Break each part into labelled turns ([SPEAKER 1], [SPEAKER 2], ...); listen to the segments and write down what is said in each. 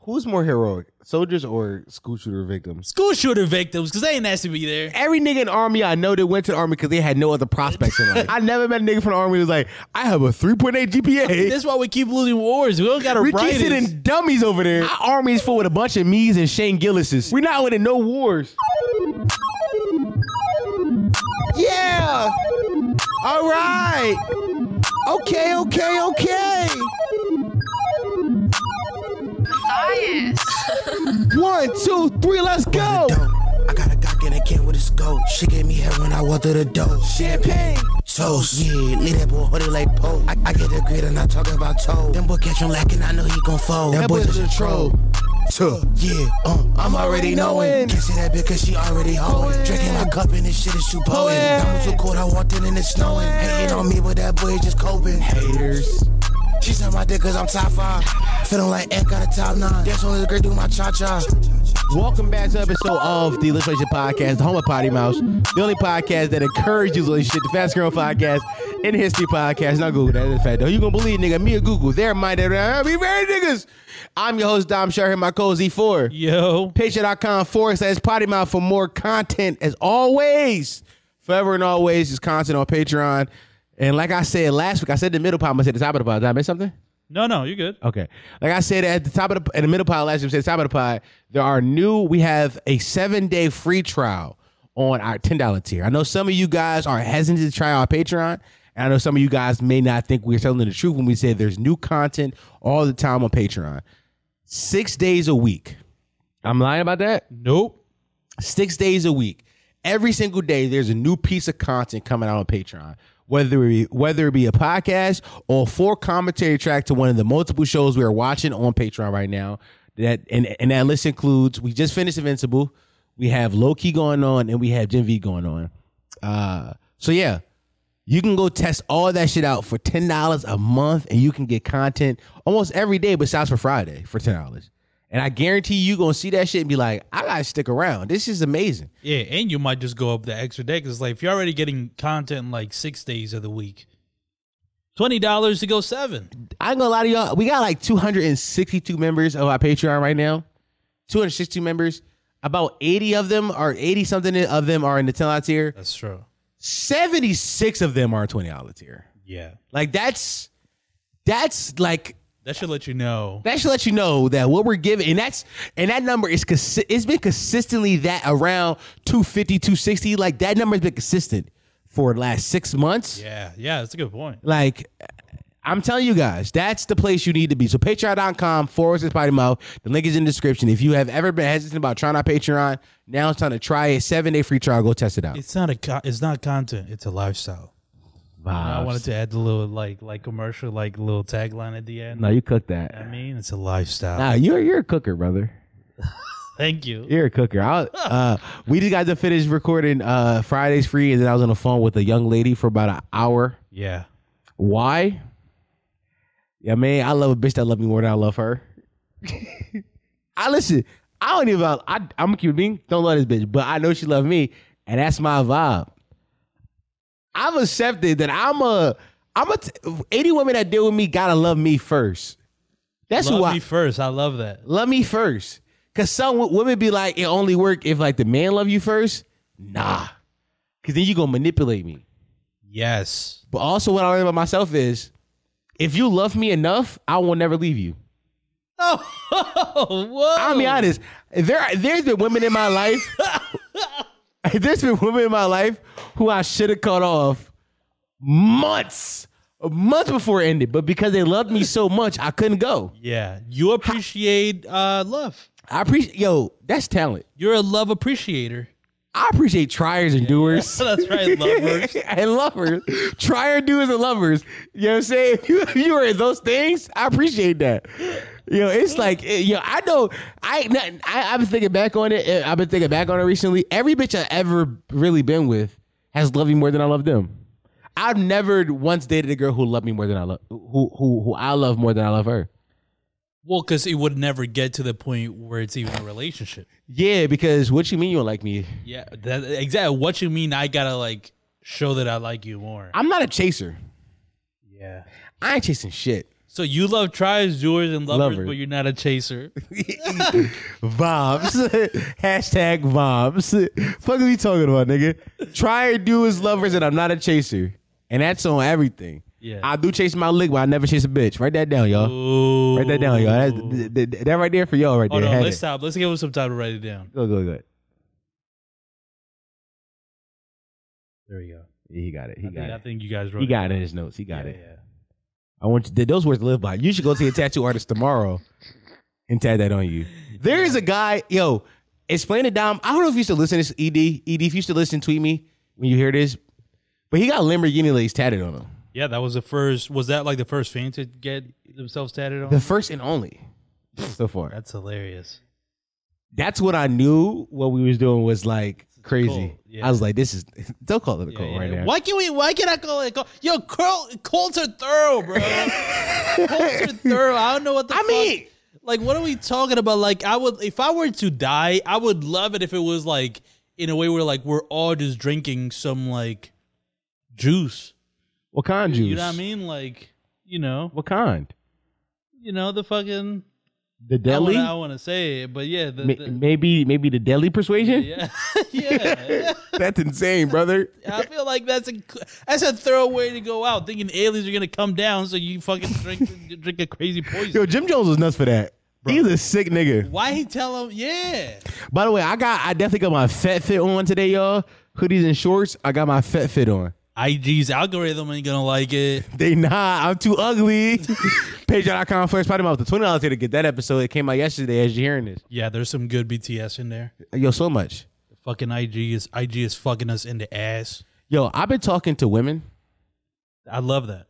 [SPEAKER 1] Who's more heroic, soldiers or school shooter victims?
[SPEAKER 2] School shooter victims, because they ain't asked to be there.
[SPEAKER 1] Every nigga in the army I know that went to the army because they had no other prospects in life. I never met a nigga from the army who was like, I have a 3.8 GPA.
[SPEAKER 2] That's why we keep losing wars. We don't got a
[SPEAKER 1] We
[SPEAKER 2] right.
[SPEAKER 1] keep sitting dummies over there. Our army is full with a bunch of me's and Shane Gillises. We're not winning no wars. Yeah. All right. Okay, okay, okay. One, two, three, let's
[SPEAKER 3] Oh.
[SPEAKER 1] go.
[SPEAKER 3] I got a cock in a can with a scope. She gave me hair when I walked through the door.
[SPEAKER 1] Champagne.
[SPEAKER 3] Toast, yeah, leave that boy hoodie like Pope. I, I get the grid and I talk about toe. Them boy catch him lacking, I know he gon' fold. That, boy just a troll. Tuh, yeah, uh, I'm already knowing. Can't see that bitch cause she already hoeing. Drinking my cup and this shit is too potent. I'm too cold, I walked in and it's snowing. Hating on me, but that boy is just coping. Haters. She said my dick cause I'm top five. Feeling like Ant got a top nine. That's only the girl do my cha cha.
[SPEAKER 1] Welcome back to episode of the Illustration Podcast, the home of Potty Mouse, the only podcast that encourages relationship, the fast girl podcast, and the history podcast. Not Google that, that's a fact though. You gonna believe nigga? Me or Google? They're my they're my- be ready, niggas. I'm your host Dom Sharp here, my E co-Z4.
[SPEAKER 2] Yo.
[SPEAKER 1] Patreon.com forward slash potty mouth for more content as always. Forever and always is content on Patreon. And like I said last week, I said the middle pile, I'm gonna say the top of the pile. Did I miss something?
[SPEAKER 2] No, no, you're good.
[SPEAKER 1] Okay. Like I said at the top of the in the middle pod last year, said top of the pod, there are new we have a seven day free trial on our ten dollar tier. I know some of you guys are hesitant to try our Patreon. And I know some of you guys may not think we're telling the truth when we say there's new content all the time on Patreon. Six days a week. I'm lying about that?
[SPEAKER 2] Nope.
[SPEAKER 1] six days a week. Every single day, there's a new piece of content coming out on Patreon. Whether it be, whether it be a podcast or full commentary track to one of the multiple shows we are watching on Patreon right now, that and, and that list includes we just finished Invincible, we have Low Key going on, and we have Gen V going on. Uh, so yeah, you can go test all that shit out for ten dollars a month, and you can get content almost every day besides for Friday for ten dollars. And I guarantee you gonna see that shit and be like, I gotta stick around. This is amazing.
[SPEAKER 2] Yeah, and you might just go up the extra day because, like, if you're already getting content like six days of the week, twenty dollars to go seven.
[SPEAKER 1] I ain't gonna lie to y'all. We got like 262 members of our Patreon right now. 262 members. About 80 of them are 80 something of them are in the $10 tier.
[SPEAKER 2] That's true.
[SPEAKER 1] 76 of them are $20 tier.
[SPEAKER 2] Yeah,
[SPEAKER 1] Like that's that's like
[SPEAKER 2] that should let you know.
[SPEAKER 1] that should let you know that what we're giving and that's and that number is consi- it's been consistently that around 250 260 like that number's been consistent for the last 6 months.
[SPEAKER 2] Yeah, yeah, that's a good point.
[SPEAKER 1] Like, I'm telling you guys, that's the place you need to be. So patreon.com forward slash potty mouth. The link is in the description. If you have ever been hesitant about trying out Patreon, now it's time to try it. Seven day free trial. Go test it out.
[SPEAKER 2] It's not a co- it's not content. It's a lifestyle. I
[SPEAKER 1] Vibes.
[SPEAKER 2] wanted to add the little like like commercial like little tagline at the end.
[SPEAKER 1] No, you cooked
[SPEAKER 2] I
[SPEAKER 1] that.
[SPEAKER 2] mean, it's a lifestyle.
[SPEAKER 1] Nah, you're you're a cooker, brother.
[SPEAKER 2] Thank you.
[SPEAKER 1] You're a cooker. I, uh, we just got to finish recording uh, Fridays free, and then I was on the phone with a young lady for about an hour.
[SPEAKER 2] Yeah.
[SPEAKER 1] Why? Yeah, man, I love a bitch that love me more than I love her. I listen. I don't even. I I'm gonna keep it being. Don't love this bitch, but I know she love me, and that's my vibe. I've accepted that I'm a. I'm a. T- any woman that deal with me gotta love me first. That's
[SPEAKER 2] love
[SPEAKER 1] who I
[SPEAKER 2] me first. I love that.
[SPEAKER 1] love me first. Cause some wo- women be like, it only work if like the man love you first. Nah, cause then you gonna manipulate me.
[SPEAKER 2] Yes.
[SPEAKER 1] But also, what I learned about myself is, if you love me enough, I will never leave you.
[SPEAKER 2] Oh, whoa.
[SPEAKER 1] I'll be honest. There, there's been women in my life. there's been women in my life who I should have cut off months, months before it ended. But because they loved me so much, I couldn't go.
[SPEAKER 2] Yeah. You appreciate uh, love.
[SPEAKER 1] I appreciate, yo, that's talent.
[SPEAKER 2] You're a love appreciator.
[SPEAKER 1] I appreciate triers and doers.
[SPEAKER 2] That's right, lovers.
[SPEAKER 1] and lovers. Trier doers and lovers. You know what I'm saying? If you, if you are in those things, I appreciate that. You know, it's like, eh, you know, I know, I, not, I, I've been thinking back on it. eh, I've been thinking back on it recently. Every bitch I've ever really been with has loved me more than I love them. I've never once dated a girl who loved me more than I love, who, who, who I love more than I love her.
[SPEAKER 2] Well, because it would never get to the point where it's even a relationship.
[SPEAKER 1] Yeah, because what you mean you don't like me?
[SPEAKER 2] Yeah. That, exactly. What you mean, I got to like show that I like you more.
[SPEAKER 1] I'm not a chaser.
[SPEAKER 2] yeah.
[SPEAKER 1] I ain't chasing shit.
[SPEAKER 2] So you love tries, doers, and lovers,
[SPEAKER 1] Lovers.
[SPEAKER 2] but you're not a chaser.
[SPEAKER 1] Vobs. Hashtag vobs. Fuck are we talking about, nigga? Try and do as lovers, and I'm not a chaser. And that's on everything.
[SPEAKER 2] Yeah.
[SPEAKER 1] I do chase my lick, but I never chase a bitch. Write that down, y'all.
[SPEAKER 2] Ooh.
[SPEAKER 1] Write that down, y'all. That's, th- th- th- that right there for y'all right
[SPEAKER 2] Hold
[SPEAKER 1] there.
[SPEAKER 2] on,
[SPEAKER 1] Had
[SPEAKER 2] let's
[SPEAKER 1] it.
[SPEAKER 2] stop. Let's give him some time to write it down.
[SPEAKER 1] Go, go, go.
[SPEAKER 2] There we go.
[SPEAKER 1] Yeah, he got it. He
[SPEAKER 2] I think, I
[SPEAKER 1] got it.
[SPEAKER 2] think you guys wrote
[SPEAKER 1] He got
[SPEAKER 2] down.
[SPEAKER 1] it in his notes. He got
[SPEAKER 2] Yeah,
[SPEAKER 1] it.
[SPEAKER 2] yeah.
[SPEAKER 1] I want you, th- those words to live by. You should go to your tattoo artist tomorrow and tag that on you. There is a guy, yo, explain it, Dom. I don't know if you used to listen to this, E ED. ED, if you used to listen, tweet me when you hear this. But he got Lamborghini legs tatted on him.
[SPEAKER 2] Yeah, that was the first. Was that like the first fan to get themselves tatted on?
[SPEAKER 1] The first and only so far.
[SPEAKER 2] That's hilarious.
[SPEAKER 1] That's what I knew what we was doing was like crazy.
[SPEAKER 2] cult, yeah.
[SPEAKER 1] I was like, this is, don't call it a
[SPEAKER 2] Yeah,
[SPEAKER 1] cult
[SPEAKER 2] yeah.
[SPEAKER 1] right now.
[SPEAKER 2] Why can we? Why can I call it? a cult? Yo, Carl, Colts are thorough, bro. Colts are thorough. I don't know what the.
[SPEAKER 1] I
[SPEAKER 2] fuck-
[SPEAKER 1] mean-
[SPEAKER 2] like, what are we talking about? Like, I would, if I were to die, I would love it if it was like in a way where like we're all just drinking some like juice.
[SPEAKER 1] What kind juice?
[SPEAKER 2] You know what I mean? Like, you know,
[SPEAKER 1] What kind?
[SPEAKER 2] you know the fucking.
[SPEAKER 1] The deli?
[SPEAKER 2] I wanna- I want to say it, but yeah, the,
[SPEAKER 1] Ma-
[SPEAKER 2] the-
[SPEAKER 1] maybe, maybe the deli persuasion?
[SPEAKER 2] yeah, yeah.
[SPEAKER 1] That's insane, brother.
[SPEAKER 2] I feel like that's a that's a thorough way to go out, thinking aliens are gonna come down, so you fucking drink drink a crazy poison.
[SPEAKER 1] Yo, Jim Jones was nuts for that. He's a sick nigga.
[SPEAKER 2] Why he tell him? Yeah,
[SPEAKER 1] By the way, I got I definitely got my fat fit on today, y'all. Hoodies and shorts. I got my fat fit on.
[SPEAKER 2] IG's algorithm ain't gonna like it.
[SPEAKER 1] They not. I'm too ugly. Patreon.com slash Potty Mouth. The twenty dollars here to get that episode. It came out yesterday. As you're hearing this,
[SPEAKER 2] Yeah, there's some good BTS in there.
[SPEAKER 1] yo, so much.
[SPEAKER 2] Fucking IG is IG is fucking us in the ass.
[SPEAKER 1] Yo, I've been talking to women,
[SPEAKER 2] I love that.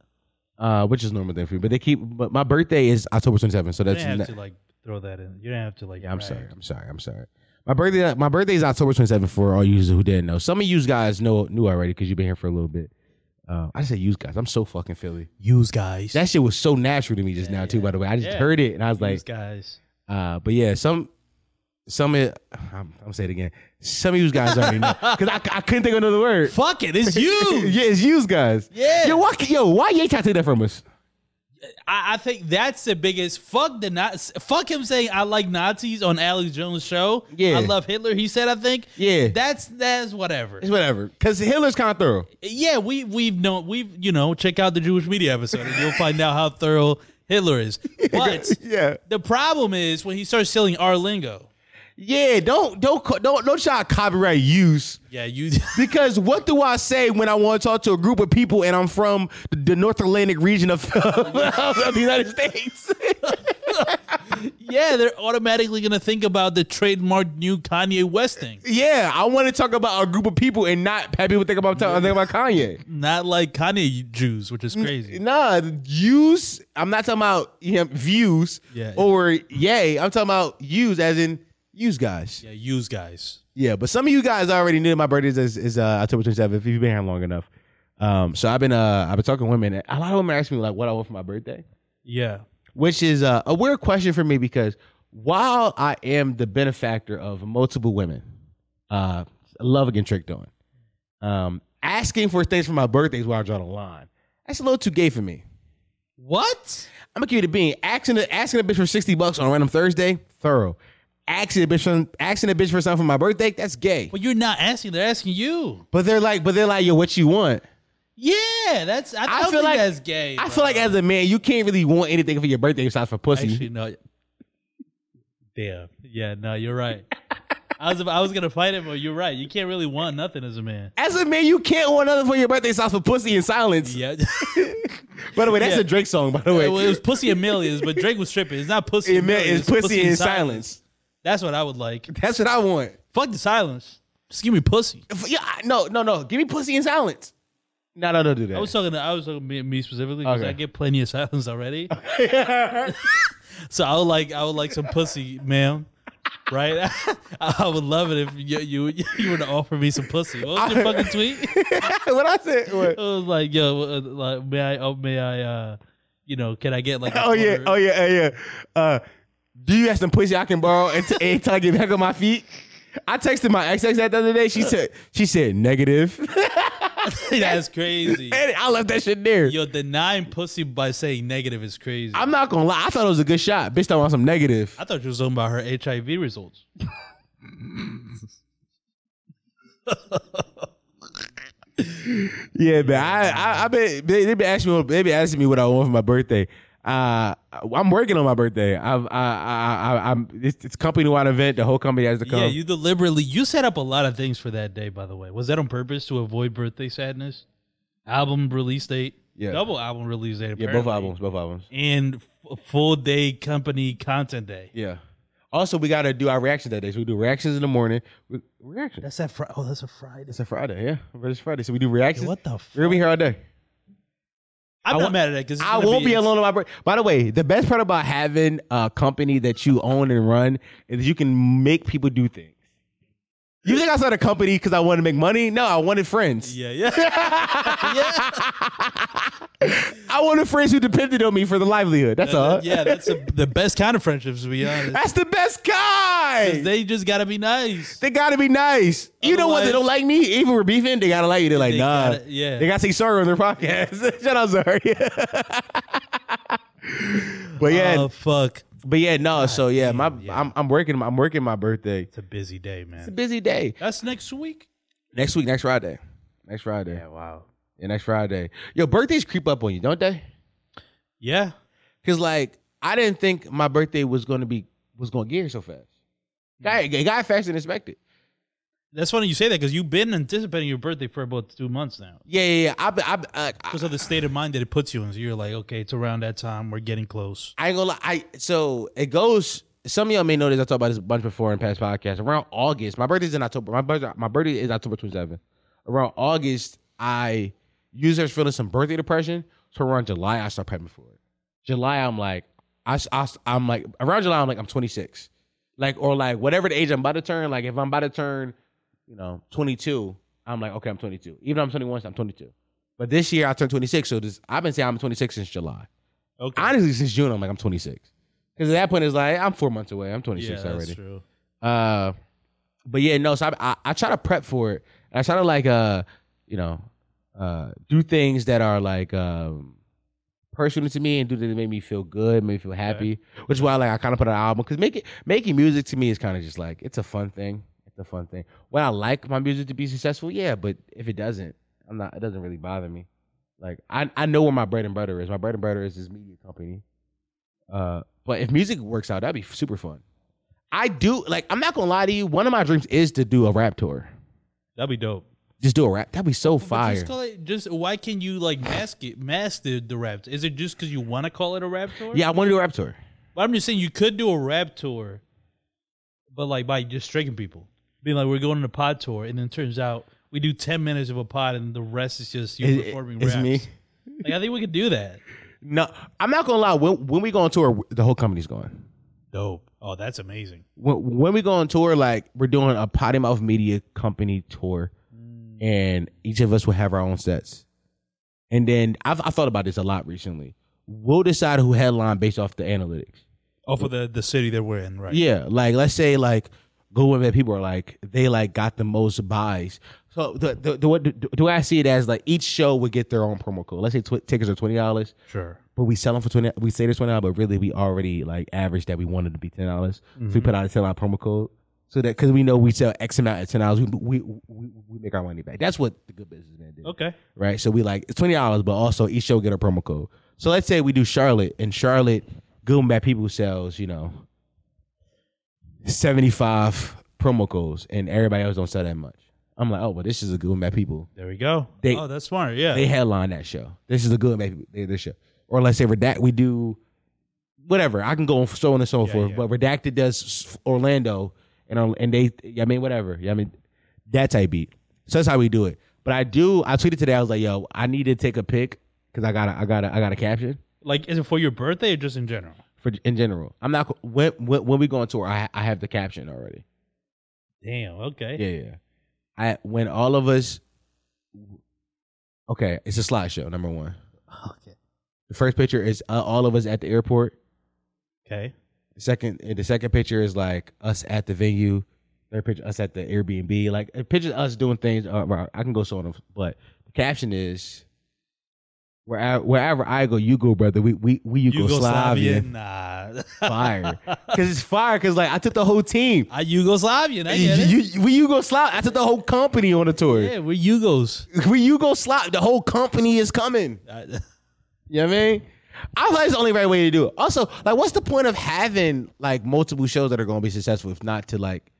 [SPEAKER 1] uh, which is normal thing for you, but they keep. But my birthday is October 27th, so
[SPEAKER 2] You
[SPEAKER 1] that's
[SPEAKER 2] didn't have
[SPEAKER 1] not-
[SPEAKER 2] to like throw that in. You didn't have to like.
[SPEAKER 1] Yeah, I'm
[SPEAKER 2] brag.
[SPEAKER 1] sorry. I'm sorry. I'm sorry. My birthday. My birthday is October 27th. For all you who didn't know, some of you guys know knew already because you've been here for a little bit. Uh, I say you guys. I'm so fucking Philly.
[SPEAKER 2] Use guys.
[SPEAKER 1] That shit was so natural to me just now too. By the way, I just
[SPEAKER 2] Yeah.
[SPEAKER 1] heard it and I was like,
[SPEAKER 2] Use guys.
[SPEAKER 1] uh, but yeah, some some. of- I'm, I'm gonna say it again. Some of you guys already know because I, I couldn't think of another word.
[SPEAKER 2] Fuck it, it's you.
[SPEAKER 1] yeah, it's you guys.
[SPEAKER 2] Yeah.
[SPEAKER 1] Yo, why? Yo, why you trying to take that from us?
[SPEAKER 2] I, I think that's the biggest fuck the not fuck him saying I like Nazis on Alex Jones show.
[SPEAKER 1] Yeah.
[SPEAKER 2] I love Hitler. He said I think.
[SPEAKER 1] Yeah.
[SPEAKER 2] that's that's whatever.
[SPEAKER 1] It's whatever. Because Hitler's kind of thorough.
[SPEAKER 2] Yeah, we we've known we've you know check out the Jewish media episode and you'll find out how thorough Hitler is. But
[SPEAKER 1] Yeah.
[SPEAKER 2] the problem is when he starts selling our lingo.
[SPEAKER 1] Yeah. Don't don't co- don't don't try to copyright use.
[SPEAKER 2] Yeah, you.
[SPEAKER 1] Because what do I say when I want to talk to a group of people and I'm from the, the North Atlantic region of, of the United States?
[SPEAKER 2] yeah, they're automatically gonna think about the trademark new Kanye West thing.
[SPEAKER 1] yeah, I want to talk about a group of people and not have people think about talking think about Kanye.
[SPEAKER 2] Not like Kanye Jews, which is crazy.
[SPEAKER 1] Nah, use. I'm not talking about you know, views
[SPEAKER 2] Yeah.
[SPEAKER 1] or yay. I'm talking about use as in use guys. Yeah.
[SPEAKER 2] Yeah, use guys.
[SPEAKER 1] but some of you guys already knew my birthday is, is uh, October 27th. If you've been here long enough, um, so I've been uh, I've been talking to women. and A lot of women ask me like what I want for my birthday.
[SPEAKER 2] Yeah,
[SPEAKER 1] which is a, a weird question for me because while I am the benefactor of multiple women, uh, I love getting tricked on. Um, asking for things for my birthday is where I draw the line. That's a little too gay for me.
[SPEAKER 2] what?
[SPEAKER 1] I'm gonna give you the bean. Asking a, asking a bitch for sixty bucks on a random Thursday, thorough. Asking a bitch for asking a bitch for something for my birthday, that's gay.
[SPEAKER 2] Well, you're not asking; they're asking you.
[SPEAKER 1] But they're like, but they're like, yo, what you want?
[SPEAKER 2] Yeah, that's. I,
[SPEAKER 1] I
[SPEAKER 2] don't
[SPEAKER 1] feel
[SPEAKER 2] think
[SPEAKER 1] like-
[SPEAKER 2] that's gay.
[SPEAKER 1] I
[SPEAKER 2] bro.
[SPEAKER 1] feel like as a man, you can't really want anything for your birthday besides for pussy.
[SPEAKER 2] Actually, no. Damn. Yeah. No, you're right. I was I was gonna fight it, but you're right. You can't really want nothing as a man.
[SPEAKER 1] as a man, you can't want nothing for your birthday besides for pussy and silence.
[SPEAKER 2] Yeah.
[SPEAKER 1] By the way, that's
[SPEAKER 2] Yeah.
[SPEAKER 1] a Drake song. By the way,
[SPEAKER 2] well, it was pussy and millions, but Drake was stripping. It's not pussy.
[SPEAKER 1] it
[SPEAKER 2] and
[SPEAKER 1] meant
[SPEAKER 2] millions,
[SPEAKER 1] it's pussy,
[SPEAKER 2] and
[SPEAKER 1] in silence.
[SPEAKER 2] That's what I would like.
[SPEAKER 1] That's what I want.
[SPEAKER 2] Fuck the silence. Just give me pussy.
[SPEAKER 1] If- Yeah, I- no, no, no. Give me pussy in silence. No, no, don't do that.
[SPEAKER 2] I was talking. To, I was talking to me, me specifically because
[SPEAKER 1] Okay.
[SPEAKER 2] I get plenty of silence already. so I would like. I would like some pussy, ma'am. Right? I would love it if you you, you were to offer me some pussy. What was your fucking tweet?
[SPEAKER 1] what I said. What?
[SPEAKER 2] It was like, yo, uh, like, may I, oh, may I, uh, you know, can I get like? a
[SPEAKER 1] Oh yeah,
[SPEAKER 2] quarter?
[SPEAKER 1] oh yeah, oh yeah. Uh, do you have some pussy I can borrow until, until I get back on my feet? I texted my ex ex that the other day. She said she said negative. Oh,
[SPEAKER 2] That's crazy.
[SPEAKER 1] And I left that shit there.
[SPEAKER 2] Yo, denying pussy by saying negative is crazy. i
[SPEAKER 1] I'm not gonna lie. I thought it was a good shot. Bitch, I want some negative.
[SPEAKER 2] thought you was talking about her HIV results.
[SPEAKER 1] Yeah, man. I, I, I been they, they been asking me. They been asking me what I want for my birthday. Uh, I'm working on my birthday. I've, I, I, I, I'm. It's, it's company wide event. The whole company has to come.
[SPEAKER 2] Yeah, you deliberately you set up a lot of things for that day. By the way, was that on purpose to avoid birthday sadness? Album release date,
[SPEAKER 1] Yeah.
[SPEAKER 2] double album release date,
[SPEAKER 1] yeah, both
[SPEAKER 2] apparently.
[SPEAKER 1] albums. Both albums.
[SPEAKER 2] and f- full day company content day.
[SPEAKER 1] Yeah. Also, we gotta do our reactions that day. So we do reactions in the morning. We, reactions.
[SPEAKER 2] That's that. Fri- oh, that's a Friday.
[SPEAKER 1] It's a Friday. Yeah, but it's Friday. So we do reactions.
[SPEAKER 2] Yo, what the?
[SPEAKER 1] We're gonna be
[SPEAKER 2] Fuck?
[SPEAKER 1] here all day.
[SPEAKER 2] I'm
[SPEAKER 1] I
[SPEAKER 2] not
[SPEAKER 1] won't-
[SPEAKER 2] mad at that because
[SPEAKER 1] I won't be, alone on my birthday. By the way, the best part about having a company that you own and run is you can make people do things. You think I started a company because I wanted to make money? No, I wanted friends.
[SPEAKER 2] Yeah, yeah.
[SPEAKER 1] I wanted friends who depended on me for the livelihood. That's all.
[SPEAKER 2] yeah, that's a, the best kind of friendships, to be honest.
[SPEAKER 1] That's the best kind. They,
[SPEAKER 2] They just gotta be nice.
[SPEAKER 1] gotta be nice. You know what? They don't
[SPEAKER 2] Otherwise-
[SPEAKER 1] like me. Even we're beefing, they gotta like you. They're like,
[SPEAKER 2] They
[SPEAKER 1] nah.
[SPEAKER 2] gotta- yeah.
[SPEAKER 1] They gotta say sorry on their podcast. Shut up, sorry. but yeah,
[SPEAKER 2] Oh fuck.
[SPEAKER 1] But yeah, no. so yeah,
[SPEAKER 2] damn,
[SPEAKER 1] my
[SPEAKER 2] yeah.
[SPEAKER 1] I'm I'm working I'm working my birthday.
[SPEAKER 2] It's a busy day, man.
[SPEAKER 1] It's a busy day.
[SPEAKER 2] that's next week.
[SPEAKER 1] Next week, next Friday, next Friday, yeah,
[SPEAKER 2] wow.
[SPEAKER 1] next Friday. Yo, birthdays creep up on you, don't they?
[SPEAKER 2] Yeah.
[SPEAKER 1] Cause like I didn't think my birthday was gonna be was gonna get here so fast. Guy, it got faster than expected.
[SPEAKER 2] That's funny you say that because you've been anticipating your birthday for about two months now.
[SPEAKER 1] Yeah, yeah, yeah. I, I, I, I,
[SPEAKER 2] Because of the state of mind that it puts you in. So you're like, okay, it's around that time. We're getting close.
[SPEAKER 1] I ain't gonna lie. I so it goes. Some of y'all may know this. I talked about this a bunch before in past podcasts. Around August, my birthday's in October. My birthday, my birthday is October 27th. Around August, I usually start feeling some birthday depression. So around July, I start prepping for it. July, I'm like, I, am like around July, I'm like, I'm 26, like or like whatever the age I'm about to turn. Like if I'm about to turn, you know, 22, I'm like, okay, I'm 22. Even though I'm 21, I'm 22. But this year I turned 26, so this I've been saying I'm 26 since July
[SPEAKER 2] Okay.
[SPEAKER 1] honestly since June I'm like I'm 26 because at that point it's like I'm four months away I'm
[SPEAKER 2] yeah,
[SPEAKER 1] 26
[SPEAKER 2] that's
[SPEAKER 1] already
[SPEAKER 2] true.
[SPEAKER 1] uh but yeah no so I, I I try to prep for it and I try to like uh you know uh do things that are like um personal to me and do things that make me feel good make me feel happy which is why like I kind of put out an album because making making music to me is kind of just like it's a fun thing it's a fun thing would I like my music to be successful yeah but if it doesn't I'm not it doesn't really bother me like I, I know where my bread and butter is. My bread and butter is this media company. Uh, but if music works out, that'd be super fun. I do like I'm not gonna lie to you. One of my dreams is to do a rap tour.
[SPEAKER 2] That'd be dope.
[SPEAKER 1] Just do a rap. That'd be so
[SPEAKER 2] But
[SPEAKER 1] fire.
[SPEAKER 2] Just, call it, just why can you like mask it, mask the, the rap? Is it just because you want to call it a rap tour?
[SPEAKER 1] yeah, I want to do a rap tour.
[SPEAKER 2] But I'm just saying you could do a rap tour, but like by just tricking people, being like we're going on a pod tour, and then it turns out we do ten minutes of a pod, and the rest is just you
[SPEAKER 1] It-
[SPEAKER 2] performing
[SPEAKER 1] it's
[SPEAKER 2] raps.
[SPEAKER 1] me.
[SPEAKER 2] Like I think we could do that.
[SPEAKER 1] No, I'm not gonna lie. When when we go on tour, the whole company's going.
[SPEAKER 2] Dope. Oh, that's amazing.
[SPEAKER 1] When, when we go on tour, like we're doing a potty mouth media company tour,
[SPEAKER 2] Mm.
[SPEAKER 1] and each of us will have our own sets. And then I've I thought about this a lot recently. We'll decide who headline based off the analytics.
[SPEAKER 2] Oh, for the the city that we're in, right?
[SPEAKER 1] Yeah, like let's say like Google and people are like they like got the most buys. So the, the, the, what do, do I see it as like each show would get their own promo code? Let's say tw- tickets are twenty dollars,
[SPEAKER 2] Sure.
[SPEAKER 1] but we sell them for twenty. We say this twenty dollars, but really we already like averaged that we wanted to be ten dollars. So we put out a ten dollar promo code so that because we know we sell X amount at ten dollars, we, we we we make our money back. That's what the good businessman did
[SPEAKER 2] Okay.
[SPEAKER 1] right? So we like it's twenty dollars, but also each show get a promo code. So let's say we do Charlotte, and Charlotte Good and Bad People sells, you know, seventy five promo codes, and everybody else don't sell that much. I'm like, oh, well, this is a Good and Bad People.
[SPEAKER 2] There we go.
[SPEAKER 1] They-
[SPEAKER 2] oh, that's smart. Yeah.
[SPEAKER 1] They headline that show. This is a Good and Bad People. They, this show, or let's say redact. We do whatever. I can go on for so on and so
[SPEAKER 2] Yeah,
[SPEAKER 1] forth.
[SPEAKER 2] yeah.
[SPEAKER 1] But redacted does Orlando, and Orl- and they, I mean, whatever. I mean, that type beat. So that's how we do it. But I do. I tweeted today. I was like, yo, I need to take a pic because I got to I got to I got a caption
[SPEAKER 2] like, is it for your birthday or just in general?
[SPEAKER 1] for in general. I'm not when when, when we go on tour. I I have the caption already.
[SPEAKER 2] Damn. Okay.
[SPEAKER 1] Yeah, yeah. I when all of us. Okay, it's a slideshow. Number one.
[SPEAKER 2] Okay.
[SPEAKER 1] The first picture is uh, all of us at the airport. eh,
[SPEAKER 2] Okay.
[SPEAKER 1] The second, and the second picture is like us at the venue. They picture us at the Airbnb, like it pictures us doing things. Uh, well, I can go so on, but the caption is. Wherever, wherever I go, you go, brother. We we we Yugoslavia,
[SPEAKER 2] Nah.
[SPEAKER 1] fire, cause it's fire. Cause like I took the whole team.
[SPEAKER 2] I Yugoslavian. I get it.
[SPEAKER 1] You, you, we Yugoslavia. I took the whole company on a tour.
[SPEAKER 2] yeah, we're Yugos.
[SPEAKER 1] We Yugoslavia. The whole company is coming.
[SPEAKER 2] I-
[SPEAKER 1] You know what I mean? I feel like it's the only right way to do it. Also, like, what's the point of having like multiple shows that are going to be successful if not to like,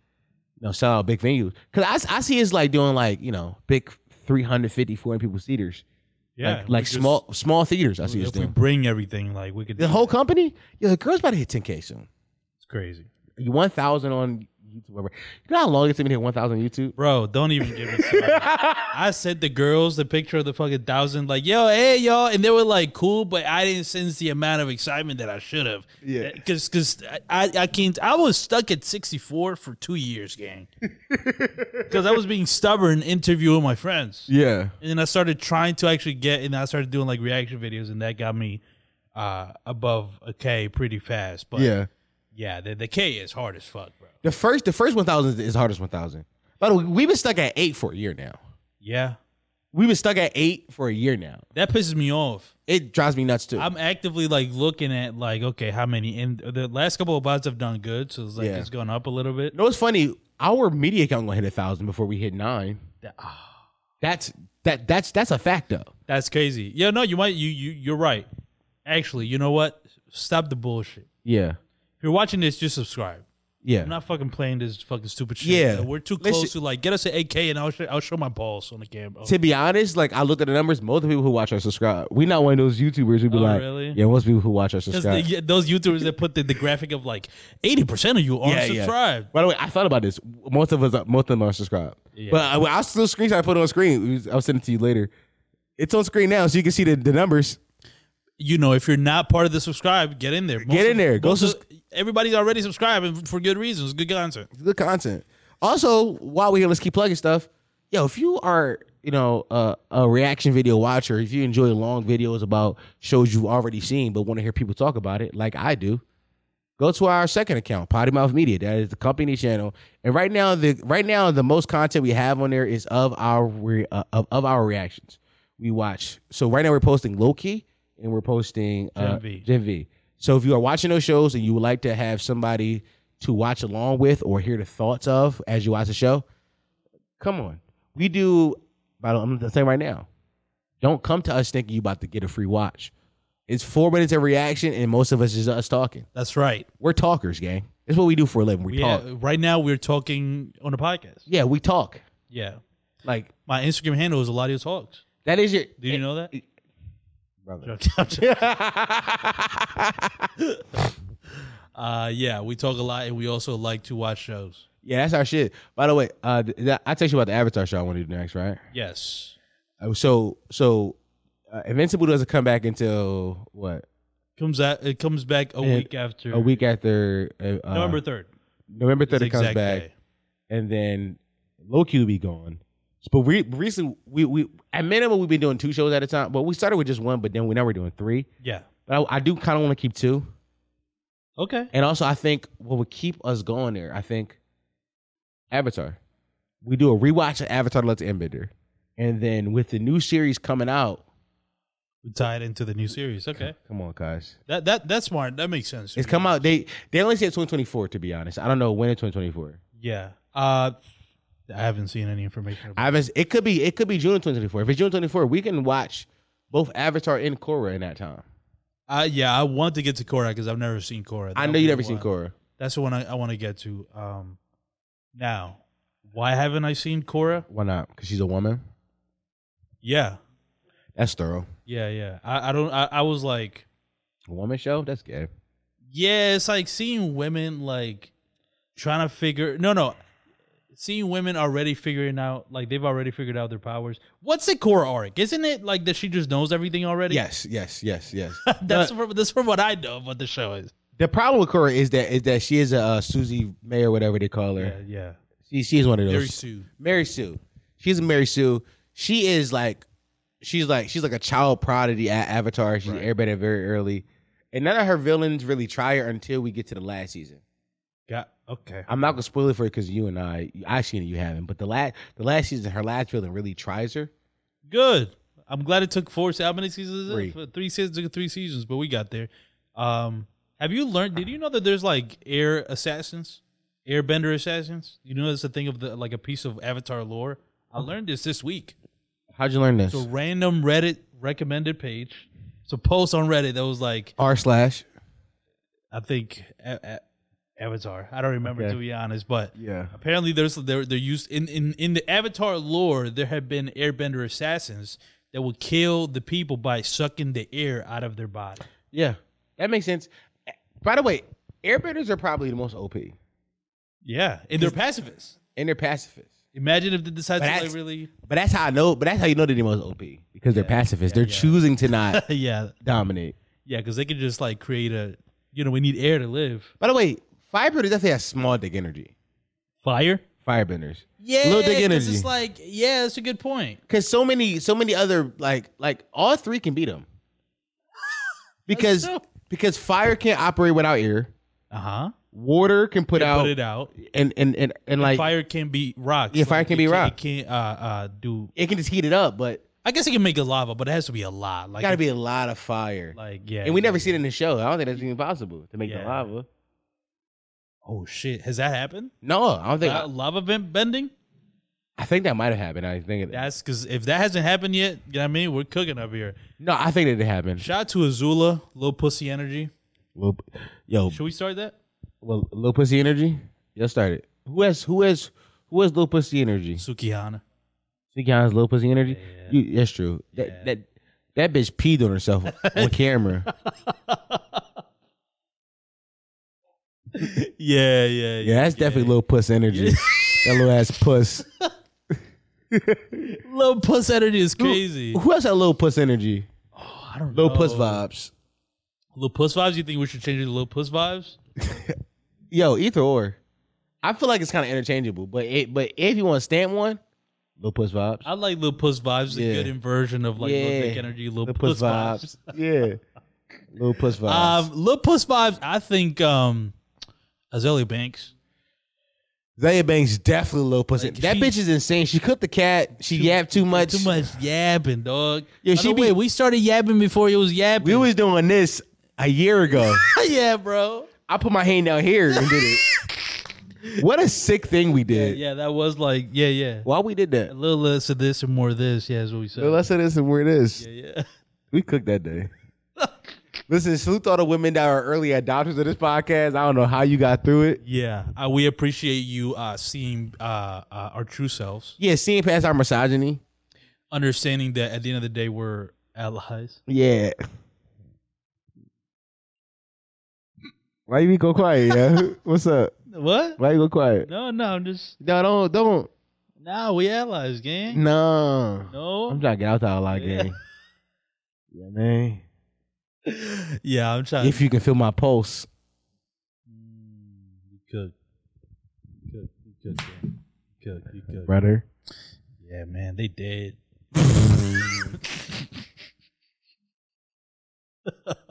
[SPEAKER 1] you know, sell out big venues? Because I, I see it's like doing like you know big 350, 400 people theaters,
[SPEAKER 2] yeah,
[SPEAKER 1] like,
[SPEAKER 2] we
[SPEAKER 1] like
[SPEAKER 2] just-
[SPEAKER 1] small small theaters. I see it's
[SPEAKER 2] If we
[SPEAKER 1] doing
[SPEAKER 2] bring everything, like we could.
[SPEAKER 1] the
[SPEAKER 2] do
[SPEAKER 1] whole
[SPEAKER 2] that.
[SPEAKER 1] company. Yo, the girl's about to hit 10k soon.
[SPEAKER 2] It's crazy,
[SPEAKER 1] One thousand on YouTube. You know how long it took me to hit one thousand on YouTube?
[SPEAKER 2] bro. Don't even give me. started. I sent the girls the picture of the fucking thousand, like yo, hey y'all, and they were like cool, but I didn't sense the amount of excitement that I should have.
[SPEAKER 1] Yeah.
[SPEAKER 2] because because I I can't. I was stuck at sixty four for two years, gang, because I was being stubborn interviewing my friends.
[SPEAKER 1] Yeah.
[SPEAKER 2] And then I started trying to actually get, and I started doing like reaction videos, and that got me uh above a K pretty fast. But
[SPEAKER 1] Yeah.
[SPEAKER 2] yeah, the, the K is hard as fuck, bro.
[SPEAKER 1] The first the first one thousand is the hardest one thousand. By the way, we've been stuck at eight for a year now.
[SPEAKER 2] Yeah,
[SPEAKER 1] We've been stuck at eight for a year now.
[SPEAKER 2] that pisses me off.
[SPEAKER 1] It drives me nuts too.
[SPEAKER 2] I'm actively like looking at like okay, how many? And the last couple of bots have done good, so it's like
[SPEAKER 1] Yeah.
[SPEAKER 2] it's gone up a little bit.
[SPEAKER 1] you know what's funny? Our media count gonna hit a thousand before we hit nine.
[SPEAKER 2] That- ah.
[SPEAKER 1] That's that that's that's a fact though.
[SPEAKER 2] That's crazy. Yeah, no, you might you you you're right. Actually, you know what? Stop the bullshit.
[SPEAKER 1] Yeah.
[SPEAKER 2] If you're watching this, just subscribe.
[SPEAKER 1] Yeah.
[SPEAKER 2] I'm not fucking playing this fucking stupid shit.
[SPEAKER 1] Yeah.
[SPEAKER 2] we're too
[SPEAKER 1] Listen-
[SPEAKER 2] close to like get us an AK, and I'll show, I'll show my balls on the camera.
[SPEAKER 1] to be honest, like I looked at the numbers, most of the people who watch are subscribe. We're not one of those YouTubers who be
[SPEAKER 2] Oh,
[SPEAKER 1] like,
[SPEAKER 2] really?
[SPEAKER 1] yeah, most people who watch are
[SPEAKER 2] Because
[SPEAKER 1] subscribed.
[SPEAKER 2] those YouTubers that put the, the graphic of like eighty percent of you aren't subscribed.
[SPEAKER 1] By the way, I thought about this. Most of us, most of them are subscribed. But uh, I, I'll still screenshot. I put it on screen. We was- I'll send it to you later. It's on screen now, so you can see the, the numbers.
[SPEAKER 2] You know, if you're not part of the subscribe, get in there. Most
[SPEAKER 1] in there. Go
[SPEAKER 2] most of- everybody's already subscribed and for good reasons. Good content.
[SPEAKER 1] It's good content. Also, while we're here, let's keep plugging stuff. Yo, if you are, you know, uh, a reaction video watcher, if you enjoy long videos about shows you've already seen but want to hear people talk about it, like I do, go to our second account, Potty Mouth Media. That is the company channel. And right now, the right now the most content we have on there is of our re, uh, of, of our reactions we watch. So right now we're posting Loki and we're posting uh,
[SPEAKER 2] Gen V.
[SPEAKER 1] Gen V. So if you are watching those shows and you would like to have somebody to watch along with or hear the thoughts of as you watch the show, come on. We do. by the- I'm the same right now. Don't come to us thinking you about to get a free watch. It's four minutes of reaction, and most of us is us talking.
[SPEAKER 2] That's right.
[SPEAKER 1] We're talkers, gang. It's what we do for a living. We
[SPEAKER 2] Yeah.
[SPEAKER 1] talk.
[SPEAKER 2] Right now we're talking on the podcast.
[SPEAKER 1] Yeah, we talk.
[SPEAKER 2] Yeah.
[SPEAKER 1] Like
[SPEAKER 2] My Instagram handle is Eladio Talks.
[SPEAKER 1] that is your
[SPEAKER 2] Did you know that?
[SPEAKER 1] eh, brother.
[SPEAKER 2] uh, yeah, we talk a lot, and we also like to watch shows.
[SPEAKER 1] Yeah, that's our shit. By the way, uh, th- th- I text you about the Avatar show I want to do next, right?
[SPEAKER 2] Yes,
[SPEAKER 1] Uh, So, so uh, Invincible doesn't come back until what?
[SPEAKER 2] comes out. It comes back a
[SPEAKER 1] And
[SPEAKER 2] week after
[SPEAKER 1] A week after uh, uh,
[SPEAKER 2] November third.
[SPEAKER 1] November
[SPEAKER 2] It's
[SPEAKER 1] third
[SPEAKER 2] the
[SPEAKER 1] it comes
[SPEAKER 2] exact
[SPEAKER 1] back,
[SPEAKER 2] day.
[SPEAKER 1] and then Loki will be gone. But we recently we we at minimum we've been doing two shows at a time. But we started with just one, but then we now we're doing three.
[SPEAKER 2] Yeah.
[SPEAKER 1] But I, I do kind of want to keep two.
[SPEAKER 2] Okay.
[SPEAKER 1] And also, I think what would keep us going there, I think Avatar. We do a rewatch of Avatar Let's End It There. And then with the new series coming out,
[SPEAKER 2] We tie it into the new series. Okay.
[SPEAKER 1] come on, guys.
[SPEAKER 2] That that that's smart. That makes sense.
[SPEAKER 1] It's come out. They they only said 2024, to be honest. I don't know when in 2024.
[SPEAKER 2] Yeah. Uh, I haven't seen any information. About
[SPEAKER 1] I haven't, it could be it could be June 2024. If it's June 24, we can watch both Avatar and Korra in that time.
[SPEAKER 2] uh, yeah, I want to get to Korra because I've never seen Korra.
[SPEAKER 1] I
[SPEAKER 2] That
[SPEAKER 1] know you
[SPEAKER 2] would
[SPEAKER 1] never
[SPEAKER 2] be
[SPEAKER 1] seen
[SPEAKER 2] one.
[SPEAKER 1] Korra.
[SPEAKER 2] That's the one I, I want to get to. Um, now, why haven't I seen Korra?
[SPEAKER 1] Why not? Because she's a woman.
[SPEAKER 2] Yeah,
[SPEAKER 1] That's thorough.
[SPEAKER 2] yeah, yeah. I, I don't. I, I was like,
[SPEAKER 1] A woman show? That's gay.
[SPEAKER 2] yeah, it's like seeing women like trying to figure. No, no, seeing women already figuring out like they've already figured out their powers. What's the Korra arc? Isn't it like that she just knows everything already?
[SPEAKER 1] Yes, yes, yes, yes.
[SPEAKER 2] that's from that's from what I know of what the show is.
[SPEAKER 1] The problem with Cora is that is that she is a uh, Susie May or whatever they call her.
[SPEAKER 2] Yeah, yeah.
[SPEAKER 1] She she is one of those.
[SPEAKER 2] Very soon.
[SPEAKER 1] Mary Sue. She's a Mary Sue. She is like she's like she's like a child prodigy at Avatar. She's airbending very early, and none of her villains really try her until we get to the last season.
[SPEAKER 2] Yeah. Okay.
[SPEAKER 1] I'm not gonna spoil it for you because you and I, actually you haven't, but the last the last season, her last villain really tries her.
[SPEAKER 2] Good. I'm glad it took four. se- How many seasons? Is it?
[SPEAKER 1] Three.
[SPEAKER 2] For Three seasons. Took three seasons, but we got there. Um, have you learned? Did you know that there's like air assassins, airbender assassins? You know, that's a thing of the like a piece of Avatar lore. I learned this this week.
[SPEAKER 1] How'd you learn this?
[SPEAKER 2] It's a random Reddit recommended page. It's a post on Reddit that was like,
[SPEAKER 1] R slash.
[SPEAKER 2] I think a- a- Avatar. I don't remember
[SPEAKER 1] Okay.
[SPEAKER 2] to be honest, but
[SPEAKER 1] Yeah.
[SPEAKER 2] apparently there's they're, they're used in, in in the Avatar lore. There have been Airbender assassins that will kill the people by sucking the air out of their body.
[SPEAKER 1] Yeah. That makes sense. By the way, airbenders are probably the most OP.
[SPEAKER 2] Yeah, and they're pacifists.
[SPEAKER 1] And they're pacifists.
[SPEAKER 2] Imagine if they decide
[SPEAKER 1] But
[SPEAKER 2] to
[SPEAKER 1] that's-
[SPEAKER 2] like really,
[SPEAKER 1] But that's how I know but that's how you know they're the most OP. Because they're pacifists. they're choosing to not
[SPEAKER 2] yeah,
[SPEAKER 1] dominate.
[SPEAKER 2] yeah, because they could just like create a, you know, we need air to live.
[SPEAKER 1] By the way, firebenders definitely have small dick energy.
[SPEAKER 2] Fire.
[SPEAKER 1] Firebenders.
[SPEAKER 2] Yeah,
[SPEAKER 1] Little dick
[SPEAKER 2] 'cause
[SPEAKER 1] energy.
[SPEAKER 2] It's like, yeah, that's a good point.
[SPEAKER 1] Cause so many, so many other like like all three can beat them. Because
[SPEAKER 2] true.
[SPEAKER 1] because fire can't operate without air.
[SPEAKER 2] Uh huh.
[SPEAKER 1] Water can put out
[SPEAKER 2] Put it out.
[SPEAKER 1] and and and, and like
[SPEAKER 2] fire can be rocks.
[SPEAKER 1] Yeah, fire can
[SPEAKER 2] it
[SPEAKER 1] be
[SPEAKER 2] can't-
[SPEAKER 1] rock.
[SPEAKER 2] It can't uh, uh, do.
[SPEAKER 1] it can just heat it up, but
[SPEAKER 2] I guess it can make a lava, but it has to be a lot. Like
[SPEAKER 1] it gotta be a lot of fire.
[SPEAKER 2] like yeah.
[SPEAKER 1] and we
[SPEAKER 2] yeah.
[SPEAKER 1] never seen it in the show. I don't think that's even possible to make the
[SPEAKER 2] Yeah.
[SPEAKER 1] lava.
[SPEAKER 2] Oh shit! Has that happened?
[SPEAKER 1] No, I don't think.
[SPEAKER 2] Uh, lava vent bending?
[SPEAKER 1] I think that might have happened. I think it.
[SPEAKER 2] That's because if that hasn't happened yet, you know what I mean? We're cooking up here.
[SPEAKER 1] No, I think it did happen.
[SPEAKER 2] Shout out to Azula, low pussy energy.
[SPEAKER 1] Lil- yo,
[SPEAKER 2] Should we start that?
[SPEAKER 1] well, little pussy energy. Y'all started. Who has who has who has little pussy energy?
[SPEAKER 2] Sukihana.
[SPEAKER 1] She has little pussy energy. You, that's true. That that that bitch peed on herself on camera.
[SPEAKER 2] Yeah, yeah,
[SPEAKER 1] Yeah, that's definitely little puss energy. that little ass puss.
[SPEAKER 2] Low puss energy is crazy.
[SPEAKER 1] Who else had little puss energy?
[SPEAKER 2] Oh, I don't
[SPEAKER 1] Little puss
[SPEAKER 2] know.
[SPEAKER 1] vibes.
[SPEAKER 2] Low puss vibes. You think we should change it to low puss vibes?
[SPEAKER 1] Yo, either or. I feel like it's kind of interchangeable, but it, but if you want to stamp one, little puss vibes.
[SPEAKER 2] I like low puss vibes.
[SPEAKER 1] Yeah.
[SPEAKER 2] A good inversion of like
[SPEAKER 1] Yeah.
[SPEAKER 2] low dick energy, low
[SPEAKER 1] Little
[SPEAKER 2] puss, vibes.
[SPEAKER 1] Yeah. Little puss vibes.
[SPEAKER 2] Um, Lil Puss vibes. I think um, Azalea Banks.
[SPEAKER 1] Zaya Banks definitely little pussy.
[SPEAKER 2] Like,
[SPEAKER 1] that
[SPEAKER 2] she-
[SPEAKER 1] bitch is insane. She cooked the cat. She yapped too much.
[SPEAKER 2] Too much yapping, dog.
[SPEAKER 1] Yeah,
[SPEAKER 2] Yeah,
[SPEAKER 1] she
[SPEAKER 2] she
[SPEAKER 1] be-
[SPEAKER 2] way, we started yapping before it was yapping.
[SPEAKER 1] We was doing this a year ago.
[SPEAKER 2] yeah, bro.
[SPEAKER 1] I put my hand down here and did it. what a sick thing we did.
[SPEAKER 2] Yeah, that was like, yeah, yeah.
[SPEAKER 1] Why we did
[SPEAKER 2] A
[SPEAKER 1] that?
[SPEAKER 2] little less of this and more of this. Yeah, is what we said.
[SPEAKER 1] Let's say this and where it is.
[SPEAKER 2] yeah,
[SPEAKER 1] We cooked that day. Listen, salute to all the women that are early adopters of this podcast. I don't know how you got through it.
[SPEAKER 2] yeah. Uh, we appreciate you uh, seeing uh, uh, our true selves,
[SPEAKER 1] Yeah, seeing past our misogyny.
[SPEAKER 2] understanding that at the end of the day we're allies.
[SPEAKER 1] Yeah. Why you go quiet? Yeah, what's up?
[SPEAKER 2] What?
[SPEAKER 1] Why you go quiet?
[SPEAKER 2] No, no. I'm just
[SPEAKER 1] No, don't, don't.
[SPEAKER 2] nah. We allies, gang.
[SPEAKER 1] No,
[SPEAKER 2] No.
[SPEAKER 1] I'm trying to get out the outlaw
[SPEAKER 2] Yeah.
[SPEAKER 1] game. Yeah, man.
[SPEAKER 2] yeah, I'm trying.
[SPEAKER 1] If you can feel my pulse,
[SPEAKER 2] You could. You could. You could. Yeah. You could. You could.
[SPEAKER 1] brother.
[SPEAKER 2] Yeah, man, they did.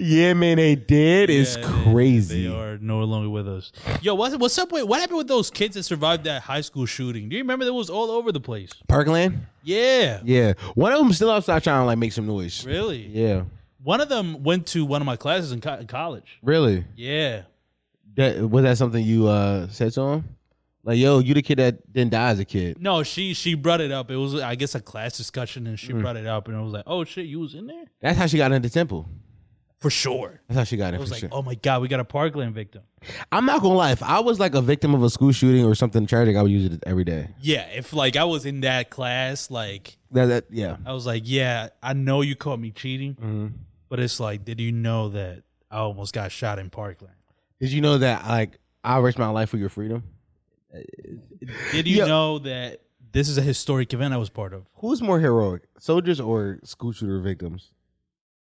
[SPEAKER 1] Yeah, man, they did. it's
[SPEAKER 2] Yeah, they-
[SPEAKER 1] crazy.
[SPEAKER 2] They are no longer with us. Yo, what's, what's up with what happened with those kids that survived that high school shooting? Do you remember that was all over the place?
[SPEAKER 1] Parkland.
[SPEAKER 2] Yeah.
[SPEAKER 1] Yeah, one of them still outside trying to like make some noise.
[SPEAKER 2] Really?
[SPEAKER 1] Yeah,
[SPEAKER 2] One of them went to one of my classes in, co- in college.
[SPEAKER 1] really.
[SPEAKER 2] Yeah.
[SPEAKER 1] That was that something you uh said to him? Like, yo, you the kid that didn't die as a kid.
[SPEAKER 2] No, she she brought it up. It was I guess a class discussion and
[SPEAKER 1] Mm.
[SPEAKER 2] she brought it up and I was like, "Oh shit, you was in there?"
[SPEAKER 1] That's how she got into Temple.
[SPEAKER 2] For sure.
[SPEAKER 1] That's how she got in
[SPEAKER 2] I was
[SPEAKER 1] for
[SPEAKER 2] like,
[SPEAKER 1] sure.
[SPEAKER 2] "Oh my god, we got a Parkland victim."
[SPEAKER 1] I'm not gonna lie. If I was like a victim of a school shooting or something tragic, I would use it every day.
[SPEAKER 2] Yeah, if like I was in that class, like
[SPEAKER 1] That, that yeah.
[SPEAKER 2] I was like, yeah, I know you caught me cheating, but it's like, did you know that I almost got shot in Parkland?
[SPEAKER 1] Did you know that like I risked my life for your freedom?
[SPEAKER 2] Did you
[SPEAKER 1] Yeah.
[SPEAKER 2] know that this is a historic event I was part of?
[SPEAKER 1] Who's more heroic, soldiers or school shooter victims?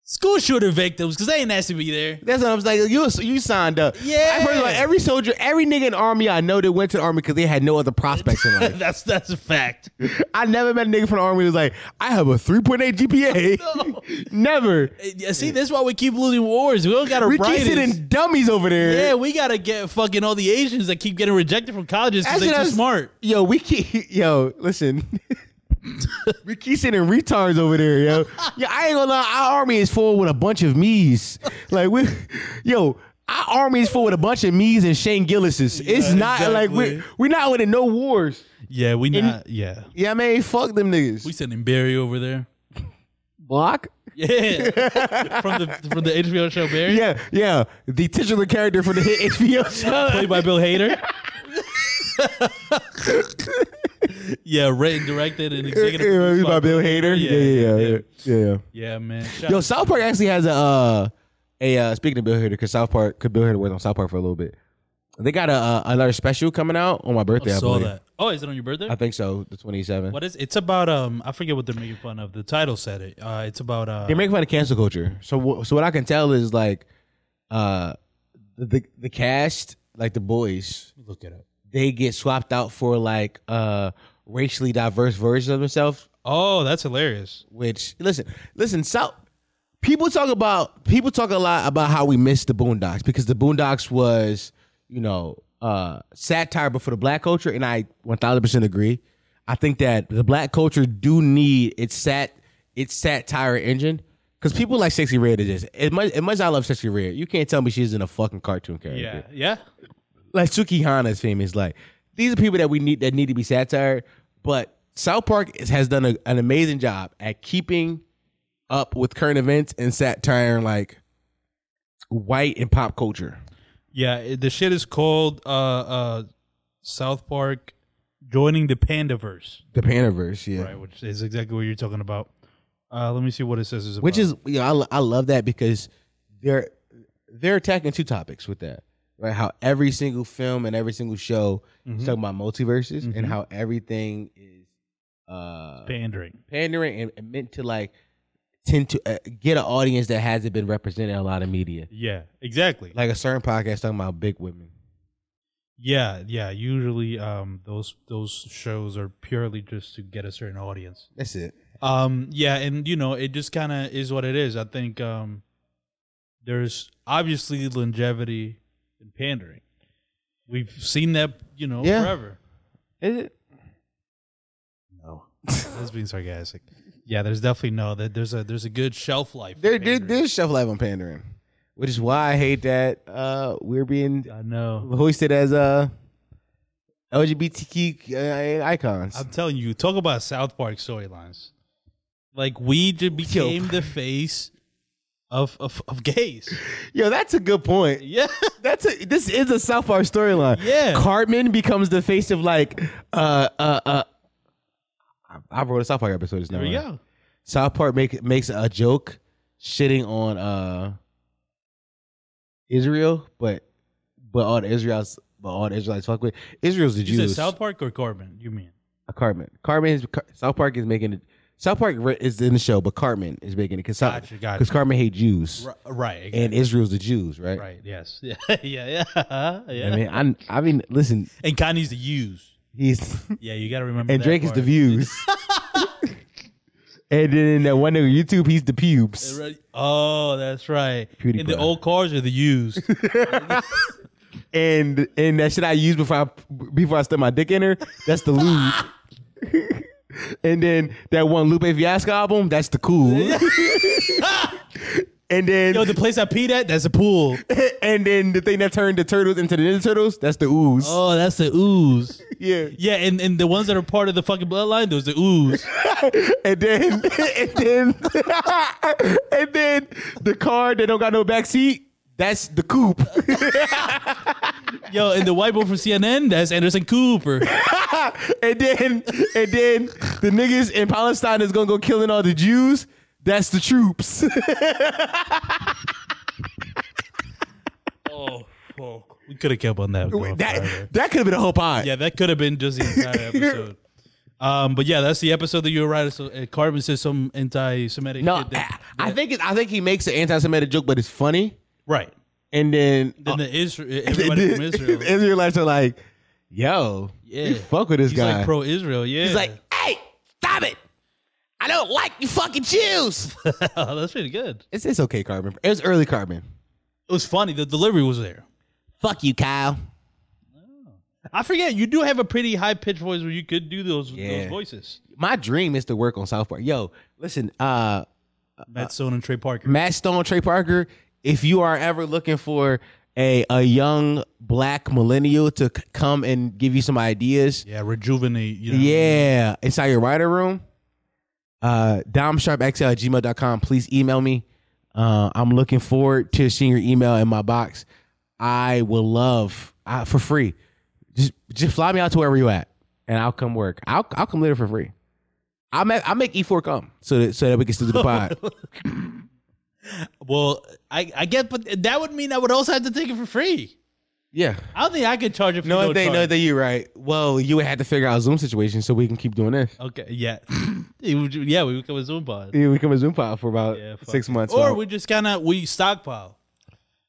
[SPEAKER 2] school shooter victims because they ain't asked to be there.
[SPEAKER 1] That's what I'm saying. You you signed up.
[SPEAKER 2] Yeah.
[SPEAKER 1] I heard about every soldier, every nigga in the army I know that went to the army because they had no other prospects in life.
[SPEAKER 2] that's that's a fact.
[SPEAKER 1] I never met a nigga from the army who's like, I have a 3.8 GPA. never.
[SPEAKER 2] Yeah, See, this is why we keep losing wars. We don't got to
[SPEAKER 1] We
[SPEAKER 2] write
[SPEAKER 1] keep
[SPEAKER 2] it.
[SPEAKER 1] sitting dummies over there.
[SPEAKER 2] Yeah, we got to get fucking all the Asians that keep getting rejected from colleges because
[SPEAKER 1] That's what
[SPEAKER 2] they're
[SPEAKER 1] I
[SPEAKER 2] too
[SPEAKER 1] was-
[SPEAKER 2] smart.
[SPEAKER 1] Yo, we keep yo, listen. we keep sending retards over there, yo. Yo, I ain't gonna lie, our army is full with a bunch of me's. Like we yo, our army is full with a bunch of me's and Shane Gillises. it's
[SPEAKER 2] Yeah,
[SPEAKER 1] not like we're
[SPEAKER 2] exactly.
[SPEAKER 1] we're not winning no wars.
[SPEAKER 2] Yeah, we not. Yeah,
[SPEAKER 1] Yeah, man, fuck them niggas.
[SPEAKER 2] we sending Barry over there.
[SPEAKER 1] block?
[SPEAKER 2] Yeah, from the from the HBO show Barry,
[SPEAKER 1] Yeah, yeah. The titular character for the hit HBO show.
[SPEAKER 2] played by Bill Hader. yeah, written, directed, and executive
[SPEAKER 1] Yeah,
[SPEAKER 2] produced
[SPEAKER 1] by Bill Hader. Yeah, yeah, yeah. yeah, yeah.
[SPEAKER 2] Yeah, man. Shout
[SPEAKER 1] Yo, South Park actually has a uh, a uh, speaking of Bill Hader because South Park because Bill Hader worked on South Park for a little bit. They got a, uh another special coming out on my birthday. I,
[SPEAKER 2] saw
[SPEAKER 1] believe.
[SPEAKER 2] that. Oh, is it on your birthday?
[SPEAKER 1] I think so. The twenty seventh.
[SPEAKER 2] What is? It's about um. I forget what they're making fun of. The title said it. Uh, it's about uh.
[SPEAKER 1] They make fun of cancel culture. So wh- so what I can tell is like, uh, the the cast like the boys
[SPEAKER 2] look it up.
[SPEAKER 1] they get swapped out for like uh racially diverse versions of themselves
[SPEAKER 2] Oh, that's hilarious.
[SPEAKER 1] which listen, listen, South people talk about people talk a lot about how we miss the Boondocks because the Boondocks was, you know, uh satire but for the black culture and I 1000% agree. I think that the black culture do need its sat its satire engine cuz people like Sexy Red is this. As much as much as I love Sexy Red, you can't tell me she's in a fucking cartoon character
[SPEAKER 2] Yeah, yeah.
[SPEAKER 1] like Suki Hana is famous. Like these are people that we need that need to be satired. But South Park is, has done a, an amazing job at keeping up with current events and satiring like white and pop culture.
[SPEAKER 2] Yeah, it- the shit is called uh uh South Park joining the Pandaverse,
[SPEAKER 1] The Paniverse, yeah.
[SPEAKER 2] right? Which is exactly what you're talking about. Uh let me see what it says is about.
[SPEAKER 1] Which is you know, I lo- I love that because they're they're attacking two topics with that. Right, how every single film and every single show
[SPEAKER 2] mm-hmm,
[SPEAKER 1] is talking about multiverses and how everything is uh
[SPEAKER 2] pandering.
[SPEAKER 1] pandering and, and meant to like tend to uh, get an audience that hasn't been represented in a lot of media.
[SPEAKER 2] Yeah, exactly.
[SPEAKER 1] Like a certain podcast talking about big women.
[SPEAKER 2] Yeah, yeah. Usually um those those shows are purely just to get a certain audience.
[SPEAKER 1] That's it.
[SPEAKER 2] Um, yeah, and you know, it just kind of is what it is. I think um, there's obviously longevity in pandering. We've seen that, you know,
[SPEAKER 1] Yeah.
[SPEAKER 2] forever.
[SPEAKER 1] Is it?
[SPEAKER 2] No, that's being sarcastic. Yeah, there's definitely no that. There's a there's a good shelf life. for
[SPEAKER 1] There, there,
[SPEAKER 2] pandering.
[SPEAKER 1] there's shelf life on pandering, which is why I hate that uh, we're being
[SPEAKER 2] I know.
[SPEAKER 1] hoisted as uh, LGBTQ uh, icons.
[SPEAKER 2] I'm telling you, talk about South Park storylines. Like we just became the face of of, of gays.
[SPEAKER 1] Yo, that's a good point.
[SPEAKER 2] Yeah,
[SPEAKER 1] That's a this is a South Park storyline.
[SPEAKER 2] Yeah.
[SPEAKER 1] Cartman becomes the face of like uh uh uh. I, I wrote a South Park episode. It's not
[SPEAKER 2] there we
[SPEAKER 1] right.
[SPEAKER 2] go.
[SPEAKER 1] South Park make, makes a joke shitting on uh Israel, but but all the Israelites but all the Israelites fuck with Israel's the
[SPEAKER 2] You
[SPEAKER 1] Jews.
[SPEAKER 2] said South Park or Corbin? You mean?
[SPEAKER 1] Uh, Cartman, Cartman is Car- South Park is making it. South Park re- is in the show, but Cartman is making it because
[SPEAKER 2] Gotcha, gotcha.
[SPEAKER 1] Cartman hate Jews
[SPEAKER 2] Right. right exactly.
[SPEAKER 1] and Israel's the Jews, right?
[SPEAKER 2] Right. Yes. Yeah. Yeah. Yeah. yeah.
[SPEAKER 1] I mean, I'm, I mean, listen,
[SPEAKER 2] and Kanye's the U's.
[SPEAKER 1] he's
[SPEAKER 2] Yeah, you got to remember.
[SPEAKER 1] and
[SPEAKER 2] that
[SPEAKER 1] Drake is
[SPEAKER 2] part.
[SPEAKER 1] the views, and then that one on YouTube, he's the pubes.
[SPEAKER 2] Right. Oh, that's right.
[SPEAKER 1] PewDiePie.
[SPEAKER 2] And the old cars are the U's.
[SPEAKER 1] and and that shit I used before I before I stuck my dick in her, that's the lube. and then that one Lupe Fiasco album, that's the cool. and then
[SPEAKER 2] Yo, the place I peed at, that's a pool.
[SPEAKER 1] and then the thing that turned the turtles into the Ninja Turtles, that's the ooze.
[SPEAKER 2] Oh, that's the ooze.
[SPEAKER 1] Yeah.
[SPEAKER 2] Yeah, and, and the ones that are part of the fucking bloodline, those the ooze.
[SPEAKER 1] And then and then and then the car that don't got no back seat, that's the coupe.
[SPEAKER 2] Yo, and the white boy from CNN, that's Anderson Cooper.
[SPEAKER 1] and then and then the niggas in Palestine is gonna go killing all the Jews, that's the troops.
[SPEAKER 2] Oh, fuck. We could have kept on that. going
[SPEAKER 1] that
[SPEAKER 2] forever.
[SPEAKER 1] that could have been a whole pod.
[SPEAKER 2] Yeah, that could have been just the entire episode. Um, but yeah, that's the episode that you were right. So uh, Carbon says some anti-Semitic.
[SPEAKER 1] No, uh,
[SPEAKER 2] shit
[SPEAKER 1] I,
[SPEAKER 2] that-
[SPEAKER 1] I think it, I think he makes an anti-Semitic joke, but it's funny.
[SPEAKER 2] right.
[SPEAKER 1] And then, uh,
[SPEAKER 2] Then the Israel, everybody from
[SPEAKER 1] the
[SPEAKER 2] Israel.
[SPEAKER 1] Israelites are like, "Yo,
[SPEAKER 2] Yeah.
[SPEAKER 1] you fuck with this
[SPEAKER 2] He's
[SPEAKER 1] guy."
[SPEAKER 2] like pro-Israel. Yeah,
[SPEAKER 1] He's like, "Hey, stop it! I don't like you fucking Jews."
[SPEAKER 2] that's pretty good.
[SPEAKER 1] it's it's okay, Carbon. It was early Carbon.
[SPEAKER 2] It was funny. The delivery was there.
[SPEAKER 1] Fuck you, Kyle.
[SPEAKER 2] I forget. You do have a pretty high-pitched voice where you could do those
[SPEAKER 1] Yeah.
[SPEAKER 2] those voices.
[SPEAKER 1] My dream is to work on South Park. Yo, listen, uh,
[SPEAKER 2] Matt Stone and Trey Parker.
[SPEAKER 1] Matt Stone, Trey Parker, if you are ever looking for a a young black millennial to c- come and give you some ideas,
[SPEAKER 2] yeah, rejuvenate. You know,
[SPEAKER 1] yeah, inside your writer room, uh, domsharpxl at gmail.com. Please email me. Uh, I'm looking forward to seeing your email in my box. I will love I, for free. Just just fly me out to wherever you at, and I'll come work. I'll I'll come later for free. I make I make E4 come so that so that we can still do the pod.
[SPEAKER 2] Well, I I get, but that would mean I would also have to take it for free.
[SPEAKER 1] yeah.
[SPEAKER 2] I don't think I could charge it. For
[SPEAKER 1] No,
[SPEAKER 2] no
[SPEAKER 1] they no,
[SPEAKER 2] charge.
[SPEAKER 1] they you right. Well, you would have to figure out a Zoom situation so we can keep doing this.
[SPEAKER 2] Okay, yeah, It would- yeah, we would come a Zoom pod.
[SPEAKER 1] Yeah, we come a Zoom pod for about
[SPEAKER 2] Yeah, fuck.
[SPEAKER 1] six months.
[SPEAKER 2] Or
[SPEAKER 1] Well,
[SPEAKER 2] we just kind of we stockpile.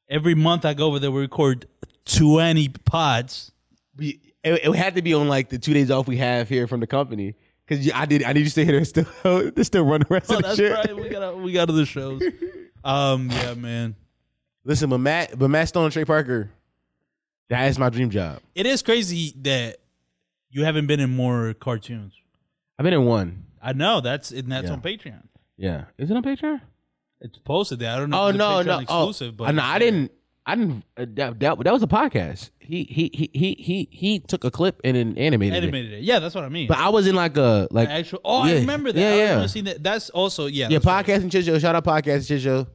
[SPEAKER 2] Every month I go over there, we record twenty pods.
[SPEAKER 1] we, it, it would have to be on like the two days off we have here from the company because I did I need you to stay here and still to still run the rest
[SPEAKER 2] Oh,
[SPEAKER 1] of the
[SPEAKER 2] that's
[SPEAKER 1] shit.
[SPEAKER 2] right. We gotta we gotta do the shows. Um, yeah, man.
[SPEAKER 1] Listen, but Matt, but Matt Stone, and Trey Parker, that is my dream job.
[SPEAKER 2] It is crazy that you haven't been in more cartoons.
[SPEAKER 1] I've been in one.
[SPEAKER 2] I know that's and that's
[SPEAKER 1] Yeah.
[SPEAKER 2] on Patreon.
[SPEAKER 1] Yeah, is it on Patreon?
[SPEAKER 2] It's posted there. I don't know.
[SPEAKER 1] Oh
[SPEAKER 2] if it's
[SPEAKER 1] no,
[SPEAKER 2] Patreon
[SPEAKER 1] no,
[SPEAKER 2] exclusive.
[SPEAKER 1] oh,
[SPEAKER 2] but
[SPEAKER 1] no, I didn't. I didn't. Uh, that, that, that was a podcast. He he he he he he took a clip and then animated, it.
[SPEAKER 2] animated it. Yeah, that's what I mean.
[SPEAKER 1] But I was in like a like
[SPEAKER 2] Actual. Oh, I
[SPEAKER 1] Yeah.
[SPEAKER 2] remember that.
[SPEAKER 1] Yeah,
[SPEAKER 2] I
[SPEAKER 1] yeah.
[SPEAKER 2] remember seeing that. That's also yeah.
[SPEAKER 1] Yeah,
[SPEAKER 2] that's right.
[SPEAKER 1] podcast and chit show. Shout out podcast and chit show.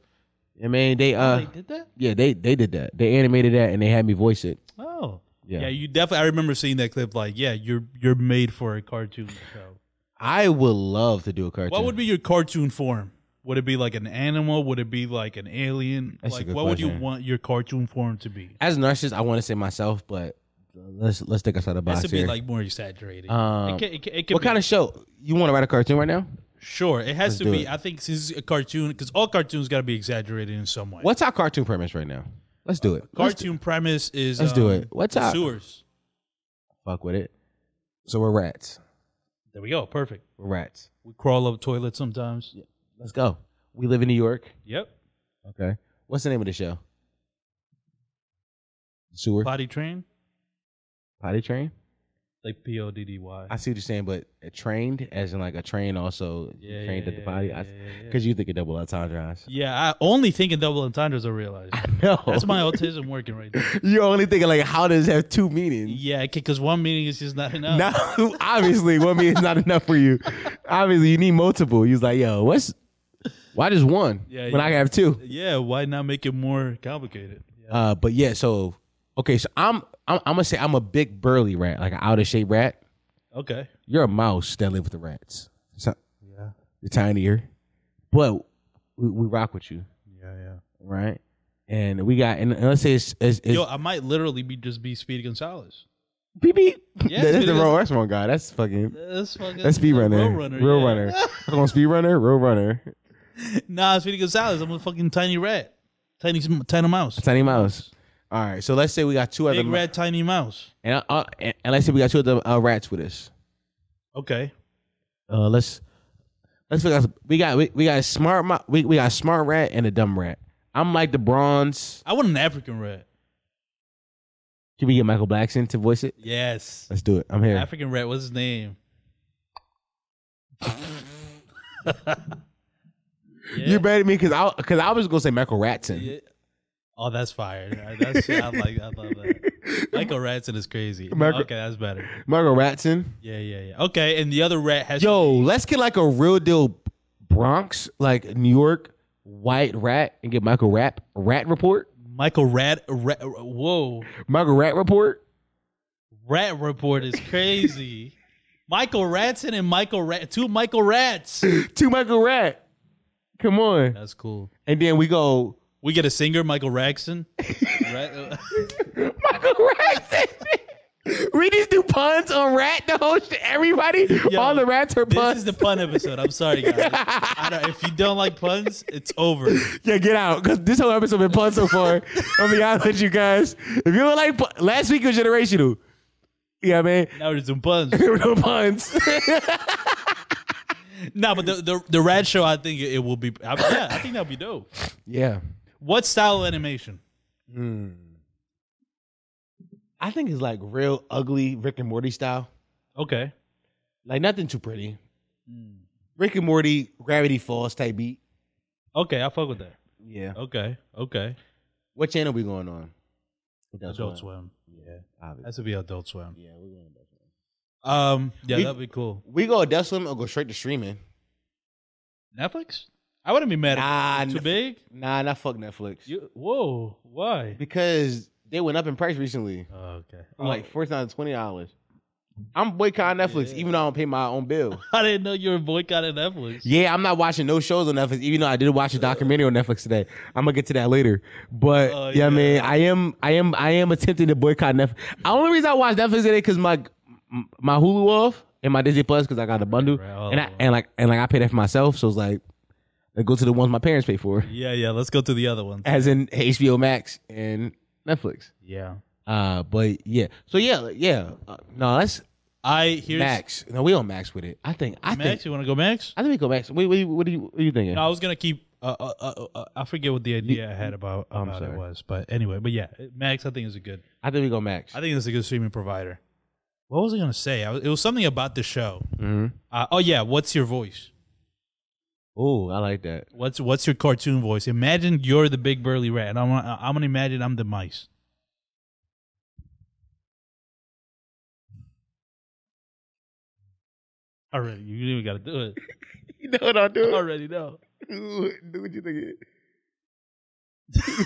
[SPEAKER 1] I mean, they
[SPEAKER 2] Oh,
[SPEAKER 1] uh,
[SPEAKER 2] they did that.
[SPEAKER 1] yeah, they they did that. They animated that and they had me voice it.
[SPEAKER 2] Oh.
[SPEAKER 1] Yeah.
[SPEAKER 2] Yeah. you definitely. I remember seeing that clip. Like, yeah, you're you're made for a cartoon show.
[SPEAKER 1] I would love to do a cartoon.
[SPEAKER 2] What would be your cartoon form? Would it be like an animal? Would it be like an alien?
[SPEAKER 1] That's a
[SPEAKER 2] like,
[SPEAKER 1] good
[SPEAKER 2] what would
[SPEAKER 1] question.
[SPEAKER 2] you want your cartoon form to be?
[SPEAKER 1] as an narcissist? I want to say myself, but let's let's think outside the
[SPEAKER 2] It
[SPEAKER 1] box
[SPEAKER 2] has to be
[SPEAKER 1] here.
[SPEAKER 2] like more exaggerated.
[SPEAKER 1] Um,
[SPEAKER 2] it can, it can, it can
[SPEAKER 1] what
[SPEAKER 2] be,
[SPEAKER 1] kind of show you want to write a cartoon right now?
[SPEAKER 2] Sure, it has to
[SPEAKER 1] do
[SPEAKER 2] be.
[SPEAKER 1] it.
[SPEAKER 2] I think since it's a cartoon, because all cartoons got to be exaggerated in some way.
[SPEAKER 1] What's our cartoon premise right now? Let's do it. Let's do-
[SPEAKER 2] cartoon premise is?
[SPEAKER 1] Let's do
[SPEAKER 2] um,
[SPEAKER 1] it. What's our
[SPEAKER 2] Sewers.
[SPEAKER 1] fuck with it? So we're rats.
[SPEAKER 2] There we go. Perfect.
[SPEAKER 1] We're rats.
[SPEAKER 2] We crawl up toilets sometimes.
[SPEAKER 1] Let's go. We live in New York.
[SPEAKER 2] Yep.
[SPEAKER 1] Okay. What's the name of the show? Sewer
[SPEAKER 2] Body train.
[SPEAKER 1] potty train.
[SPEAKER 2] Like P O D D Y.
[SPEAKER 1] I see what you're saying, but a trained, as in like a train, also
[SPEAKER 2] Yeah,
[SPEAKER 1] trained
[SPEAKER 2] yeah,
[SPEAKER 1] at the
[SPEAKER 2] yeah,
[SPEAKER 1] potty.
[SPEAKER 2] yeah,
[SPEAKER 1] Because
[SPEAKER 2] yeah, yeah.
[SPEAKER 1] you think of double entendres.
[SPEAKER 2] Yeah, I only think in double entendres. I realize
[SPEAKER 1] No,
[SPEAKER 2] that's my autism working right there.
[SPEAKER 1] You're only thinking like, how does it have two meanings?
[SPEAKER 2] Yeah, because one meaning is just not enough.
[SPEAKER 1] No, obviously, one meaning is not enough for you. Obviously, you need multiple. He's like, yo, what's why just one?
[SPEAKER 2] Yeah,
[SPEAKER 1] when
[SPEAKER 2] yeah.
[SPEAKER 1] I can have two.
[SPEAKER 2] Yeah, why not make it more complicated?
[SPEAKER 1] Uh, but yeah, so okay, so I'm, I'm I'm gonna say I'm a big burly rat, like an out of shape rat.
[SPEAKER 2] Okay.
[SPEAKER 1] You're a mouse that live with the rats. So,
[SPEAKER 2] Yeah.
[SPEAKER 1] you're tinier, but we, we rock with you.
[SPEAKER 2] Yeah, yeah.
[SPEAKER 1] right? And we got, and, and let's say it's, it's, it's
[SPEAKER 2] Yo, I might literally be just be Speedy Gonzalez.
[SPEAKER 1] beep beep.
[SPEAKER 2] Yeah,
[SPEAKER 1] that's the
[SPEAKER 2] because-
[SPEAKER 1] wrong, that's the wrong guy. That's fucking.
[SPEAKER 2] That's fucking
[SPEAKER 1] That's speed runner.
[SPEAKER 2] Road runner.
[SPEAKER 1] Real
[SPEAKER 2] yeah.
[SPEAKER 1] runner. I'm going speed runner. Real runner.
[SPEAKER 2] nah, Speedy Gonzalez. I'm a fucking tiny rat, tiny tiny mouse,
[SPEAKER 1] Tiny mouse. All right. So let's say we got two other
[SPEAKER 2] big
[SPEAKER 1] mi-
[SPEAKER 2] rat, tiny mouse.
[SPEAKER 1] and, I- I- and and let's say we got two other uh, rats with us.
[SPEAKER 2] Okay.
[SPEAKER 1] Uh, let's let's figure out. We got we, we got a smart mo- we we got a smart rat and a dumb rat. I'm like the bronze.
[SPEAKER 2] I want an African rat.
[SPEAKER 1] Can we get Michael Blackson to voice it?
[SPEAKER 2] Yes.
[SPEAKER 1] Let's do it. I'm here.
[SPEAKER 2] African rat. What's his name? Yeah.
[SPEAKER 1] You're better than me because I because I was gonna say Michael Ratson.
[SPEAKER 2] Yeah. Oh, that's fire. That's I like. I love that. Michael Ratson is crazy.
[SPEAKER 1] Michael-
[SPEAKER 2] okay, that's better.
[SPEAKER 1] Michael Ratson.
[SPEAKER 2] Yeah, yeah, yeah. Okay, and the other rat has.
[SPEAKER 1] Yo, let's get like a real deal Bronx, like New York white rat, and get Michael Rap Rat Report.
[SPEAKER 2] Michael Rat. rat whoa,
[SPEAKER 1] Michael Rat Report.
[SPEAKER 2] Rat Report is crazy. Michael Ratson and Michael Rat. Two Michael Rats.
[SPEAKER 1] Two Michael Rat. Come on,
[SPEAKER 2] That's cool.
[SPEAKER 1] and then we go
[SPEAKER 2] We get a singer, Michael Ratson. Rat-
[SPEAKER 1] Michael Ratson. We just do puns on rat the whole shit. Everybody, all the rats are
[SPEAKER 2] This
[SPEAKER 1] puns.
[SPEAKER 2] is the pun episode. I'm sorry, guys. I don't, if you don't like puns, it's over.
[SPEAKER 1] yeah, get out because this whole episode been puns so far. I'll be honest with you guys. If you were like pun- last week was generational. Yeah, man.
[SPEAKER 2] Now we're just doing puns.
[SPEAKER 1] There were no puns.
[SPEAKER 2] No, but the, the the Rad Show, I think it will be. I, yeah, I think that'll be dope.
[SPEAKER 1] yeah, Hmm.
[SPEAKER 2] What style of animation?
[SPEAKER 1] I think it's like real ugly Rick and Morty style.
[SPEAKER 2] Okay.
[SPEAKER 1] Like nothing too pretty.
[SPEAKER 2] Mm.
[SPEAKER 1] Rick and Morty, Gravity Falls type beat.
[SPEAKER 2] Okay, I fuck with that.
[SPEAKER 1] Yeah.
[SPEAKER 2] Okay. Okay.
[SPEAKER 1] What channel we going on?
[SPEAKER 2] Adult Swim. Yeah.
[SPEAKER 1] Obviously.
[SPEAKER 2] That should be Adult Swim.
[SPEAKER 1] Yeah, we're going Adult Swim.
[SPEAKER 2] Um. Yeah,
[SPEAKER 1] We-
[SPEAKER 2] that'd be cool.
[SPEAKER 1] We go Adult Swim or go straight to streaming.
[SPEAKER 2] Netflix? I wouldn't be mad.
[SPEAKER 1] Nah,
[SPEAKER 2] at it. too
[SPEAKER 1] Netflix.
[SPEAKER 2] big.
[SPEAKER 1] Nah, not fuck Netflix.
[SPEAKER 2] You, whoa. Why?
[SPEAKER 1] Because they went up in price recently
[SPEAKER 2] Oh, okay.
[SPEAKER 1] from like fourteen dollars to twenty dollars. I'm boycotting Netflix,
[SPEAKER 2] Yeah.
[SPEAKER 1] even though I don't pay my own bill.
[SPEAKER 2] I didn't know you were boycotting Netflix.
[SPEAKER 1] Oh. yeah, I'm not watching no shows on Netflix, even though I did watch a documentary on Netflix today. I'm gonna get to that later. But yeah,
[SPEAKER 2] Oh,
[SPEAKER 1] I
[SPEAKER 2] yeah.
[SPEAKER 1] man, I am, I am, I am attempting to boycott Netflix. The only reason I watch Netflix today because my my Hulu off and my Disney Plus because I got a bundle
[SPEAKER 2] right, all
[SPEAKER 1] and
[SPEAKER 2] of
[SPEAKER 1] I
[SPEAKER 2] them.
[SPEAKER 1] and like and like I pay that for myself, so it's like I go to the ones my parents pay for,
[SPEAKER 2] Yeah. Yeah. Let's go to the other ones.
[SPEAKER 1] as in HBO Max and Netflix.
[SPEAKER 2] Yeah.
[SPEAKER 1] Uh, but yeah. So yeah, like, yeah. Uh, no, that's
[SPEAKER 2] I here's
[SPEAKER 1] Max. No, we on Max with it. I think. I
[SPEAKER 2] Max.
[SPEAKER 1] think.
[SPEAKER 2] You want to go Max?
[SPEAKER 1] I think we go Max. Wait, wait, what do you? What are you thinking?
[SPEAKER 2] No, I was gonna keep. Uh, uh, uh, uh, I forget what the idea I had about
[SPEAKER 1] Oh, I'm
[SPEAKER 2] about it
[SPEAKER 1] sorry.
[SPEAKER 2] was, but anyway, but yeah, Max, I think is a good.
[SPEAKER 1] I think we go Max.
[SPEAKER 2] I think it's a good streaming provider. What was I gonna say? I was, it was something about the show.
[SPEAKER 1] hmm
[SPEAKER 2] Uh, oh yeah, what's your voice?
[SPEAKER 1] Oh, I like that.
[SPEAKER 2] What's what's your cartoon voice? Imagine you're the big burly rat. And I'm gonna- I'm gonna imagine I'm the mice. Already, you didn't even gotta do it.
[SPEAKER 1] You know what I'll
[SPEAKER 2] I
[SPEAKER 1] do?
[SPEAKER 2] Already know.
[SPEAKER 1] Do what you think?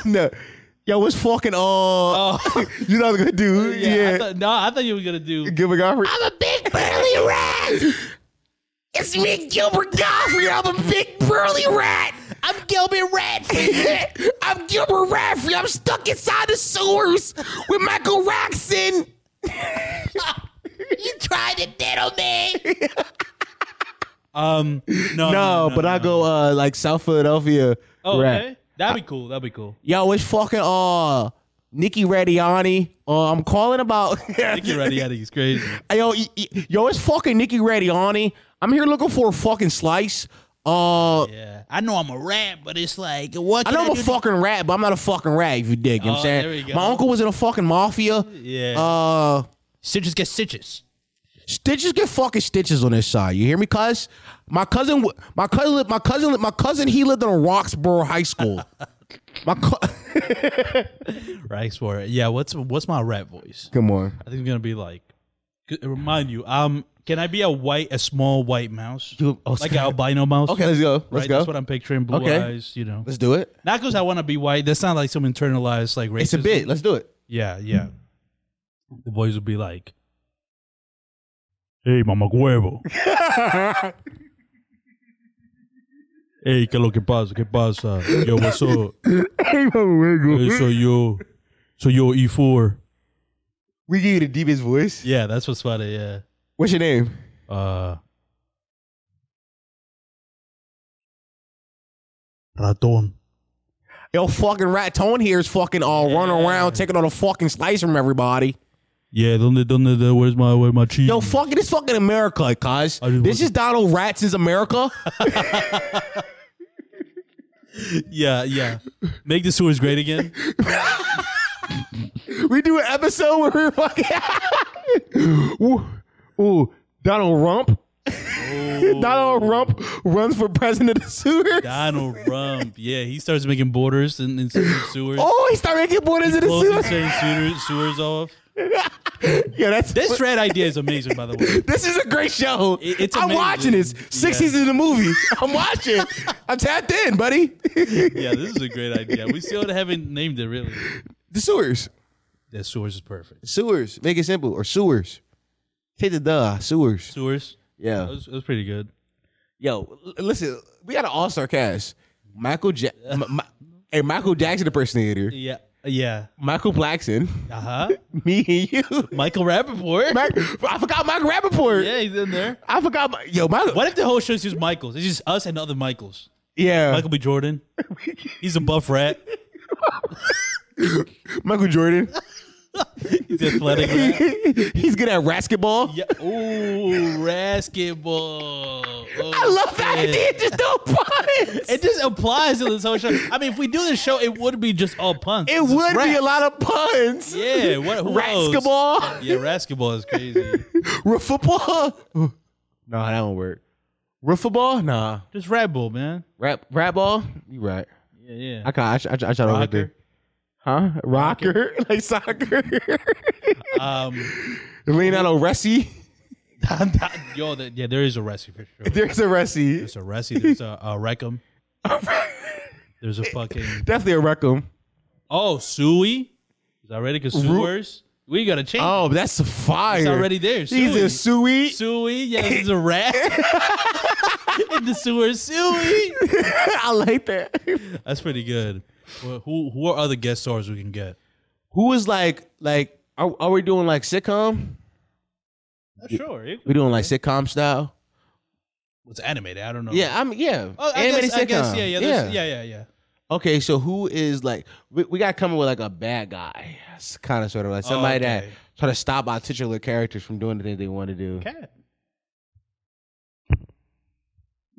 [SPEAKER 1] no. Yo, what's fucking all?
[SPEAKER 2] Oh
[SPEAKER 1] you know what I'm gonna do?
[SPEAKER 2] yeah. I thought, Oh, no, I thought you were gonna do.
[SPEAKER 1] Gilbert Godfrey.
[SPEAKER 4] I'm a big burly rat. It's me, Gilbert Godfrey. I'm a big burly rat. I'm Gilbert Radfrey. I'm Gilbert Radfrey. I'm stuck inside the sewers with Michael Roxon. you tried to diddle me.
[SPEAKER 2] Um, no,
[SPEAKER 1] No, but I
[SPEAKER 2] no.
[SPEAKER 1] go uh like South Philadelphia.
[SPEAKER 2] Oh,
[SPEAKER 1] rap.
[SPEAKER 2] okay. That'd be cool. That'd be cool.
[SPEAKER 1] Yo, it's fucking uh Nikki Radiani. Uh, I'm calling about
[SPEAKER 2] Nikki Rattiati is crazy.
[SPEAKER 1] Yo, y- y- yo, it's fucking Nikki Radiani. I'm here looking for a fucking slice. Uh,
[SPEAKER 2] Yeah, I know I'm a rat, but it's like what?
[SPEAKER 1] I know I'm a fucking rat, but I'm not a fucking rat. If you dig, you know what I'm
[SPEAKER 2] Oh,
[SPEAKER 1] saying
[SPEAKER 2] there we go.
[SPEAKER 1] my uncle was in a fucking mafia.
[SPEAKER 2] Yeah.
[SPEAKER 1] Uh,
[SPEAKER 2] Stitches get stitches.
[SPEAKER 1] stitches get fucking stitches on this side. You hear me, cuz? My cousin, w- my cousin, my cousin, my cousin. He lived in a Roxborough High School. my co-
[SPEAKER 2] Right for it. Yeah. What's what's my rat voice?
[SPEAKER 1] come on,
[SPEAKER 2] I think it's gonna be like. c- Remind you. Um, can I be a white, a small white mouse,
[SPEAKER 1] You- oh,
[SPEAKER 2] like an albino mouse?
[SPEAKER 1] okay, let's go, let's
[SPEAKER 2] right?
[SPEAKER 1] go,
[SPEAKER 2] That's what I'm picturing. Blue
[SPEAKER 1] Okay.
[SPEAKER 2] eyes. You know,
[SPEAKER 1] let's do it.
[SPEAKER 2] not because I want to be white. That's not like some internalized like racism.
[SPEAKER 1] It's a bit. Let's Hmm. do it.
[SPEAKER 2] Yeah, yeah. The boys would be like, Hey, Mama Huevo. hey, que lo que pasa, que pasa. Yo, what's up?
[SPEAKER 1] Hey, Mama,
[SPEAKER 2] Hey, so yo, so yo, E E4.
[SPEAKER 1] we give you the deepest voice.
[SPEAKER 2] Yeah, that's what's funny, yeah.
[SPEAKER 1] What's your name?
[SPEAKER 2] Uh, Raton.
[SPEAKER 1] Yo, fucking rat tone here is fucking all run around taking on a fucking slice from everybody.
[SPEAKER 2] Yeah, donde, donde, donde, where's my, where's my cheese?
[SPEAKER 1] Yo, fucking this fucking America, cuz.
[SPEAKER 2] I just
[SPEAKER 1] This
[SPEAKER 2] want-
[SPEAKER 1] is Donald Ratson's America.
[SPEAKER 2] yeah, yeah. Make the sewers great again.
[SPEAKER 1] we do an episode where we're fucking. ooh, ooh, Donald Rump. Oh. Donald Rump runs for president of the sewers.
[SPEAKER 2] Donald Rump. Yeah, he starts making borders and, and sewers.
[SPEAKER 1] Oh, he started making borders in the
[SPEAKER 2] Closing
[SPEAKER 1] sewers.
[SPEAKER 2] certain sewers, sewers off.
[SPEAKER 1] Yeah, that's
[SPEAKER 2] This red idea is amazing, by the way.
[SPEAKER 1] This is a great show.
[SPEAKER 2] It- it's
[SPEAKER 1] I'm
[SPEAKER 2] amazing.
[SPEAKER 1] watching this. Six
[SPEAKER 2] Yeah.
[SPEAKER 1] seasons of the movie. I'm watching. I'm tapped in, buddy.
[SPEAKER 2] Yeah, this is a great idea. We still haven't named it really.
[SPEAKER 1] the sewers.
[SPEAKER 2] That sewers is perfect.
[SPEAKER 1] Sewers. Make it simple. Or sewers. Take the duh. Sewers.
[SPEAKER 2] Sewers. That
[SPEAKER 1] Yeah.
[SPEAKER 2] was, that was pretty good.
[SPEAKER 1] Yo, l- listen. We got an all star cast. Michael ja- M- Mi- hey, Michael Jackson impersonator.
[SPEAKER 2] Yeah. Yeah.
[SPEAKER 1] Michael Blackson,
[SPEAKER 2] Uh huh.
[SPEAKER 1] me and you.
[SPEAKER 2] Michael Rappaport.
[SPEAKER 1] Mac- I forgot Michael Rappaport.
[SPEAKER 2] yeah, he's in there.
[SPEAKER 1] I forgot. My, yo, my
[SPEAKER 2] What if the whole show's just Michaels? It's just us and other Michaels.
[SPEAKER 1] Yeah,
[SPEAKER 2] Michael B. Jordan. He's a buff rat.
[SPEAKER 1] Michael Jordan.
[SPEAKER 2] He's athletic. Rat.
[SPEAKER 1] He's good at basketball.
[SPEAKER 2] Yeah. Ooh, basketball.
[SPEAKER 1] I love that idea. Just don't puns.
[SPEAKER 2] It just applies to this whole show. I mean, if we do this show, it would be just all puns.
[SPEAKER 1] It
[SPEAKER 2] It's just
[SPEAKER 1] would be
[SPEAKER 2] rap.
[SPEAKER 1] a lot of puns.
[SPEAKER 2] Yeah, what? Who else?
[SPEAKER 1] Basketball,
[SPEAKER 2] Yeah, basketball is crazy.
[SPEAKER 1] football. No, that won't work. Riffball? Nah.
[SPEAKER 2] Just Red Bull, man.
[SPEAKER 1] Rap, rap ball? You right.
[SPEAKER 2] Yeah, yeah.
[SPEAKER 1] I ca- I, sh- I, sh- I shot over
[SPEAKER 2] Rocker.
[SPEAKER 1] there. Huh? Rocker? like soccer?
[SPEAKER 2] Um,
[SPEAKER 1] Leonardo Ressi?
[SPEAKER 2] yo, that, yeah, there is a Ressi for sure.
[SPEAKER 1] There's a Ressi.
[SPEAKER 2] There's a Ressi. There's a, a Reckham. There's a fucking
[SPEAKER 1] Definitely a Reckham.
[SPEAKER 2] oh Suey. Is that ready? Because sewers. We gotta change.
[SPEAKER 1] Oh, that's a fire.
[SPEAKER 2] It's already there.
[SPEAKER 1] He's a Sui.
[SPEAKER 2] Suey. Suey. Yes, he's a rat. In the sewer, Suey.
[SPEAKER 1] I like that.
[SPEAKER 2] That's pretty good. Well, who who are other guest stars we can get?
[SPEAKER 1] Who is like like are, are we doing like sitcom?
[SPEAKER 2] Uh, Sure.
[SPEAKER 1] We doing like sitcom style?
[SPEAKER 2] It's animated. I don't know.
[SPEAKER 1] Yeah, I'm yeah.
[SPEAKER 2] Oh, I
[SPEAKER 1] Animated
[SPEAKER 2] guess, I guess,
[SPEAKER 1] sitcom.
[SPEAKER 2] yeah, yeah, yeah, yeah, yeah, yeah.
[SPEAKER 1] Okay, so who is like we, we gotta come up with like a bad guy. kind of sort of like somebody that
[SPEAKER 2] Okay.
[SPEAKER 1] try to stop our titular characters from doing the thing they want to do.
[SPEAKER 2] Cat.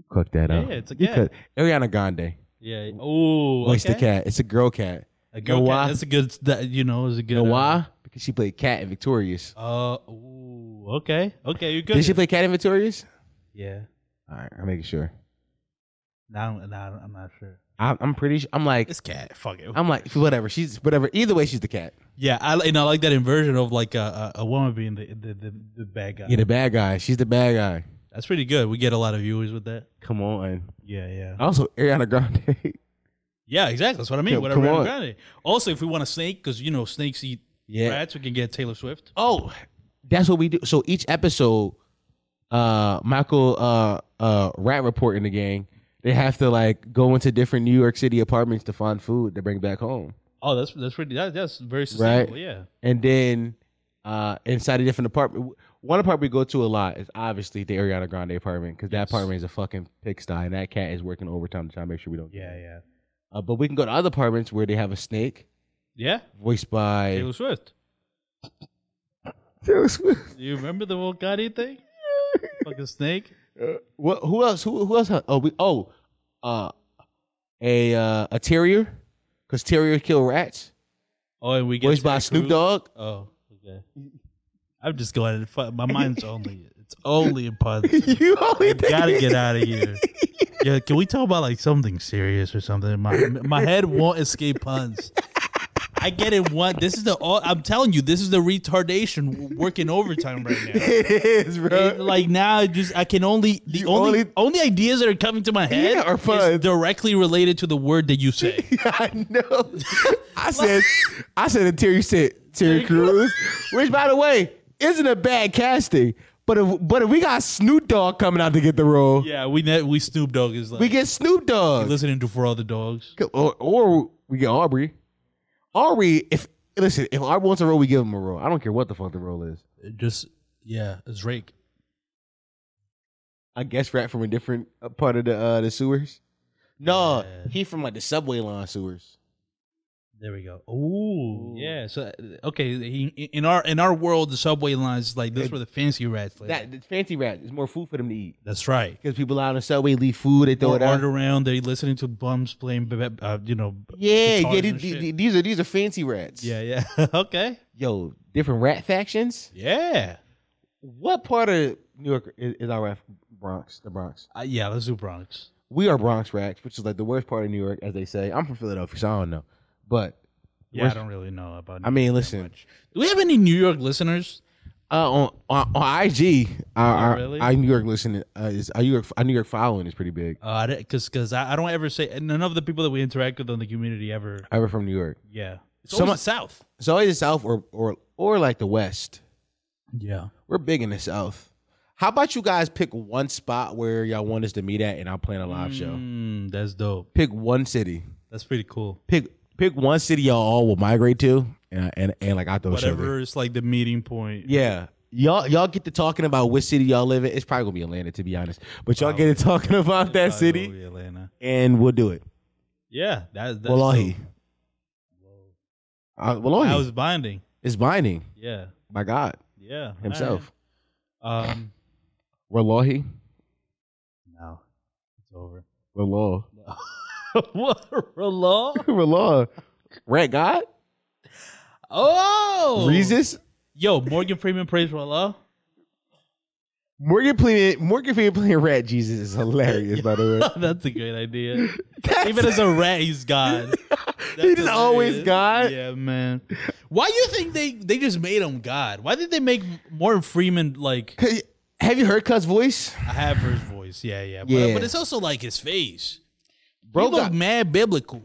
[SPEAKER 1] Cook that
[SPEAKER 2] Yeah,
[SPEAKER 1] up.
[SPEAKER 2] it's a
[SPEAKER 1] You
[SPEAKER 2] cat.
[SPEAKER 1] cook- Ariana Grande.
[SPEAKER 2] Yeah. Oh,
[SPEAKER 1] Voice the cat. It's a girl cat.
[SPEAKER 2] A girl
[SPEAKER 1] Know
[SPEAKER 2] cat.
[SPEAKER 1] why?
[SPEAKER 2] That's a good. That you know is a good.
[SPEAKER 1] You know
[SPEAKER 2] uh,
[SPEAKER 1] why? Because she played Cat in Victorious.
[SPEAKER 2] Uh. Ooh, okay. Okay. You good?
[SPEAKER 1] Did she play Cat in Victorious?
[SPEAKER 2] yeah.
[SPEAKER 1] All right, I'm making sure.
[SPEAKER 2] No, no, I'm not sure.
[SPEAKER 1] I'm, I'm pretty. Sure, I'm like.
[SPEAKER 2] It's cat. Fuck it.
[SPEAKER 1] I'm like whatever. She's whatever. Either way, she's the cat.
[SPEAKER 2] yeah. I li- and I like that inversion of like a a, a woman being the the, the the bad guy.
[SPEAKER 1] Yeah, the bad guy. She's the bad guy.
[SPEAKER 2] That's pretty good. We get a lot of viewers with that.
[SPEAKER 1] Come on.
[SPEAKER 2] Yeah. Yeah.
[SPEAKER 1] Also, Ariana Grande.
[SPEAKER 2] Yeah. Exactly. That's what I mean.
[SPEAKER 1] Yeah,
[SPEAKER 2] Whatever.
[SPEAKER 1] come on.
[SPEAKER 2] Grande. Also, if we want a snake, because you know snakes eat
[SPEAKER 1] Yeah.
[SPEAKER 2] rats, we can get Taylor Swift.
[SPEAKER 1] Oh, that's what we do. So each episode, uh, Michael, uh, uh, Rat Report in the gang, they have to like go into different New York City apartments to find food to bring back home,
[SPEAKER 2] Oh, that's that's pretty. That, that's very sustainable.
[SPEAKER 1] Right.
[SPEAKER 2] Yeah.
[SPEAKER 1] and then uh, inside a different apartment. One apartment we go to a lot is obviously the Ariana Grande apartment because that apartment is a fucking pigsty, and that cat is working overtime to try to make sure we don't.
[SPEAKER 2] Yeah. Yeah.
[SPEAKER 1] Uh, but we can go to other apartments where they have a snake,
[SPEAKER 2] Yeah.
[SPEAKER 1] voiced by
[SPEAKER 2] Taylor Swift.
[SPEAKER 1] Taylor Swift.
[SPEAKER 2] Do you remember the whole Gotti thing? Fucking snake.
[SPEAKER 1] What? Who else? Who? Who else? Oh, we. Oh, uh, a uh, a terrier, because terriers kill rats.
[SPEAKER 2] Oh, and we get
[SPEAKER 1] Voiced by
[SPEAKER 2] Terry
[SPEAKER 1] Snoop
[SPEAKER 2] Crews?
[SPEAKER 1] Dogg.
[SPEAKER 2] Oh, okay. I'm just going. to fu- My mind's only. It's only in puns.
[SPEAKER 1] You only think
[SPEAKER 2] Gotta get out of here. Yeah, can we talk about like something serious or something? My my head won't escape puns. I get it. One. This is the. all- I'm telling you, this is the retardation working overtime right now.
[SPEAKER 1] it is,
[SPEAKER 2] It-
[SPEAKER 1] bro.
[SPEAKER 2] like now, I just I can only the
[SPEAKER 1] You
[SPEAKER 2] only,
[SPEAKER 1] only-
[SPEAKER 2] only ideas that are coming to my head
[SPEAKER 1] Yeah, are
[SPEAKER 2] is
[SPEAKER 1] puns.
[SPEAKER 2] directly related to the word that you say.
[SPEAKER 1] I know. I said, I said a terrier said Terry Crews, which by the way isn't a bad casting. But if but if we got Snoop Dogg coming out to get the role,
[SPEAKER 2] yeah, we net we Snoop Dogg is like
[SPEAKER 1] we get Snoop Dogg.
[SPEAKER 2] listening to for all the dogs.
[SPEAKER 1] Or, or we get Aubrey. Aubrey, if listen, if Aubrey wants a role, we give him a role. I don't care what the fuck the role is.
[SPEAKER 2] It just yeah, it's Drake.
[SPEAKER 1] I guess rat from a different uh, part of the uh, the sewers. No,
[SPEAKER 2] Yeah.
[SPEAKER 1] he from like the subway line sewers.
[SPEAKER 2] There we go. Ooh, yeah. So uh, okay, he, in our in our world, the subway lines like those were the fancy rats. Like,
[SPEAKER 1] That the fancy rat is more food for them to eat
[SPEAKER 2] that's right.
[SPEAKER 1] because people out on the subway leave food. They throw
[SPEAKER 2] Or
[SPEAKER 1] it out.
[SPEAKER 2] art around, they listening to bums playing, b- b- uh, you know.
[SPEAKER 1] Yeah,
[SPEAKER 2] guitars
[SPEAKER 1] yeah.
[SPEAKER 2] and
[SPEAKER 1] These,
[SPEAKER 2] shit.
[SPEAKER 1] these- these are these are fancy rats.
[SPEAKER 2] yeah, yeah. okay,
[SPEAKER 1] Yo, different rat factions.
[SPEAKER 2] yeah,
[SPEAKER 1] What part of New York is, is our rat? Bronx, the Bronx.
[SPEAKER 2] uh, yeah. Let's do Bronx.
[SPEAKER 1] We are Bronx rats, which is like the worst part of New York, as they say. I'm from Philadelphia, so I don't know, but
[SPEAKER 2] Yeah,
[SPEAKER 1] Where's-
[SPEAKER 2] I don't really know about.
[SPEAKER 1] I mean, listen.
[SPEAKER 2] do we have any New York listeners?
[SPEAKER 1] Uh, on, on on IG, our, our,
[SPEAKER 2] Oh, really?
[SPEAKER 1] our New York listening uh, is our New York our New York following is pretty big.
[SPEAKER 2] Uh, because because I, I don't ever say and none of the people that we interact with in the community ever.
[SPEAKER 1] Ever from New York,
[SPEAKER 2] Yeah, it's
[SPEAKER 1] Some-
[SPEAKER 2] always the South.
[SPEAKER 1] it's always the South or or or like the West.
[SPEAKER 2] Yeah.
[SPEAKER 1] We're big in the South. How about you guys pick one spot where y'all want us to meet at, and I'll plan a live show.
[SPEAKER 2] Mm, that's dope.
[SPEAKER 1] Pick one city.
[SPEAKER 2] That's pretty cool.
[SPEAKER 1] Pick pick one city y'all all will migrate to, and and, and like I throw a show there.
[SPEAKER 2] Whatever is like the meeting point.
[SPEAKER 1] Yeah. Y'all, y'all get to talking about which city y'all live in. It's probably gonna be Atlanta, to be honest. But y'all get to talking about that
[SPEAKER 2] Chicago,
[SPEAKER 1] city,
[SPEAKER 2] Atlanta.
[SPEAKER 1] and we'll do it.
[SPEAKER 2] Yeah, that, that's
[SPEAKER 1] Wallahi,
[SPEAKER 2] dope.
[SPEAKER 1] uh,
[SPEAKER 2] That
[SPEAKER 1] Wallahi,
[SPEAKER 2] was binding.
[SPEAKER 1] it's binding.
[SPEAKER 2] Yeah,
[SPEAKER 1] My God,
[SPEAKER 2] yeah.
[SPEAKER 1] himself.
[SPEAKER 2] All right. Um,
[SPEAKER 1] Wallahi,
[SPEAKER 2] no, it's over.
[SPEAKER 1] Wallah,
[SPEAKER 2] what Ralah?
[SPEAKER 1] Wallah, Rat God,
[SPEAKER 2] Oh,
[SPEAKER 1] Reezus,
[SPEAKER 2] Yo, Morgan Freeman praise Ralah.
[SPEAKER 1] Morgan playing Morgan Freeman playing Rat Jesus is hilarious. By the way,
[SPEAKER 2] that's a great idea.
[SPEAKER 1] That's-
[SPEAKER 2] Even as a rat, he's God. That's
[SPEAKER 1] He just always
[SPEAKER 2] hilarious.
[SPEAKER 1] God?
[SPEAKER 2] Yeah, man. Why do you think they they just made him God? Why did they make Morgan Freeman like
[SPEAKER 1] have you heard Cut's voice,
[SPEAKER 2] I have his voice? Yeah, yeah. But,
[SPEAKER 1] Yeah.
[SPEAKER 2] but it's also like his face.
[SPEAKER 1] bro?
[SPEAKER 2] he look
[SPEAKER 1] got-
[SPEAKER 2] mad biblical.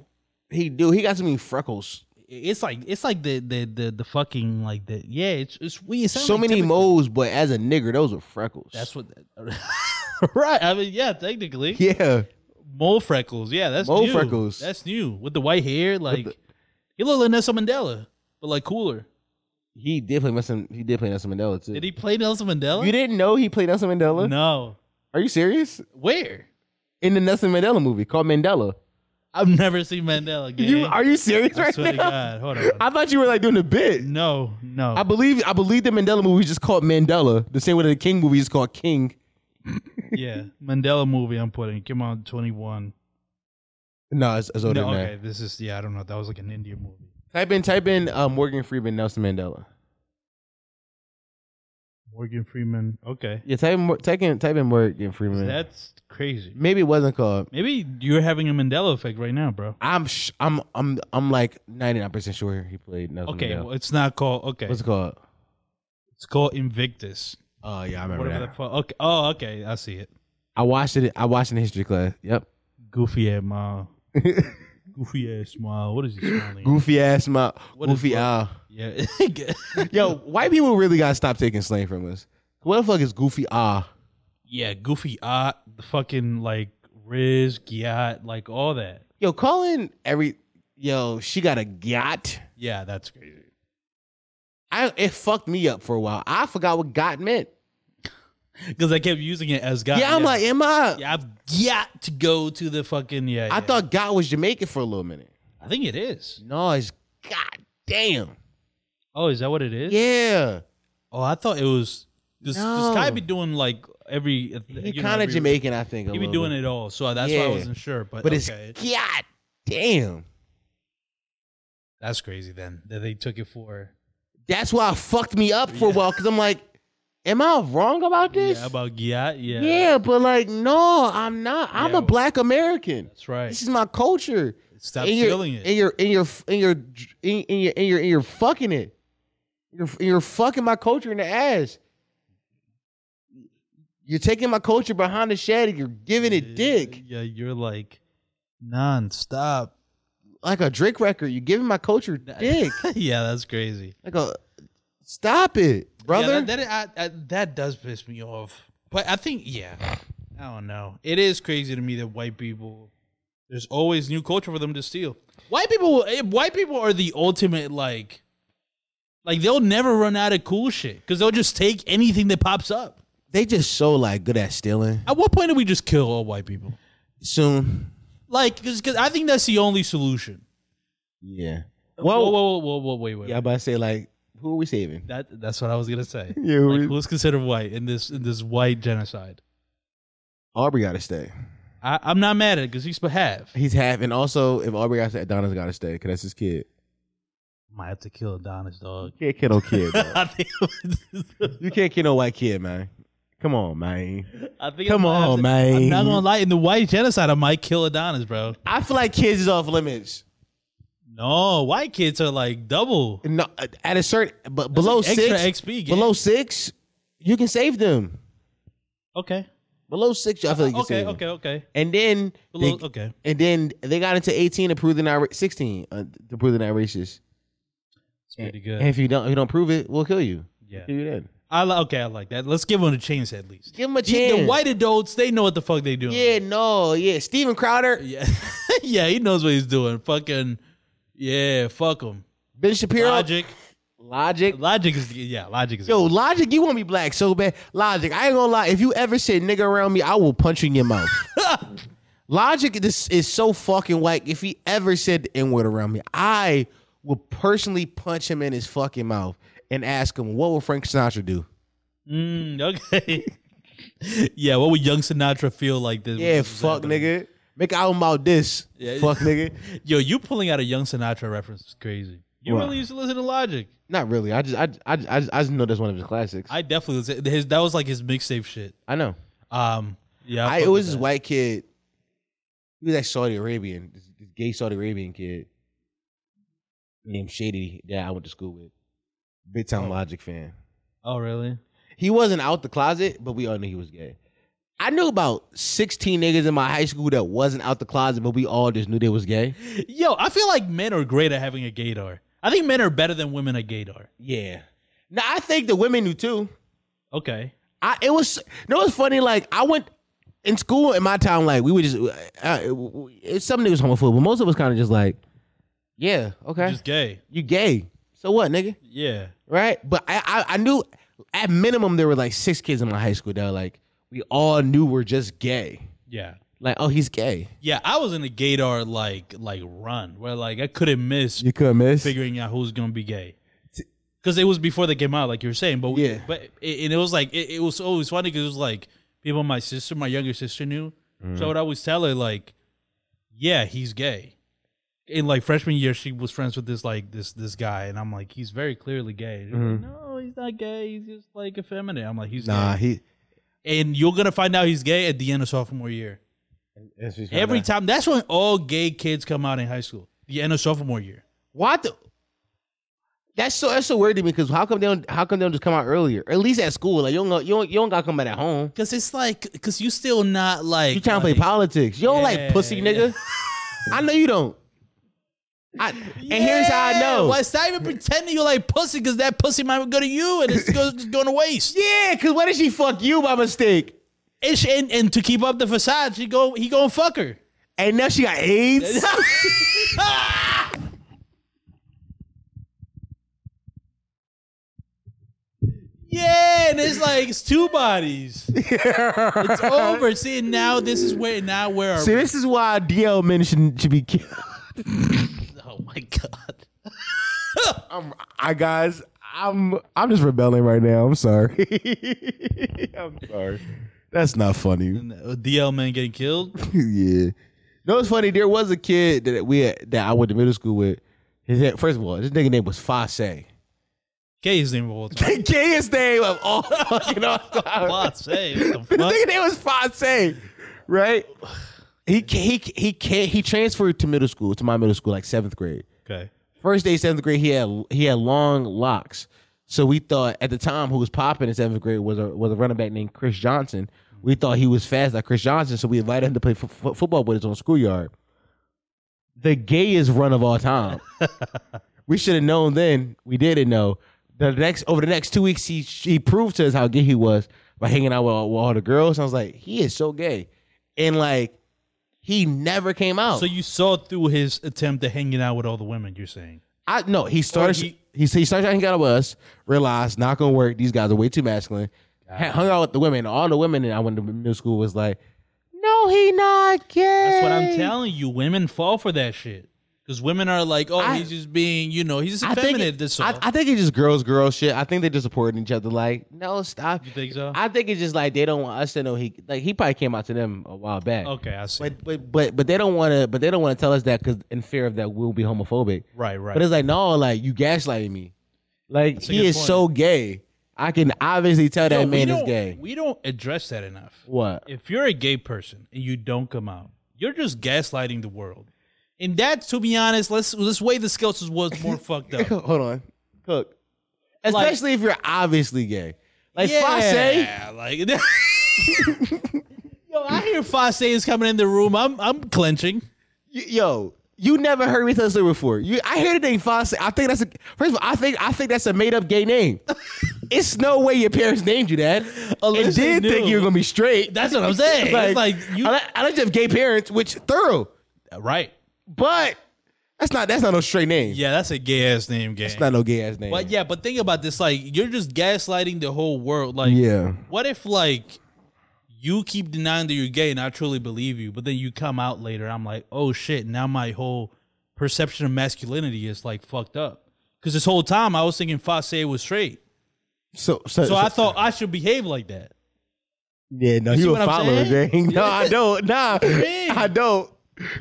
[SPEAKER 1] he do. He got so many freckles,
[SPEAKER 2] It's like it's like the the the, the fucking like the yeah. It's it's weird. It sounds
[SPEAKER 1] so
[SPEAKER 2] like
[SPEAKER 1] many
[SPEAKER 2] typical-
[SPEAKER 1] moles. But as a nigger, those are freckles.
[SPEAKER 2] That's what. right. I mean, yeah. Technically,
[SPEAKER 1] yeah.
[SPEAKER 2] mole freckles. Yeah, that's
[SPEAKER 1] Mole
[SPEAKER 2] new.
[SPEAKER 1] freckles.
[SPEAKER 2] That's new with the white hair. Like he looked like Nelson Mandela, but like cooler.
[SPEAKER 1] He did play Nelson. He did play Nelson Mandela too.
[SPEAKER 2] Did he play Nelson Mandela?
[SPEAKER 1] You didn't know he played Nelson Mandela?
[SPEAKER 2] No.
[SPEAKER 1] Are you serious?
[SPEAKER 2] Where?
[SPEAKER 1] In the Nelson Mandela movie called Mandela.
[SPEAKER 2] I've never seen Mandela again.
[SPEAKER 1] You are you serious
[SPEAKER 2] I
[SPEAKER 1] right
[SPEAKER 2] swear to
[SPEAKER 1] now?
[SPEAKER 2] God. Hold on.
[SPEAKER 1] I thought you were like doing a bit.
[SPEAKER 2] no, no.
[SPEAKER 1] I believe I believe the Mandela movie is just called Mandela. The same way the King movie is called King.
[SPEAKER 2] yeah, Mandela movie. I'm putting. Come on, 21.
[SPEAKER 1] No, it's, it's older
[SPEAKER 2] No,
[SPEAKER 1] than
[SPEAKER 2] okay, this is yeah. I don't know. That was like an Indian movie.
[SPEAKER 1] that. Type in type in uh, Morgan Freeman Nelson Mandela.
[SPEAKER 2] Morgan Freeman. Okay,
[SPEAKER 1] Yeah, type in Mor- type in type in Morgan Freeman.
[SPEAKER 2] that's crazy.
[SPEAKER 1] Maybe it wasn't called.
[SPEAKER 2] Maybe you're having a Mandela effect right now, bro.
[SPEAKER 1] I'm sh- I'm I'm I'm like 99 percent sure he played Nelson
[SPEAKER 2] Okay,
[SPEAKER 1] Mandela.
[SPEAKER 2] well, it's not called. Okay,
[SPEAKER 1] What's it called?
[SPEAKER 2] it's called Invictus.
[SPEAKER 1] Oh yeah, I remember
[SPEAKER 2] Whatever
[SPEAKER 1] that.
[SPEAKER 2] the fuck. Okay. Oh, okay. I see it.
[SPEAKER 1] I watched it. I watched it in history class. Yep.
[SPEAKER 2] Goofy ass smile. Goofy ass smile. What is he smiling? at?
[SPEAKER 1] Goofy ass my
[SPEAKER 2] is
[SPEAKER 1] goofy
[SPEAKER 2] what?
[SPEAKER 1] owl.
[SPEAKER 2] Yeah.
[SPEAKER 1] Yo, white people really gotta stop taking slang from us. What the fuck is goofy ah?
[SPEAKER 2] Yeah, Goofy Ott, the fucking like Riz, Giat, like all that.
[SPEAKER 1] Yo, calling every yo, she got a got.
[SPEAKER 2] Yeah, that's crazy.
[SPEAKER 1] I it fucked me up for a while. I forgot what got meant.
[SPEAKER 2] Because I kept using it as God.
[SPEAKER 1] yeah, I'm like, am I?
[SPEAKER 2] yeah, I've got to go to the fucking yeah.
[SPEAKER 1] I
[SPEAKER 2] yeah.
[SPEAKER 1] thought got was Jamaican for a little minute.
[SPEAKER 2] I think it is.
[SPEAKER 1] No, it's god damn.
[SPEAKER 2] Oh, is that what it is?
[SPEAKER 1] Yeah.
[SPEAKER 2] Oh, I thought it was. This
[SPEAKER 1] No.
[SPEAKER 2] guy be doing like every.
[SPEAKER 1] He kind of Jamaican, I think. a
[SPEAKER 2] He be
[SPEAKER 1] little
[SPEAKER 2] doing
[SPEAKER 1] bit.
[SPEAKER 2] it all, so that's why
[SPEAKER 1] Yeah.
[SPEAKER 2] I wasn't sure. But,
[SPEAKER 1] But
[SPEAKER 2] okay,
[SPEAKER 1] it's god damn.
[SPEAKER 2] that's crazy then that they took it for.
[SPEAKER 1] That's why it fucked me up for a while because I'm like, am I wrong about this?
[SPEAKER 2] Yeah, about Giat. Yeah,
[SPEAKER 1] Yeah, but like, no, I'm not. I'm
[SPEAKER 2] Yeah.
[SPEAKER 1] a black American.
[SPEAKER 2] that's right.
[SPEAKER 1] This is my culture.
[SPEAKER 2] Stop
[SPEAKER 1] and you're,
[SPEAKER 2] stealing
[SPEAKER 1] And
[SPEAKER 2] it.
[SPEAKER 1] you're and you're and you're and you're and you're, and you're fucking it. You're and you're fucking my culture in the ass. You're taking my culture behind the shed and you're giving it dick
[SPEAKER 2] Yeah, you're like non-stop.
[SPEAKER 1] like a Drake record. You're giving my culture dick
[SPEAKER 2] yeah, that's crazy,
[SPEAKER 1] like a. Stop it, brother.
[SPEAKER 2] Yeah, that that, I, I, that does piss me off. But I think, yeah, I don't know. It is crazy to me that white people. There's always new culture for them to steal. White people, eh, white people are the ultimate like, like they'll never run out of cool shit because they'll just take anything that pops up.
[SPEAKER 1] they just so like good at stealing.
[SPEAKER 2] At what point do we just kill all white people?
[SPEAKER 1] Soon,
[SPEAKER 2] Like, because I think that's the only solution.
[SPEAKER 1] yeah.
[SPEAKER 2] Whoa,
[SPEAKER 1] Well,
[SPEAKER 2] whoa, whoa, whoa, whoa wait, wait.
[SPEAKER 1] yeah, I'm about to say like, who are we saving?
[SPEAKER 2] That that's what I was gonna say.
[SPEAKER 1] Yeah,
[SPEAKER 2] like,
[SPEAKER 1] we-
[SPEAKER 2] who's considered white in this in this white genocide?
[SPEAKER 1] Aubrey got to stay.
[SPEAKER 2] I, I'm not mad at it because he's half.
[SPEAKER 1] He's half, and also if Aubrey got to stay, Adonis got to stay because that's his kid.
[SPEAKER 2] Might have to kill Adonis, dog.
[SPEAKER 1] Can't kid no kid. bro.
[SPEAKER 2] I think
[SPEAKER 1] you can't kid no white kid, man. Come on, man.
[SPEAKER 2] I think
[SPEAKER 1] Come
[SPEAKER 2] I might have
[SPEAKER 1] on,
[SPEAKER 2] to-
[SPEAKER 1] man.
[SPEAKER 2] I'm not gonna lie. In the white genocide, I might kill Adonis, bro.
[SPEAKER 1] I feel like kids is off limits.
[SPEAKER 2] No, white kids are like double
[SPEAKER 1] No, uh, at a certain, but below
[SPEAKER 2] like extra
[SPEAKER 1] six,
[SPEAKER 2] XP, gang.
[SPEAKER 1] below six, you can save them.
[SPEAKER 2] okay,
[SPEAKER 1] Below six, I feel like you can
[SPEAKER 2] okay,
[SPEAKER 1] save them.
[SPEAKER 2] okay, okay.
[SPEAKER 1] And then,
[SPEAKER 2] Below,
[SPEAKER 1] they,
[SPEAKER 2] okay.
[SPEAKER 1] and then they got into eighteen to prove they're not ra- sixteen uh, to prove they're not racist.
[SPEAKER 2] It's pretty
[SPEAKER 1] And
[SPEAKER 2] good.
[SPEAKER 1] if you don't, if you don't prove it, we'll kill you.
[SPEAKER 2] Yeah,
[SPEAKER 1] Kill you then.
[SPEAKER 2] I li- okay. I like that. Let's give him a chance at least.
[SPEAKER 1] Give him a
[SPEAKER 2] The- The
[SPEAKER 1] chance.
[SPEAKER 2] white adults, they know what the fuck they doing.
[SPEAKER 1] Yeah, no, yeah. Steven Crowder.
[SPEAKER 2] Yeah, yeah, he knows what he's doing. Fucking, Yeah, fuck him.
[SPEAKER 1] Ben Shapiro,
[SPEAKER 2] Logic.
[SPEAKER 1] Logic.
[SPEAKER 2] Logic is yeah. Logic is
[SPEAKER 1] Yo, Logic, you want me black so bad. Logic, I ain't gonna lie. If you ever say nigga around me, I will punch you in your mouth. Logic, this is so fucking whack. If he ever said the N word around me, I will personally punch him in his fucking mouth and ask him, what would Frank Sinatra do?
[SPEAKER 2] Mm, okay. yeah. What would young Sinatra feel like this?
[SPEAKER 1] Yeah,
[SPEAKER 2] this was
[SPEAKER 1] fuck
[SPEAKER 2] happening?
[SPEAKER 1] nigga. Make an album about this.
[SPEAKER 2] Yeah.
[SPEAKER 1] Fuck nigga.
[SPEAKER 2] Yo, you pulling out a young Sinatra reference is crazy. You
[SPEAKER 1] Wow.
[SPEAKER 2] really used to listen to Logic.
[SPEAKER 1] Not really. I just I I I just, I just know that's one of his classics. I,
[SPEAKER 2] I definitely listened. His that was like his mixtape shit.
[SPEAKER 1] know.
[SPEAKER 2] Um. Yeah.
[SPEAKER 1] I,
[SPEAKER 2] fuck
[SPEAKER 1] it
[SPEAKER 2] with
[SPEAKER 1] was this
[SPEAKER 2] that.
[SPEAKER 1] white kid. He was like Saudi Arabian, this, this gay Saudi Arabian kid named Shady that I went to school with. Big time Logic fan.
[SPEAKER 2] Oh really?
[SPEAKER 1] He wasn't out the closet, but we all knew he was gay. I knew about 16 niggas in my high school that wasn't out the closet, but we all just knew they was gay.
[SPEAKER 2] Yo, I feel like men are great at having a gaydar. I think men are better than women at gaydar.
[SPEAKER 1] Yeah. Now I think the women knew too.
[SPEAKER 2] Okay.
[SPEAKER 1] I it was you know it's funny like I went in school in my time like we would just uh, it's some niggas homophobic but most of us kind of just like yeah okay
[SPEAKER 2] Just gay.
[SPEAKER 1] you gay so what nigga
[SPEAKER 2] Yeah.
[SPEAKER 1] right but I, I I knew at minimum there were like six kids in my high school that were like we all knew we're just gay
[SPEAKER 2] Yeah.
[SPEAKER 1] like oh he's gay
[SPEAKER 2] Yeah, I was in a gaydar like like run where like I couldn't miss
[SPEAKER 1] couldn't miss
[SPEAKER 2] figuring out who's gonna be gay because it was before they came out, like you were saying. But
[SPEAKER 1] Yeah.
[SPEAKER 2] but it, and it was like it, it was always funny because it was like people my sister, my younger sister knew, so I would always tell her like, yeah, he's gay. In like freshman year, she was friends with this like this this guy, and I'm like, he's very clearly gay. She's
[SPEAKER 1] Mm. Mm-hmm.
[SPEAKER 2] like, no, he's not gay. He's just like effeminate. I'm like, he's
[SPEAKER 1] nah
[SPEAKER 2] gay.
[SPEAKER 1] he
[SPEAKER 2] and you're gonna find out he's gay at the end of sophomore year. Every time. That's when all gay kids come out in high school. The end of sophomore year.
[SPEAKER 1] what the that's so that's so weird to me because how come they don't how come they don't just come out earlier at least at school like you don't go- you don't, you don't gotta come out at home
[SPEAKER 2] Cause it's like, cause you still not like
[SPEAKER 1] You trying to play
[SPEAKER 2] like-
[SPEAKER 1] politics. You don't like
[SPEAKER 2] Yeah,
[SPEAKER 1] pussy nigga. I know you don't. I, And here's how I
[SPEAKER 2] Yeah,
[SPEAKER 1] know.
[SPEAKER 2] Well, it's not even pretending you like pussy, cause that pussy might go to you, and it's, go, it's going to waste.
[SPEAKER 1] Yeah, cause what did she fuck you by mistake?
[SPEAKER 2] And, she- and and to keep up the facade, she go he go and fuck her.
[SPEAKER 1] And now she got AIDS.
[SPEAKER 2] Yeah, and it's like it's two bodies. It's over. See, and now this is where now where are
[SPEAKER 1] See,
[SPEAKER 2] we?
[SPEAKER 1] this is why DL men should, should be killed.
[SPEAKER 2] Oh my god.
[SPEAKER 1] I'm, I guys, I'm I'm just rebelling right now. I'm sorry. I'm sorry. That's not funny.
[SPEAKER 2] DL uh, man getting killed.
[SPEAKER 1] yeah. No, it's funny. There was a kid that we had, that I went to middle school with. His head, first of all, this nigga name was Fosse.
[SPEAKER 2] Gay his name was
[SPEAKER 1] The gayest name of all fucking all time.
[SPEAKER 2] Lots. Hey, what the
[SPEAKER 1] The
[SPEAKER 2] fuck?
[SPEAKER 1] nigga name was Fonse, right? He he he can he transferred to middle school to my middle school like seventh grade.
[SPEAKER 2] Okay.
[SPEAKER 1] First day seventh grade, he had he had long locks, so we thought at the time who was popping in seventh grade was a was a running back named Chris Johnson. We thought he was fast like Chris Johnson, so we invited him to play f- f- football with us on schoolyard. The gayest run of all time. we should have known then. We didn't know. The next over the next two weeks, he he proved to us how gay he was by hanging out with all, with all the girls. I was like, he is so gay, and like he never came out.
[SPEAKER 2] So you saw through his attempt at hanging out with all the women. You're saying.
[SPEAKER 1] I no, he starts he,
[SPEAKER 2] he-
[SPEAKER 1] he starts out hanging out with us, realized not gonna work, these guys are way too masculine. Ha- Hung out with the women. All the women that I went to middle school was like, No, he not gay.
[SPEAKER 2] That's what I'm telling you. Women fall for that shit because women are like, oh,
[SPEAKER 1] I-
[SPEAKER 2] he's just being, you know, he's just
[SPEAKER 1] I think,
[SPEAKER 2] effeminate.
[SPEAKER 1] it,
[SPEAKER 2] This
[SPEAKER 1] I, I think it's just girls, girl shit. I think they're just supporting each other. Like, no, stop.
[SPEAKER 2] you think so?
[SPEAKER 1] I think it's just like they don't want us to know he like he probably came out to them a while back.
[SPEAKER 2] okay, I see.
[SPEAKER 1] But but but but they don't want to but they don't want to tell us that because in fear of that we'll be homophobic.
[SPEAKER 2] right, right.
[SPEAKER 1] But it's like no, like you gaslighting me. Like
[SPEAKER 2] a
[SPEAKER 1] he
[SPEAKER 2] good
[SPEAKER 1] is
[SPEAKER 2] point.
[SPEAKER 1] so gay. I can obviously tell
[SPEAKER 2] Yo,
[SPEAKER 1] that
[SPEAKER 2] we
[SPEAKER 1] man is
[SPEAKER 2] don't-
[SPEAKER 1] gay.
[SPEAKER 2] We don't address that enough.
[SPEAKER 1] What?
[SPEAKER 2] If you're a gay person and you don't come out, you're just gaslighting the world. And that, to be honest, let's let's weigh the scales as what's more fucked up.
[SPEAKER 1] Hold on, cook. Especially if you're obviously gay. Like if I say,
[SPEAKER 2] Yeah, like Yo, I hear Fosse is coming in the room. I'm I'm clenching.
[SPEAKER 1] y- yo, you never heard me tell this story before. You, I hear the name Fosse. I think that's a first of all. I think I think that's a made up gay name. it's no way your parents named you that.
[SPEAKER 2] Unless
[SPEAKER 1] they
[SPEAKER 2] they
[SPEAKER 1] did think
[SPEAKER 2] knew.
[SPEAKER 1] you were gonna be straight.
[SPEAKER 2] That's what I'm saying.
[SPEAKER 1] like,
[SPEAKER 2] it's like you
[SPEAKER 1] unless, unless you have gay parents, which thorough,
[SPEAKER 2] right.
[SPEAKER 1] but That's not that's not no straight name.
[SPEAKER 2] Yeah, that's a gay ass name, gang.
[SPEAKER 1] It's not no gay ass name.
[SPEAKER 2] But yeah, but think about this. Like, you're just gaslighting the whole world. Like,
[SPEAKER 1] Yeah.
[SPEAKER 2] what if like you keep denying that you're gay and I truly believe you, but then you come out later. I'm like, oh shit! Now my whole perception of masculinity is like fucked up. Because this whole time I was thinking Fosse was straight,
[SPEAKER 1] So so,
[SPEAKER 2] so I thought I should behave like that.
[SPEAKER 1] Yeah, no,
[SPEAKER 2] see
[SPEAKER 1] you a
[SPEAKER 2] what I'm
[SPEAKER 1] follower,
[SPEAKER 2] saying?
[SPEAKER 1] gang. No, I don't. Nah.
[SPEAKER 2] mean?
[SPEAKER 1] I don't.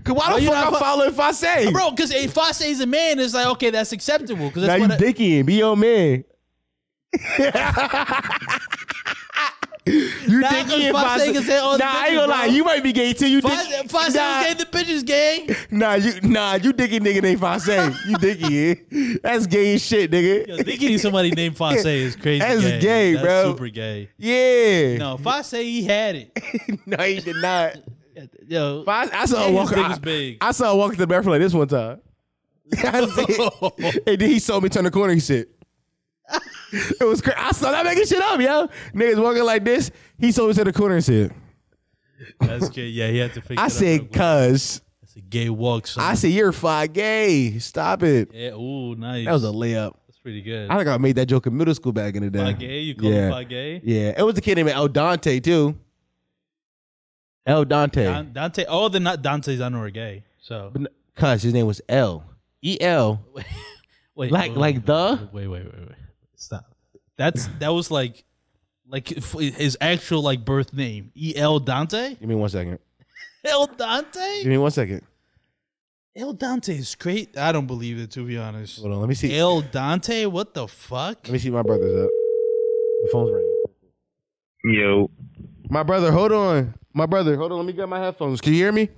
[SPEAKER 1] Cause why the
[SPEAKER 2] you
[SPEAKER 1] fuck
[SPEAKER 2] not
[SPEAKER 1] I'm
[SPEAKER 2] fo-
[SPEAKER 1] following if I say?
[SPEAKER 2] Bro, because if Fosse is a man, it's like okay, that's acceptable. Because
[SPEAKER 1] now
[SPEAKER 2] that's
[SPEAKER 1] you
[SPEAKER 2] what I-
[SPEAKER 1] dicking. Be your man. you
[SPEAKER 2] Nah,
[SPEAKER 1] dicking
[SPEAKER 2] 'cause
[SPEAKER 1] if I
[SPEAKER 2] Fosse
[SPEAKER 1] say.
[SPEAKER 2] can say all the
[SPEAKER 1] Nah, I ain't
[SPEAKER 2] bitches,
[SPEAKER 1] gonna
[SPEAKER 2] bro.
[SPEAKER 1] lie. You might be gay too. You
[SPEAKER 2] Fosse,
[SPEAKER 1] dick-
[SPEAKER 2] Fosse
[SPEAKER 1] nah,
[SPEAKER 2] was gay in the bitches gang.
[SPEAKER 1] nah, you nah, you dicky nigga named Fosse. You dicky, yeah. That's gay as shit, nigga.
[SPEAKER 2] Yo, thinking somebody named Fosse is crazy.
[SPEAKER 1] That's gay,
[SPEAKER 2] That's
[SPEAKER 1] bro.
[SPEAKER 2] Super gay.
[SPEAKER 1] Yeah.
[SPEAKER 2] No, Fosse he had it.
[SPEAKER 1] no, he did not.
[SPEAKER 2] Yo,
[SPEAKER 1] Fosse, I saw
[SPEAKER 2] Yeah,
[SPEAKER 1] him
[SPEAKER 2] his
[SPEAKER 1] walk.
[SPEAKER 2] dick
[SPEAKER 1] I,
[SPEAKER 2] was big.
[SPEAKER 1] I saw him walk to the bathroom like this one time. I said- and then he saw me turn the corner. He said, "It was crazy." I saw that making shit up, yo. Niggas walking like this. He saw me turn the corner and said,
[SPEAKER 2] That's good. Yeah, he had to fix it
[SPEAKER 1] "I
[SPEAKER 2] up real
[SPEAKER 1] said,
[SPEAKER 2] quick.
[SPEAKER 1] cuz."
[SPEAKER 2] It's a gay walk. So.
[SPEAKER 1] I said, "You're five gay. Stop it."
[SPEAKER 2] yeah, ooh, nice.
[SPEAKER 1] That was a layup.
[SPEAKER 2] That's pretty good.
[SPEAKER 1] I think I made that joke in middle school back in the day.
[SPEAKER 2] Fi gay? You call
[SPEAKER 1] yeah.
[SPEAKER 2] him fi gay?
[SPEAKER 1] Yeah, it was the kid named El Dante too. El Dante.
[SPEAKER 2] Dan- Dante. Oh, they're not Dante's. I know are gay. So
[SPEAKER 1] But n- Cuz his name was L. E L.
[SPEAKER 2] wait,
[SPEAKER 1] like-
[SPEAKER 2] wait,
[SPEAKER 1] like
[SPEAKER 2] wait,
[SPEAKER 1] the?
[SPEAKER 2] Wait, wait, wait, wait. Stop. That's that was like, like f- his actual like birth name. E L Dante.
[SPEAKER 1] Give me one second.
[SPEAKER 2] El Dante.
[SPEAKER 1] Give me one second.
[SPEAKER 2] El Dante is great. I don't believe it to be honest.
[SPEAKER 1] Hold on. Let me see.
[SPEAKER 2] El Dante, what the fuck?
[SPEAKER 1] Let me see my brother's up. The phone's ringing.
[SPEAKER 5] Yo,
[SPEAKER 1] My brother, hold on. My brother, hold on. Let me get my headphones. Can you hear me?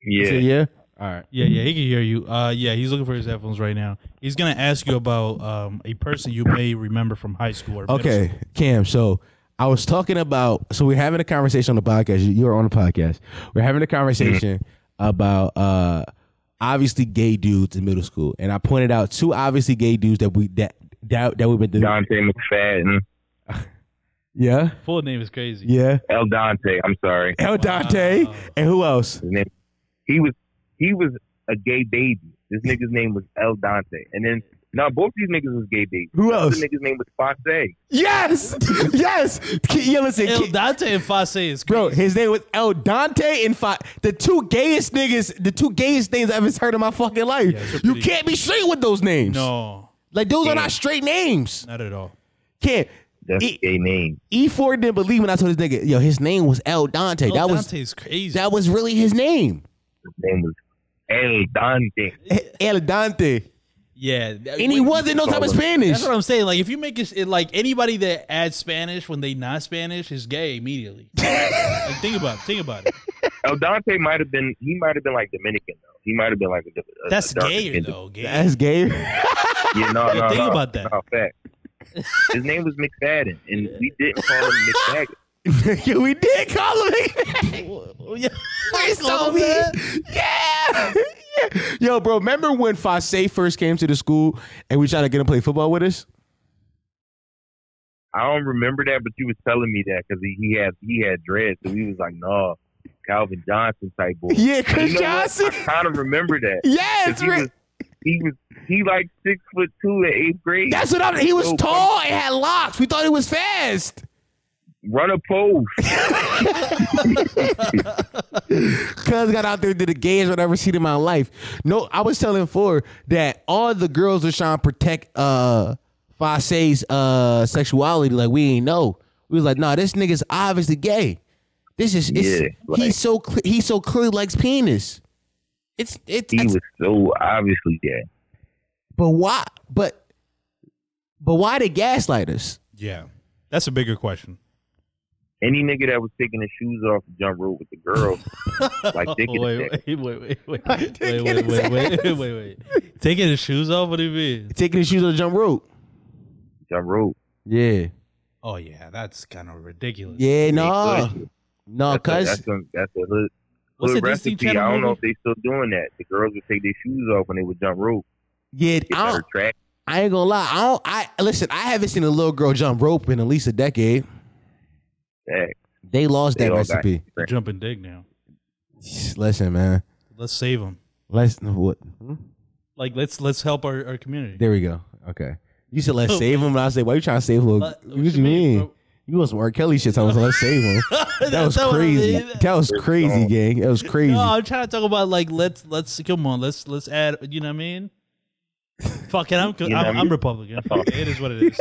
[SPEAKER 1] He
[SPEAKER 5] yeah,
[SPEAKER 1] said, yeah. All right.
[SPEAKER 2] Yeah, yeah, he can hear you. Uh, yeah, he's looking for his headphones right now. He's gonna ask you about um a person you may remember from high school or middle
[SPEAKER 1] Okay, Cam. So I was talking about. So we're having a conversation on the podcast. You- You are on the podcast. We're having a conversation
[SPEAKER 5] Mm-hmm.
[SPEAKER 1] about uh obviously gay dudes in middle school, and I pointed out two obviously gay dudes that we that that, that we've been doing.
[SPEAKER 5] Dante McFadden,
[SPEAKER 1] Yeah,
[SPEAKER 2] school. Full name is crazy.
[SPEAKER 1] yeah.
[SPEAKER 5] El Dante. I'm sorry,
[SPEAKER 1] El Dante and who else?
[SPEAKER 5] his name. He was he was a gay baby. This nigga's name was El Dante, and then now both these niggas was gay babies.
[SPEAKER 1] Who else?
[SPEAKER 5] The nigga's name was Fonse.
[SPEAKER 1] Yes, yes. Ki- Yeah, listen,
[SPEAKER 2] El
[SPEAKER 1] Ki-
[SPEAKER 2] Dante and Fosse is crazy.
[SPEAKER 1] Bro, his name was El Dante and Fi- the two gayest niggas, the two gayest names I've ever heard in my fucking life.
[SPEAKER 2] Yeah, they're
[SPEAKER 1] you
[SPEAKER 2] pretty-
[SPEAKER 1] can't be straight with those names.
[SPEAKER 2] no,
[SPEAKER 1] Like those are not straight names.
[SPEAKER 2] not at all.
[SPEAKER 1] Can't.
[SPEAKER 5] That's
[SPEAKER 1] E-
[SPEAKER 5] a gay name.
[SPEAKER 1] E4 didn't believe when I told this nigga, yo, his name was El Dante.
[SPEAKER 2] El
[SPEAKER 1] that was
[SPEAKER 2] Dante is crazy.
[SPEAKER 1] that was really his name.
[SPEAKER 5] His name was El Dante.
[SPEAKER 1] El Dante.
[SPEAKER 2] yeah, that-
[SPEAKER 1] And he
[SPEAKER 2] wait,
[SPEAKER 1] wasn't no type of Spanish.
[SPEAKER 2] That's what I'm saying. Like, if you make it, it like anybody that adds Spanish when they not Spanish is gay immediately. like, think about, it, think about it.
[SPEAKER 5] El Oh, Dante might have been he might have been like Dominican though. He might have been like a, a
[SPEAKER 2] That's
[SPEAKER 5] a dark
[SPEAKER 2] gayer
[SPEAKER 5] skin.
[SPEAKER 2] though. Gay.
[SPEAKER 1] That's gay.
[SPEAKER 5] Yeah, no, no,
[SPEAKER 2] Think
[SPEAKER 5] no,
[SPEAKER 2] about that.
[SPEAKER 5] no, fact. His name was McFadden, and we didn't call him McFadden.
[SPEAKER 1] Nigga, we did call him.
[SPEAKER 2] yeah.
[SPEAKER 1] It's
[SPEAKER 2] Call
[SPEAKER 1] so
[SPEAKER 2] him
[SPEAKER 1] me.
[SPEAKER 2] that?
[SPEAKER 1] Yeah. yeah. Yo, bro, remember when Fosse first came to the school and we tried to get him to play football with us?
[SPEAKER 5] I don't remember that, but you was telling me that because he, he had he had dreads, so we was like, no, Calvin Johnson type boy.
[SPEAKER 1] Yeah, Chris
[SPEAKER 5] You know what?
[SPEAKER 1] Johnson.
[SPEAKER 5] I kind of remember that.
[SPEAKER 1] Yes,
[SPEAKER 5] 'Cause he
[SPEAKER 1] Rick.
[SPEAKER 5] was he was he like six foot two in eighth grade.
[SPEAKER 1] That's what I'm. He was
[SPEAKER 5] So-
[SPEAKER 1] tall and had locks. We thought he was fast.
[SPEAKER 5] Run a pole.
[SPEAKER 1] Cuz got out there and did the gayest I've ever seen in my life. No, I was telling Ford that all the girls were trying to protect uh Fosse's uh sexuality. Like we ain't know. We was like, nah, this nigga's obviously gay. This is it's,
[SPEAKER 5] Yeah, like-
[SPEAKER 1] he's so cle he so clearly likes penis. It's it's,
[SPEAKER 5] He
[SPEAKER 1] it's
[SPEAKER 5] was so obviously gay.
[SPEAKER 1] but why but but why they gaslight us?
[SPEAKER 2] yeah, that's a bigger question.
[SPEAKER 5] Any nigga that was taking his shoes off to jump rope with the girl, like dick in the
[SPEAKER 2] wait,
[SPEAKER 5] dick.
[SPEAKER 2] wait, wait, wait, wait, wait,
[SPEAKER 1] Taking
[SPEAKER 2] wait,
[SPEAKER 1] his
[SPEAKER 2] wait, wait, wait, wait, wait. Taking his shoes off? What do you mean?
[SPEAKER 1] Taking his shoes on the jump rope.
[SPEAKER 5] jump rope.
[SPEAKER 1] Yeah.
[SPEAKER 2] Oh yeah, that's kind of ridiculous.
[SPEAKER 1] Yeah, no.
[SPEAKER 5] good.
[SPEAKER 1] No,
[SPEAKER 5] that's, a,
[SPEAKER 1] cuz
[SPEAKER 5] that's, a, that's a hood,
[SPEAKER 2] What's
[SPEAKER 5] hood
[SPEAKER 2] the Disney
[SPEAKER 5] recipe. I
[SPEAKER 2] Channel
[SPEAKER 5] don't know if
[SPEAKER 2] movie?
[SPEAKER 5] they still doing that. The girls would take their shoes off when they would jump rope.
[SPEAKER 1] yeah,
[SPEAKER 5] Get
[SPEAKER 1] I don't,
[SPEAKER 5] better track.
[SPEAKER 1] I ain't gonna lie. I don't. I listen. I haven't seen a little girl jump rope in at least a decade.
[SPEAKER 5] Hey,
[SPEAKER 1] They lost
[SPEAKER 5] They
[SPEAKER 1] that
[SPEAKER 5] all got-
[SPEAKER 1] recipe.
[SPEAKER 2] Jump and dig now.
[SPEAKER 1] Listen, man.
[SPEAKER 2] Let's save him.
[SPEAKER 1] Let's what? hmm?
[SPEAKER 2] Like let's let's help our, our community.
[SPEAKER 1] There we go. Okay. You said let's save him, and I say, why you trying to save him?
[SPEAKER 2] What-
[SPEAKER 1] What,
[SPEAKER 2] what
[SPEAKER 1] you
[SPEAKER 2] you mean,
[SPEAKER 1] mean?
[SPEAKER 2] bro?
[SPEAKER 1] You want some R. Kelly shit? So I was like, let's save him. That was
[SPEAKER 2] That's not what I
[SPEAKER 1] crazy.
[SPEAKER 2] mean.
[SPEAKER 1] That was crazy, gang. That was crazy.
[SPEAKER 2] No, I'm trying to talk about like let's let's come on let's let's add you know what I mean. Fuck it, I'm
[SPEAKER 5] You know what I
[SPEAKER 2] I'm,
[SPEAKER 5] mean?
[SPEAKER 2] I'm Republican. Fuck it, it is what it is.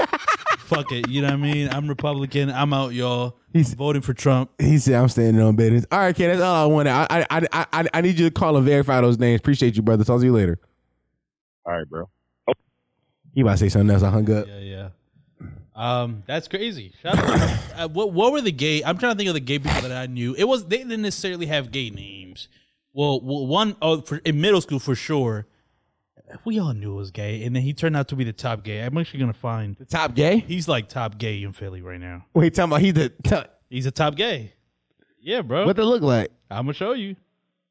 [SPEAKER 2] Fuck it, you know what I mean. I'm Republican. I'm out, y'all.
[SPEAKER 1] He's-
[SPEAKER 2] I'm voting for Trump.
[SPEAKER 1] He said, "I'm standing on business." All right, kid. That's all I wanted. I I I I- I, I need you to call and verify those names. Appreciate you, brother. Talk to you later.
[SPEAKER 5] All right, bro.
[SPEAKER 1] He about to say something else. I hung up.
[SPEAKER 2] Yeah, yeah. Um, that's crazy. Shout out to- uh, what what were the gay? I'm trying to think of the gay people that I knew. It was they didn't necessarily have gay names. Well, well one oh, for, in middle school for sure, we all knew it was gay, and then he turned out to be the top gay. I'm actually gonna find
[SPEAKER 1] Top gay.
[SPEAKER 2] he's like top gay in Philly right now.
[SPEAKER 1] Wait, talking about he the t-
[SPEAKER 2] He's a top gay. Yeah, bro.
[SPEAKER 1] what they look like?
[SPEAKER 2] I'm gonna show you.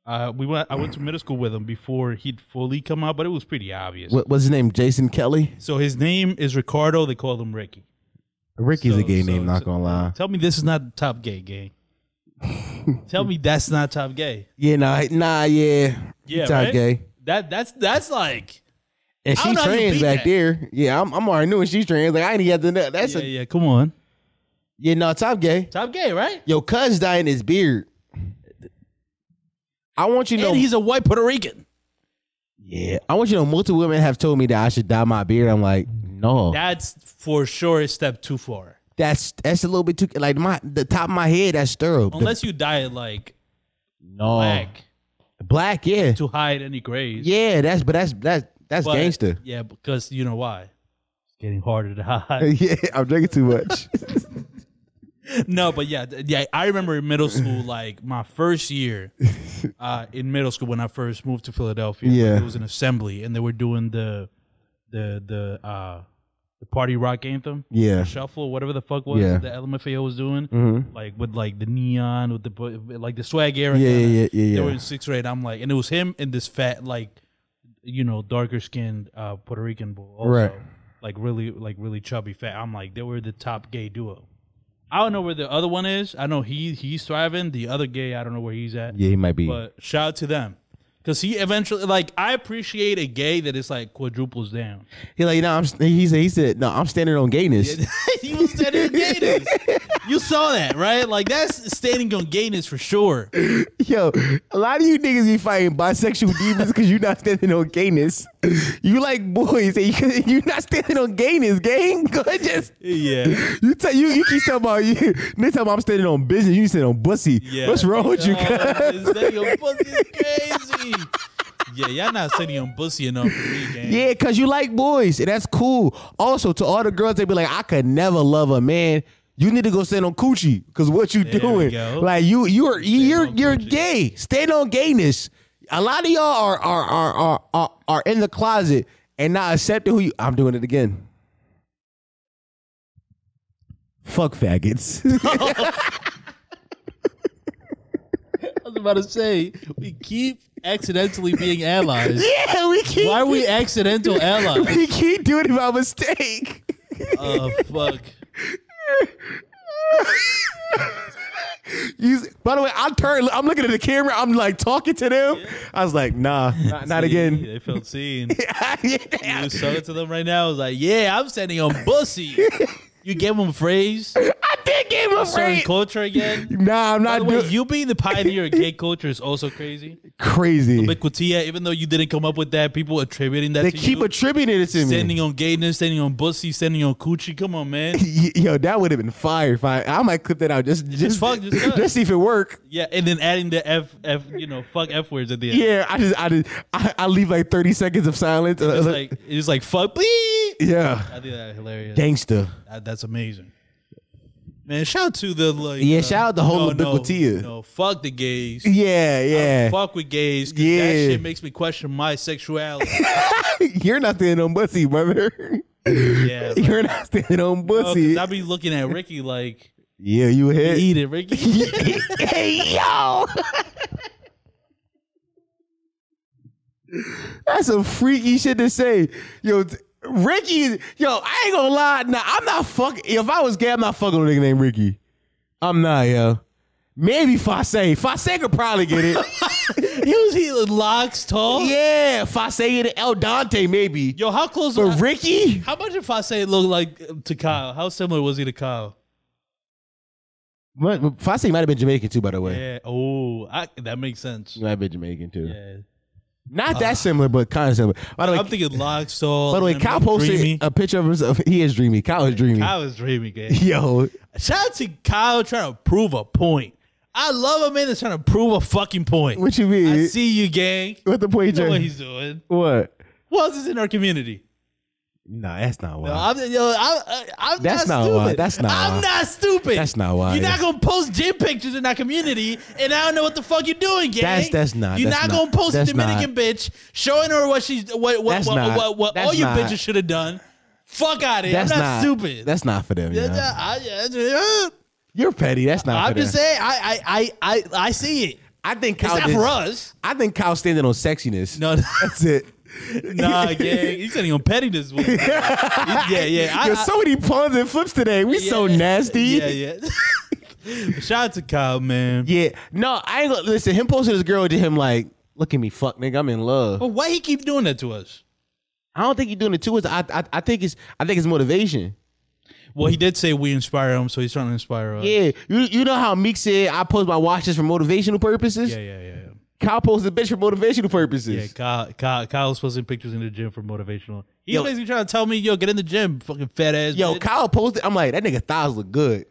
[SPEAKER 2] Uh, we went. I went to middle school with him before he'd fully come out, but it was pretty obvious.
[SPEAKER 1] What, what's his name? Jason Kelly.
[SPEAKER 2] So his name is Ricardo. They call him Ricky.
[SPEAKER 1] Ricky's a
[SPEAKER 2] So-
[SPEAKER 1] gay
[SPEAKER 2] so-
[SPEAKER 1] name. Not
[SPEAKER 2] so-
[SPEAKER 1] gonna lie.
[SPEAKER 2] Tell me this is not top gay gang. Tell me that's not top gay.
[SPEAKER 1] Yeah, nah, nah, yeah.
[SPEAKER 2] Yeah,
[SPEAKER 1] top
[SPEAKER 2] right?
[SPEAKER 1] gay.
[SPEAKER 2] That that's that's like
[SPEAKER 1] And
[SPEAKER 2] I
[SPEAKER 1] she
[SPEAKER 2] don't know how you
[SPEAKER 1] trans
[SPEAKER 2] beat
[SPEAKER 1] back
[SPEAKER 2] that.
[SPEAKER 1] there. Yeah, I'm, I'm already knowing she's trans. Like I ain't even that. That's
[SPEAKER 2] yeah,
[SPEAKER 1] a
[SPEAKER 2] yeah. Come on,
[SPEAKER 1] yeah, no top gay.
[SPEAKER 2] top gay, right?
[SPEAKER 1] Yo, cuz dyeing his beard. I want you to know.
[SPEAKER 2] and he's a white Puerto Rican.
[SPEAKER 1] yeah, I want you to know. Multiple women have told me that I should dye my beard. I'm like, no,
[SPEAKER 2] That's for sure a step too far.
[SPEAKER 1] that's that's a little bit too like my the top of my head. That's thorough. The-
[SPEAKER 2] Unless you dye it like
[SPEAKER 1] no
[SPEAKER 2] black
[SPEAKER 1] black, yeah,
[SPEAKER 2] to hide any grays.
[SPEAKER 1] Oh. yeah. That's but that's that's that's
[SPEAKER 2] But-
[SPEAKER 1] gangster.
[SPEAKER 2] Yeah, because you know why? It's getting harder to hide.
[SPEAKER 1] yeah, I'm drinking too much.
[SPEAKER 2] no, but yeah, th- yeah. I remember in middle school, like my first year uh, in middle school when I first moved to Philadelphia. like,
[SPEAKER 1] Yeah.
[SPEAKER 2] it was an assembly, and they were doing the the the uh, the party rock anthem,
[SPEAKER 1] yeah.
[SPEAKER 2] shuffle, whatever the fuck was
[SPEAKER 1] Yeah.
[SPEAKER 2] the LMFAO was doing,
[SPEAKER 1] hmm
[SPEAKER 2] like with like the neon with the bu- like the swag era.
[SPEAKER 1] Yeah, yeah,
[SPEAKER 2] kinda.
[SPEAKER 1] yeah, yeah,
[SPEAKER 2] They
[SPEAKER 1] yeah.
[SPEAKER 2] were in sixth grade. I'm like, and it was him and this fat like you know darker skinned uh, Puerto Rican boy, also.
[SPEAKER 1] Right.
[SPEAKER 2] Like really, like really chubby fat. I'm like, they were the top gay duo. I don't know where the other one is. I know he he's thriving. The other gay, I don't know where he's at.
[SPEAKER 1] Yeah, he might be.
[SPEAKER 2] But shout out to them. Cause he eventually like I appreciate a gay that is like quadruples down.
[SPEAKER 1] He like, no, I'm. He said, he said, no, I'm standing on gayness.
[SPEAKER 2] he was standing on gayness. You saw that, right? Like that's standing on gayness for sure.
[SPEAKER 1] Yo, a lot of you niggas be fighting bisexual demons because you're not standing on gayness. You like boys, and you, you're not standing on gayness, gang. Go ahead, just
[SPEAKER 2] Yeah.
[SPEAKER 1] you tell you you keep talking about you. Next time I'm standing on business, you standing on bussy.
[SPEAKER 2] Yeah.
[SPEAKER 1] What's wrong with you?
[SPEAKER 2] Oh,
[SPEAKER 1] cuz?
[SPEAKER 2] this thing on pussy is crazy. yeah, y'all not sitting on pussy enough for me, gang.
[SPEAKER 1] Yeah, cause you like boys, and that's cool. Also, to all the girls, they be like, I could never love a man. You need to go stand on coochie, cause what you
[SPEAKER 2] we
[SPEAKER 1] doing?
[SPEAKER 2] go.
[SPEAKER 1] Like you, you are you're
[SPEAKER 2] on
[SPEAKER 1] you're
[SPEAKER 2] coochie.
[SPEAKER 1] gay. Stand on gayness. A lot of y'all are are are are are, are in the closet and not accepting who you. I'm doing it again. Fuck faggots.
[SPEAKER 2] I was about to say we keep accidentally being allies.
[SPEAKER 1] yeah, we keep
[SPEAKER 2] Why are we accidental allies?
[SPEAKER 1] we keep doing it by mistake.
[SPEAKER 2] Oh fuck.
[SPEAKER 1] You, by the way, I turn. I'm looking at the camera. I'm like talking to them. I was like, nah, not, not
[SPEAKER 2] See,
[SPEAKER 1] again.
[SPEAKER 2] They felt seen.
[SPEAKER 1] Yeah.
[SPEAKER 2] You was selling to them right now. I was like, yeah, I'm standing on bussy. You gave them a phrase.
[SPEAKER 1] I did give him a
[SPEAKER 2] Starting
[SPEAKER 1] break.
[SPEAKER 2] culture again.
[SPEAKER 1] Nah, I'm
[SPEAKER 2] By the
[SPEAKER 1] not
[SPEAKER 2] way,
[SPEAKER 1] doing
[SPEAKER 2] you being the pioneer of gay culture is also crazy.
[SPEAKER 1] crazy.
[SPEAKER 2] But Quatia, even though you didn't come up with that, people attributing that
[SPEAKER 1] They
[SPEAKER 2] to
[SPEAKER 1] keep
[SPEAKER 2] you.
[SPEAKER 1] attributing it to me.
[SPEAKER 2] Standing on gayness, standing on bussy, standing on coochie. Come on, man.
[SPEAKER 1] Y- Yo, that would have been fire. Fire. I might clip that out just just
[SPEAKER 2] fuck, just cut.
[SPEAKER 1] just see if it work.
[SPEAKER 2] Yeah, and then adding the f f you know fuck f words at the end.
[SPEAKER 1] Yeah, I just I just I, I leave like 30 seconds of silence. Uh,
[SPEAKER 2] it's
[SPEAKER 1] like-
[SPEAKER 2] like it's like fuck. Beep.
[SPEAKER 1] yeah,
[SPEAKER 2] I think that's hilarious.
[SPEAKER 1] gangster.
[SPEAKER 2] That, that's amazing. Man, shout out to the like. uh,
[SPEAKER 1] Yeah, shout out the whole
[SPEAKER 2] no,
[SPEAKER 1] Ubiquitia.
[SPEAKER 2] no, no, fuck the gays.
[SPEAKER 1] Yeah,
[SPEAKER 2] I
[SPEAKER 1] yeah.
[SPEAKER 2] fuck with gays. 'cause
[SPEAKER 1] Yeah.
[SPEAKER 2] that shit makes me question my sexuality.
[SPEAKER 1] You're not standing on bussy, brother.
[SPEAKER 2] yeah, like,
[SPEAKER 1] You're not standing on
[SPEAKER 2] oh,
[SPEAKER 1] bussy.
[SPEAKER 2] 'cause I be looking at Ricky like
[SPEAKER 1] yeah, you hit.
[SPEAKER 2] eat it, Ricky.
[SPEAKER 1] hey yo that's some freaky shit to say yo t- ricky is- yo i ain't gonna lie nah i'm not fucking if i was gay i'm not fucking with a nigga named ricky i'm not yo Maybe Fosse. Fosse could probably get it.
[SPEAKER 2] He was he was locks tall.
[SPEAKER 1] yeah, Fosse and El Dante maybe.
[SPEAKER 2] Oh. Yo, how close?
[SPEAKER 1] But Ricky,
[SPEAKER 2] how much did Fosse look like to Kyle? How similar was he to Kyle?
[SPEAKER 1] What- Fosse might have been Jamaican too, by the way.
[SPEAKER 2] Yeah. Oh, I, that makes sense.
[SPEAKER 1] He might have been Jamaican too.
[SPEAKER 2] Yeah. Ah.
[SPEAKER 1] Not that similar, but kind of similar. By the way,
[SPEAKER 2] I'm thinking locks tall.
[SPEAKER 1] by the way,
[SPEAKER 2] and
[SPEAKER 1] Kyle posted Um,
[SPEAKER 2] dreamy.
[SPEAKER 1] a picture of himself. He is dreamy. Kyle is dreamy.
[SPEAKER 2] Kyle is dreamy, gang.
[SPEAKER 1] Yo,
[SPEAKER 2] Shout out to Kyle trying to prove a point. I love a man that's trying to prove a fucking point.
[SPEAKER 1] what you
[SPEAKER 2] I
[SPEAKER 1] mean?
[SPEAKER 2] see you, gang.
[SPEAKER 1] What the point,
[SPEAKER 2] You know what
[SPEAKER 1] Jay?
[SPEAKER 2] he's doing.
[SPEAKER 1] What?
[SPEAKER 2] Who else is in our community?
[SPEAKER 1] No, that's not why.
[SPEAKER 2] No, I'm, yo, I'm, I- I'm
[SPEAKER 1] That's
[SPEAKER 2] not
[SPEAKER 1] not
[SPEAKER 2] stupid.
[SPEAKER 1] why. That's not
[SPEAKER 2] I'm
[SPEAKER 1] why.
[SPEAKER 2] not stupid.
[SPEAKER 1] That's not why.
[SPEAKER 2] You're not gonna post gym pictures in our community, and I don't know what the fuck you're doing, gang.
[SPEAKER 1] That's- that's not-
[SPEAKER 2] You're
[SPEAKER 1] that's
[SPEAKER 2] not,
[SPEAKER 1] not-
[SPEAKER 2] gonna post a
[SPEAKER 1] that's
[SPEAKER 2] Dominican bitch showing her what she's what what
[SPEAKER 1] That's
[SPEAKER 2] what,
[SPEAKER 1] not-
[SPEAKER 2] what, what,
[SPEAKER 1] that's
[SPEAKER 2] all you
[SPEAKER 1] not-
[SPEAKER 2] bitches should have done. Fuck out of here. I'm
[SPEAKER 1] that's
[SPEAKER 2] not, stupid.
[SPEAKER 1] That's not for them.
[SPEAKER 2] Yeah,
[SPEAKER 1] yo.
[SPEAKER 2] I, I-
[SPEAKER 1] You're petty. That's not.
[SPEAKER 2] I'm
[SPEAKER 1] for them.
[SPEAKER 2] just saying. I I I I, I see it.
[SPEAKER 1] I think
[SPEAKER 2] It's
[SPEAKER 1] Kyle.
[SPEAKER 2] not
[SPEAKER 1] did-
[SPEAKER 2] for us.
[SPEAKER 1] I think Kyle's standing on sexiness.
[SPEAKER 2] No,
[SPEAKER 1] that's it.
[SPEAKER 2] nah, gang. He's sitting on pettiness. With me. yeah, yeah. I-
[SPEAKER 1] There's
[SPEAKER 2] I-
[SPEAKER 1] so many puns and flips today. We so
[SPEAKER 2] Yeah.
[SPEAKER 1] nasty.
[SPEAKER 2] Yeah, yeah. Shout out to Kyle, man.
[SPEAKER 1] Yeah. No, I ain't gonna listen. Him posting this girl to him like, look at me, fuck nigga, I'm in love.
[SPEAKER 2] But why he keep doing that to us?
[SPEAKER 1] I don't think he's doing it to us. I, I I think it's I think it's motivation.
[SPEAKER 2] Well, he did say we inspire him, so he's trying to inspire us.
[SPEAKER 1] Yeah. You you know how Meek said I post my watches for motivational purposes?
[SPEAKER 2] yeah, yeah, yeah.
[SPEAKER 1] Kyle posts the bitch for motivational
[SPEAKER 2] Yeah, yeah
[SPEAKER 1] purposes.
[SPEAKER 2] Kyle, Kyle, Kyle's posting pictures in the gym for motivational. He's
[SPEAKER 1] Yo.
[SPEAKER 2] basically trying to tell me, yo, get in the gym, fucking fat ass.
[SPEAKER 1] Yo, Kyle posted I'm like, that nigga thighs look good.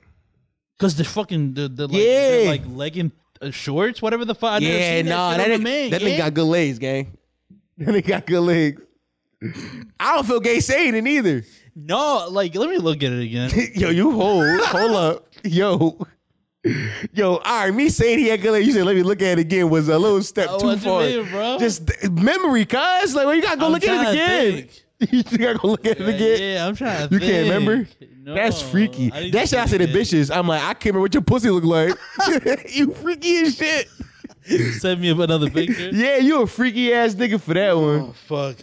[SPEAKER 2] because the fucking the, the like,
[SPEAKER 1] Yeah.
[SPEAKER 2] the, like legging uh, shorts, whatever the fuck. I never
[SPEAKER 1] yeah,
[SPEAKER 2] seen
[SPEAKER 1] nah,
[SPEAKER 2] that,
[SPEAKER 1] that,
[SPEAKER 2] shit
[SPEAKER 1] nigga-
[SPEAKER 2] on the man.
[SPEAKER 1] that
[SPEAKER 2] yeah.
[SPEAKER 1] nigga got good legs, gang. That nigga got good legs. I don't feel gay saying it either.
[SPEAKER 2] no, like let me look at it again.
[SPEAKER 1] Yo, you hold, hold up, yo, yo. All right, me saying he had good legs. You said let me look at it again was a little step
[SPEAKER 2] Oh,
[SPEAKER 1] too
[SPEAKER 2] what you
[SPEAKER 1] far.
[SPEAKER 2] mean, bro?
[SPEAKER 1] Just th- memory, cuz like well, you gotta go
[SPEAKER 2] I'm
[SPEAKER 1] look at
[SPEAKER 2] trying
[SPEAKER 1] it
[SPEAKER 2] to
[SPEAKER 1] again. you gotta go look at it
[SPEAKER 2] Yeah,
[SPEAKER 1] again.
[SPEAKER 2] yeah, I'm trying. to
[SPEAKER 1] You can't
[SPEAKER 2] think.
[SPEAKER 1] remember?
[SPEAKER 2] No,
[SPEAKER 1] That's freaky.
[SPEAKER 2] Oh, I need
[SPEAKER 1] That
[SPEAKER 2] to
[SPEAKER 1] shit I
[SPEAKER 2] see
[SPEAKER 1] said to
[SPEAKER 2] it again.
[SPEAKER 1] bitches. I'm like, I can't remember what your pussy look like. you freaky as shit.
[SPEAKER 2] Send me another picture.
[SPEAKER 1] Yeah, you a freaky ass nigga for that one.
[SPEAKER 2] Oh, fuck.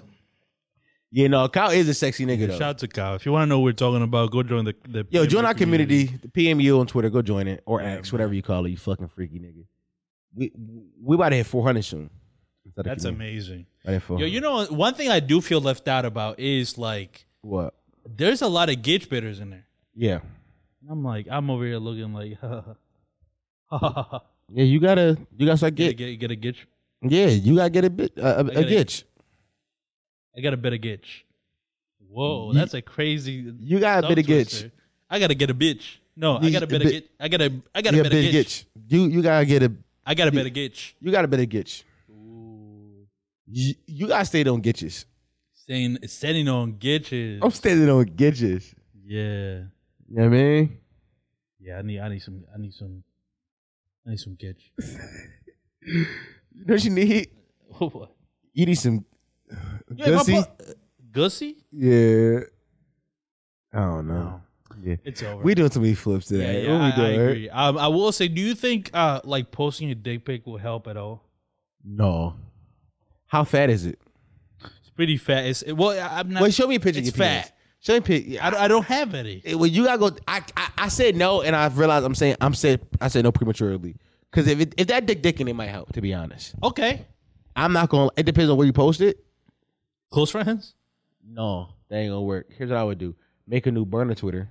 [SPEAKER 1] Yeah, no, Kyle is a sexy nigga though.
[SPEAKER 2] Shout out to Kyle. If you want to know what we're talking about, go join the, the
[SPEAKER 1] Yo, join our community, the PMU on Twitter. Go join it or X, whatever you call it. You fucking freaky nigga. We we about to hit 400 soon.
[SPEAKER 2] That's amazing.
[SPEAKER 1] amazing.
[SPEAKER 2] Yo, you know one thing I do feel left out about is like
[SPEAKER 1] what?
[SPEAKER 2] there's a lot of gitch bitters in there.
[SPEAKER 1] Yeah,
[SPEAKER 2] I'm like I'm over here looking like
[SPEAKER 1] yeah. You gotta you gotta start
[SPEAKER 2] get, a-
[SPEAKER 1] get.
[SPEAKER 2] get get a gitch.
[SPEAKER 1] Yeah, you gotta get a bit a, a,
[SPEAKER 2] gotta-
[SPEAKER 1] a gitch.
[SPEAKER 2] I got a bit of gitch. Whoa,
[SPEAKER 1] Ye-
[SPEAKER 2] that's a crazy.
[SPEAKER 1] You got a
[SPEAKER 2] tongue
[SPEAKER 1] bit of gitch.
[SPEAKER 2] twister. I gotta get a bitch. No, I
[SPEAKER 1] Ye-
[SPEAKER 2] got a
[SPEAKER 1] a
[SPEAKER 2] bit of
[SPEAKER 1] bit-
[SPEAKER 2] gitch. I got a I got
[SPEAKER 1] You
[SPEAKER 2] a bit of gitch.
[SPEAKER 1] You you gotta get a
[SPEAKER 2] I got a bit of gitch.
[SPEAKER 1] you got a bit of gitch. You, you gotta stay on gitches.
[SPEAKER 2] Saying standing on gitches.
[SPEAKER 1] I'm standing on gitches.
[SPEAKER 2] Yeah,
[SPEAKER 1] You know what I mean?
[SPEAKER 2] yeah. I need I need some I need some I need some gitch.
[SPEAKER 1] Don't you need
[SPEAKER 2] what?
[SPEAKER 1] you need some
[SPEAKER 2] Yeah, if I
[SPEAKER 1] Gussie?
[SPEAKER 2] put- Gussie?
[SPEAKER 1] Yeah. I don't know. Yeah.
[SPEAKER 2] It's over.
[SPEAKER 1] We doing too many flips
[SPEAKER 2] yeah,
[SPEAKER 1] today.
[SPEAKER 2] yeah,
[SPEAKER 1] what
[SPEAKER 2] I,
[SPEAKER 1] we
[SPEAKER 2] I
[SPEAKER 1] doing? right?
[SPEAKER 2] agree. Um, I will say, do you think uh, like posting a dick pic will help at all?
[SPEAKER 1] No. How fat is it?
[SPEAKER 2] It's pretty fat. It's it, well, I- I'm not.
[SPEAKER 1] Wait, show me a picture.
[SPEAKER 2] It's
[SPEAKER 1] of your penis.
[SPEAKER 2] fat.
[SPEAKER 1] Show me a picture. Yeah,
[SPEAKER 2] I,
[SPEAKER 1] I,
[SPEAKER 2] don't- I don't have any.
[SPEAKER 1] it- well, you gotta go. I, I I said no, and I realized I'm saying I'm said I said no prematurely because if it, if that dick dicking it might help. To be honest,
[SPEAKER 2] Okay,
[SPEAKER 1] I'm not gonna. It depends on where you post it.
[SPEAKER 2] close friends.
[SPEAKER 1] No, that ain't gonna work. Here's what I would do: make a new burner Twitter,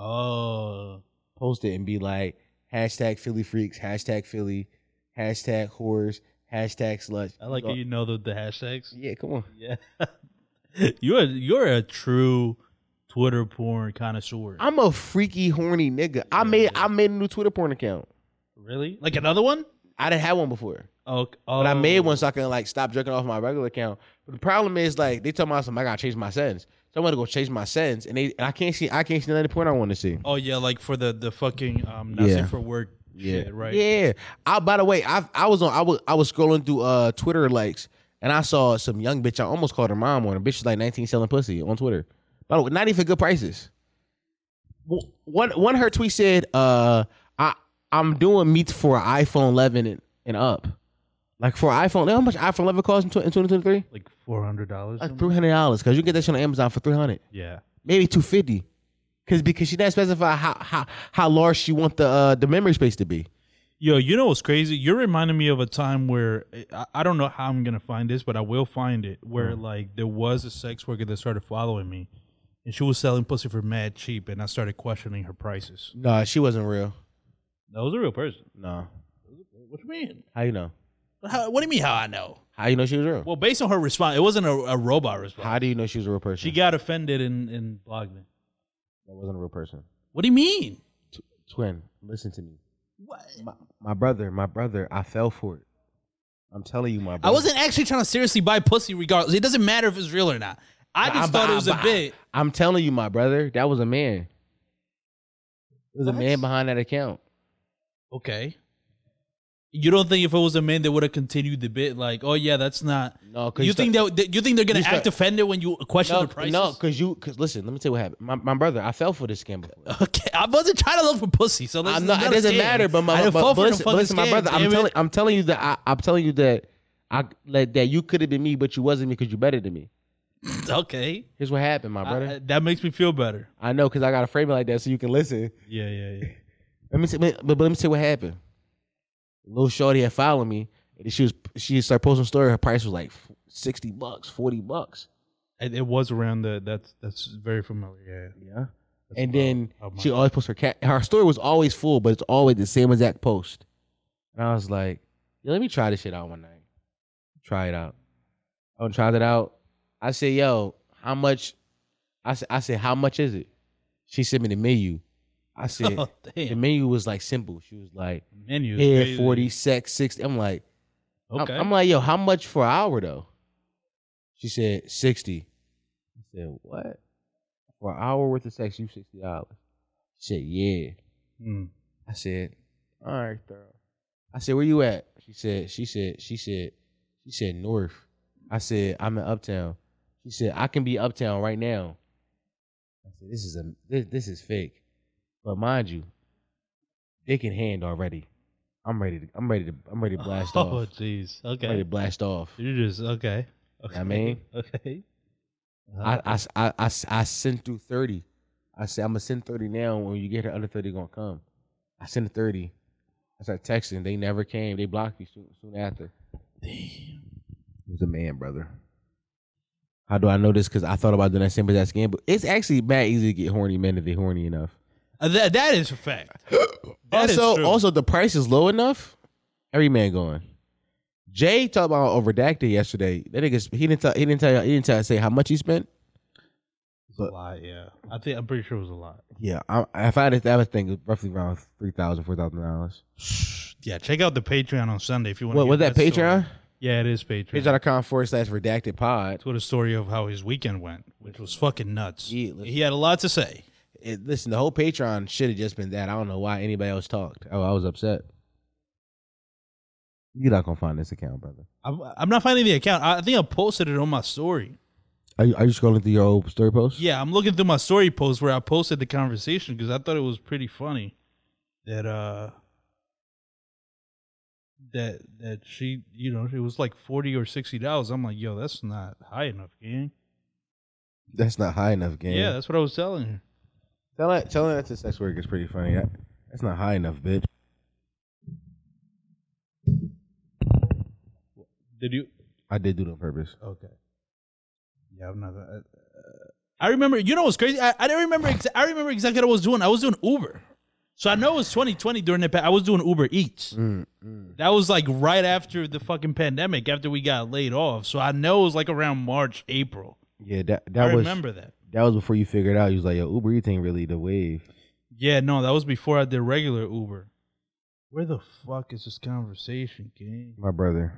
[SPEAKER 2] Oh,
[SPEAKER 1] post it, and be like hashtag Philly freaks, hashtag Philly, hashtag whores, hashtag sluts.
[SPEAKER 2] I like
[SPEAKER 1] Go-
[SPEAKER 2] that you know the, the hashtags.
[SPEAKER 1] Yeah, come on.
[SPEAKER 2] Yeah, you're you're a true Twitter porn connoisseur.
[SPEAKER 1] I'm a freaky horny nigga. I made I made a new Twitter porn account.
[SPEAKER 2] really like another one.
[SPEAKER 1] I didn't have one before.
[SPEAKER 2] Oh, oh.
[SPEAKER 1] But I made one so I can like stop jerking off my regular account. But the problem is like they told me something, I gotta change my settings. So I'm gonna go change my settings and they and I can't see I can't see none of the porn I want to see.
[SPEAKER 2] Oh yeah, like for the the fucking um, not safe
[SPEAKER 1] Yeah.
[SPEAKER 2] for work shit, right?
[SPEAKER 1] Yeah. I by the way, I I was on I was I was scrolling through uh Twitter likes and I saw some young bitch. I almost called her mom on a bitch she's like 19 selling pussy on Twitter. By the way, not even good prices. W- One one of her tweet said, uh I I'm doing meets for iPhone 11 and, and up. Like for iPhone, you know how much iPhone 11 costs in tw- in 2023?
[SPEAKER 2] Like four hundred dollars.
[SPEAKER 1] like three hundred dollars because you can get that shit on Amazon for three hundred,
[SPEAKER 2] Yeah.
[SPEAKER 1] maybe two fifty, because because she didn't specify how how how large she want the uh, the memory space to be.
[SPEAKER 2] Yo, you know what's crazy? You're reminding me of a time where I, I don't know how I'm gonna find this, but I will find it. Where like there was a sex worker that started following me, and she was selling pussy for mad cheap, and I started questioning her prices.
[SPEAKER 1] No, she wasn't real.
[SPEAKER 2] That was a real person.
[SPEAKER 1] No.
[SPEAKER 2] What do you mean?
[SPEAKER 1] How you know?
[SPEAKER 2] How, what do you mean? How I know?
[SPEAKER 1] How you know she was real?
[SPEAKER 2] Well, based on her response, it wasn't a, a robot response.
[SPEAKER 1] How do you know she was a real person?
[SPEAKER 2] She got offended and, and blocked me.
[SPEAKER 1] that wasn't a real person.
[SPEAKER 2] What do you mean?
[SPEAKER 1] Twin, listen to me.
[SPEAKER 2] What?
[SPEAKER 1] My, my brother, my brother, I fell for it. I'm telling you, my brother.
[SPEAKER 2] I wasn't actually trying to seriously buy pussy regardless. It doesn't matter if it's real or not. I just
[SPEAKER 1] I'm-
[SPEAKER 2] thought it was a
[SPEAKER 1] I'm-
[SPEAKER 2] bit.
[SPEAKER 1] I'm telling you, my brother, that was a man. There was a
[SPEAKER 2] What?
[SPEAKER 1] man behind that account.
[SPEAKER 2] Okay. You don't think if it was a man they would have continued the bit like, oh yeah, that's not.
[SPEAKER 1] No, 'cause
[SPEAKER 2] You
[SPEAKER 1] you
[SPEAKER 2] think that that- you think they're gonna
[SPEAKER 1] you start-
[SPEAKER 2] act offended when you question
[SPEAKER 1] No,
[SPEAKER 2] the prices?
[SPEAKER 1] no, because you, because listen, let me tell you what happened. My, my brother, I fell for this scam before.
[SPEAKER 2] Okay, I wasn't trying to look for pussy, so that's
[SPEAKER 1] I'm not, it doesn't matter, but
[SPEAKER 2] I
[SPEAKER 1] my,
[SPEAKER 2] done
[SPEAKER 1] but, but
[SPEAKER 2] fall for the
[SPEAKER 1] listen, but
[SPEAKER 2] fucking
[SPEAKER 1] listen, my
[SPEAKER 2] scam,
[SPEAKER 1] brother, I'm
[SPEAKER 2] damn it.
[SPEAKER 1] telling, I'm telling you that I, I'm telling you that I like, that you could have been me, but you wasn't me because you're better than me.
[SPEAKER 2] Okay,
[SPEAKER 1] Here's what happened, my brother.
[SPEAKER 2] I- that makes me feel better.
[SPEAKER 1] I know because I got to frame it like that so you can listen.
[SPEAKER 2] Yeah, yeah, yeah.
[SPEAKER 1] Let me say, but, but let me say what happened. Little shorty had followed me, and she was she started posting a story. Her price was like sixty bucks, forty bucks.
[SPEAKER 2] It, it was around the that's that's very familiar. Yeah,
[SPEAKER 1] Yeah.
[SPEAKER 2] That's
[SPEAKER 1] And
[SPEAKER 2] about-
[SPEAKER 1] then
[SPEAKER 2] about my-
[SPEAKER 1] she always posts her cat. Her story was always full, but it's always the same exact post. And I was like, "Yo, let me try this shit out one night. Try it out. I tried it out. I said, yo, how much? I said, I said, how much is it? She sent me the menu. I said,
[SPEAKER 2] Oh,
[SPEAKER 1] the
[SPEAKER 2] damn.
[SPEAKER 1] menu was like simple. She was like,
[SPEAKER 2] Menu is
[SPEAKER 1] yeah,
[SPEAKER 2] crazy.
[SPEAKER 1] 40, sex, 60. I'm like, I'm-
[SPEAKER 2] Okay.
[SPEAKER 1] I'm, like, yo, how much for an hour though? She said sixty. I said what? For an hour worth of sex, you sixty dollars. She said yeah.
[SPEAKER 2] Hmm.
[SPEAKER 1] I said, all right, girl. I said, where you at? She said, she said, she said, she said North. I said, I'm in Uptown. She said, I can be Uptown right now. I said, this is a this, this is fake, but mind you, dick in hand already. I'm ready to I'm ready to I'm ready to blast
[SPEAKER 2] oh,
[SPEAKER 1] off.
[SPEAKER 2] jeez.
[SPEAKER 1] I'm ready
[SPEAKER 2] Okay.
[SPEAKER 1] to blast off.
[SPEAKER 2] You just okay. okay.
[SPEAKER 1] I mean-
[SPEAKER 2] okay.
[SPEAKER 1] I, I, I, I, I sent through 30. I said, I'm going to send 30 now. When you get the other 30 going to come. I sent a 30. I started texting. They never came. They blocked me soon, soon after. Damn. It was a man, brother. How do I know this? Because I thought about doing that same exact scam. But it's actually bad easy to get horny men if they're horny enough.
[SPEAKER 2] Uh, that that is a fact. That is
[SPEAKER 1] also,
[SPEAKER 2] true.
[SPEAKER 1] also the price is low enough. Every man going. Jay talked about a redacted yesterday. That nigga, he didn't tell, he didn't tell, he didn't tell, say how much he spent.
[SPEAKER 2] It's a lot, yeah. I think I'm pretty sure it was a lot.
[SPEAKER 1] Yeah, I, if I had to, that was thing roughly around three thousand, four thousand dollars.
[SPEAKER 2] Yeah, check out the Patreon on Sunday if you want.
[SPEAKER 1] What was that Patreon?
[SPEAKER 2] Story. Yeah, it is Patreon.
[SPEAKER 1] Patreon.com forward slash redacted pod.
[SPEAKER 2] It's what a story of how his weekend went, which was fucking nuts.
[SPEAKER 1] Yeah, listen.
[SPEAKER 2] he had a lot to say.
[SPEAKER 1] It, listen, the whole Patreon should have just been that. I don't know why anybody else talked. Oh, I was upset. You're not gonna find this account, brother.
[SPEAKER 2] I'm, I'm not finding the account. I I think I posted it on my story.
[SPEAKER 1] Are you, are you scrolling through your old story post?
[SPEAKER 2] Yeah, I'm looking through my story post where I posted the conversation because I thought it was pretty funny that uh that that she you know it was like forty or sixty dollars. I'm like, yo, that's not high enough, gang.
[SPEAKER 1] that's not high enough, game.
[SPEAKER 2] Yeah, that's what I was telling her.
[SPEAKER 1] Tell that, telling that to sex work is pretty funny. That- that's not high enough, bitch.
[SPEAKER 2] Did you?
[SPEAKER 1] I did do it on purpose.
[SPEAKER 2] Okay. Yeah, I'm not. Uh, I remember. You know what's crazy? I, I didn't remember. Exa- I remember exactly what I was doing. I was doing Uber, so I know it was 2020 during the. Pa- I was doing Uber Eats.
[SPEAKER 1] Mm-hmm.
[SPEAKER 2] That was like right after the fucking pandemic, after we got laid off. So I know it was like around March, April.
[SPEAKER 1] Yeah, that
[SPEAKER 2] I
[SPEAKER 1] that was
[SPEAKER 2] remember that.
[SPEAKER 1] that was before you figured out. You was like, yo, Uber Eats ain't really the wave.
[SPEAKER 2] Yeah, no, that was before I did regular Uber. Where the fuck is this conversation, gang?
[SPEAKER 1] My brother,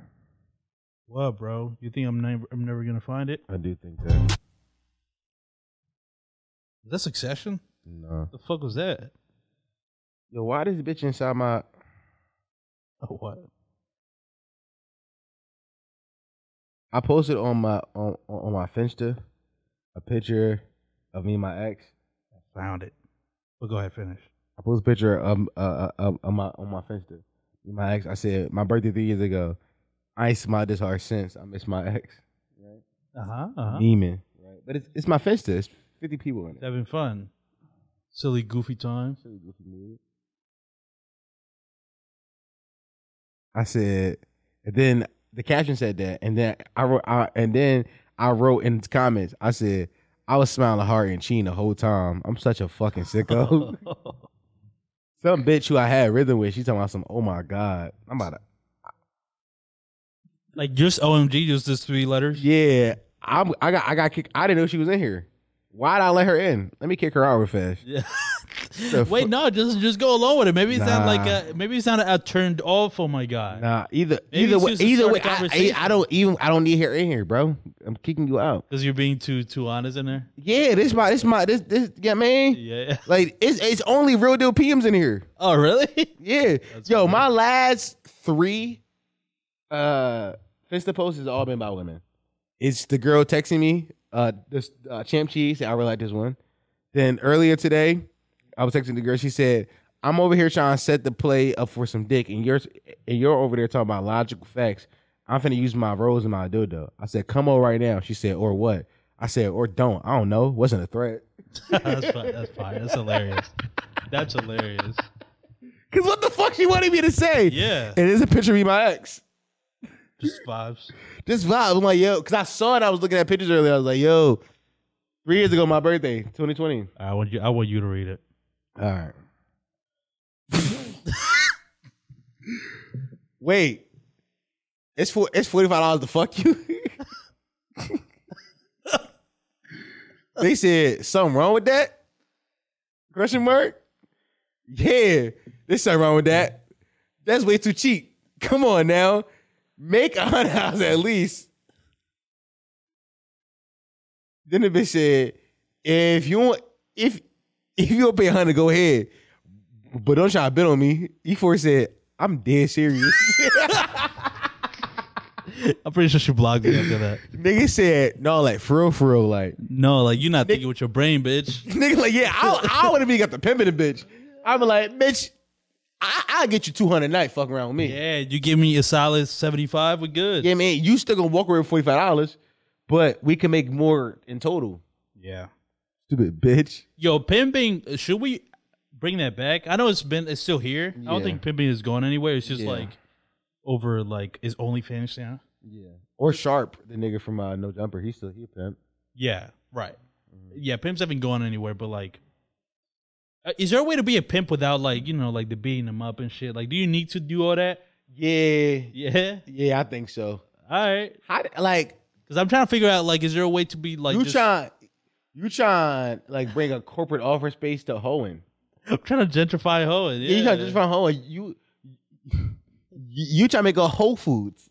[SPEAKER 2] What, bro? You think I'm never, I'm never gonna find it?
[SPEAKER 1] I do think that.
[SPEAKER 2] Is that Succession?
[SPEAKER 1] No.
[SPEAKER 2] The fuck was that?
[SPEAKER 1] Yo, why this bitch inside my?
[SPEAKER 2] Oh, what?
[SPEAKER 1] I posted on my on on my Finsta a picture of me and my ex.
[SPEAKER 2] Found it. But go ahead, finish.
[SPEAKER 1] I posted a picture of uh, uh, of my on my Finsta. Me and My ex. I said my birthday three years ago. I ain't smiled this hard since. I miss my ex.
[SPEAKER 2] Uh huh. Uh huh.
[SPEAKER 1] Demon. Right. But it's it's my Finsta. It's fifty people in it.
[SPEAKER 2] Having fun. Silly, goofy times.
[SPEAKER 1] Really goofy dude. I said, and then the caption said that, and then I wrote, I, and then I wrote in the comments, I said, I was smiling hard and cheating the whole time. I'm such a fucking sicko. some bitch who I had rhythm with, she talking about some. Oh my god, I'm about to.
[SPEAKER 2] like just OMG, just those three letters.
[SPEAKER 1] Yeah, I'm. I got. I got kicked. I didn't know she was in here. Why'd I let her in? Let me kick her out real fast.
[SPEAKER 2] Yeah.
[SPEAKER 1] The
[SPEAKER 2] Wait,
[SPEAKER 1] fu-
[SPEAKER 2] no, just just go along with it. Maybe it sound like
[SPEAKER 1] Nah.
[SPEAKER 2] a, maybe it sounded uh, turned off. Oh my god.
[SPEAKER 1] Nah, either
[SPEAKER 2] Maybe
[SPEAKER 1] either
[SPEAKER 2] it's
[SPEAKER 1] way,
[SPEAKER 2] just to
[SPEAKER 1] either
[SPEAKER 2] start
[SPEAKER 1] way,
[SPEAKER 2] a
[SPEAKER 1] I,
[SPEAKER 2] conversation.
[SPEAKER 1] I, I don't even I don't need her in here, bro. I'm kicking you out.
[SPEAKER 2] Because you're being too too honest in there.
[SPEAKER 1] Yeah, this my this my this this yeah man.
[SPEAKER 2] Yeah.
[SPEAKER 1] Like it's it's only real deal PMs in here.
[SPEAKER 2] Oh really?
[SPEAKER 1] Yeah,
[SPEAKER 2] That's
[SPEAKER 1] yo,
[SPEAKER 2] funny.
[SPEAKER 1] my last three uh Finsta posts has all been about women. It's the girl texting me. Uh, this uh, champ cheese. I really like this one. Then earlier today, I was texting the girl. She said, "I'm over here trying to set the play up for some dick, and you're and you're over there talking about logical facts. I'm finna use my rose and my dildo." I said, "Come over right now." She said, "Or what?" I said, "Or don't." I don't know. Wasn't a threat.
[SPEAKER 2] that's fine. That's fine. That's hilarious. That's hilarious.
[SPEAKER 1] Cause what the fuck she wanted me to say?
[SPEAKER 2] Yeah.
[SPEAKER 1] It is a picture of me, and my ex.
[SPEAKER 2] Just vibes.
[SPEAKER 1] This vibe. I'm like, yo, cause I saw it. I was looking at pictures earlier. I was like, yo, three years ago, my birthday, 2020.
[SPEAKER 2] I want you. I want you to read it.
[SPEAKER 1] All right. Wait, it's for it's forty five dollars to fuck you. they said something wrong with that? Question mark? Yeah, there's something wrong with that. That's way too cheap. Come on now, make a hundred dollars at least. Then the bitch said, if you want, if if you want to pay a hundred, go ahead. But don't try to bet on me. E4 said, I'm dead serious.
[SPEAKER 2] I'm pretty sure she blocked me after that.
[SPEAKER 1] nigga said, no, like for real, for real. Like,
[SPEAKER 2] No, like you're not thinking with your brain, bitch.
[SPEAKER 1] nigga, like, yeah, I, I would have been got the pimp in the bitch. I'm like, bitch, I, I'll get you 200 a night fucking around with me. Yeah,
[SPEAKER 2] Yeah, you give me a solid 75, we're good.
[SPEAKER 1] man, you still gonna walk away with $45, but we can make more in total.
[SPEAKER 2] yeah.
[SPEAKER 1] Stupid bitch.
[SPEAKER 2] Yo, pimping, should we bring that back? I know it's been it's still here. I
[SPEAKER 1] Yeah.
[SPEAKER 2] don't think pimping is going anywhere. It's just
[SPEAKER 1] Yeah.
[SPEAKER 2] like over like is OnlyFans now.
[SPEAKER 1] Yeah. Or Sharp, the nigga from uh, No Jumper. He's still, he a pimp.
[SPEAKER 2] Yeah, right.
[SPEAKER 1] Mm.
[SPEAKER 2] Yeah, pimps haven't gone anywhere, but like uh, is there a way to be a pimp without like, you know, like the beating them up and shit? Like, do you need to do all that?
[SPEAKER 1] Yeah.
[SPEAKER 2] Yeah.
[SPEAKER 1] Yeah, I think so.
[SPEAKER 2] All right.
[SPEAKER 1] How, d- like,
[SPEAKER 2] Cause I'm trying to figure out like, is there a way to be like
[SPEAKER 1] you
[SPEAKER 2] just-
[SPEAKER 1] trying you trying like bring a corporate office space to Hoenn.
[SPEAKER 2] I'm trying to gentrify Ho.
[SPEAKER 1] Yeah. You trying to just from Hoenn. You you trying to make a Whole Foods.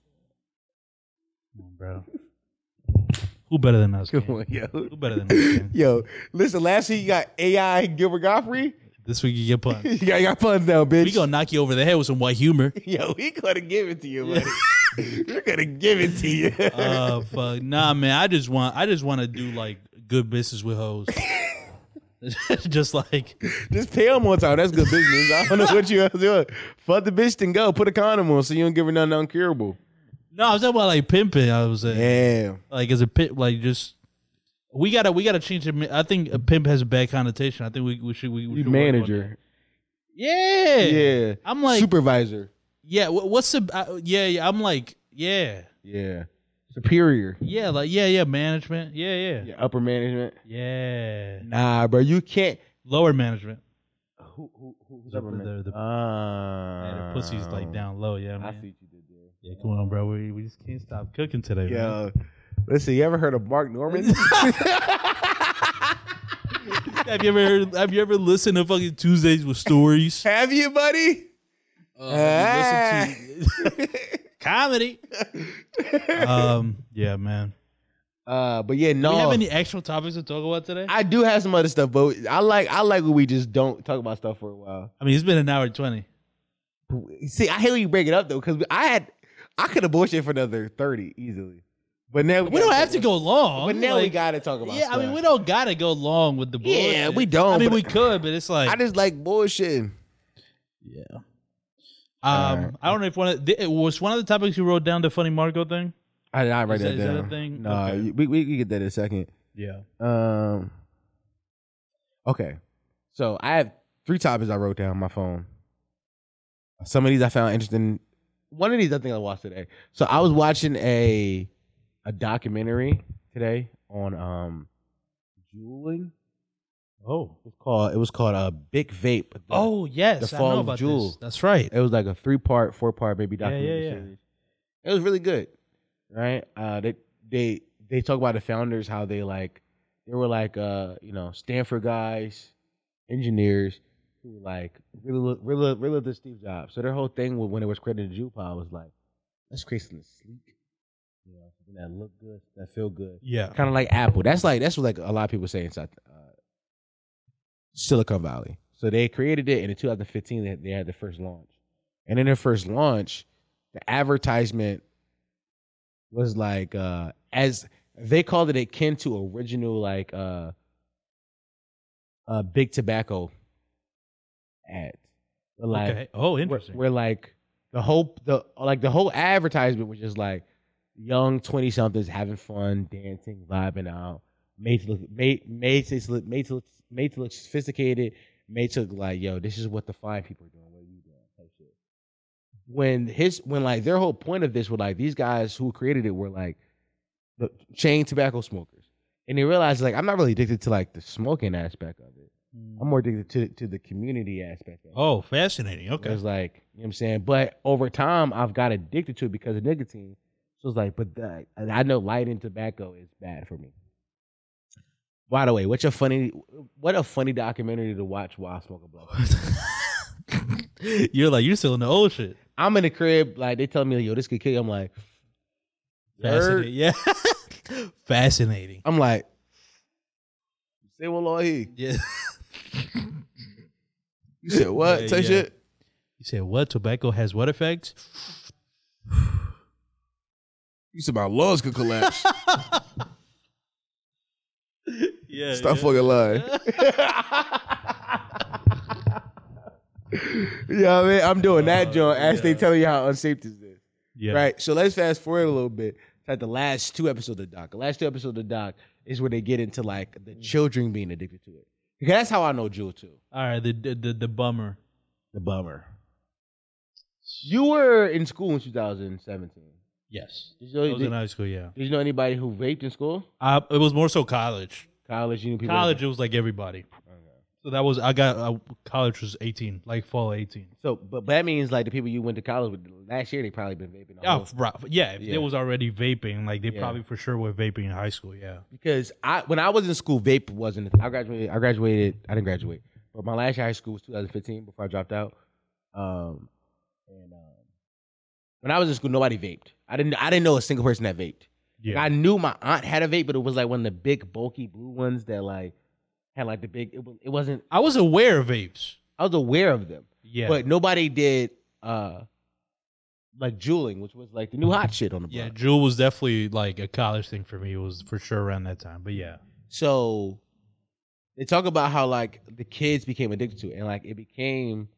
[SPEAKER 2] bro. Who better than us?
[SPEAKER 1] Come
[SPEAKER 2] man?
[SPEAKER 1] on, yo.
[SPEAKER 2] Who better than us? man?
[SPEAKER 1] Yo, listen, last week you got AI and Gilbert Godfrey.
[SPEAKER 2] This week you get punched.
[SPEAKER 1] You got, you got puns now, bitch.
[SPEAKER 2] We gonna knock you over the head with some white humor.
[SPEAKER 1] Yo, we gonna give it to you, buddy. We're gonna give it to you.
[SPEAKER 2] Uh, fuck, nah, man. I just want, I just want to do like good business with hoes. just like,
[SPEAKER 1] just pay him one time. That's good business. I don't know what you else doing. Fuck the bitch then go. Put a condom on so you don't give her nothing uncurable.
[SPEAKER 2] no, I was talking about like pimping. I was saying,
[SPEAKER 1] Yeah.
[SPEAKER 2] like, as a pimp, like just. We gotta, we gotta change it. I think a pimp has a bad connotation. I think we, we should, we, we
[SPEAKER 1] You
[SPEAKER 2] should work on
[SPEAKER 1] manager.
[SPEAKER 2] that. Yeah,
[SPEAKER 1] Yeah.
[SPEAKER 2] I'm like,
[SPEAKER 1] supervisor.
[SPEAKER 2] yeah. wha- What's the? I, yeah, yeah. I'm like, yeah,
[SPEAKER 1] Yeah. Superior.
[SPEAKER 2] yeah, like, yeah, yeah. Management. Yeah, yeah, yeah.
[SPEAKER 1] Yeah, upper management.
[SPEAKER 2] yeah.
[SPEAKER 1] Nah, bro, you can't.
[SPEAKER 2] Lower management.
[SPEAKER 1] Who, who, who's
[SPEAKER 2] The-
[SPEAKER 1] upper
[SPEAKER 2] the-
[SPEAKER 1] management?
[SPEAKER 2] the-
[SPEAKER 1] Ah.
[SPEAKER 2] Yeah, the pussy's like down low. Yeah,
[SPEAKER 1] I
[SPEAKER 2] man.
[SPEAKER 1] see what you did there.
[SPEAKER 2] Yeah, come on, bro. We, we just can't stop cooking today. man.
[SPEAKER 1] Yo, listen, you ever heard of Mark Norman?
[SPEAKER 2] Have you ever heard, have you ever listened to fucking Tuesdays with stories?
[SPEAKER 1] Have you, buddy? Ah.
[SPEAKER 2] Uh, have you listened to- comedy. Um, yeah, man.
[SPEAKER 1] Uh, but yeah,
[SPEAKER 2] Do
[SPEAKER 1] no.
[SPEAKER 2] we have any actual topics to talk about today? I,
[SPEAKER 1] I do have some other stuff, but I like I like when we just don't talk about stuff for a while.
[SPEAKER 2] mean, it's been an hour and twenty.
[SPEAKER 1] See, I hate when you break it up though, because I had I could have bullshit for another thirty easily, but now
[SPEAKER 2] We don't
[SPEAKER 1] gotta
[SPEAKER 2] have to
[SPEAKER 1] talk
[SPEAKER 2] go long.
[SPEAKER 1] about- But now we
[SPEAKER 2] like-
[SPEAKER 1] gotta talk about.
[SPEAKER 2] Yeah, I mean,
[SPEAKER 1] stuff.
[SPEAKER 2] we don't gotta go long with the bullshit.
[SPEAKER 1] Yeah, we don't,
[SPEAKER 2] I mean,
[SPEAKER 1] but-
[SPEAKER 2] we could, but it's like
[SPEAKER 1] I just like bullshitting.
[SPEAKER 2] Yeah. Um,
[SPEAKER 1] Alright.
[SPEAKER 2] I don't know if one of the, was one of the topics you wrote down the funny Marco thing.
[SPEAKER 1] I did not write
[SPEAKER 2] Is
[SPEAKER 1] that,
[SPEAKER 2] that- is that
[SPEAKER 1] down.
[SPEAKER 2] a thing?
[SPEAKER 1] No,
[SPEAKER 2] Okay.
[SPEAKER 1] you- we, we can get that in a second.
[SPEAKER 2] Yeah.
[SPEAKER 1] Um. Okay, so I have three topics I wrote down on my phone. Some of these I found interesting one of these I think I watched today. So I was watching a a documentary today on um juuling. Oh, it was called it was called a big vape. The-
[SPEAKER 2] Oh yes,
[SPEAKER 1] The
[SPEAKER 2] I
[SPEAKER 1] Fall
[SPEAKER 2] know
[SPEAKER 1] of
[SPEAKER 2] about
[SPEAKER 1] Jewel.
[SPEAKER 2] this. That's right.
[SPEAKER 1] it was like a three part, four part maybe
[SPEAKER 2] Yeah, yeah,
[SPEAKER 1] documentary
[SPEAKER 2] yeah.
[SPEAKER 1] series. It was really good, right? Uh, they they they talk about the founders how they like they were like uh you know Stanford guys, engineers who like really look- really look- really the Steve Jobs. So their whole thing wa- when it was created, the Jupal was like let's create something sleek, you know, something that look good, that feel good,
[SPEAKER 2] Yeah.
[SPEAKER 1] kind of like Apple. That's like that's what like a lot of people say inside uh, Silicon Valley. So they created it, and in 2015 they, they had their first launch. And in their first launch, the advertisement was like uh as they called it akin to original like uh uh big tobacco ad. But, like
[SPEAKER 2] okay. Oh,
[SPEAKER 1] where,
[SPEAKER 2] interesting.
[SPEAKER 1] where, like the whole the like the whole advertisement was just like young twenty somethings having fun, dancing, vibing out, made to look made made to look made to look, made to look sophisticated, made to look like yo, this is what the fine people are doing. What are you doing? Type shit. When his when like their whole point of this were like these guys who created it were like the chain tobacco smokers, and they realized like I'm not really addicted to like the smoking aspect of it. I'm more addicted to to the community aspect. Of it.
[SPEAKER 2] oh, fascinating. Okay.
[SPEAKER 1] It was like, you know what I'm saying? But over time, I've got addicted to it because of nicotine. So it's like, but the, and I know light and tobacco is bad for me. By the way, what's a funny, what a funny documentary to watch while smoking blow.
[SPEAKER 2] You're like you're still in the old shit.
[SPEAKER 1] I'm in the crib, like they tell me, yo, this could kill you. I'm like,
[SPEAKER 2] Fascinating. Yeah. fascinating.
[SPEAKER 1] I'm like, say what, Lord?
[SPEAKER 2] Yeah.
[SPEAKER 1] You said what?
[SPEAKER 2] Yeah,
[SPEAKER 1] Type
[SPEAKER 2] yeah.
[SPEAKER 1] shit.
[SPEAKER 2] You said what? Tobacco has what effects?
[SPEAKER 6] You said my lungs could collapse.
[SPEAKER 2] Yeah.
[SPEAKER 6] Stop
[SPEAKER 2] yeah.
[SPEAKER 6] fucking lying.
[SPEAKER 1] You know what I mean? I'm doing that,
[SPEAKER 2] Uh,
[SPEAKER 1] John, as they
[SPEAKER 2] yeah.
[SPEAKER 1] tell you how unsafe this is.
[SPEAKER 2] Yeah.
[SPEAKER 1] Right. So let's fast forward a little bit. It's like the last two episodes of Doc. The last two episodes of Doc is where they get into like
[SPEAKER 2] Mm.
[SPEAKER 1] the children being addicted to it. Because that's how I know Jewel too.
[SPEAKER 2] All right. The the the, the bummer.
[SPEAKER 1] The bummer. You were in school in 2017.
[SPEAKER 2] Yes.
[SPEAKER 1] Did
[SPEAKER 2] I
[SPEAKER 1] you,
[SPEAKER 2] was in
[SPEAKER 1] did,
[SPEAKER 2] high school. Yeah.
[SPEAKER 1] did you know anybody who vaped in school?
[SPEAKER 2] I, it was more so college.
[SPEAKER 1] College, you knew people.
[SPEAKER 2] College, it was like everybody. So that was I got I, college was eighteen, like fall eighteen.
[SPEAKER 1] So, but, but that means like the people you went to college with last year, they probably been vaping. the
[SPEAKER 2] Yeah,
[SPEAKER 1] whole-
[SPEAKER 2] Oh, right. yeah. If
[SPEAKER 1] Yeah.
[SPEAKER 2] they was already vaping, like they
[SPEAKER 1] Yeah.
[SPEAKER 2] probably for sure were vaping in high school. Yeah.
[SPEAKER 1] because I when I was in school, vape wasn't. I graduated. I graduated. I didn't graduate, but my last year of high school was 2015 before I dropped out. Um, and um, when I was in school, nobody vaped. I didn't. I didn't know a single person that vaped.
[SPEAKER 2] Yeah.
[SPEAKER 1] I knew my aunt had a vape, but it was like one of the big bulky blue ones that like had like the big. It, was, it wasn't.
[SPEAKER 2] I was aware of vapes.
[SPEAKER 1] I was aware of them,
[SPEAKER 2] Yeah.
[SPEAKER 1] but nobody did. uh like juuling, which was like the new hot shit on the block.
[SPEAKER 2] yeah, Jewel was definitely like a college thing for me. It was for sure around that time. But yeah.
[SPEAKER 1] So they talk about how like the kids became addicted to it, and like it became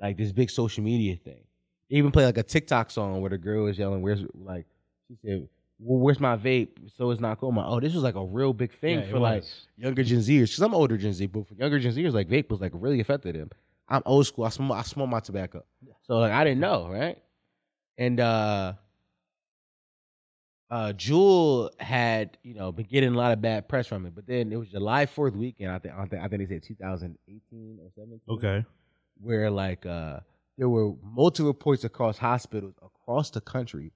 [SPEAKER 1] like this big social media thing. They even play like a TikTok song where the girl is yelling, "Where's like?" She said, "Well, where's my vape?" So it's not cool. I'm like, oh, this was like a real big thing
[SPEAKER 2] Yeah, it
[SPEAKER 1] for like
[SPEAKER 2] was.
[SPEAKER 1] younger Gen Zers. Because I'm older Gen Z, but for younger Gen Zers, like vape was like really affected them. I'm old school. I smoke. I smoke my tobacco. So like I didn't know, right? And uh uh Jewel had you know been getting a lot of bad press from it, but then it was July Fourth weekend. I think I think I think they said 2018 or 17.
[SPEAKER 2] Okay.
[SPEAKER 1] where like uh there were multiple reports across hospitals across the country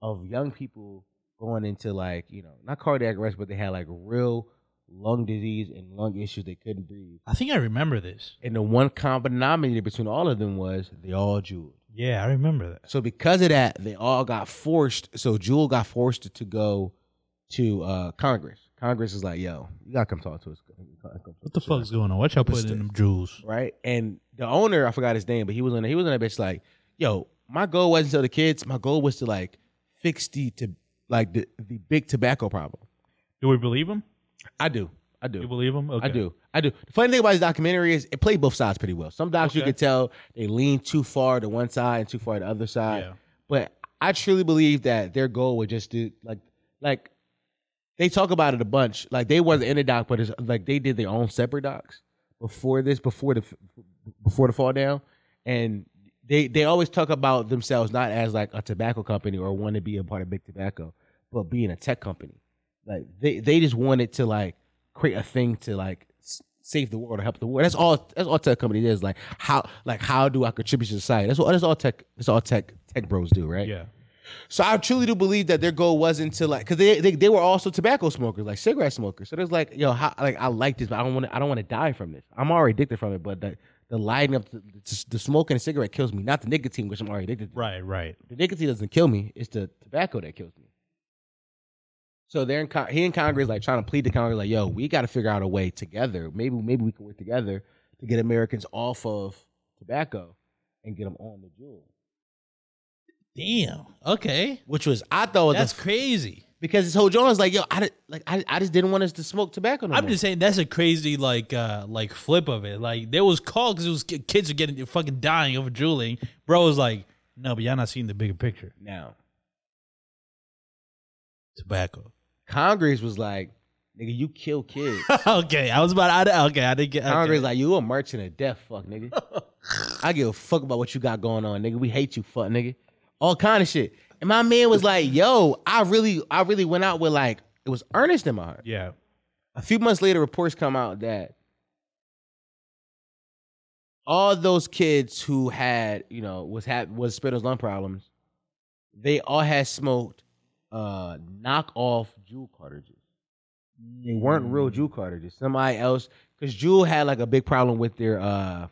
[SPEAKER 1] of young people going into like you know not cardiac arrest, but they had like real lung disease and lung issues. They couldn't breathe,
[SPEAKER 2] I think I remember this.
[SPEAKER 1] and the one common denominator between all of them was they all jeweled.
[SPEAKER 2] Yeah, I remember that.
[SPEAKER 1] So because of that, they all got forced. So Jewel got forced to, to go to uh, Congress. Congress is like, "Yo, you gotta come talk to us."
[SPEAKER 2] What the fuck's going on? What y'all putting in them jewels?
[SPEAKER 1] right? And the owner, I forgot his name, but he was on he was on that bitch like, "Yo, my goal wasn't to tell the kids. My goal was to like fix the to like the, the big tobacco problem."
[SPEAKER 2] Do we believe him?
[SPEAKER 1] I do, I do.
[SPEAKER 2] You believe him? Okay.
[SPEAKER 1] I do. I do. The funny thing about this documentary is it played both sides pretty well. Some docs you
[SPEAKER 2] Okay.
[SPEAKER 1] could tell they lean too far to one side and too far to the other side.
[SPEAKER 2] Yeah.
[SPEAKER 1] But I truly believe that their goal was just to like like they talk about it a bunch. Like they wasn't in a doc, but it's like they did their own separate docs before this, before the before the fall down, and they they always talk about themselves not as like a tobacco company or want to be a part of big tobacco, but being a tech company. Like they they just wanted to like create a thing to like s- save the world or help the world. That's all that's all tech company is like how like how do I contribute to society? That's what that's all tech that's all tech tech bros do, right?
[SPEAKER 2] Yeah.
[SPEAKER 1] So I truly do believe that their goal wasn't to like, because they, they they were also tobacco smokers, like cigarette smokers. So there's like, yo, how, like I like this, but I don't want to. I don't want to die from this. I'm already addicted from it, but the the lighting up, the, the smoking a cigarette kills me, not the nicotine, which I'm already addicted. to.
[SPEAKER 2] Right, right.
[SPEAKER 1] The nicotine doesn't kill me; it's the tobacco that kills me. So they're in Con- he in Congress like trying to plead to Congress like, yo, we got to figure out a way together. Maybe maybe we can work together to get Americans off of tobacco and get them on the jewel,
[SPEAKER 2] Damn. Okay.
[SPEAKER 1] which was I thought was the
[SPEAKER 2] That's crazy.
[SPEAKER 1] because this whole Jones like, yo, I did, like I, I just didn't want us to smoke tobacco. No
[SPEAKER 2] I'm
[SPEAKER 1] more.
[SPEAKER 2] just saying that's a crazy like uh like flip of it. Like there was call because it was kids are getting fucking dying over drooling. Bro was like, no, but y'all not seeing the bigger picture.
[SPEAKER 1] now
[SPEAKER 2] Tobacco.
[SPEAKER 1] Congress was like, nigga, you kill kids.
[SPEAKER 2] okay, I was about. I, okay, I didn't get.
[SPEAKER 1] Congress
[SPEAKER 2] Okay.
[SPEAKER 1] like, you a merchant of death, fuck nigga. I give a fuck about what you got going on, nigga. We hate you, fuck nigga. All kind of shit. And my man was like, yo, I really, I really went out with like, it was earnest in my heart.
[SPEAKER 2] Yeah.
[SPEAKER 1] A few months later, reports come out that all those kids who had, you know, was had was Spino's lung problems, they all had smoked uh knockoff Juul cartridges. They weren't real Juul cartridges. Somebody else, because Juul had like a big problem with their uh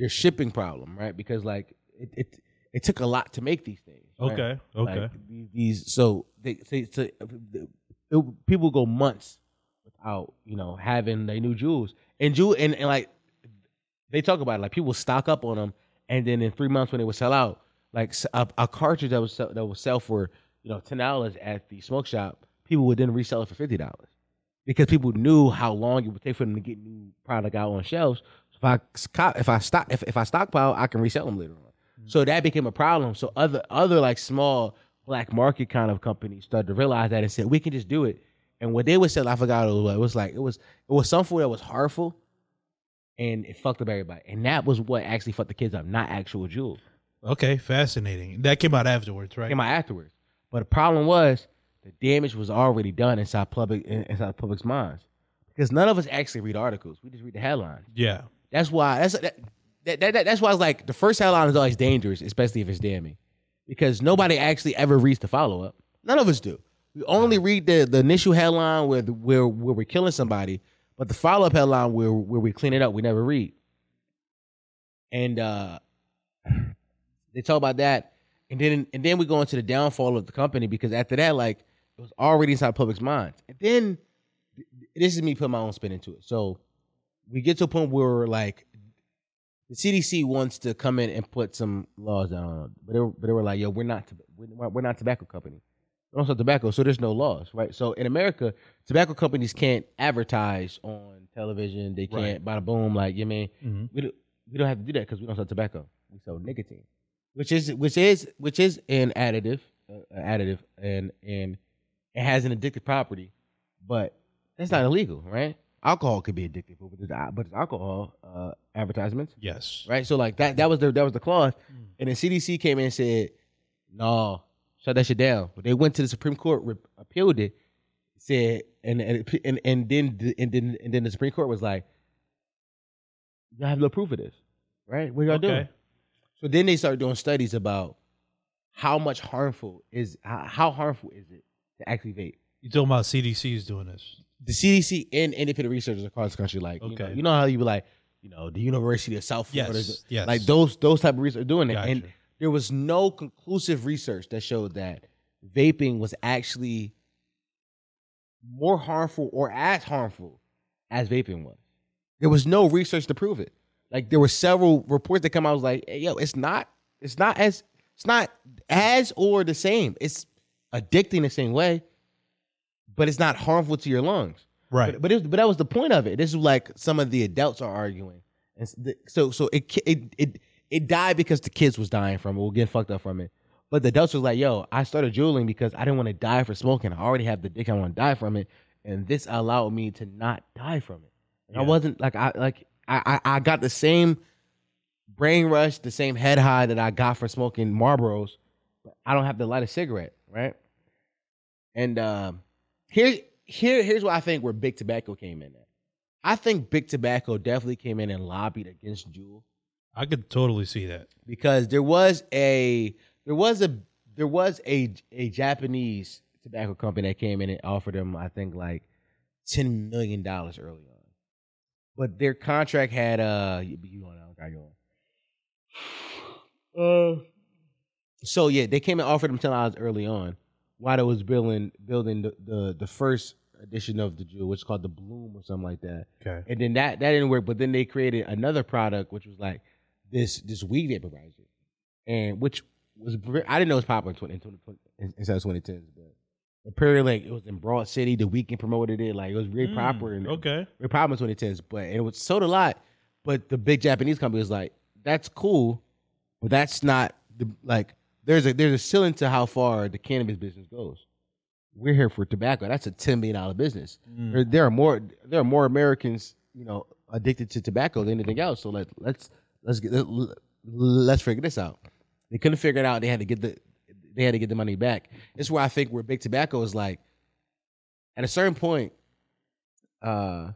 [SPEAKER 1] their shipping problem, right? Because like it it, it took a lot to make these things. right?
[SPEAKER 2] Okay. Okay.
[SPEAKER 1] Like, these, these so they say so, it- people go months without you know having their new jewels and jewel and, and like they talk about it like people stock up on them and then in three months when they would sell out like s- a, a cartridge that was sell, that would sell for you know ten dollars at the smoke shop people would then resell it for fifty dollars because people knew how long it would take for them to get new product out on shelves. So if I sco- if I stock if, if I stockpile, I can resell them later on. So that became a problem. So other other like small black market kind of companies started to realize that and said we can just do it. And what they would sell, I forgot what it was, it was like it was it was some food that was harmful, and it fucked up everybody. And that was what actually fucked the kids up, not actual jewel.
[SPEAKER 2] Okay. Fascinating. That came out afterwards, right?
[SPEAKER 1] Came out afterwards. But the problem was the damage was already done inside public in- inside the public's minds because none of us actually read articles. We just read the headlines.
[SPEAKER 2] Yeah.
[SPEAKER 1] That's why. That's that, that, that, that's why it's like the first headline is always dangerous, especially if it's damning, because nobody actually ever reads the follow up. None of us do. We only read the, the initial headline where the, where where we're killing somebody, but the follow up headline where where we clean it up, we never read. And uh, they talk about that, and then and then we go into the downfall of the company because after that, like it was already inside the public's minds, and then this is me putting my own spin into it. So we get to a point where we're like the CDC wants to come in and put some laws down, on it. but they were, but they were like, "Yo, we're not to- we're we're not a tobacco company. We don't sell tobacco, so there's no laws, right? So in America, tobacco companies can't advertise on television. They can't bada boom, like you mean
[SPEAKER 2] Mhm.
[SPEAKER 1] we don't, we don't have to do that because we don't sell tobacco. We sell nicotine, which is which is which is an additive, uh, an additive, and and it has an addictive property, but that's not illegal, right? Alcohol could be addictive, but it's, but it's alcohol uh, advertisements,
[SPEAKER 2] Yes.
[SPEAKER 1] right? So like that that was the that was the clause, and then CDC came in and said, "No, shut that shit down." But they went to the Supreme Court, re- appealed it, said, and and and, and then the- and then and then the Supreme Court was like, "Y'all have no proof of this, right? What y'all doing?"
[SPEAKER 2] Okay.
[SPEAKER 1] So then they started doing studies about how much harmful is how, how harmful is it to actually vape.
[SPEAKER 2] You talking about CDC is doing this?
[SPEAKER 1] The CDC and independent researchers across the country, like you, know,
[SPEAKER 2] Okay.
[SPEAKER 1] you know how you be like, you know, the University of South
[SPEAKER 2] Yes,
[SPEAKER 1] Florida,
[SPEAKER 2] yes.
[SPEAKER 1] like those those type of research are doing it, and
[SPEAKER 2] Gotcha.
[SPEAKER 1] there was no conclusive research that showed that vaping was actually more harmful or as harmful as vaping was. There was no research to prove it. Like there were several reports that come out was like, hey, yo, it's not, it's not as, it's not as or the same. It's addicting the same way, but it's not harmful to your lungs.
[SPEAKER 2] Right.
[SPEAKER 1] But but, it was, but that was the point of it. This is like some of the adults are arguing, and s- the- so so it ki- it it it died because the kids was dying from it. We'll get fucked up from it. But the adults was like, "Yo, I started juuling because I didn't want to die for smoking. I already have the dick. I want to die from it, and this allowed me to not die from it. And I
[SPEAKER 2] Yeah.
[SPEAKER 1] wasn't like I like I, I I got the same Brain Rush, the same head high that I got for smoking Marlboros, but I don't have to light a cigarette, right? And um, here, here, here's where I think where Big Tobacco came in at. I think Big Tobacco definitely came in and lobbied against Juul
[SPEAKER 2] I could totally see that.
[SPEAKER 1] because there was a there was a there was a a Japanese tobacco company that came in and offered them I think like ten million dollars early on, but their contract had uh you you know I got you on. Uh, so yeah, they came and offered them ten dollars early on while they was building building the, the the first edition of the jewel, which is called the Bloom or something like that.
[SPEAKER 2] Okay.
[SPEAKER 1] And then that that didn't work. But then they created another product, which was like this this weed vaporizer, and which was ver- I didn't know it was popular in twenty in twenty in- inside twenty tens, but apparently like it was in Broad City. The weekend promoted it, like it was really
[SPEAKER 2] Mm,
[SPEAKER 1] popular and
[SPEAKER 2] Okay.
[SPEAKER 1] really popular in twenty tens. But and it was sold a lot. But the big Japanese company was like, that's cool, but that's not the like. There's a there's a ceiling to how far the cannabis business goes. We're here for tobacco. That's a ten billion dollar business
[SPEAKER 2] Mm.
[SPEAKER 1] there, there are more there are more Americans you know addicted to tobacco than anything else. So let let's let's get let, us figure this out. They couldn't figure it out. They had to get the they had to get the money back. This is where I think where big tobacco is like at a certain point. Uh,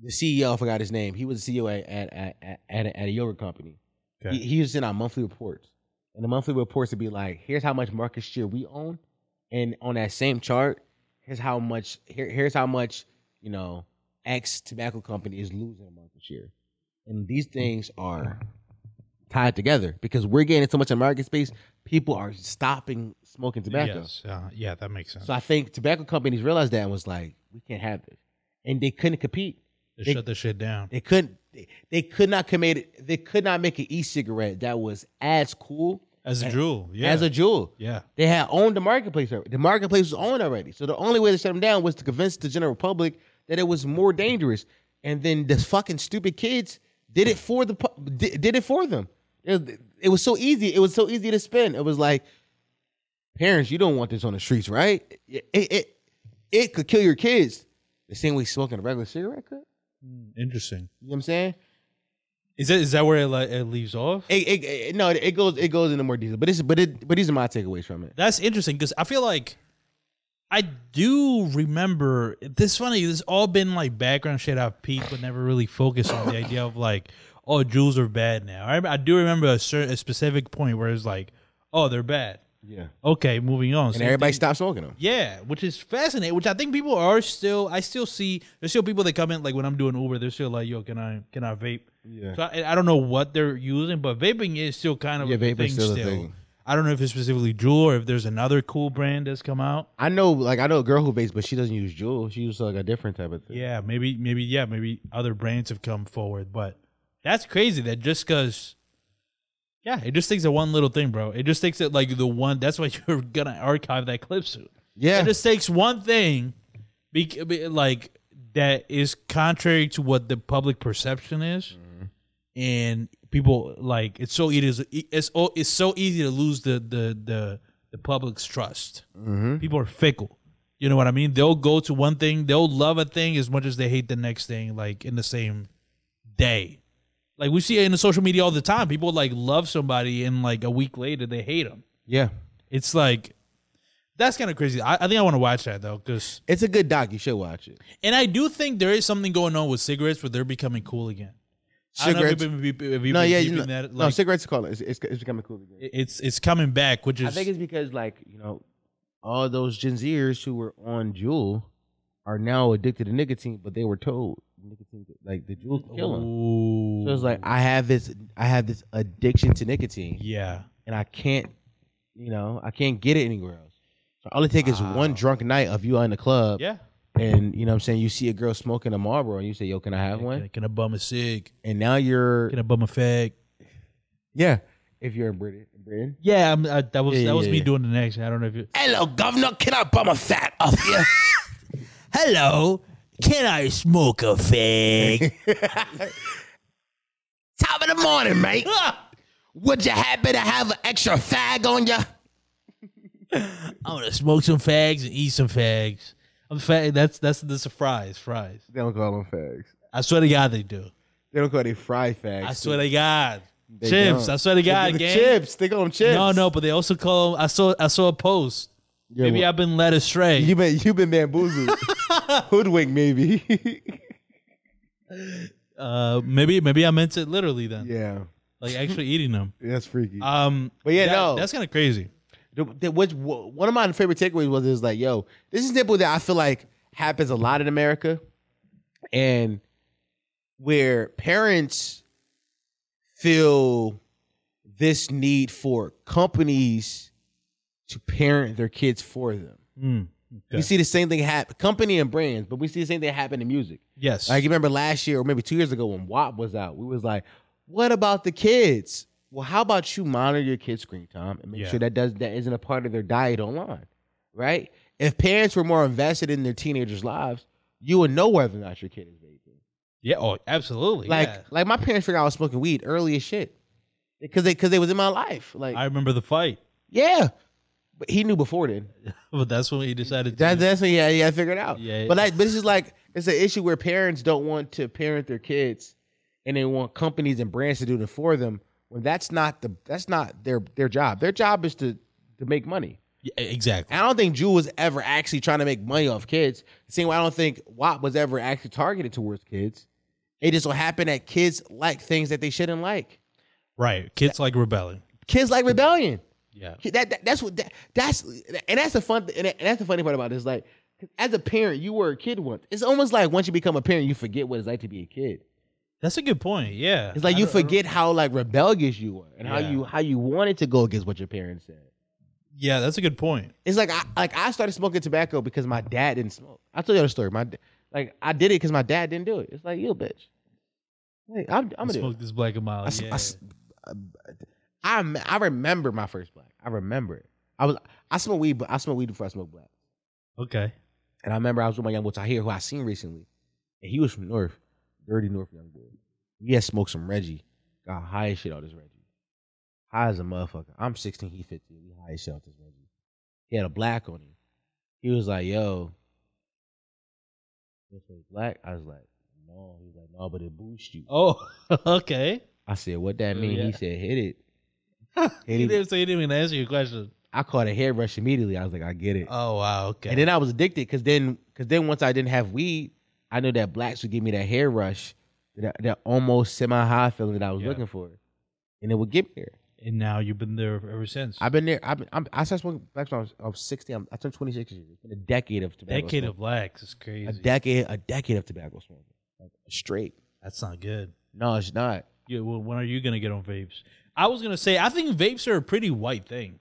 [SPEAKER 1] the CEO I forgot his name. He was the CEO at at at, at, at, a, at a yogurt company.
[SPEAKER 2] Okay.
[SPEAKER 1] He, he was in our monthly reports, and the monthly reports would be like, "Here's how much market share we own," and on that same chart, here's how much here, here's how much you know X tobacco company is losing a market share, and these things are tied together because we're getting so much in market space, people are stopping smoking tobacco.
[SPEAKER 2] Yes. Uh, yeah, that makes sense.
[SPEAKER 1] So I think tobacco companies realized that and was like, we can't have this, and they couldn't compete.
[SPEAKER 2] They
[SPEAKER 1] think-
[SPEAKER 2] shut this shit down.
[SPEAKER 1] They couldn't. They, they could not commit. They could not make an e-cigarette that was as cool
[SPEAKER 2] As a jewel. Yeah.
[SPEAKER 1] as a jewel.
[SPEAKER 2] yeah.
[SPEAKER 1] They had owned the marketplace already. The marketplace was owned already. So the only way to shut them down was to convince the general public that it was more dangerous. And then the fucking stupid kids did it for the pu- did, did it for them. It, it was so easy. It was so easy to spin. It was like, parents, you don't want this on the streets, right? It it it, it could kill your kids. The same way smoking a regular cigarette could.
[SPEAKER 2] Interesting.
[SPEAKER 1] You know what I'm saying?
[SPEAKER 2] Is that is that where it, like, it leaves off?
[SPEAKER 1] It, it, it- no, it goes it goes into more detail. But it's but it but these are my takeaways from it.
[SPEAKER 2] That's interesting because I feel like I do remember this. is Funny, this has all been like background shit I've peeped, but never really focused on the idea of like, oh, jewels are bad now. I, I do remember a certain a specific point where it's like, oh, they're bad.
[SPEAKER 1] Yeah.
[SPEAKER 2] Okay, moving on.
[SPEAKER 1] And
[SPEAKER 2] Same
[SPEAKER 1] everybody
[SPEAKER 2] thing-
[SPEAKER 1] stopped smoking them.
[SPEAKER 2] Yeah, which is fascinating. Which I think people are still. I still see. There's still people that come in like when I'm doing Uber. They're still like, "Yo, can I can I vape?"
[SPEAKER 1] Yeah.
[SPEAKER 2] So I, I don't know what they're using, but vaping is still kind of
[SPEAKER 1] Yeah,
[SPEAKER 2] a thing
[SPEAKER 1] vaping's still
[SPEAKER 2] still.
[SPEAKER 1] a thing.
[SPEAKER 2] I don't know if it's specifically Juul or if there's another cool brand that's come out.
[SPEAKER 1] I know, like I know a girl who vapes, but she doesn't use jewel. She uses like a different type of thing.
[SPEAKER 2] Yeah, maybe maybe yeah, maybe other brands have come forward, but that's crazy that just cuz yeah, it just takes a one little thing, bro. It just takes it like the one. That's why you're gonna archive that clip soon.
[SPEAKER 1] yeah.
[SPEAKER 2] It just takes one thing, be, be- like that is contrary to what the public perception is, and people like it's so easy. It's o- it's so easy to lose the the the the public's trust. People are fickle. You know what I mean? They'll go to one thing. They'll love a thing as much as they hate the next thing. Like in the same day. Like we see it in the social media all the time. People like love somebody and like a week later they hate them.
[SPEAKER 1] yeah.
[SPEAKER 2] It's like that's kind of crazy. I, I think I want to watch that though, because
[SPEAKER 1] It's a good doc. You should watch it.
[SPEAKER 2] and I do think there is something going on with cigarettes where they're becoming cool again.
[SPEAKER 1] Cigarettes.
[SPEAKER 2] I don't know if you've been, if you've
[SPEAKER 1] No,
[SPEAKER 2] been
[SPEAKER 1] yeah, you
[SPEAKER 2] keeping
[SPEAKER 1] know,
[SPEAKER 2] that,
[SPEAKER 1] no,
[SPEAKER 2] like,
[SPEAKER 1] cigarettes are cool. It's, it's, it's becoming cool again.
[SPEAKER 2] it's it's coming back, which is
[SPEAKER 1] I think it's because like you know, all those Gen Zers who were on jewel are now addicted to nicotine, but they were told nicotine like the jewel could kill them.
[SPEAKER 2] Ooh.
[SPEAKER 1] So it's like I have this, I have this addiction to nicotine.
[SPEAKER 2] yeah,
[SPEAKER 1] and I can't, you know, I can't get it anywhere else. So all it takes is one drunk night of you in the club,
[SPEAKER 2] yeah.
[SPEAKER 1] and you know what I'm saying you see a girl smoking a Marlboro, and you say, "Yo, can I have
[SPEAKER 2] Can, I-
[SPEAKER 1] one?"
[SPEAKER 2] can I bum a cig?
[SPEAKER 1] And now you're,
[SPEAKER 2] Can I bum a fag?
[SPEAKER 1] yeah, if you're in Britain, Britain.
[SPEAKER 2] Yeah, I'm, I, that was
[SPEAKER 1] Yeah,
[SPEAKER 2] that
[SPEAKER 1] yeah,
[SPEAKER 2] was me
[SPEAKER 1] yeah.
[SPEAKER 2] doing the next. I don't know if you.
[SPEAKER 4] Hello, governor. Can I bum a fat off you?
[SPEAKER 2] Hello,
[SPEAKER 4] Can I smoke a fag? Top of the morning, mate. Would you happen to have an extra fag on ya?
[SPEAKER 2] I'm gonna smoke some fags and eat some fags. I'm fag. That's that's the surprise fries.
[SPEAKER 1] They don't call them fags.
[SPEAKER 2] I swear to God, they do.
[SPEAKER 1] They don't call they fry fags.
[SPEAKER 2] I swear to God.
[SPEAKER 1] They
[SPEAKER 2] chips.
[SPEAKER 1] don't.
[SPEAKER 2] I swear to God,
[SPEAKER 1] the
[SPEAKER 2] gang.
[SPEAKER 1] chips. They call them chips.
[SPEAKER 2] No, no, but they also call. I saw. I saw a post.
[SPEAKER 1] Yeah,
[SPEAKER 2] Maybe
[SPEAKER 1] well,
[SPEAKER 2] I've been led astray.
[SPEAKER 1] you been you been bamboozled, hoodwinked maybe.
[SPEAKER 2] uh, maybe maybe I meant it literally then,
[SPEAKER 1] yeah,
[SPEAKER 2] like actually eating them.
[SPEAKER 1] that's freaky.
[SPEAKER 2] Um,
[SPEAKER 1] But yeah,
[SPEAKER 2] that-
[SPEAKER 1] no.
[SPEAKER 2] that's kind of crazy.
[SPEAKER 1] The- the- which- one of my favorite takeaways was is like, yo, this is something that I feel like happens a lot in America, and where parents feel this need for companies to parent their kids for them.
[SPEAKER 2] Mm,
[SPEAKER 1] We
[SPEAKER 2] okay.
[SPEAKER 1] see the same thing happen, company and brands, but we see the same thing happen in music.
[SPEAKER 2] Yes,
[SPEAKER 1] Like you remember last year or maybe two years ago when WAP was out, we was like, "What about the kids?" Well, how about you monitor your kids' screen time and make
[SPEAKER 2] Yeah.
[SPEAKER 1] sure that does that isn't a part of their diet online, right? If parents were more invested in their teenagers' lives, you would know whether or not your kid is vaping.
[SPEAKER 2] yeah, oh, absolutely.
[SPEAKER 1] Like,
[SPEAKER 2] yeah.
[SPEAKER 1] like my parents figured out I was smoking weed early as shit because they because they was in my life. Like,
[SPEAKER 2] I remember the fight,
[SPEAKER 1] yeah, but he knew before then.
[SPEAKER 2] but that's when we decided.
[SPEAKER 1] That,
[SPEAKER 2] to,
[SPEAKER 1] that's what yeah, yeah, I figured out.
[SPEAKER 2] Yeah.
[SPEAKER 1] But like, but this is like it's an issue where parents don't want to parent their kids, and they want companies and brands to do it for them. When that's not the that's not their their job. Their job is to to make money.
[SPEAKER 2] Yeah, exactly.
[SPEAKER 1] And I don't think Jewel was ever actually trying to make money off kids. Same way I don't think WAP was ever actually targeted towards kids. It just so happened that kids like things that they shouldn't like.
[SPEAKER 2] Right, kids like rebelling.
[SPEAKER 1] Kids like rebellion.
[SPEAKER 2] Yeah,
[SPEAKER 1] That, that that's what that, that's and that's the fun and, that- and that's the funny part about this. Like, as a parent, you were a kid once. It's almost like once you become a parent, you forget what it's like to be a kid.
[SPEAKER 2] that's a good point. Yeah,
[SPEAKER 1] It's like
[SPEAKER 2] I
[SPEAKER 1] you
[SPEAKER 2] don't- I don't-
[SPEAKER 1] forget how like rebellious you were and how
[SPEAKER 2] Yeah.
[SPEAKER 1] you how you wanted to go against what your parents said.
[SPEAKER 2] Yeah, that's a good point.
[SPEAKER 1] It's like I like I started smoking tobacco because my dad didn't smoke. I told you the story. My da- like I did it because my dad didn't do it. It's like you a bitch. Like, I'm, I'm
[SPEAKER 2] I'm
[SPEAKER 1] gonna do it.
[SPEAKER 2] smoke this black and mild.
[SPEAKER 1] I, s- I
[SPEAKER 2] yeah.
[SPEAKER 1] s- I rem- I remember my first black. I remember it. I was I smoked weed, but I smoked weed before I smoked black.
[SPEAKER 2] okay.
[SPEAKER 1] And I remember I was with my young boy Tahir, who I seen recently, and he was from North, dirty North young boy. We had smoked some Reggie, got high as shit out this Reggie, high as a motherfucker. I'm 16, he 15, we high as shit out this Reggie. He had a black on him. He was like, "Yo, this was black." I was like, "No." He was like, "No, but it boosts you."
[SPEAKER 2] Oh, okay.
[SPEAKER 1] I said, "What that mean?"
[SPEAKER 2] Oh, Yeah.
[SPEAKER 1] He said, "Hit it." Hit
[SPEAKER 2] He
[SPEAKER 1] it.
[SPEAKER 2] didn't, so he didn't even answer your question.
[SPEAKER 1] I caught a hair rush immediately. I was like, "I get it."
[SPEAKER 2] Oh wow. Okay.
[SPEAKER 1] And then I was addicted because then because then once I didn't have weed, I knew that blacks would give me that hair rush, that, that almost semi high feeling that I was
[SPEAKER 2] Yeah.
[SPEAKER 1] looking for, and it would get me there.
[SPEAKER 2] And now you've been there ever since.
[SPEAKER 1] I've been there. I've been, I'm, I started smoking blacks when I was, I was sixty. I'm, I turned twenty six years. It's been a decade of tobacco.
[SPEAKER 2] Decade of
[SPEAKER 1] smoking.
[SPEAKER 2] blacks is crazy.
[SPEAKER 1] a decade a decade of tobacco smoking, like straight.
[SPEAKER 2] That's not good.
[SPEAKER 1] No, it's not.
[SPEAKER 2] Yeah, well, when are you gonna get on vapes? I was gonna say I think vapes are a pretty white thing,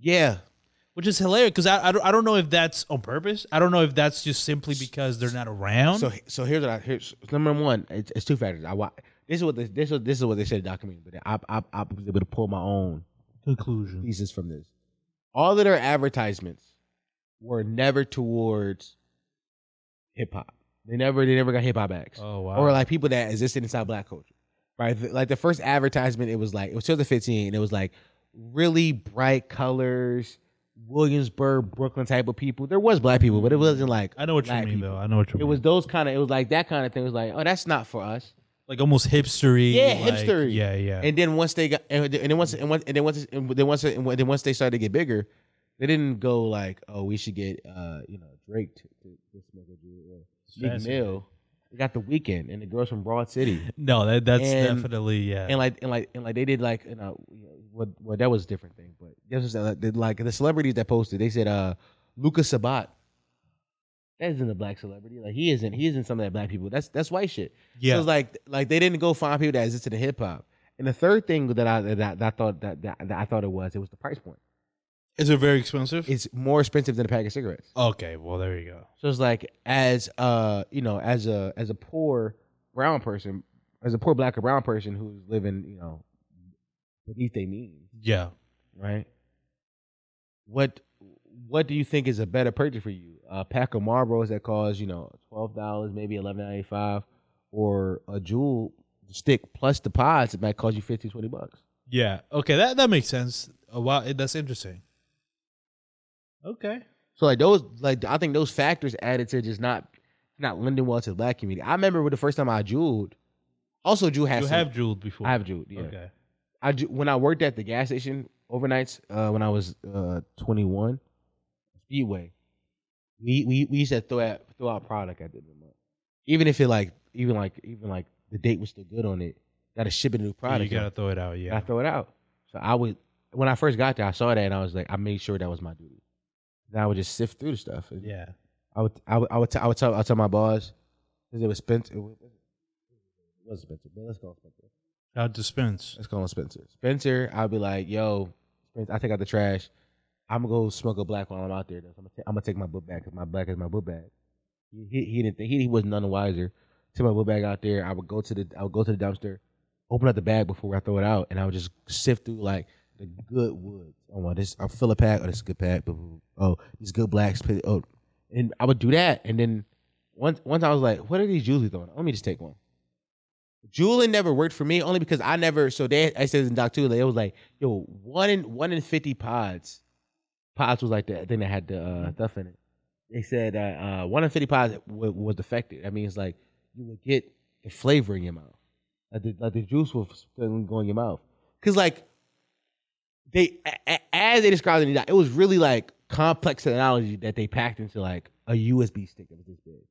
[SPEAKER 1] Yeah,
[SPEAKER 2] which is hilarious because I, I don't I don't know if that's on purpose. I don't know if that's just simply because they're not around.
[SPEAKER 1] So so here's what I here's number one. It's, it's two factors. I wa- this is what this this is this is what they said in the document, but I I I was able to pull my own
[SPEAKER 2] Conclusion.
[SPEAKER 1] pieces from this. All of their advertisements were never towards hip hop. They never they never got hip hop acts
[SPEAKER 2] Oh wow.
[SPEAKER 1] or like people that existed inside black culture. Right? The- Like the first advertisement, it was like it was 2015, and it was like really bright colors, Williamsburg, Brooklyn type of people. There was black people, but it wasn't like
[SPEAKER 2] I know what you
[SPEAKER 1] black
[SPEAKER 2] mean
[SPEAKER 1] people.
[SPEAKER 2] though. I know what you
[SPEAKER 1] It
[SPEAKER 2] mean.
[SPEAKER 1] was those kind of. It was like that kind of thing. It was like, oh, that's not for us.
[SPEAKER 2] like almost hipstery.
[SPEAKER 1] Yeah,
[SPEAKER 2] like-
[SPEAKER 1] hipstery.
[SPEAKER 2] Yeah, yeah.
[SPEAKER 1] And then once they got, and then and then once, and once, and then once, and then once, and then once they started to get bigger, they didn't go like, oh, we should get, uh, you know, Drake to, to, to smoke with you or
[SPEAKER 2] It's
[SPEAKER 1] Meek
[SPEAKER 2] fascinating.
[SPEAKER 1] Mill. They got the weekend and the girls from Broad City,
[SPEAKER 2] No, that that's
[SPEAKER 1] And-
[SPEAKER 2] definitely yeah.
[SPEAKER 1] and like, and like, and like they did like, you know, you know, what, well, that was a different thing, but this was uh, the- like the celebrities that posted. They said, uh, Lucas Sabat. That isn't a black celebrity. Like he isn't. He isn't something that black people. That's that's white shit.
[SPEAKER 2] yeah.
[SPEAKER 1] So it's like like they didn't go find people that existed in hip hop. And the third thing that I that, that I thought that, that, that I thought it was it was the price point.
[SPEAKER 2] is it very expensive?
[SPEAKER 1] It's more expensive than a pack of cigarettes.
[SPEAKER 2] okay. Well, there you go.
[SPEAKER 1] So it's like as uh you know as a as a poor brown person, as a poor black or brown person who's living you know beneath they means,
[SPEAKER 2] Yeah.
[SPEAKER 1] right? What what do you think is a better purchase for you? A pack of Marlboros that costs you know twelve dollars, maybe eleven ninety five, or a jewel stick plus the pods it might cost you 15 20 bucks
[SPEAKER 2] Yeah. Okay. That that makes sense. Oh, wow. That's interesting. Okay.
[SPEAKER 1] so like those like i think those factors added to just not not lending well to the black community i remember when the first time i jeweled Also, Jew has
[SPEAKER 2] You
[SPEAKER 1] some-
[SPEAKER 2] have jeweled before.
[SPEAKER 1] I have Jew. Yeah.
[SPEAKER 2] Okay.
[SPEAKER 1] I ju- when I worked at the gas station overnights uh, when I was uh, 21, Speedway, we, we we used to throw out throw out product at the end of the month, even if it like even like even like the date was still good on it. Got to ship a new
[SPEAKER 2] Yeah,
[SPEAKER 1] product.
[SPEAKER 2] you gotta throw it out.
[SPEAKER 1] I
[SPEAKER 2] Yeah.
[SPEAKER 1] throw it out. So I would when I first got there, I saw that and I was like, I made sure that was my duty. Then I would just sift through the stuff. And
[SPEAKER 2] Yeah.
[SPEAKER 1] I would I would I would, t- I would tell I would tell my boss because it was Spencer. It was- it was Spencer, but let's go Spencer.
[SPEAKER 2] Out dispense.
[SPEAKER 1] Let's call him Spencer. Spencer, I'll be like, yo, Spencer, I take out the trash. I'm gonna go smoke a black while I'm out there. I'm gonna, ta- I'm gonna take my book bag because my black is my book bag. He, he, he didn't think he, he was none the wiser. Took my book bag out there. I would go to the I would go to the dumpster, open up the bag before I throw it out, and I would just sift through like the good woods. Oh well, this I fill a pack. Oh, this is a good pack. Boo, boo, boo. Oh, these good blacks. Oh, and I would do that. And then once once I was like, what are these Julie throwing? Let me just take one. Julian never worked for me only because I never. So they, I said in Doc too. They was like, yo, one in one in fifty pods. Pods was like the thing that had the uh, stuff in it. They said that uh, one in fifty pods w- was defected. That means like you would get the flavor in your mouth, like the, like the juice was still going in your mouth. Cause like they a- a- as they described it, in the doc, it was really like complex technology that they packed into like a USB stick that was this big.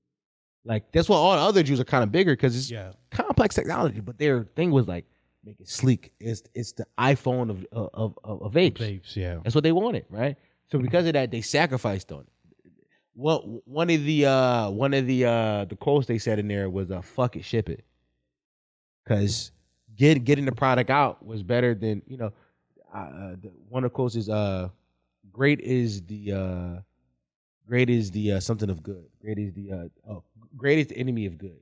[SPEAKER 1] Like that's why all the other Jews are kind of bigger because it's
[SPEAKER 2] Yeah.
[SPEAKER 1] complex technology, but their thing was like make it sleek. It's it's the iPhone of of of, of apes.
[SPEAKER 2] Vapes. Yeah.
[SPEAKER 1] That's what they wanted, right? So because of that, they sacrificed on it. One one of the uh one of the uh the quotes they said in there was uh fuck it, ship it. Cause get getting the product out was better than you know. Uh, uh, the, one of the quotes is uh great is the uh great is the uh, something of good. Great is the uh oh great is the enemy of good.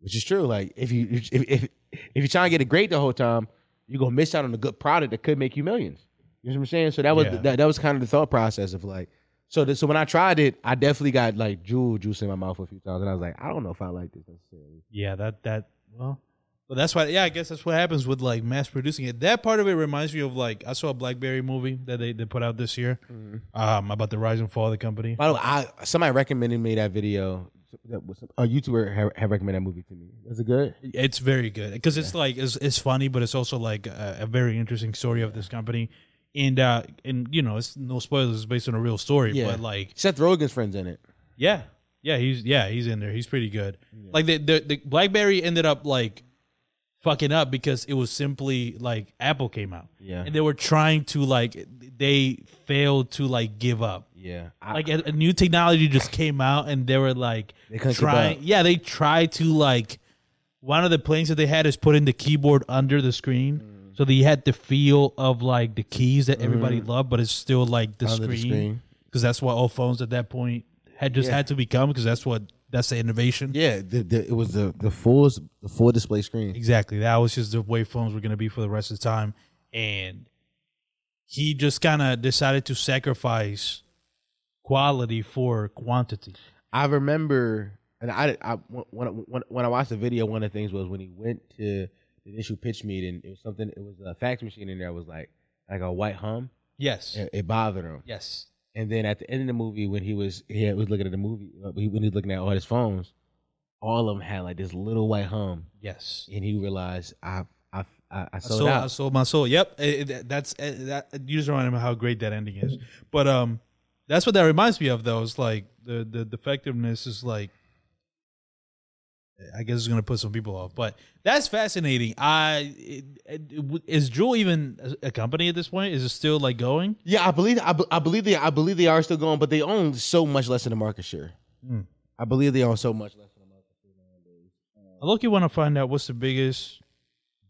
[SPEAKER 1] Which is true. Like if you if if if you're trying to get it great the whole time, you're gonna miss out on a good product that could make you millions. You know what I'm saying? So that was
[SPEAKER 2] Yeah.
[SPEAKER 1] that, that was kind of the thought process of like so the, so when I tried it, I definitely got like jewel juice in my mouth a few times, and I was like, I don't know if I like this necessarily.
[SPEAKER 2] Yeah, that that well, well, that's why. Yeah, I guess that's what happens with like mass producing it. That part of it reminds me of like I saw a BlackBerry movie that they, they put out this year,
[SPEAKER 1] Mm-hmm.
[SPEAKER 2] um, about the rise and fall of the company.
[SPEAKER 1] By the way, I somebody recommended me that video. That was- A YouTuber had, had recommended that movie to me. Was it good?
[SPEAKER 2] It's very good because it's like it's, it's funny, but it's also like a, a very interesting story of this company, and uh, and you know it's no spoilers. It's based on a real story,
[SPEAKER 1] Yeah.
[SPEAKER 2] but like
[SPEAKER 1] Seth Rogen's friends in it.
[SPEAKER 2] Yeah, yeah, he's yeah, he's in there. He's pretty good. Like the, the the BlackBerry ended up like fucking up because it was simply like Apple came out.
[SPEAKER 1] Yeah.
[SPEAKER 2] and they were trying to like they failed to like give up.
[SPEAKER 1] Yeah, I,
[SPEAKER 2] Like a, a new technology just came out, and they were like
[SPEAKER 1] They couldn't keep
[SPEAKER 2] trying.
[SPEAKER 1] up.
[SPEAKER 2] Yeah, they tried to like one of the planes that they had is putting the keyboard under the screen.
[SPEAKER 1] Mm.
[SPEAKER 2] So they had the feel of like the keys that everybody loved, but it's still like the
[SPEAKER 1] Under the
[SPEAKER 2] screen
[SPEAKER 1] screen.
[SPEAKER 2] because that's what all phones at that point had just
[SPEAKER 1] Yeah.
[SPEAKER 2] had to become because that's what that's the innovation.
[SPEAKER 1] yeah. The, the, it was the the full the full display screen.
[SPEAKER 2] Exactly. That was just the way phones were going to be for the rest of the time. And he just kind of decided to sacrifice quality for quantity.
[SPEAKER 1] I remember, and I, I when, when when I watched the video, one of the things was when he went to the initial pitch meeting. It was something. It was a fax machine in there. It was like like a white hum.
[SPEAKER 2] Yes.
[SPEAKER 1] It, it bothered him.
[SPEAKER 2] Yes.
[SPEAKER 1] And then at the end of the movie, when he was he had- was looking at the movie, uh, when he was looking at all his phones, all of them had like this little white hum,
[SPEAKER 2] Yes.
[SPEAKER 1] and he realized I I I, I
[SPEAKER 2] I
[SPEAKER 1] sold
[SPEAKER 2] sold, I
[SPEAKER 1] out.
[SPEAKER 2] sold my soul. Yep, Eh, eh, that- that's eh, that. You just reminded me how great that ending is. But um, that's what that reminds me of. Though is like the the defectiveness is like, I guess it's gonna put some people off. But that's fascinating. I it, it- it would- is Jewel even a a company at this point? Is it still like going?
[SPEAKER 1] Yeah, I believe I, be- I believe they I believe they are still going, but they own so much less than the market share.
[SPEAKER 2] Hmm.
[SPEAKER 1] I believe they own so much less. Than the market.
[SPEAKER 2] I look, you want to find out what's the biggest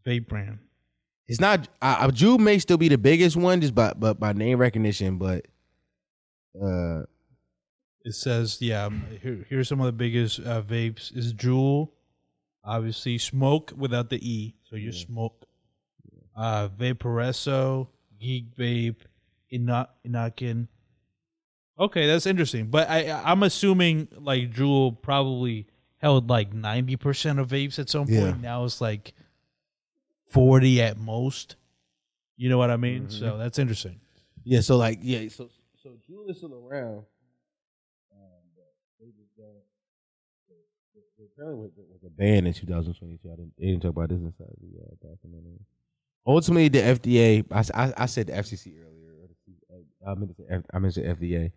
[SPEAKER 2] vape brand.
[SPEAKER 1] It's not. I, I, Jude may still be the biggest one, just by but by name recognition, but uh,
[SPEAKER 2] It says, yeah, um, here, here's some of the biggest uh, vapes is Juul, obviously Smoke without the E, so you Smoke, uh, Vaporesso, Geek Vape, Ina- Inakin. Okay, that's interesting. But I, I- I'm assuming like Juul probably held like 90% of vapes at some point.
[SPEAKER 6] Yeah.
[SPEAKER 2] Now it's like 40 at most. You know what I mean? So that's interesting.
[SPEAKER 1] yeah. So like yeah. So so Jude is still around. Um, but they just don't. They, banned in 2022. I didn't, they didn't talk about this inside the uh, documentary. Ultimately, the FDA. I, s- I- I said the FCC earlier. or the C- uh, I meant to say F- I meant to say FDA.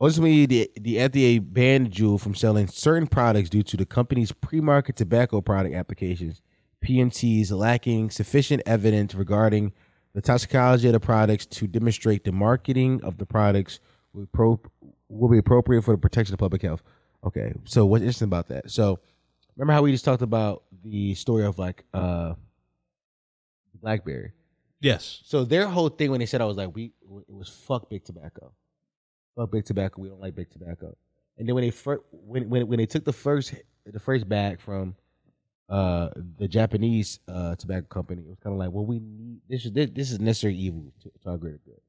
[SPEAKER 1] Ultimately, the, the FDA banned Juul from selling certain products due to the company's pre-market tobacco product applications (PMTs) lacking sufficient evidence regarding the toxicology of the products to demonstrate the marketing of the products will, pro- will be appropriate for the protection of public health. Okay, so what's interesting about that? So, remember how we just talked about the story of like uh blackberry
[SPEAKER 2] Yes.
[SPEAKER 1] so their whole thing when they said i was like we it was fuck big tobacco fuck big tobacco we don't like big tobacco and then when they first when, when when they took the first the first bag from uh the japanese uh tobacco company it was kind of like well we need this is this, this is necessary evil to, to our greater good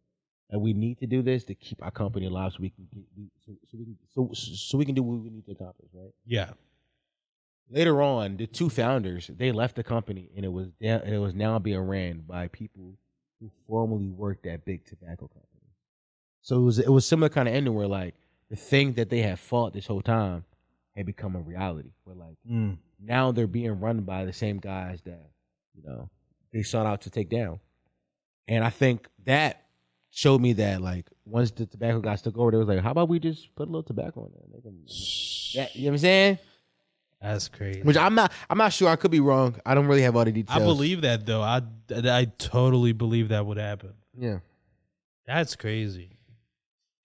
[SPEAKER 1] and we need to do this to keep our company alive so we can get, so, so we can so, so we can do what we need to accomplish right
[SPEAKER 2] Yeah.
[SPEAKER 1] later on, the two founders they left the company, and it was da- and it was now being ran by people who formerly worked at big tobacco companies. So it was it was similar kind of ending where like the thing that they had fought this whole time had become a reality. Where like
[SPEAKER 2] Mm.
[SPEAKER 1] now they're being run by the same guys that you know they sought out to take down. And I think that showed me that like once the tobacco guys took over, they was like, how about we just put a little tobacco in there? Make 'em- that, you know what I'm saying?
[SPEAKER 2] That's crazy.
[SPEAKER 1] Which I'm not. I'm not sure. I could be wrong. I don't really have all the details.
[SPEAKER 2] I believe that though. I I totally believe that would happen.
[SPEAKER 1] Yeah.
[SPEAKER 2] That's crazy.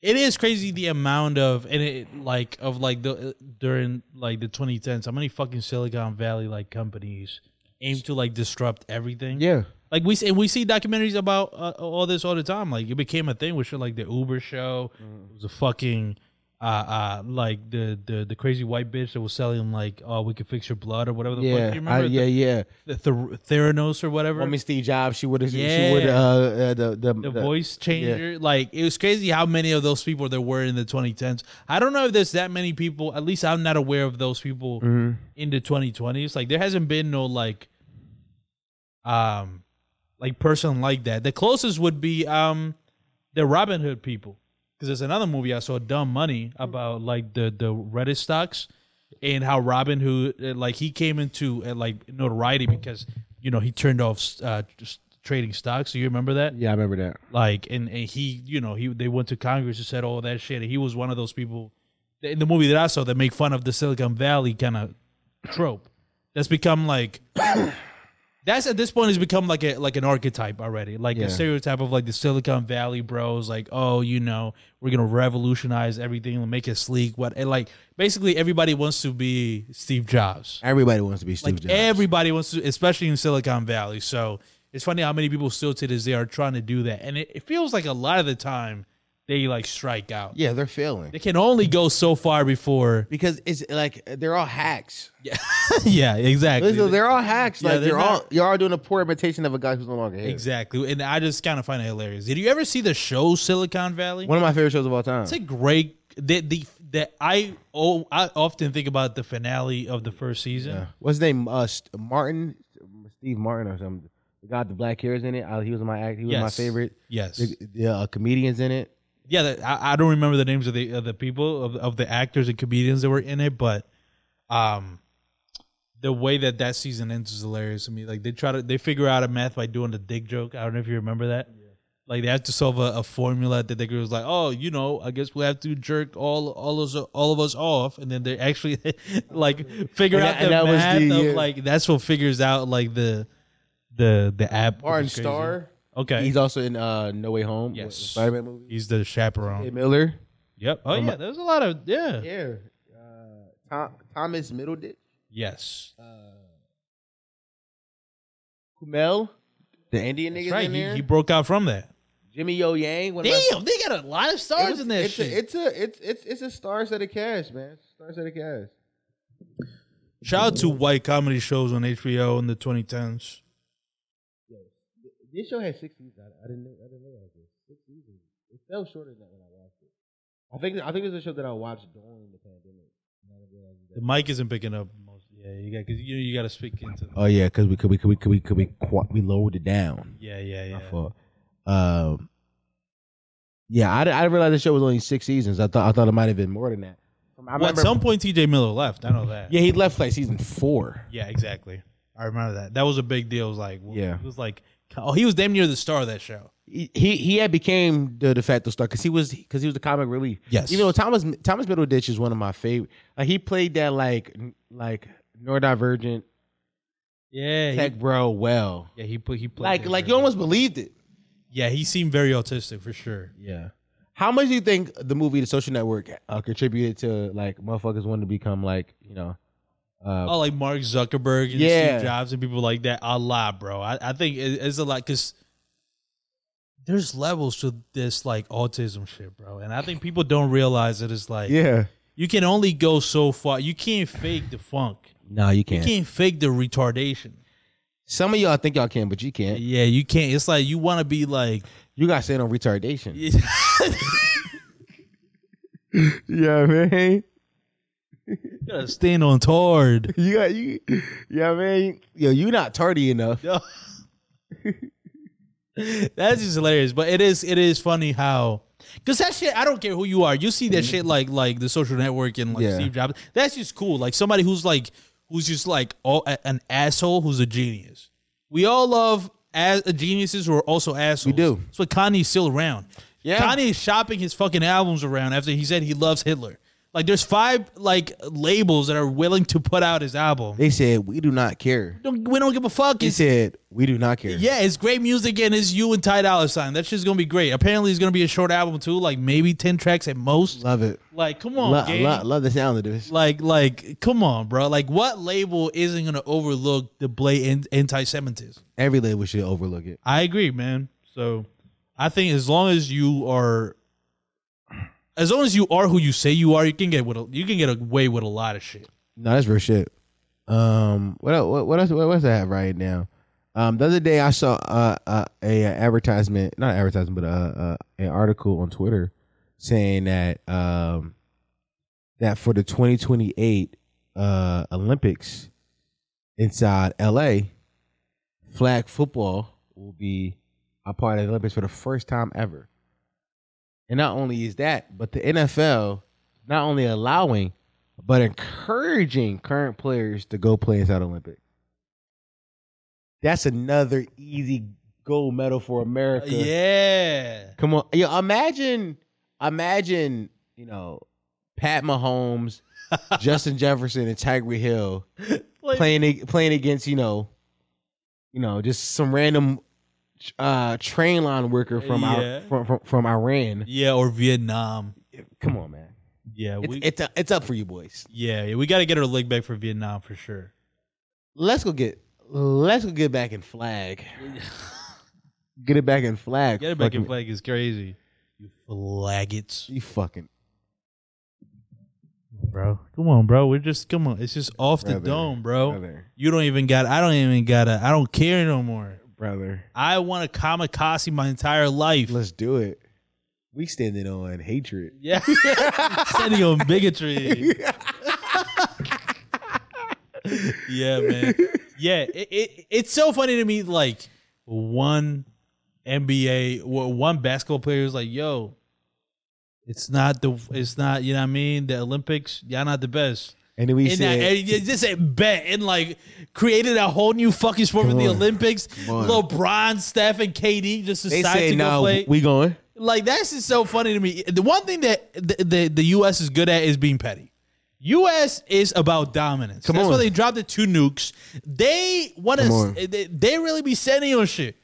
[SPEAKER 2] It is crazy the amount of and it like of like the during like the 2010s. How many fucking Silicon Valley like companies aim to like disrupt everything?
[SPEAKER 1] Yeah.
[SPEAKER 2] Like we see, and we see documentaries about uh, all this all the time. Like it became a thing with shit like the Uber show. It was a fucking uh uh like the the the crazy white bitch that was selling like oh we can fix your blood or whatever the
[SPEAKER 1] Yeah.
[SPEAKER 2] fuck. You remember
[SPEAKER 1] I, yeah. Yeah.
[SPEAKER 2] the, the Theranos or whatever.
[SPEAKER 1] Woman Steve Jobs. She would. She
[SPEAKER 2] Yeah.
[SPEAKER 1] would. Uh, uh, the, the
[SPEAKER 2] the
[SPEAKER 1] the-
[SPEAKER 2] voice changer. Like it was crazy how many of those people there were in the 2010s. I don't know if there's that many people. At least I'm not aware of those people
[SPEAKER 1] Mm. mm-hmm.
[SPEAKER 2] in the 2020s. Like there hasn't been no like, um, like person like that. The closest would be um, the Robin Hood people. Because there's another movie I saw, Dumb Money, about like the the Reddit stocks and how Robin Hood uh, like he came into uh, like notoriety because you know he turned off uh, just trading stocks. Do you remember that?
[SPEAKER 1] Yeah, I remember that.
[SPEAKER 2] like and, and he you know he they went to congress and said all that shit and he was one of those people that- in the movie that i saw that make fun of the silicon valley kind of trope that's become like that's at this point has become like a like an archetype already like
[SPEAKER 1] Yeah.
[SPEAKER 2] a stereotype of like the silicon valley bros like oh you know we're gonna revolutionize everything and make it sleek what and like basically everybody wants to be steve jobs
[SPEAKER 1] Everybody wants to be Steve
[SPEAKER 2] like
[SPEAKER 1] Jobs.
[SPEAKER 2] everybody wants to, especially in Silicon Valley. So it's funny how many people still to this day are trying to do that, and it, it feels like a lot of the time they like strike out.
[SPEAKER 1] Yeah, they're failing
[SPEAKER 2] They can only go so far before.
[SPEAKER 1] because it's like they're all hacks.
[SPEAKER 2] yeah, exactly.
[SPEAKER 1] Listen, they're all hacks.
[SPEAKER 2] Yeah,
[SPEAKER 1] like
[SPEAKER 2] they're
[SPEAKER 1] they're, all
[SPEAKER 2] not-
[SPEAKER 1] you're all doing a poor imitation of a guy who's no longer here.
[SPEAKER 2] exactly, and I just kind of find it hilarious. Did you ever see the show Silicon Valley?
[SPEAKER 1] One of my favorite shows of all time.
[SPEAKER 2] It's a great. The, the that I oh I often think about the finale of the first season.
[SPEAKER 1] Yeah. What's his name? Uh, St- Martin, Steve Martin or something. The guy with the black hairs in it. I, he was my act. He was my
[SPEAKER 2] Yes.
[SPEAKER 1] favorite.
[SPEAKER 2] Yes.
[SPEAKER 1] The, the uh, comedians in it.
[SPEAKER 2] yeah, that, I, I don't remember the names of the of the people of of the actors and comedians that were in it, but um, the way that that season ends is hilarious to me. Like they try to they figure out a math by doing the dick joke. I don't know if you remember that. Like they have to solve a, a formula that they was like, oh, you know, I guess we have to jerk all all of us, all of us off, and then they actually like figure
[SPEAKER 1] And
[SPEAKER 2] out
[SPEAKER 1] that-
[SPEAKER 2] the
[SPEAKER 1] and that was
[SPEAKER 2] math
[SPEAKER 1] the,
[SPEAKER 2] of
[SPEAKER 1] yeah.
[SPEAKER 2] like that's what figures out like the the the app.
[SPEAKER 1] Martin
[SPEAKER 2] It's crazy.
[SPEAKER 1] Starr.
[SPEAKER 2] Okay,
[SPEAKER 1] He's
[SPEAKER 2] he's,
[SPEAKER 1] also in uh, No Way Home.
[SPEAKER 2] Yes.
[SPEAKER 1] Spider Man movie.
[SPEAKER 2] the
[SPEAKER 1] Hey,
[SPEAKER 2] chaperone.
[SPEAKER 1] Miller.
[SPEAKER 2] Yep. Oh yeah, there's a lot of yeah.
[SPEAKER 1] Yeah. Uh, Tom, Thomas Middleditch.
[SPEAKER 2] Yes.
[SPEAKER 1] Kumel. The Indian
[SPEAKER 2] That's
[SPEAKER 1] niggas
[SPEAKER 2] right.
[SPEAKER 1] in
[SPEAKER 2] He,
[SPEAKER 1] there.
[SPEAKER 2] he broke out from that.
[SPEAKER 1] Jimmy Yo Yang. one of my-
[SPEAKER 2] Damn, they got a lot of
[SPEAKER 1] It
[SPEAKER 2] stars
[SPEAKER 1] was-
[SPEAKER 2] in that
[SPEAKER 1] it's
[SPEAKER 2] shit.
[SPEAKER 1] A, it's a it's it's it's a star set of cash, man. It's a Star set of cash.
[SPEAKER 2] Shout out to white comedy shows on HBO in the 2010s.
[SPEAKER 1] This show had six seasons. I, I didn't know- I didn't realize this. Six seasons. It fell short of that when I watched it. I think I think it's a show that I watched during the pandemic. And I didn't realize it.
[SPEAKER 2] The mic isn't picking up. Most, yeah, you got because you you got to speak into.
[SPEAKER 1] Oh yeah, because we could we could we could we could we, qua- we lowered it down.
[SPEAKER 2] Yeah, yeah, yeah.
[SPEAKER 1] My fault. Um, yeah, I, di- I didn't realize the show was only six seasons. I thought I thought it might have been more than that. From I
[SPEAKER 2] Well, at
[SPEAKER 1] remember.
[SPEAKER 2] some point, T.J. Miller left. I know that.
[SPEAKER 1] yeah, he left like season four.
[SPEAKER 2] Yeah, exactly. I remember that. That was a big deal. It was like,
[SPEAKER 1] Yeah.
[SPEAKER 2] it was like, oh, he was damn near the star of that show.
[SPEAKER 1] He he, he had became the de facto star because he was because he was the comic relief.
[SPEAKER 2] Yes.
[SPEAKER 1] You know Thomas Thomas Middleditch is one of my favorite. Like he played that like n- like neurodivergent
[SPEAKER 2] Yeah,
[SPEAKER 1] tech
[SPEAKER 2] he,
[SPEAKER 1] bro well.
[SPEAKER 2] yeah, he put he played
[SPEAKER 1] Like
[SPEAKER 2] that
[SPEAKER 1] like
[SPEAKER 2] very
[SPEAKER 1] you
[SPEAKER 2] well.
[SPEAKER 1] almost believed it.
[SPEAKER 2] Yeah, he seemed very autistic for sure.
[SPEAKER 1] Yeah. How much do you think the movie The Social Network uh, contributed to like motherfuckers wanting to become like you know? Uh,
[SPEAKER 2] Oh, like Mark Zuckerberg and
[SPEAKER 1] Yeah.
[SPEAKER 2] Steve Jobs and people like that. A lot, bro. I, I think it, it's a lot because there's levels to this like autism shit, bro. And I think people don't realize that it's like
[SPEAKER 1] Yeah.
[SPEAKER 2] you can only go so far. You can't fake the funk.
[SPEAKER 1] No, you
[SPEAKER 2] You
[SPEAKER 1] can't.
[SPEAKER 2] can't fake the retardation.
[SPEAKER 1] Some of y'all think y'all can, but you can't.
[SPEAKER 2] Yeah, you can't. It's like you want to be like.
[SPEAKER 1] You got to stand on retardation. Yeah, man.
[SPEAKER 2] gotta stand on tard.
[SPEAKER 1] You got you. Yeah, man. Yo, you not tardy enough.
[SPEAKER 2] Yo. That's just hilarious. But it is it is funny how because that shit, I don't care who you are. You see that shit like like the social network and like
[SPEAKER 1] Mm-hmm. Yeah.
[SPEAKER 2] Steve Jobs. That's just cool. Like somebody who's like who's just like all, a- an asshole who's a genius. We all love as geniuses who are also assholes. We
[SPEAKER 1] do.
[SPEAKER 2] That's why Kanye's still around.
[SPEAKER 1] Yeah.
[SPEAKER 2] Kanye is shopping his fucking albums around after he said he loves Hitler. Like there's five like labels that are willing to put out his album.
[SPEAKER 1] They said we do not care.
[SPEAKER 2] Don't, we don't give a fuck.
[SPEAKER 1] They
[SPEAKER 2] It's-
[SPEAKER 1] said we do not care.
[SPEAKER 2] yeah, it's great music and it's you and Ty Dolla Sign. That shit's gonna be great. Apparently, it's gonna be a short album too, like maybe ten tracks at most.
[SPEAKER 1] love it.
[SPEAKER 2] Like, come
[SPEAKER 1] Lo-
[SPEAKER 2] on, gang.
[SPEAKER 1] lo- love the sound of this.
[SPEAKER 2] like, like, come on, bro. Like, what label isn't gonna overlook the blatant anti-Semitism?
[SPEAKER 1] Every label should overlook it.
[SPEAKER 2] I agree, man. So, I think as long as you are, as long as you are who you say you are, you can get with a, you can get away with a lot of shit.
[SPEAKER 1] No, that's real shit. Um, what el- what what else what else I have right now? Um, the other day I saw uh, uh, a, uh advertisement, not an advertisement, but uh, uh, an article on Twitter saying that um, that for the 2028 uh, Olympics inside LA, flag football will be a part of the Olympics for the first time ever. And not only is that, but the NFL not only allowing but encouraging current players to go play inside Olympics. That's another easy gold medal for America.
[SPEAKER 2] Yeah,
[SPEAKER 1] Come on. Yo, imagine, imagine, you know, Pat Mahomes, Justin Jefferson, and Tiger Hill playing ag- playing against, you know, you know, just some random uh train line worker from our
[SPEAKER 2] Yeah.
[SPEAKER 1] from, from from Iran.
[SPEAKER 2] yeah, or Vietnam.
[SPEAKER 1] Come on, man.
[SPEAKER 2] Yeah,
[SPEAKER 1] It's
[SPEAKER 2] we,
[SPEAKER 1] it's, a, it's up for you boys.
[SPEAKER 2] yeah, yeah, we got to get our leg back for Vietnam for sure.
[SPEAKER 1] let's go get let's go get back in flag. get it back in flag.
[SPEAKER 2] Get it back in
[SPEAKER 1] fucking-
[SPEAKER 2] flag is crazy. You flaggots.
[SPEAKER 1] You fucking
[SPEAKER 2] Bro. Come on, bro. We're just come on. It's just off the
[SPEAKER 1] Brother.
[SPEAKER 2] dome, bro.
[SPEAKER 1] brother,
[SPEAKER 2] You don't even got I don't even gotta I don't care no more.
[SPEAKER 1] brother.
[SPEAKER 2] I want to kamikaze my entire life.
[SPEAKER 1] Let's do it. We standing on hatred.
[SPEAKER 2] yeah. Standing on bigotry. yeah, man. Yeah, it, it it's so funny to me like one NBA w- one basketball player is like, "Yo, it's not the it's not, you know what I mean? The Olympics, y'all not the best."
[SPEAKER 1] And then we
[SPEAKER 2] And,
[SPEAKER 1] said
[SPEAKER 2] that, and you just said bet and like created a whole new fucking sport for the
[SPEAKER 1] on.
[SPEAKER 2] Olympics.
[SPEAKER 1] on.
[SPEAKER 2] LeBron, Steph, and KD just
[SPEAKER 1] they
[SPEAKER 2] decided
[SPEAKER 1] said
[SPEAKER 2] to go
[SPEAKER 1] no,
[SPEAKER 2] play.
[SPEAKER 1] we going.
[SPEAKER 2] like that's just so funny to me. The one thing that the, the the U.S. is good at is being petty. U.S. is about dominance.
[SPEAKER 1] Come
[SPEAKER 2] that's why
[SPEAKER 1] on.
[SPEAKER 2] they dropped the two nukes. They want
[SPEAKER 1] Come on.
[SPEAKER 2] to. They, they really be sending on shit.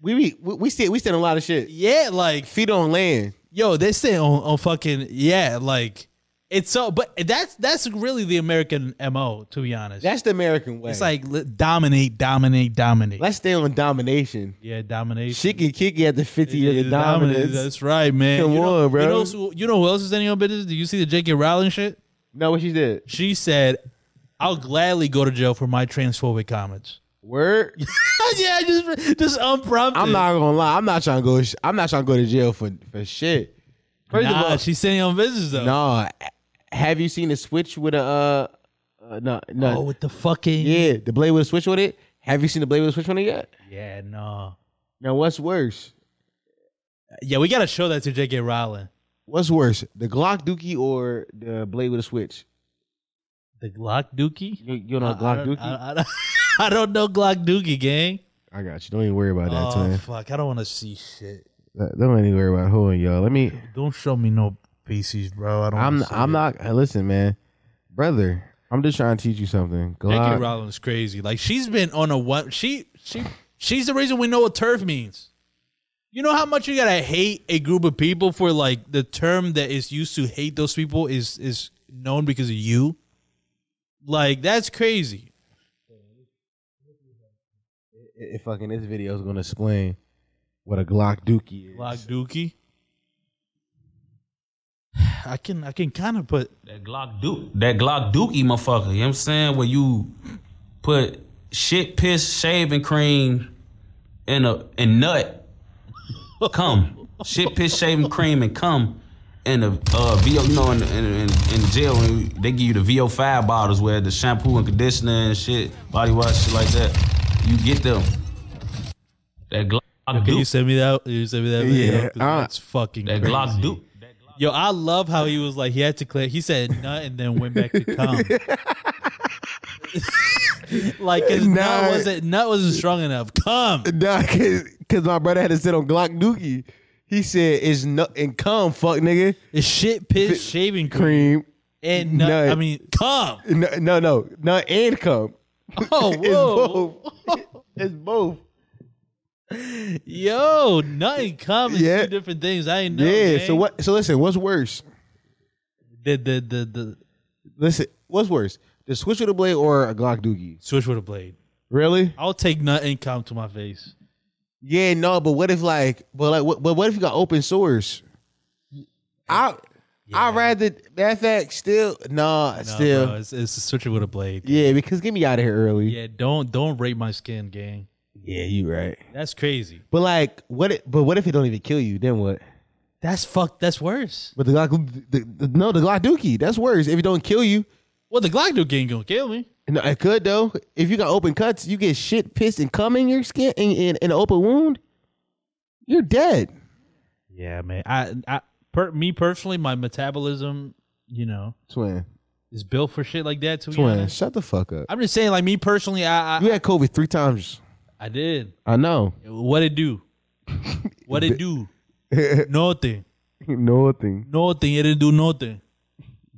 [SPEAKER 1] We be we, we said we said a lot of shit.
[SPEAKER 2] Yeah, like
[SPEAKER 1] Feet on land.
[SPEAKER 2] yo, they sit on, on fucking yeah, like it's so. But that's that's really the American mo. To be honest,
[SPEAKER 1] That's the American way.
[SPEAKER 2] It's like li- dominate, dominate, dominate.
[SPEAKER 1] let's stay on domination.
[SPEAKER 2] yeah, domination.
[SPEAKER 1] Chicken kicky at the fifty
[SPEAKER 2] Yeah,
[SPEAKER 1] year of the
[SPEAKER 2] dominate.
[SPEAKER 1] dominance.
[SPEAKER 2] That's right, man.
[SPEAKER 1] Come
[SPEAKER 2] you know,
[SPEAKER 1] on, bro.
[SPEAKER 2] You know, who- you know who else is any on business? Do you see the J.K. Rowling shit?
[SPEAKER 1] No, what she did.
[SPEAKER 2] She said, "I'll gladly go to jail for my transphobic comments."
[SPEAKER 1] Word.
[SPEAKER 2] yeah, just just unprompted.
[SPEAKER 1] I'm not gonna lie. I'm not trying to go. I'm not trying to go to jail for for shit. First
[SPEAKER 2] nah,
[SPEAKER 1] of all,
[SPEAKER 2] she's sitting on business though.
[SPEAKER 1] no. Have you seen the switch with a uh, uh no no
[SPEAKER 2] Oh, with the fucking yeah,
[SPEAKER 1] yeah the blade with a switch on it? Have you seen the blade with a switch on it yet?
[SPEAKER 2] no,
[SPEAKER 1] Now what's worse?
[SPEAKER 2] yeah. We gotta show that to J.K. Rowling.
[SPEAKER 1] What's worse, the Glock Dookie or the blade with a switch?
[SPEAKER 2] The Glock Dookie?
[SPEAKER 1] You, you know
[SPEAKER 2] I- I
[SPEAKER 1] Glock
[SPEAKER 2] don't-
[SPEAKER 1] Dookie?
[SPEAKER 2] I, I don't- I don't know Glock Dookie, gang.
[SPEAKER 1] I got you. Don't even worry about that,
[SPEAKER 2] oh,
[SPEAKER 1] man.
[SPEAKER 2] fuck. I don't want to see shit.
[SPEAKER 1] Don't even worry about hold on, y'all. Let me.
[SPEAKER 2] Don't show me no feces, bro. I don't
[SPEAKER 1] I'm
[SPEAKER 2] wanna see
[SPEAKER 1] I'm
[SPEAKER 2] it.
[SPEAKER 1] not. hey, Listen, man, brother. I'm just trying to teach you something.
[SPEAKER 2] J.K.
[SPEAKER 1] Glock.
[SPEAKER 2] Rowling's crazy. Like she's been on a one. She she she's the reason we know what turf means. You know how much you gotta hate a group of people for like the term that is used to hate those people is is known because of you. Like that's crazy.
[SPEAKER 1] It, it fucking this video is gonna explain what a Glock Dookie is.
[SPEAKER 2] Glock Dookie. I can I can kind of put
[SPEAKER 7] That Glock Duke, that Glock Dookie motherfucker. You know what I'm saying? Where you put shit, piss, shaving cream in a and nut, cum, shit, piss, shaving cream and cum in a uh, VO. You know, in, in, in, in jail, when they give you the VO five bottles where the shampoo and conditioner and shit, body wash, shit like that. You get them. That Glock
[SPEAKER 2] Can you
[SPEAKER 7] Duke.
[SPEAKER 2] send me that? You send me that video.
[SPEAKER 1] Yeah, Uh,
[SPEAKER 2] 'Cause
[SPEAKER 1] I-
[SPEAKER 2] that's fucking.
[SPEAKER 7] That
[SPEAKER 2] crazy.
[SPEAKER 7] Glock Duke.
[SPEAKER 2] Yo, I love how he was like he had to clear. He said nut and then went back to cum. like his
[SPEAKER 1] Nah.
[SPEAKER 2] nut wasn't nut wasn't strong enough. Cum.
[SPEAKER 1] Nah, cause, 'cause my brother had to sit on Glock Dookie. He said it's nut and cum, fuck nigga.
[SPEAKER 2] It's shit, piss, shaving cream,
[SPEAKER 1] Cream.
[SPEAKER 2] and nut.
[SPEAKER 1] nut.
[SPEAKER 2] I mean, cum.
[SPEAKER 1] No, no, no, nut and cum.
[SPEAKER 2] Oh,
[SPEAKER 1] It's
[SPEAKER 2] whoa,
[SPEAKER 1] both. it's both.
[SPEAKER 2] yo, nut and cum is
[SPEAKER 1] Yeah.
[SPEAKER 2] two different things. I ain't know.
[SPEAKER 1] yeah. So
[SPEAKER 2] gang.
[SPEAKER 1] what? So listen. What's worse?
[SPEAKER 2] The the the the
[SPEAKER 1] Listen. What's worse? The switch with a blade or a Glock Dookie?
[SPEAKER 2] switch with a blade.
[SPEAKER 1] Really?
[SPEAKER 2] I'll take nut and cum to my face.
[SPEAKER 1] Yeah. No. But what if like? But like? What, but what if you got open source? I. I'd rather that fact still nah
[SPEAKER 2] No,
[SPEAKER 1] still
[SPEAKER 2] bro, it's, it's a switch it with a blade.
[SPEAKER 1] yeah because get me out of here early
[SPEAKER 2] Yeah, don't don't rape my skin, gang.
[SPEAKER 1] yeah you right
[SPEAKER 2] That's crazy.
[SPEAKER 1] But like, what? It, but what if it don't even kill you? Then what?
[SPEAKER 2] That's fuck. That's worse.
[SPEAKER 1] But the Glock, the, the, no, the Glock Dookie. That's worse. If it don't kill you,
[SPEAKER 2] Well, the Glock Duke ain't gonna kill me.
[SPEAKER 1] no, it could though. If you got open cuts, you get shit, pissed, and cum in your skin in, in, in an open wound. You're dead.
[SPEAKER 2] Yeah, man. I, I, per, me personally, my metabolism, you know,
[SPEAKER 1] Twin,
[SPEAKER 2] is built for shit like that. To be
[SPEAKER 1] twin,
[SPEAKER 2] honest,
[SPEAKER 1] shut the fuck up.
[SPEAKER 2] I'm just saying, like me personally, I, I,
[SPEAKER 1] You had COVID three times.
[SPEAKER 2] I did.
[SPEAKER 1] I know.
[SPEAKER 2] What it do? What it do? nothing.
[SPEAKER 1] Nothing.
[SPEAKER 2] Nothing. It didn't do nothing.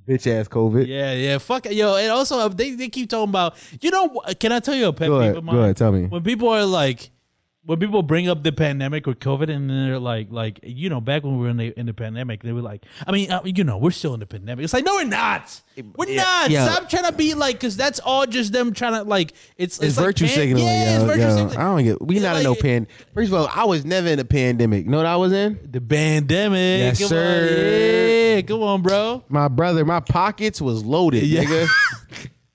[SPEAKER 1] Bitch ass COVID.
[SPEAKER 2] Yeah, yeah. Fuck it, yo. And also, uh, they they keep talking about. You know, wh- can I tell you a pet
[SPEAKER 1] Go
[SPEAKER 2] peeve
[SPEAKER 1] ahead.
[SPEAKER 2] of
[SPEAKER 1] Go
[SPEAKER 2] mine?
[SPEAKER 1] ahead. Tell me.
[SPEAKER 2] when people are like when people bring up the pandemic or COVID and then they're like like you know back when we were in the in the pandemic they were like I mean uh, you know we're still in the pandemic it's like no we're not we're not
[SPEAKER 1] yeah.
[SPEAKER 2] stop trying to be like because that's all just them trying to like it's
[SPEAKER 1] It's,
[SPEAKER 2] like
[SPEAKER 1] virtue
[SPEAKER 2] pan-
[SPEAKER 1] signaling,
[SPEAKER 2] yeah, it's
[SPEAKER 1] yo.
[SPEAKER 2] virtue
[SPEAKER 1] yo. Ah.
[SPEAKER 2] signaling.
[SPEAKER 1] I don't get. We
[SPEAKER 2] It's
[SPEAKER 1] not in no
[SPEAKER 2] like-
[SPEAKER 1] pan. First of all, I was never in a pandemic. You know what I was in?
[SPEAKER 2] the pandemic
[SPEAKER 1] Yes,
[SPEAKER 2] come
[SPEAKER 1] sir.
[SPEAKER 2] on yeah come on bro
[SPEAKER 1] My brother, my pockets was loaded,
[SPEAKER 2] Yeah.
[SPEAKER 1] nigga.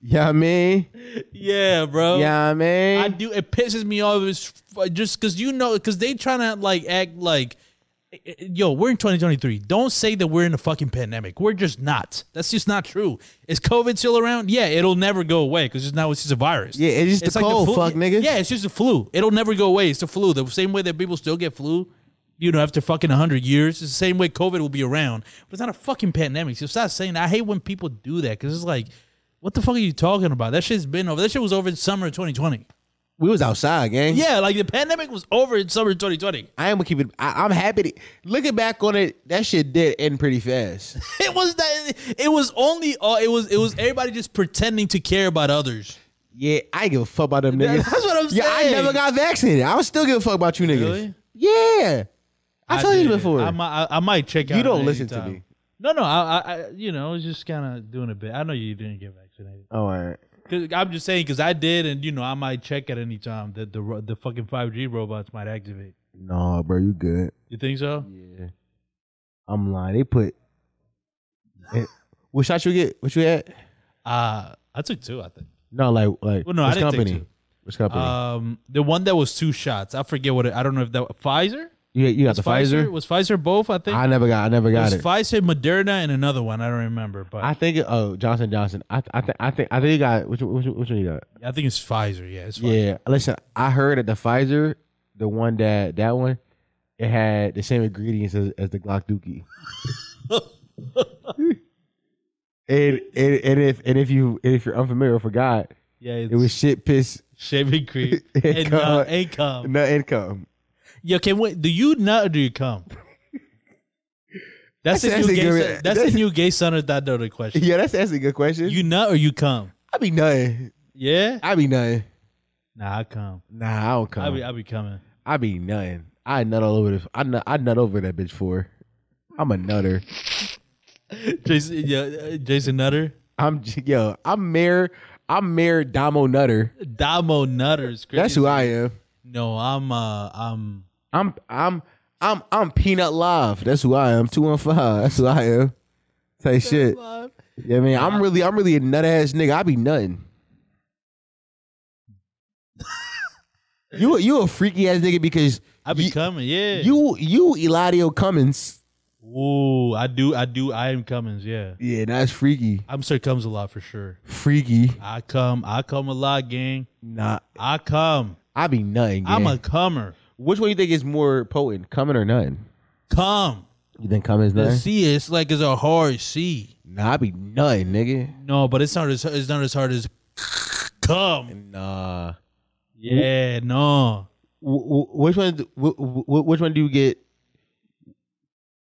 [SPEAKER 1] yeah, I mean,
[SPEAKER 2] yeah bro
[SPEAKER 1] yeah, I
[SPEAKER 2] I
[SPEAKER 1] mean.
[SPEAKER 2] do. It pisses me off. It's f- just because you know, because they trying to like act like, eh, yo, we're in 2023. Don't say that we're in a fucking pandemic. We're just not. That's just not true. Is COVID still around? Yeah, it'll never go away because it's now it's just a virus.
[SPEAKER 1] Yeah, it's just the cold,
[SPEAKER 2] flu-
[SPEAKER 1] fuck, nigga.
[SPEAKER 2] Yeah, it's just the flu. It'll never go away. It's the flu. The same way that people still get flu. You know, after fucking 100 years, it's the same way COVID will be around. But it's not a fucking pandemic. So stop saying that. I hate when people do that because it's like, what the fuck are you talking about? That shit's been over. That shit was over in summer of 2020.
[SPEAKER 1] we was outside, gang.
[SPEAKER 2] Yeah, like the pandemic was over in summer 2020.
[SPEAKER 1] I am gonna keep it. I, I'm happy. To, looking back on it, that shit did end pretty fast.
[SPEAKER 2] It was that. It was only. Uh, it was. It was everybody just pretending to care about others.
[SPEAKER 1] Yeah, I ain't give a fuck about them niggas.
[SPEAKER 2] That's what I'm
[SPEAKER 1] Yeah, I
[SPEAKER 2] saying.
[SPEAKER 1] never got vaccinated. I was still give a fuck about you niggas.
[SPEAKER 2] Really?
[SPEAKER 1] Yeah, I, told you
[SPEAKER 2] did.
[SPEAKER 1] before.
[SPEAKER 2] I, mi- I, I might check out.
[SPEAKER 1] you don't
[SPEAKER 2] at
[SPEAKER 1] listen
[SPEAKER 2] any
[SPEAKER 1] to
[SPEAKER 2] time.
[SPEAKER 1] me.
[SPEAKER 2] No, no. I, I, I you know, I was just kind of doing a bit. I know you didn't get vaccinated.
[SPEAKER 1] Oh, all right.
[SPEAKER 2] 'Cause I'm just saying because I did, and you know, I might check at any time that the ro- the fucking 5G robots might activate.
[SPEAKER 1] No, bro, you good.
[SPEAKER 2] You think so?
[SPEAKER 1] Yeah, I'm lying. They put. Eh, what shot you get? What you at?
[SPEAKER 2] Uh I took two. I think.
[SPEAKER 1] No, like like
[SPEAKER 2] Well, no, I
[SPEAKER 1] which
[SPEAKER 2] didn't take
[SPEAKER 1] company?
[SPEAKER 2] two.
[SPEAKER 1] Which company?
[SPEAKER 2] Um, the one that was two shots. I forget what it. I don't know if that Pfizer.
[SPEAKER 1] you, you got the
[SPEAKER 2] Was
[SPEAKER 1] Pfizer?
[SPEAKER 2] was Pfizer both. I think.
[SPEAKER 1] I never got. I never got
[SPEAKER 2] it
[SPEAKER 1] it.
[SPEAKER 2] was Pfizer, Moderna, and another one. I don't remember, but
[SPEAKER 1] I
[SPEAKER 2] I,
[SPEAKER 1] think. Oh, Johnson Johnson. I I think I think I think you got which one- which, one- which one you got?
[SPEAKER 2] think it's Pfizer. Yeah, it's Pfizer.
[SPEAKER 1] Yeah. Listen, I heard that the Pfizer, the one that that one, it had the same ingredients as, as the Glock Dookie. And, and and if and if you and if you're unfamiliar or forgot,
[SPEAKER 2] Yeah,
[SPEAKER 1] it was shit, piss,
[SPEAKER 2] shaving cream
[SPEAKER 1] It
[SPEAKER 2] and uh,
[SPEAKER 1] come.
[SPEAKER 2] and cum.
[SPEAKER 1] no income.
[SPEAKER 2] Yo, can wait? Do you nut or do you cum? That's,
[SPEAKER 1] That's
[SPEAKER 2] a
[SPEAKER 1] actually
[SPEAKER 2] new gay.
[SPEAKER 1] good.
[SPEAKER 2] Son, that's,
[SPEAKER 1] That's-
[SPEAKER 2] a new gay son of that daughter question.
[SPEAKER 1] Yeah, that's actually a good question.
[SPEAKER 2] You nut or you cum?
[SPEAKER 1] I be nothing.
[SPEAKER 2] Yeah.
[SPEAKER 1] I be nothing.
[SPEAKER 2] Nah, I cum.
[SPEAKER 1] Nah, I don't come.
[SPEAKER 2] I be I be coming.
[SPEAKER 1] I be nothing. I nut all over the. I nut. I nut over that bitch for. I'm a nutter.
[SPEAKER 2] Jason, yeah, uh, Jason Nutter,
[SPEAKER 1] I'm j- yo. I'm mayor. I'm mayor Damo Nutter.
[SPEAKER 2] Damo Nutter is crazy.
[SPEAKER 1] That's who I am.
[SPEAKER 2] No, I'm uh I'm
[SPEAKER 1] I'm. I'm. I'm. I'm Peanut Live. That's who I am. Two one five. That's who I am. Type shit. Yeah, man. I'm really. I'm really a nut ass nigga. I be nutting. you. a- You a freaky ass nigga because
[SPEAKER 2] I be
[SPEAKER 1] Ye-
[SPEAKER 2] coming. Yeah.
[SPEAKER 1] you. You Eladio Cummins.
[SPEAKER 2] Ooh, I do. I do. I am Cummins. Yeah.
[SPEAKER 1] Yeah, that's freaky.
[SPEAKER 2] I'm sure comes a lot for sure.
[SPEAKER 1] Freaky.
[SPEAKER 2] I come. I come a lot, gang.
[SPEAKER 1] Nah.
[SPEAKER 2] I come.
[SPEAKER 1] I be nutting.
[SPEAKER 2] I'm
[SPEAKER 1] gang.
[SPEAKER 2] a comer.
[SPEAKER 1] Which one you think is more potent, coming or nothing?
[SPEAKER 2] Come.
[SPEAKER 1] You think coming is
[SPEAKER 2] The
[SPEAKER 1] nothing?
[SPEAKER 2] C is like it's a hard C.
[SPEAKER 1] nah, I be nothing, nigga.
[SPEAKER 2] No, but it's not as it's not as hard as come.
[SPEAKER 1] Nah.
[SPEAKER 2] Yeah, no.
[SPEAKER 1] W- w- which one? do- W- w- which one do you get?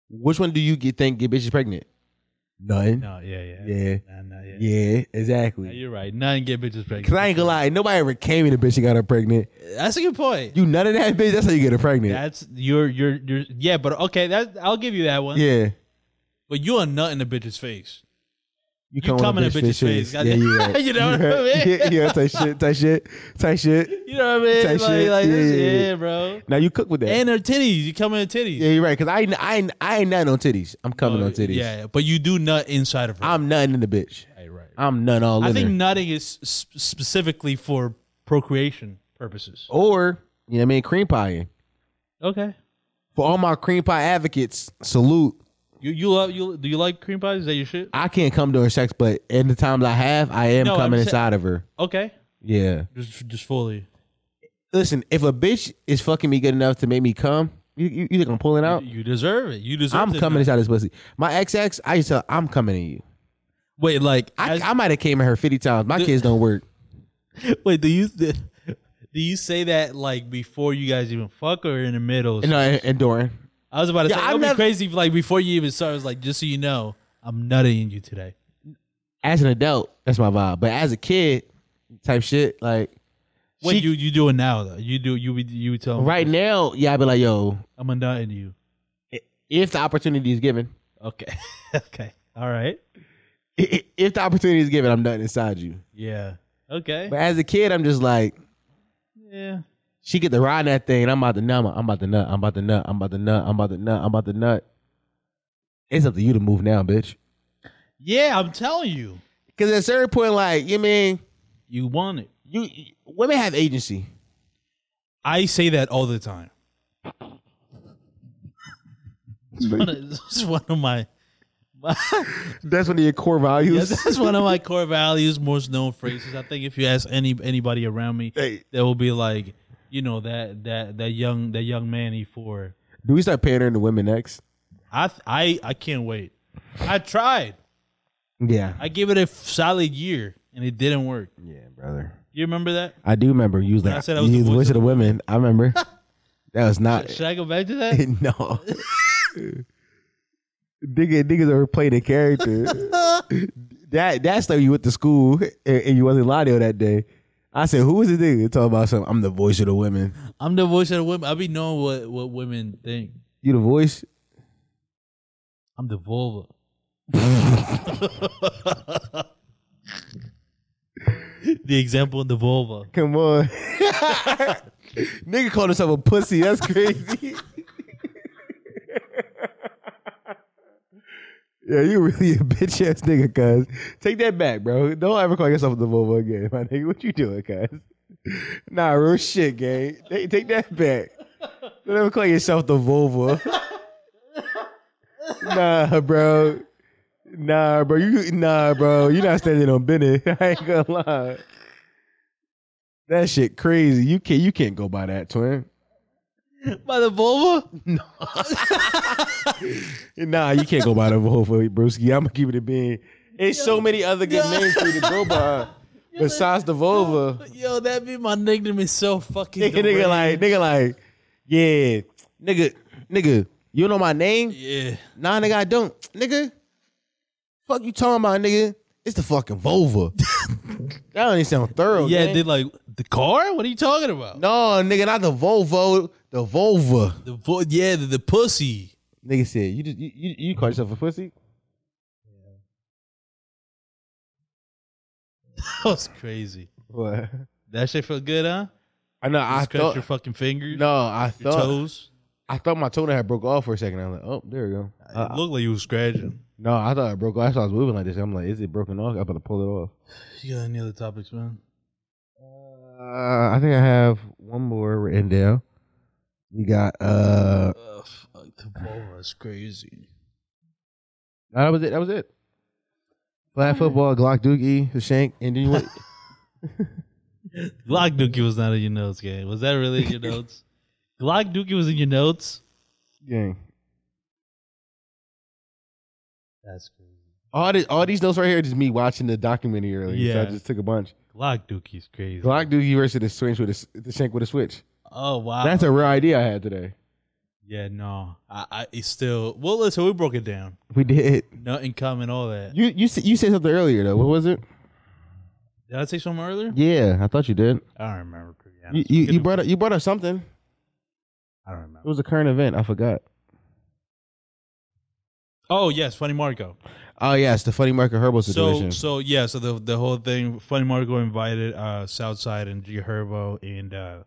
[SPEAKER 1] Which one do you get think get bitches pregnant? None.
[SPEAKER 2] No, yeah, yeah.
[SPEAKER 1] Yeah.
[SPEAKER 2] Nah, nah, yeah.
[SPEAKER 1] Yeah,
[SPEAKER 2] Nah,
[SPEAKER 1] exactly.
[SPEAKER 2] You're right. None get bitches pregnant.
[SPEAKER 1] Cause I ain't gonna lie, nobody ever came in a bitch and got her pregnant.
[SPEAKER 2] That's a good point.
[SPEAKER 1] You none of that bitch. That's how you get her pregnant.
[SPEAKER 2] That's you're you're you're yeah, but okay, that I'll give you that one.
[SPEAKER 1] yeah.
[SPEAKER 2] But you are nut in a bitch's face.
[SPEAKER 1] You
[SPEAKER 2] come in a bitch's face,
[SPEAKER 1] Yeah,
[SPEAKER 2] goddamn.
[SPEAKER 1] you, right.
[SPEAKER 2] You know what I
[SPEAKER 1] right.
[SPEAKER 2] mean?
[SPEAKER 1] Yeah, yeah, type shit, type shit, type shit.
[SPEAKER 2] You know what I mean?
[SPEAKER 1] Type
[SPEAKER 2] like,
[SPEAKER 1] shit.
[SPEAKER 2] like
[SPEAKER 1] Yeah,
[SPEAKER 2] this-
[SPEAKER 1] yeah,
[SPEAKER 2] yeah,
[SPEAKER 1] yeah.
[SPEAKER 2] bro.
[SPEAKER 1] Now you cook with that.
[SPEAKER 2] And her titties. You come in her titties.
[SPEAKER 1] yeah, you're right. Cause I ain't, I ain't, I ain't nothing on titties. I'm coming on titties.
[SPEAKER 2] Oh, Yeah, yeah, but you do nut inside of her.
[SPEAKER 1] I'm nothing in the bitch.
[SPEAKER 2] right, right.
[SPEAKER 1] I'm none all
[SPEAKER 2] I
[SPEAKER 1] in
[SPEAKER 2] think
[SPEAKER 1] her.
[SPEAKER 2] nutting is s- specifically for procreation purposes.
[SPEAKER 1] Or you know what I mean, cream pieing.
[SPEAKER 2] Okay.
[SPEAKER 1] For all my cream pie advocates, salute.
[SPEAKER 2] You you love you do you like cream pies? Is that your shit?
[SPEAKER 1] I can't come during sex, but in the times I have, I am
[SPEAKER 2] No, I'm
[SPEAKER 1] coming
[SPEAKER 2] sa-
[SPEAKER 1] inside of her.
[SPEAKER 2] Okay.
[SPEAKER 1] Yeah.
[SPEAKER 2] Just just fully.
[SPEAKER 1] Listen, if a bitch is fucking me good enough to make me come, you, you, you think I'm pulling out?
[SPEAKER 2] You deserve it. You deserve
[SPEAKER 1] I'm
[SPEAKER 2] to
[SPEAKER 1] coming
[SPEAKER 2] nut.
[SPEAKER 1] inside this pussy. My ex ex, I used to, I'm coming in you.
[SPEAKER 2] Wait, like
[SPEAKER 1] I,
[SPEAKER 2] as-
[SPEAKER 1] I might have came at her 50 times. My
[SPEAKER 2] Dude.
[SPEAKER 1] kids don't work.
[SPEAKER 2] wait, do you do you say that like before you guys even fuck or in the middle?
[SPEAKER 1] No, and, and Doran.
[SPEAKER 2] I was about to
[SPEAKER 1] Yeah,
[SPEAKER 2] say
[SPEAKER 1] I've
[SPEAKER 2] it'd be
[SPEAKER 1] never-
[SPEAKER 2] crazy if like before you even started. I was like, just so you know, I'm nutting in you today.
[SPEAKER 1] As an adult, that's my vibe. But as a kid, type shit, like
[SPEAKER 2] What
[SPEAKER 1] She-
[SPEAKER 2] you you doing now though? You do you would- you would tell me,
[SPEAKER 1] right now, yeah, I'd be like, yo,
[SPEAKER 2] I'm a nut in you.
[SPEAKER 1] if the opportunity is given,
[SPEAKER 2] Okay. okay. All right.
[SPEAKER 1] i- i- if the opportunity is given, I'm nothing inside you.
[SPEAKER 2] Yeah. Okay.
[SPEAKER 1] But as a kid, I'm just like,
[SPEAKER 2] Yeah.
[SPEAKER 1] she get to ride that thing, and I'm about to nut, I'm about to nut, I'm about to nut, I'm about to nut, I'm about to nut, I'm about to nut. It's up to you to move now, bitch.
[SPEAKER 2] Yeah, I'm telling you.
[SPEAKER 1] Because at a certain point, like, you mean,
[SPEAKER 2] You want it.
[SPEAKER 1] you you- women have agency.
[SPEAKER 2] I say that all the time. It's one of, it's one of my,
[SPEAKER 1] That's one of your core values.
[SPEAKER 2] that's one of my core values, most known phrases. I think if you ask any anybody around me,
[SPEAKER 1] Hey.
[SPEAKER 2] they will be like, you know that that that young that young man he for.
[SPEAKER 1] Do we start pandering to women next?
[SPEAKER 2] I I I can't wait. I tried.
[SPEAKER 1] Yeah.
[SPEAKER 2] I gave it a solid year and it didn't work.
[SPEAKER 1] Yeah, brother.
[SPEAKER 2] You remember that?
[SPEAKER 1] I do remember you was
[SPEAKER 2] When
[SPEAKER 1] like,
[SPEAKER 2] I said I was
[SPEAKER 1] you was
[SPEAKER 2] the
[SPEAKER 1] the
[SPEAKER 2] voice
[SPEAKER 1] voice
[SPEAKER 2] of
[SPEAKER 1] of the women. I remember. that was not.
[SPEAKER 2] Should I go back to that?
[SPEAKER 1] no. Nigga, niggas are playing a character. that that's like you went to school and, and you wasn't Ladio that day. I said, who is the nigga talking about something? I'm the voice of the women.
[SPEAKER 2] I'm the voice of the women. I be knowing what, what women think.
[SPEAKER 1] You the voice?
[SPEAKER 2] I'm the vulva. the example in the vulva.
[SPEAKER 1] Come on. nigga called himself a pussy. That's crazy. yeah, you really a bitch ass nigga, cuz. Take that back, bro. Don't ever call yourself the Volvo again, my nigga. What you doing, cuz? Nah, real shit, gang. Take, take that back. Don't ever call yourself the Volvo. nah, bro. Nah, bro. You nah, bro. You're not standing on Bennett. I ain't gonna lie. That shit crazy. You can't you can't go by that, twin.
[SPEAKER 2] By the vulva?
[SPEAKER 1] Nah, you can't go by the whole for Brewski. I'm gonna keep it a being. There's so many other good names for you to go by besides the Volva.
[SPEAKER 2] Yo, that be my nickname is so fucking.
[SPEAKER 1] Nigga, nigga,
[SPEAKER 2] deranged.
[SPEAKER 1] like, nigga, like, yeah, nigga, nigga. You know my name?
[SPEAKER 2] yeah.
[SPEAKER 1] Nah, nigga, I don't. Nigga, fuck you talking about, nigga? It's the fucking Volva. that don't even sound thorough.
[SPEAKER 2] Yeah,
[SPEAKER 1] man.
[SPEAKER 2] they like the car? What are you talking about?
[SPEAKER 1] no, nigga, not the Volvo, the Volva.
[SPEAKER 2] The vo- yeah, the, the pussy.
[SPEAKER 1] Nigga said, you just you, you, you call yourself a pussy?
[SPEAKER 2] That was crazy.
[SPEAKER 1] What?
[SPEAKER 2] That shit felt good, huh?
[SPEAKER 1] I know.
[SPEAKER 2] You
[SPEAKER 1] I
[SPEAKER 2] scratch
[SPEAKER 1] thought.
[SPEAKER 2] your fucking fingers,
[SPEAKER 1] No, I
[SPEAKER 2] your
[SPEAKER 1] thought.
[SPEAKER 2] toes.
[SPEAKER 1] I thought my toenail had broke off for a second. I was like, oh, there we go.
[SPEAKER 2] It looked like you was scratching.
[SPEAKER 1] No, I thought it broke off. I thought I was moving like this. I'm like, is it broken off? I'm about to pull it off.
[SPEAKER 2] You got any other topics, man?
[SPEAKER 1] Uh, I think I have one more written down. We got uh
[SPEAKER 2] Oh, fuck. The vulva is crazy.
[SPEAKER 1] that was it. That was it. Flat football, Glock Doogie, the Shank, and then you went
[SPEAKER 2] Glock Dookie was not in your notes, gang. Was that really in your notes? Glock Dookie was in your notes?
[SPEAKER 1] gang.
[SPEAKER 2] That's crazy.
[SPEAKER 1] All this, all these notes right here, are just me watching the documentary earlier. So I
[SPEAKER 2] Yeah.
[SPEAKER 1] just took a bunch.
[SPEAKER 2] Glock Dookie's crazy.
[SPEAKER 1] Glock Doogie versus the switch with a, s- the Shank with a switch.
[SPEAKER 2] Oh, wow.
[SPEAKER 1] That's a rare idea I had today.
[SPEAKER 2] Yeah, no. I, I it's still. Well, listen, we broke it down.
[SPEAKER 1] We did.
[SPEAKER 2] No income and all that.
[SPEAKER 1] You you s- you said something earlier though. What was it?
[SPEAKER 2] Did I say something earlier?
[SPEAKER 1] Yeah, I thought you did.
[SPEAKER 2] I don't remember. to be
[SPEAKER 1] You
[SPEAKER 2] honest.
[SPEAKER 1] you,
[SPEAKER 2] Could
[SPEAKER 1] you
[SPEAKER 2] be-
[SPEAKER 1] brought up you brought up something.
[SPEAKER 2] I don't
[SPEAKER 1] It
[SPEAKER 2] remember.
[SPEAKER 1] was a current event. I forgot.
[SPEAKER 2] Oh yes, Funny Marco.
[SPEAKER 1] Oh yes, the funny Marco Herbo
[SPEAKER 2] So
[SPEAKER 1] situation.
[SPEAKER 2] so yeah, so the the whole thing. Funny Marco invited uh Southside and G Herbo, and uh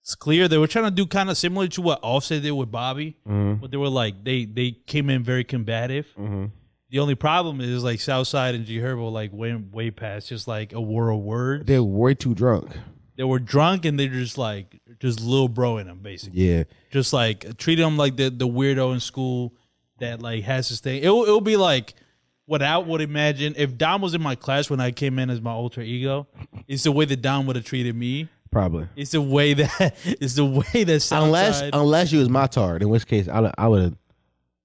[SPEAKER 2] it's clear they were trying to do kind of similar to what Offset did with Bobby,
[SPEAKER 1] Mhm.
[SPEAKER 2] but they were like they they came in very combative.
[SPEAKER 1] Mhm.
[SPEAKER 2] The only problem is like Southside and G Herbo like went way past just like a war of words.
[SPEAKER 1] They're way too drunk.
[SPEAKER 2] they were drunk and they just like just little bro in them basically.
[SPEAKER 1] Yeah.
[SPEAKER 2] Just like treat them like the the weirdo in school that like has this thing. It'll it'll be like what I would imagine if Dom was in my class when I came in as my alter ego. It's the way that Dom would have treated me.
[SPEAKER 1] Probably.
[SPEAKER 2] It's the way that it's the way that Southside,
[SPEAKER 1] Unless unless you was my tard, in which case I I would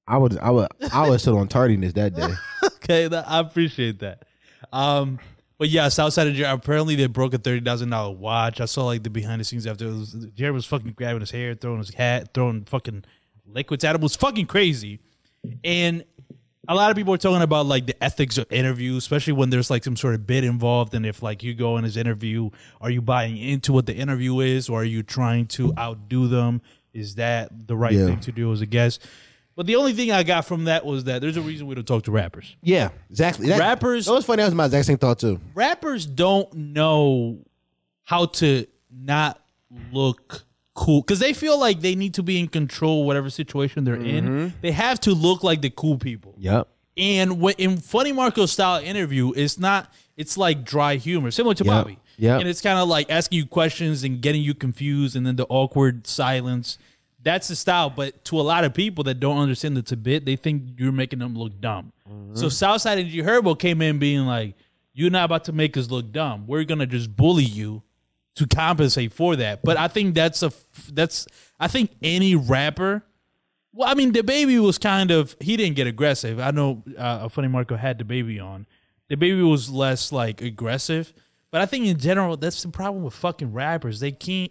[SPEAKER 1] I would I would I would sit on tardiness that day.
[SPEAKER 2] okay, that, I appreciate that. Um, but yeah, Southside of Jared. Apparently, they broke a thirty thousand dollar watch. I saw like the behind the scenes after it was, Jared was fucking grabbing his hair, throwing his hat, throwing fucking liquids at him. It was fucking crazy. And a lot of people are talking about like the ethics of interviews, especially when there's like some sort of bid involved. And if like you go in his interview, are you buying into what the interview is, or are you trying to outdo them? Is that the right
[SPEAKER 1] Yeah.
[SPEAKER 2] thing to do as a guest? But the only thing I got from that was that there's a reason we don't talk to rappers
[SPEAKER 1] Yeah, exactly. That,
[SPEAKER 2] Rappers-
[SPEAKER 1] That was funny. That was my exact same thought too.
[SPEAKER 2] rappers don't know how to not look cool because they feel like they need to be in control of whatever situation they're in they have to look like the cool people
[SPEAKER 1] Yep.
[SPEAKER 2] and what in funny marco style interview it's not it's like dry humor similar to
[SPEAKER 1] Yeah.
[SPEAKER 2] bobby
[SPEAKER 1] Yeah.
[SPEAKER 2] and it's kind of like asking you questions and getting you confused and then the awkward silence that's the style but to a lot of people that don't understand the Tibet, they think you're making them look dumb so southside and g herbo came in being like you're not about to make us look dumb we're gonna just bully you to compensate for that but i think that's a f- that's i think any rapper well, I mean, the baby was kind of he didn't get aggressive. I know uh, a funny Marco had the baby on. The baby was less like aggressive, but I think in general that's the problem with fucking rappers. They can't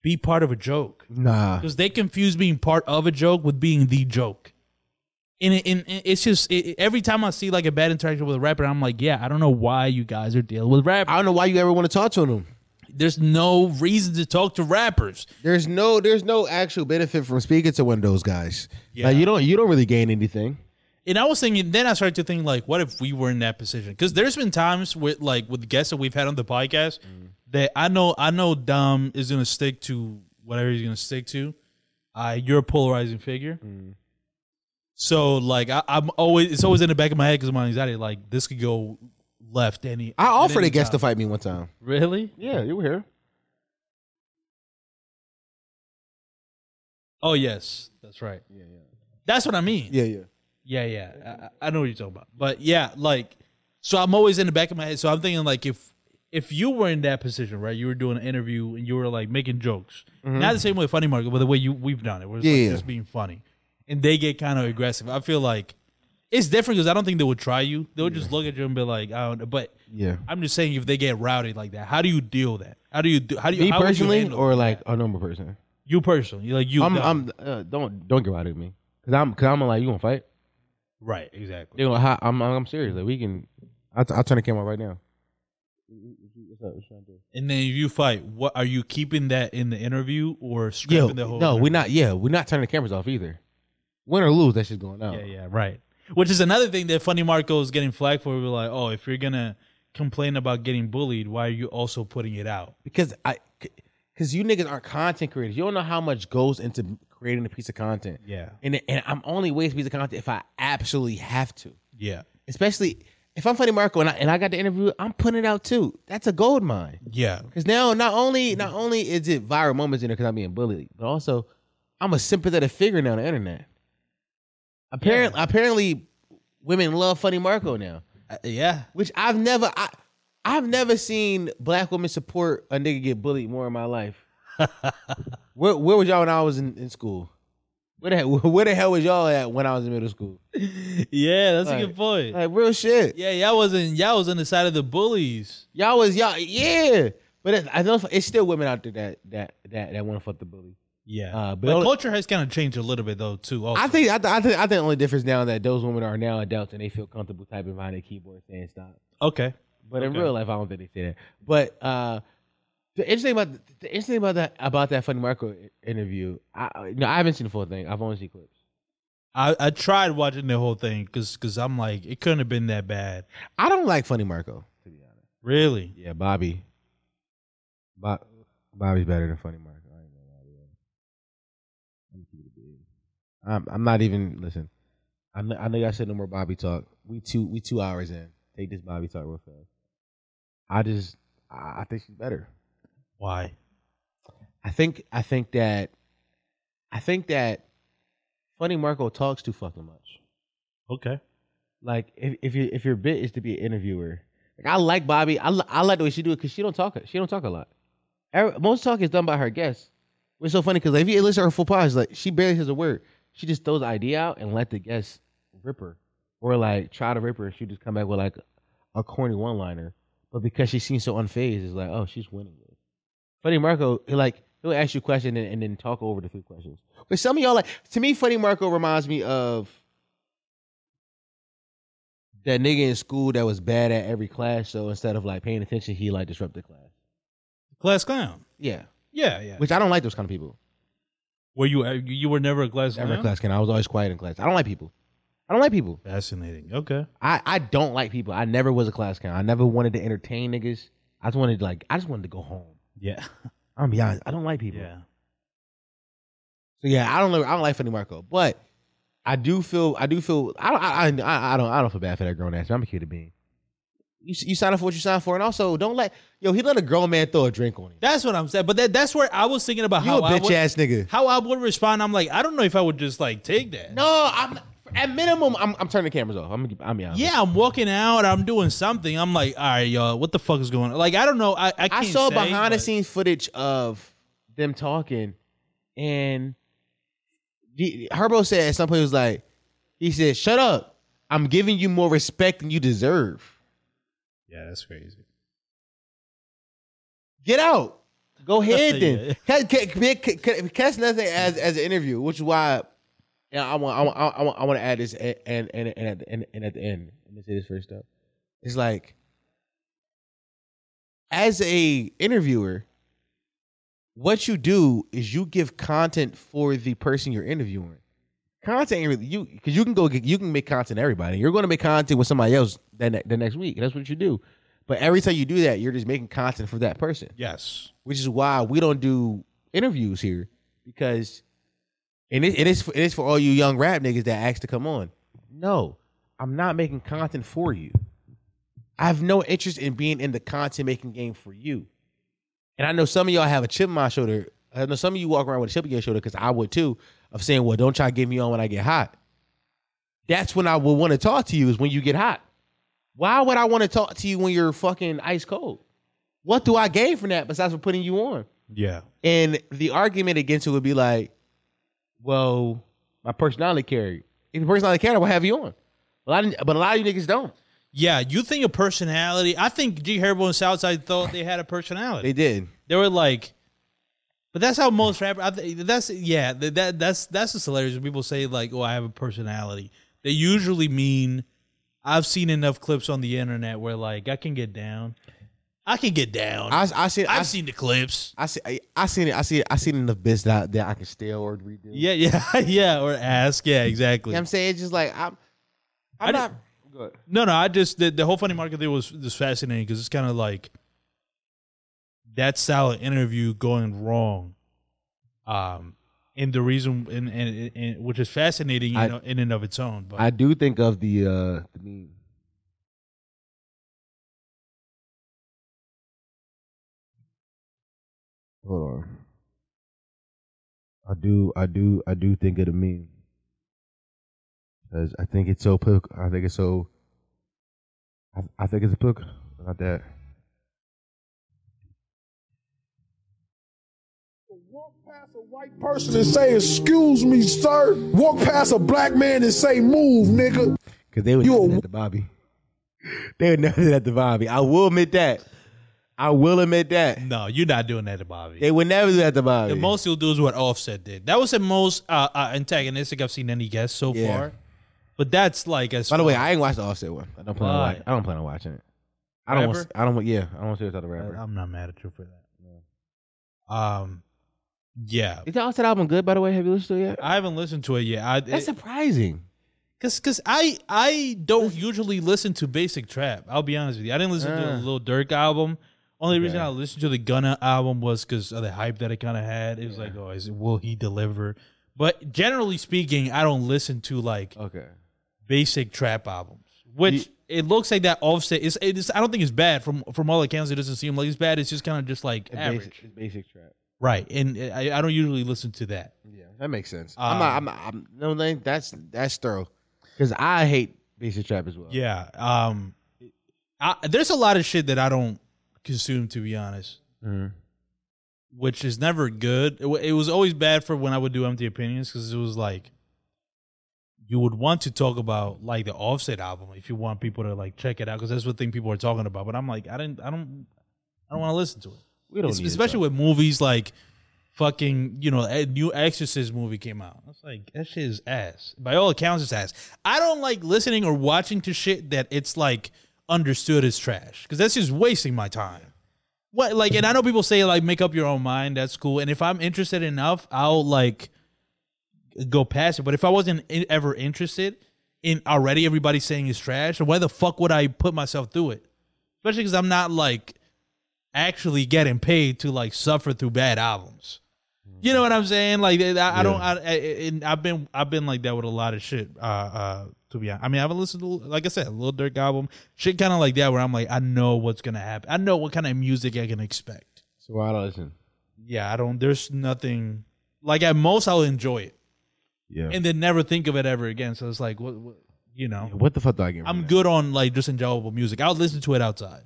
[SPEAKER 2] be part of a joke
[SPEAKER 1] Nah.
[SPEAKER 2] because they confuse being part of a joke with being the joke. And, it, and and it's just it, it- every time I see like a bad interaction with a rapper, I'm like, yeah, I don't know why you guys are dealing with
[SPEAKER 1] I
[SPEAKER 2] rappers.
[SPEAKER 1] don't know why you ever want to talk to them.
[SPEAKER 2] There's no reason to talk to rappers.
[SPEAKER 1] There's no there's no actual benefit from speaking to one of those guys. Yeah.
[SPEAKER 2] Yeah.
[SPEAKER 1] you don't you don't really gain anything.
[SPEAKER 2] and I was thinking, then I started to think, like, what if we were in that position? Because there's been times with like with guests that we've had on the podcast that I know I know Dom is gonna stick to whatever he's gonna stick to. Uh, you're a polarizing figure, so like I, I'm always it's always in the back of my head because of my anxiety. Like this could go left any.
[SPEAKER 1] I
[SPEAKER 2] at
[SPEAKER 1] offered
[SPEAKER 2] any
[SPEAKER 1] a guest to
[SPEAKER 2] time.
[SPEAKER 1] fight me one time.
[SPEAKER 2] Really?
[SPEAKER 1] Yeah, you were here.
[SPEAKER 2] Oh yes, that's right. Yeah, yeah. That's what I mean.
[SPEAKER 1] Yeah, yeah.
[SPEAKER 2] Yeah, yeah. I- I, I know what you're talking about. But yeah, like, so I'm always in the back of my head. So I'm thinking, like, if if you were in that position, right? You were doing an interview and you were like making jokes, not the same way funny market, but the way you we've done it, where it's like,
[SPEAKER 1] Mm-hmm. Yeah.
[SPEAKER 2] just being funny, and they get kind of aggressive. I feel like it's different because I don't think they would try you. They would just look at you and be like, I don't know. But
[SPEAKER 1] Yeah.
[SPEAKER 2] I'm just saying, if they get rowdy like that, how do you deal with that? How do you do? How do you?
[SPEAKER 1] Me
[SPEAKER 2] how would you
[SPEAKER 1] personally,
[SPEAKER 2] handle
[SPEAKER 1] or
[SPEAKER 2] that?
[SPEAKER 1] like a normal person.
[SPEAKER 2] you personally, like you,
[SPEAKER 1] I'm,
[SPEAKER 2] done.
[SPEAKER 1] I'm uh, don't don't get out of me, cause I'm, cause I'm like you gonna fight.
[SPEAKER 2] right, exactly.
[SPEAKER 1] You know, hi- I'm, I'm, I'm serious. Like we can, I'll, I'll turn the camera right now.
[SPEAKER 2] And then if you fight, what are you keeping that in the interview or
[SPEAKER 1] Yo,
[SPEAKER 2] scripting the whole?
[SPEAKER 1] no,
[SPEAKER 2] interview?
[SPEAKER 1] we're not. Yeah, we're not turning the cameras off either. Win or lose, that shit's going out.
[SPEAKER 2] Yeah, yeah, right. Which is another thing that Funny Marco is getting flagged for. We're like, oh, if you're gonna complain about getting bullied, why are you also putting it out?
[SPEAKER 1] Because I, because you niggas aren't content creators. You don't know how much goes into creating a piece of content.
[SPEAKER 2] Yeah,
[SPEAKER 1] And and I'm only waste piece of content if I absolutely have to.
[SPEAKER 2] yeah,
[SPEAKER 1] Especially if I'm funny Marco and I, and I got the interview, I'm putting it out too. That's a gold mine.
[SPEAKER 2] yeah,
[SPEAKER 1] Because now, not only not only is it viral moments in there because I'm being bullied, but also I'm a sympathetic figure now on the internet. Apparently, apparently, women love Funny Marco now,
[SPEAKER 2] Uh, yeah.
[SPEAKER 1] which I've never I, I've never seen black women support a nigga get bullied more in my life. where where was y'all when I was in, in school? Where the, hell- where the hell was y'all at when I was in middle school?
[SPEAKER 2] Yeah, that's a
[SPEAKER 1] Like-
[SPEAKER 2] good point.
[SPEAKER 1] Like real shit.
[SPEAKER 2] yeah, y'all wasn't y'all was on the side of the bullies.
[SPEAKER 1] Y'all was y'all yeah. But it, I don't. It's still women out there that that that that want to fuck the bully.
[SPEAKER 2] Yeah,
[SPEAKER 1] Uh,
[SPEAKER 2] but
[SPEAKER 1] but only-
[SPEAKER 2] culture has kind of changed a little bit though too. Also.
[SPEAKER 1] I think I, th- I think I think the only difference now is that those women are now adults and they feel comfortable typing behind their keyboard saying stop.
[SPEAKER 2] okay,
[SPEAKER 1] But in
[SPEAKER 2] Okay.
[SPEAKER 1] real life, I don't think they say that. But uh, the interesting about the interesting about that about that funny Marco i- interview, I I- no, I haven't seen the full thing. I've only seen clips.
[SPEAKER 2] I, I tried watching the whole thing because because I'm like it couldn't have been that bad.
[SPEAKER 1] I don't like funny Marco. To be honest,
[SPEAKER 2] Really?
[SPEAKER 1] yeah, Bobby. Bob, Bobby's better than funny Marco. I ain't gonna lie to you. Let me keep it a bean. I'm I'm not even listen. I know, I know y'all said no more Bobby talk. We two we two hours in. Take this Bobby talk real fast. I just I I think she's better.
[SPEAKER 2] Why?
[SPEAKER 1] I think I think that I think that Funny Marco talks too fucking much.
[SPEAKER 2] Okay.
[SPEAKER 1] Like if if your if your bit is to be an interviewer, like I like Bobby. I li- I like the way she do it because she don't talk. She don't talk a lot. Every- most talk is done by her guests. It's so funny because if you listen to her full pod, it's like she barely says a word. She just throws the idea out and let the guests rip her, or like try to rip her. She just come back with like a corny one liner. But because she seems so unfazed, it's like oh she's winning this. Funny Marco, he like he'll ask you a question and, and then talk over the three questions. But some of y'all like to me, Funny Marco reminds me of that nigga in school that was bad at every class. So instead of like paying attention, he like disrupted class.
[SPEAKER 2] Class clown.
[SPEAKER 1] Yeah,
[SPEAKER 2] Yeah, yeah.
[SPEAKER 1] which I don't like those kind of people.
[SPEAKER 2] Were you you were never a class
[SPEAKER 1] Never
[SPEAKER 2] clown?
[SPEAKER 1] class can. I was always quiet in class. I don't like people. I don't like people.
[SPEAKER 2] Fascinating. Okay.
[SPEAKER 1] I, I don't like people. I never was a class clown. I never wanted to entertain niggas. I just wanted to like I just wanted to go home.
[SPEAKER 2] Yeah.
[SPEAKER 1] I'm be honest. I don't like people.
[SPEAKER 2] Yeah.
[SPEAKER 1] So yeah, I don't know. I don't like Fanny Marco, but I do feel. I do feel. I don't. I, I- I, I don't. I don't feel bad for that grown ass. man. I'm a cutie bean. You you sign up for what you sign for, and also don't let yo. He let a grown man throw a drink on him.
[SPEAKER 2] That's what I'm saying. But that, that's where I was thinking about
[SPEAKER 1] You
[SPEAKER 2] how
[SPEAKER 1] a
[SPEAKER 2] I
[SPEAKER 1] bitch
[SPEAKER 2] would,
[SPEAKER 1] ass nigga.
[SPEAKER 2] how I would respond. I'm like, I don't know if I would just like take that.
[SPEAKER 1] No, I'm at minimum. I'm, I'm turning the cameras off. I'm I'm be honest.
[SPEAKER 2] Yeah, I'm walking out. I'm doing something. I'm like, all right, y'all, what the fuck is going on? Like, I don't know. I I,
[SPEAKER 1] I
[SPEAKER 2] can't
[SPEAKER 1] saw
[SPEAKER 2] say,
[SPEAKER 1] behind the
[SPEAKER 2] but-
[SPEAKER 1] scenes footage of them talking, and the, Herbo said at some point he was like, he said, "Shut up! I'm giving you more respect than you deserve.
[SPEAKER 2] Yeah, that's crazy.
[SPEAKER 1] Get out. Go ahead
[SPEAKER 2] Yeah.
[SPEAKER 1] then. Cause, cause- cause- cause nothing as as an interview, which is why." And I want, I want, I want, I want to add this, and and and and at, the, and, and at the end, let me say this first up. It's like, as a interviewer, what you do is you give content for the person you're interviewing. Content ain't really you because you can go get, you can make content to everybody. You're going to make content with somebody else that ne- the next week. That's what you do. But every time you do that, you're just making content for that person
[SPEAKER 2] Yes.
[SPEAKER 1] which is why we don't do interviews here because and it, it is for, it is for all you young rap niggas that ask to come on. No, I'm not making content for you. I have no interest in being in the content making game for you. And I know some of y'all have a chip on my shoulder. I know some of you walk around with a chip on your shoulder because I would too. Of saying, well, don't try to get me on when I get hot. That's when I would want to talk to you is when you get hot. Why would I want to talk to you when you're fucking ice cold? What do I gain from that besides for putting you on?
[SPEAKER 2] Yeah.
[SPEAKER 1] And the argument against it would be like, well, my personality carried. If your personality carried, we'll have you on. A lot of, but a lot of you niggas don't.
[SPEAKER 2] Yeah, you think of personality. I think G Herbo and Southside thought they had a personality.
[SPEAKER 1] They did.
[SPEAKER 2] They were like, but that's how most rappers. I th- that's yeah. That, that that's that's just hilarious. When people say like, "Oh, I have a personality," they usually mean. I've seen enough clips on the internet where like I can get down. I can get down. I,
[SPEAKER 1] I, I seen.
[SPEAKER 2] have
[SPEAKER 1] I,
[SPEAKER 2] seen the clips.
[SPEAKER 1] I see. I, I seen it. I see. I seen enough bits that I, that I can steal or redo.
[SPEAKER 2] Yeah, yeah, yeah. Or ask. Yeah, exactly.
[SPEAKER 1] You know what I'm saying it's just like I'm.
[SPEAKER 2] I
[SPEAKER 1] I'm
[SPEAKER 2] di-
[SPEAKER 1] not.
[SPEAKER 2] No, no, I just the, the whole funny market thing was was fascinating because it's kind of like that style of interview going wrong. Um, and the reason and and, and which is fascinating, you
[SPEAKER 1] I-
[SPEAKER 2] know, in and of its own. But
[SPEAKER 1] I do think of the uh the meme. Hold on. I do I do I do think of the meme. Cause I think it's so pic- I think it's so I, I think it's a book about that.
[SPEAKER 8] Walk past a white person and say, "Excuse me, sir." Walk past a black man and say, "Move, nigga."
[SPEAKER 1] Cause they would
[SPEAKER 8] You
[SPEAKER 1] never
[SPEAKER 8] a-
[SPEAKER 1] that to Bobby. they would never do that to Bobby. I will admit that. I will admit that.
[SPEAKER 2] no, you're not doing that to Bobby.
[SPEAKER 1] They would never do that to Bobby.
[SPEAKER 2] the most you'll do is what Offset did. That was the most uh, uh, antagonistic I've seen any guest so
[SPEAKER 1] Yeah.
[SPEAKER 2] far. But that's like as
[SPEAKER 1] By the way, I ain't watched the Offset one. I don't plan on
[SPEAKER 2] Why?
[SPEAKER 1] watching. I don't plan on watching it. I don't. Want,
[SPEAKER 2] Rapper? Uh,
[SPEAKER 1] I don't. Want, yeah, I don't want to see without the
[SPEAKER 2] far.
[SPEAKER 1] rapper.
[SPEAKER 2] I'm not mad at you for that. Um, yeah,
[SPEAKER 1] Is the Offset album good? By the way, have you listened to it yet?
[SPEAKER 2] I haven't listened to it yet. I,
[SPEAKER 1] That's
[SPEAKER 2] it-
[SPEAKER 1] surprising.
[SPEAKER 2] Cause, cause I I don't usually listen to basic trap. I'll be honest with you. I didn't listen to
[SPEAKER 1] Uh.
[SPEAKER 2] the Lil Durk album. Only reason
[SPEAKER 1] Okay.
[SPEAKER 2] I listened to the Gunna album was because of the hype that it kind of had. It was like, oh, is it, will he deliver? But generally speaking, I don't listen to like
[SPEAKER 1] Okay.
[SPEAKER 2] basic trap albums. Which it looks like that offset is. It is I don't think it's bad from from all accounts. It doesn't seem like it's bad. It's just kind of just like average,
[SPEAKER 1] Basic, it's basic trap.
[SPEAKER 2] right? And I, I don't usually listen to that.
[SPEAKER 1] Yeah, that makes sense.
[SPEAKER 2] Um,
[SPEAKER 1] I'm not. I'm. Not, I'm no, like, that's that's thorough. Because I hate basic trap as well.
[SPEAKER 2] Yeah. Um, I, there's a lot of shit that I don't consume, to be honest,
[SPEAKER 1] Mhm.
[SPEAKER 2] which is never good. It, wa- it was always bad for when I would do empty opinions because it was like you would want to talk about like the Offset album if you want people to like check it out because that's what thing people are talking about. But I'm like, I didn't, I don't, I don't want to listen to it,
[SPEAKER 1] we don't.
[SPEAKER 2] Es-
[SPEAKER 1] Need
[SPEAKER 2] especially
[SPEAKER 1] it,
[SPEAKER 2] with movies like. Fucking, you know, a new Exorcist movie came out. I was like, that shit is ass. By all accounts, it's ass. I don't like listening or watching to shit that it's like understood as trash because that's just wasting my time. What like, and I know people say like make up your own mind. That's cool. And if I'm interested enough, I'll like go past it. But if I wasn't in, ever interested in already everybody saying it's trash, then why the fuck would I put myself through it? Especially because I'm not like actually getting paid to like suffer through bad albums. You know what I'm saying? Like I, I don't. I, I and I've been I've been like that with a lot of shit. Uh, uh, to be honest, I mean I haven't listened to like I said a little Dirk album, shit kind of like that where I'm like I know what's gonna happen. I know what kind of music I can expect.
[SPEAKER 1] So I don't listen.
[SPEAKER 2] Yeah, I don't. There's nothing. Like at most I'll enjoy it
[SPEAKER 1] Yeah.
[SPEAKER 2] and then never think of it ever again. So it's like what, what you know.
[SPEAKER 1] what the fuck do I get? from
[SPEAKER 2] I'm
[SPEAKER 1] that?
[SPEAKER 2] good on like just enjoyable music. I'll listen to it outside.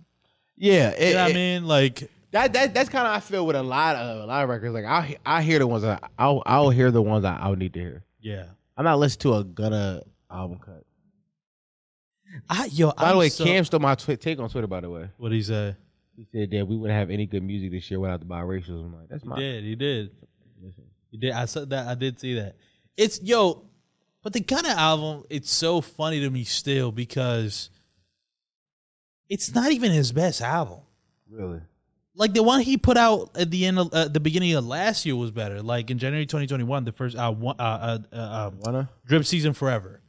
[SPEAKER 1] Yeah. It,
[SPEAKER 2] You know what I
[SPEAKER 1] it-
[SPEAKER 2] mean? Like
[SPEAKER 1] That, that that's kind of I feel with a lot of a lot of records. Like I I hear the ones that I'll I'll hear the ones I I'll need to hear.
[SPEAKER 2] yeah.
[SPEAKER 1] I'm not listening to a Gunna album cut.
[SPEAKER 2] I yo.
[SPEAKER 1] By the
[SPEAKER 2] I'm
[SPEAKER 1] way,
[SPEAKER 2] so-
[SPEAKER 1] Cam stole my twi- take on Twitter. By the way.
[SPEAKER 2] What he say?
[SPEAKER 1] He said that we wouldn't have any good music this year without the biracials. I'm like, that's
[SPEAKER 2] He
[SPEAKER 1] my.
[SPEAKER 2] did. He did. He did. I said that. I did see that. It's yo, but the Gunna album. It's so funny to me still because it's not even his best album.
[SPEAKER 1] Really?
[SPEAKER 2] Like the one he put out at the end, of, uh, the beginning of last year was better. Like in January 2021, the first uh, one, uh, uh, uh, um,
[SPEAKER 1] Wanna?
[SPEAKER 2] Drip Season Forever.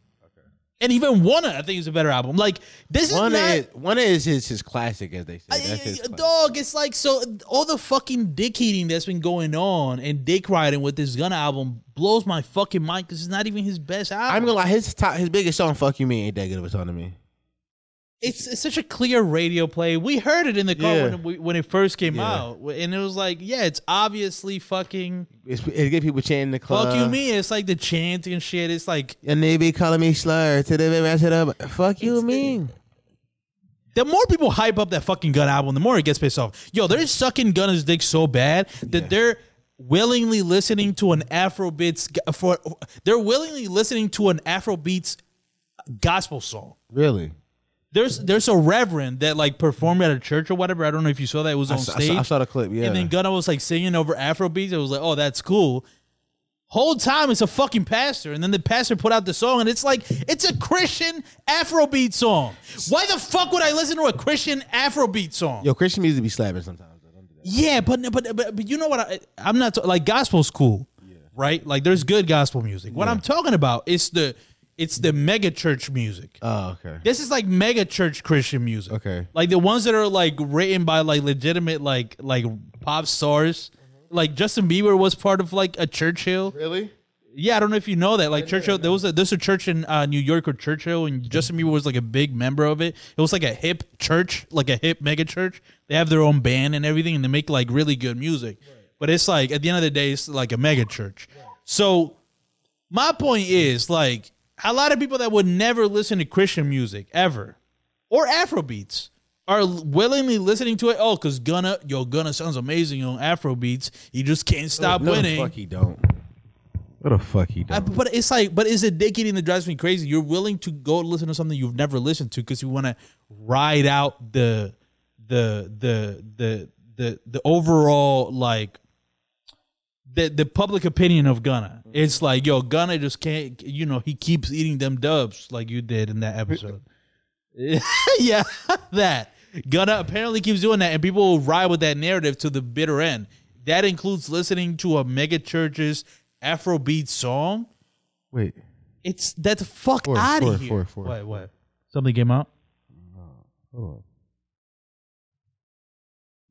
[SPEAKER 2] And even Wanna, I think is a better album. Like this is
[SPEAKER 1] Wanna
[SPEAKER 2] not
[SPEAKER 1] is, Wanna is his, his classic, as they say.
[SPEAKER 2] I-
[SPEAKER 1] That's his
[SPEAKER 2] I-
[SPEAKER 1] classic.
[SPEAKER 2] dog. It's like so all the fucking dick eating that's been going on and dick riding with this Gunna album blows my fucking mind because it's not even his best album.
[SPEAKER 1] I'm gonna lie, his top, his biggest song, "Fuck You" Me, ain't that good of a song to me.
[SPEAKER 2] it's, it's such a clear radio play. We heard it in the car
[SPEAKER 1] Yeah.
[SPEAKER 2] when, we, when it first came
[SPEAKER 1] Yeah.
[SPEAKER 2] out, and it was like, yeah, it's obviously fucking
[SPEAKER 1] It's, it get people chanting the club.
[SPEAKER 2] fuck you, me. It's like the chant and shit. It's like
[SPEAKER 1] And they be calling me slur to the baby. I said, "Fuck you,
[SPEAKER 2] It's-
[SPEAKER 1] me."
[SPEAKER 2] The more people hype up that fucking gun album, the more it gets pissed off. Yo, they're sucking Gunna's dick so bad that they're willingly listening to an Afrobeats g- for they're willingly listening to an Afrobeats gospel song.
[SPEAKER 1] Really?
[SPEAKER 2] There's there's a reverend that like performed at a church or whatever. I don't know if you saw that. It was on
[SPEAKER 1] I saw, I
[SPEAKER 2] stage.
[SPEAKER 1] saw- I saw the clip. Yeah.
[SPEAKER 2] And then Gunna was like singing over Afrobeats. It was like, oh, that's cool. Whole time it's a fucking pastor, and then the pastor put out the song, and it's like it's a Christian Afrobeat song. Why the fuck would I listen to a Christian Afrobeat song?
[SPEAKER 1] Yo, Christian music be slapping sometimes. though. Don't do that.
[SPEAKER 2] Yeah, but but but, but you know what? I, I'm not like gospel's cool, right? Like there's good gospel music. What I'm talking about is the it's the mega church music.
[SPEAKER 1] Oh, okay.
[SPEAKER 2] This is like mega church Christian music.
[SPEAKER 1] Okay.
[SPEAKER 2] Like the ones that are like written by like legitimate like like pop stars. Like Justin Bieber was part of like a Churchill.
[SPEAKER 1] Really?
[SPEAKER 2] Yeah, I don't know if you know that. Like Churchill, there was a there's a church in uh, New York or Churchill, and Justin Bieber was like a big member of it. It was like a hip church, like a hip mega church. They have their own band and everything, and they make like really good music. But it's like at the end of the day, it's like a mega church. So my point is like a lot of people that would never listen to Christian music ever or Afrobeats are willingly listening to it. Oh, because Gunna, yo, Gunna sounds amazing on Afrobeats. He just can't stop
[SPEAKER 1] No, the
[SPEAKER 2] winning.
[SPEAKER 1] fuck he don't. What the fuck he
[SPEAKER 2] I-
[SPEAKER 1] don't.
[SPEAKER 2] but it's like, but it's a dick eating that drives me crazy. You're willing to go listen to something you've never listened to because you want to ride out the, the, the, the, the, the overall like, the the public opinion of Gunna. It's like, yo, Gunna just can't. You know, he keeps eating them dubs like you did in that episode. yeah, that Gunna apparently keeps doing that, and people will ride with that narrative to the bitter end. That includes listening to a mega church's Afrobeat song.
[SPEAKER 1] Wait.
[SPEAKER 2] It's that's fuck
[SPEAKER 1] Four,
[SPEAKER 2] out
[SPEAKER 1] four,
[SPEAKER 2] of here.
[SPEAKER 1] four, four.
[SPEAKER 2] What? What? Something came out.
[SPEAKER 1] Hold on.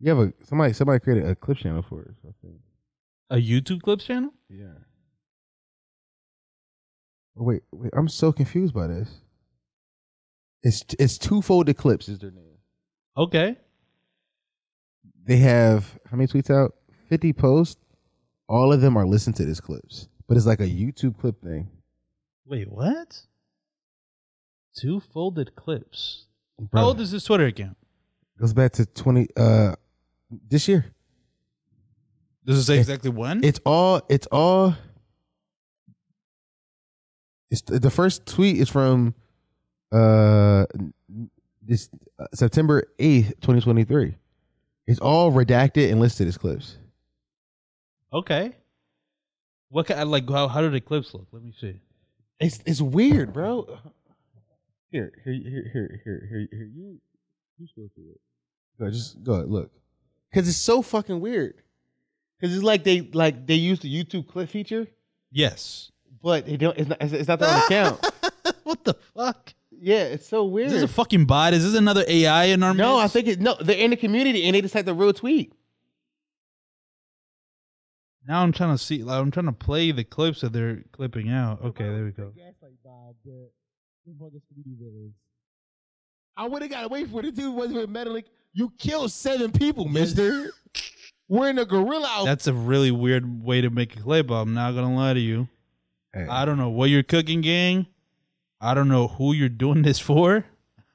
[SPEAKER 1] You have a somebody somebody created a clip channel for us. I think.
[SPEAKER 2] A YouTube clips channel?
[SPEAKER 1] Yeah. Oh, wait, wait. I'm so confused by this. It's it's two folded clips. Is their name?
[SPEAKER 2] Okay.
[SPEAKER 1] They have how many tweets out? Fifty posts. All of them are listened to this clips, but it's like a YouTube clip thing.
[SPEAKER 2] Wait, what? Two folded clips.
[SPEAKER 1] Bruh.
[SPEAKER 2] How old is this Twitter account?
[SPEAKER 1] Goes back to twenty. Uh, this year.
[SPEAKER 2] Does it say exactly when?
[SPEAKER 1] It's all. It's all. It's the first tweet is from, uh, this uh, September eighth, twenty twenty three. It's all redacted and listed as clips.
[SPEAKER 2] okay. What kind? Like, how, how do the clips look? Let me see.
[SPEAKER 1] It's it's weird, bro. Here, here, here, here, here, here, here. You, you just go through it. Go, just go. Look, because it's so fucking weird. Because it's like they like they use the YouTube clip feature,
[SPEAKER 2] Yes.
[SPEAKER 1] but they don't. It's not. It's, it's not their own account.
[SPEAKER 2] what the fuck?
[SPEAKER 1] Yeah, it's so weird.
[SPEAKER 2] Is this a fucking bot? Is this another AI in our
[SPEAKER 1] no, I
[SPEAKER 2] midst?
[SPEAKER 1] think it. No, they're in the community and they just had the real tweet.
[SPEAKER 2] Now I'm trying to see. Like, I'm trying to play the clips that they're clipping out. Okay, there we go.
[SPEAKER 1] I would have got away for the dude wasn't even meddling. You killed seven people, Mister. We're in a gorilla outfit.
[SPEAKER 2] That's a really weird way to make a clip. I'm not gonna lie to you.
[SPEAKER 1] Hey.
[SPEAKER 2] I don't know what you're cooking, gang. I don't know who you're doing this for.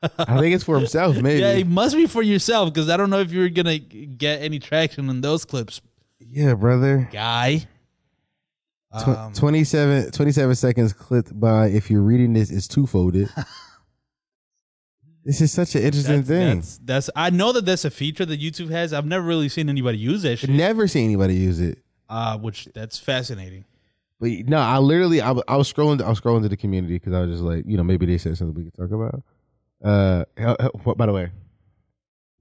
[SPEAKER 1] I think it's for himself, maybe.
[SPEAKER 2] Yeah,
[SPEAKER 1] Yeah,
[SPEAKER 2] it must be for yourself because I don't know if you're gonna get any traction in those clips,
[SPEAKER 1] brother.
[SPEAKER 2] guy.
[SPEAKER 1] Tw-
[SPEAKER 2] Um,
[SPEAKER 1] 27, 27 seconds clipped by. If you're reading this, it's two folded. this is such an interesting
[SPEAKER 2] that's,
[SPEAKER 1] thing.
[SPEAKER 2] that's that's- I know that that's a feature that YouTube has. I've never really seen anybody use that
[SPEAKER 1] I've
[SPEAKER 2] shit.
[SPEAKER 1] never seen anybody use it.
[SPEAKER 2] Uh, which that's fascinating.
[SPEAKER 1] But no, I literally I, wa- I was scrolling I was scrolling to the community because I was just like, you know, maybe they said something we could talk about. Uh, hel- hel- what- by the way,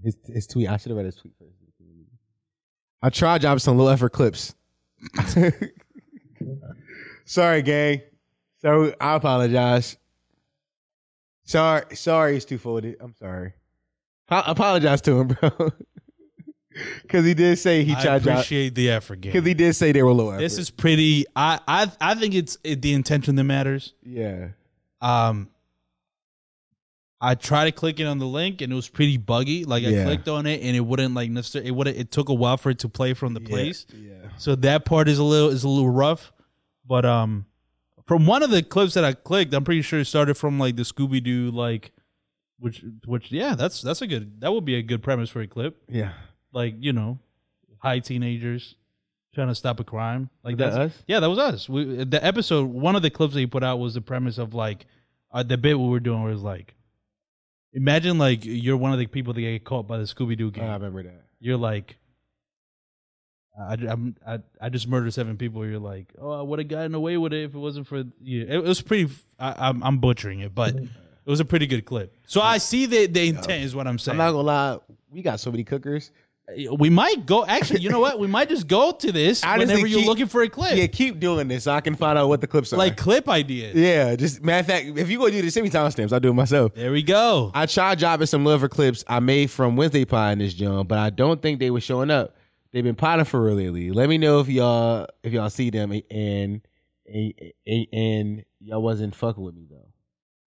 [SPEAKER 1] his his tweet. I should have read his tweet first. I tried dropping some low effort clips. sorry, gang. So I apologize. Sorry, sorry, it's too folded. I'm sorry. I apologize to him, bro, because he did say he
[SPEAKER 2] I
[SPEAKER 1] tried because
[SPEAKER 2] appreciate the effort, gang.
[SPEAKER 1] he did say they were low effort.
[SPEAKER 2] This is pretty. I I I think it's it, the intention that matters.
[SPEAKER 1] yeah.
[SPEAKER 2] Um, I tried clicking on the link and it was pretty buggy. Like I
[SPEAKER 1] Yeah.
[SPEAKER 2] clicked on it and it wouldn't like necessarily. It would It took a while for it to play from the place.
[SPEAKER 1] Yeah.
[SPEAKER 2] So that part is a little is a little rough. But um, from one of the clips that I clicked, I'm pretty sure it started from like the Scooby Doo like Which, which, yeah, that's that's a good. That would be a good premise for a clip.
[SPEAKER 1] Yeah.
[SPEAKER 2] Like you know, high teenagers trying to stop a crime. Like
[SPEAKER 1] that
[SPEAKER 2] that's
[SPEAKER 1] us?
[SPEAKER 2] yeah, that was us. We, the episode, one of the clips that you put out was the premise of like uh, the bit we were doing was like, imagine like you're one of the people that get caught by the Scooby Doo
[SPEAKER 1] I
[SPEAKER 2] gang.
[SPEAKER 1] remember that.
[SPEAKER 2] you're like. I, I'm, I I just murdered seven people. You're like, oh, I would have gotten away with it if it wasn't for you. It, was pretty. I, I'm I'm butchering it, but it was a pretty good clip. So I see the the intent is what I'm saying.
[SPEAKER 1] I'm not gonna lie, we got so many cookers.
[SPEAKER 2] we might go. Actually, you know what? We might just go to this
[SPEAKER 1] Honestly,
[SPEAKER 2] whenever you're
[SPEAKER 1] keep-
[SPEAKER 2] looking for a clip.
[SPEAKER 1] Yeah, keep doing this so I can find out what the clips are.
[SPEAKER 2] like clip ideas.
[SPEAKER 1] yeah, just matter of fact, if you go do this, send me timestamps. I'll do it myself.
[SPEAKER 2] There we go.
[SPEAKER 1] I tried dropping some liver clips I made from Wednesday Pie in this joint, but I don't think they were showing up. They've been potting for real lately. Let me know if y'all if y'all see them and and, and, and y'all wasn't fucking with me though.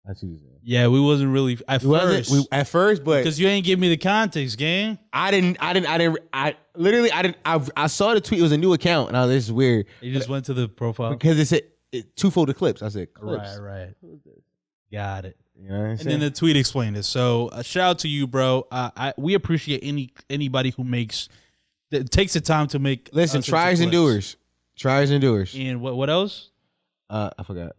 [SPEAKER 1] That's what you said.
[SPEAKER 2] yeah, we wasn't really at
[SPEAKER 1] We wasn't-
[SPEAKER 2] first
[SPEAKER 1] we- at first, but
[SPEAKER 2] because you ain't give me the context, gang.
[SPEAKER 1] I didn't, I didn't, I didn't, I literally, I didn't, I, I saw the tweet. It was a new account, and I was this is weird
[SPEAKER 2] You just went to the profile.
[SPEAKER 1] because it said it, two folded clips. I said clips.
[SPEAKER 2] Oh. Right, right. Got it.
[SPEAKER 1] You know what I'm
[SPEAKER 2] And then
[SPEAKER 1] saying?
[SPEAKER 2] the tweet explained it. So a shout out to you, bro. Uh, I we appreciate any anybody who makes that takes the time to make.
[SPEAKER 1] Listen,
[SPEAKER 2] us into
[SPEAKER 1] tries and
[SPEAKER 2] clips.
[SPEAKER 1] doers, tries and doers.
[SPEAKER 2] And what what else?
[SPEAKER 1] Uh, I forgot.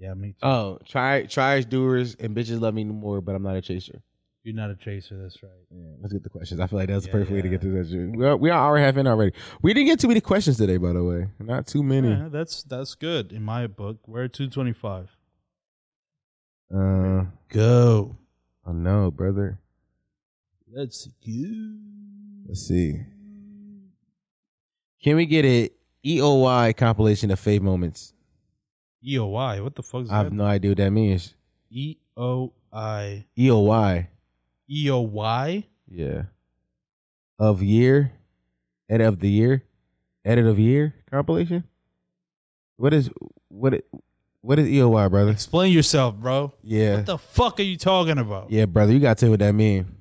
[SPEAKER 2] Yeah, me too.
[SPEAKER 1] Oh, try tries doers and bitches love me more, but I'm not a chaser.
[SPEAKER 2] You're not a chaser. That's right.
[SPEAKER 1] Yeah, let's get the questions. I feel like that's the
[SPEAKER 2] Yeah,
[SPEAKER 1] perfect way to
[SPEAKER 2] yeah.
[SPEAKER 1] get to that. shit. We are, we are hour and a half in already. We didn't get too many questions today, by the way. Not too many.
[SPEAKER 2] Yeah, that's that's good in my book. We're at 225.
[SPEAKER 1] Uh,
[SPEAKER 2] Go.
[SPEAKER 1] oh no, brother.
[SPEAKER 2] Let's go.
[SPEAKER 1] Let's see. Can we get a EOY compilation of fave moments?
[SPEAKER 2] EOI. E What the fuck is
[SPEAKER 1] I have
[SPEAKER 2] that?
[SPEAKER 1] no idea what that means.
[SPEAKER 2] E O I
[SPEAKER 1] EOY.
[SPEAKER 2] E O Y.
[SPEAKER 1] Yeah. Of year, edit of the year, edit of year compilation. What is what? It, what is EOY, brother?
[SPEAKER 2] Explain yourself, bro.
[SPEAKER 1] Yeah,
[SPEAKER 2] What the fuck are you talking about?
[SPEAKER 1] yeah, brother. You gotta tell me what that mean.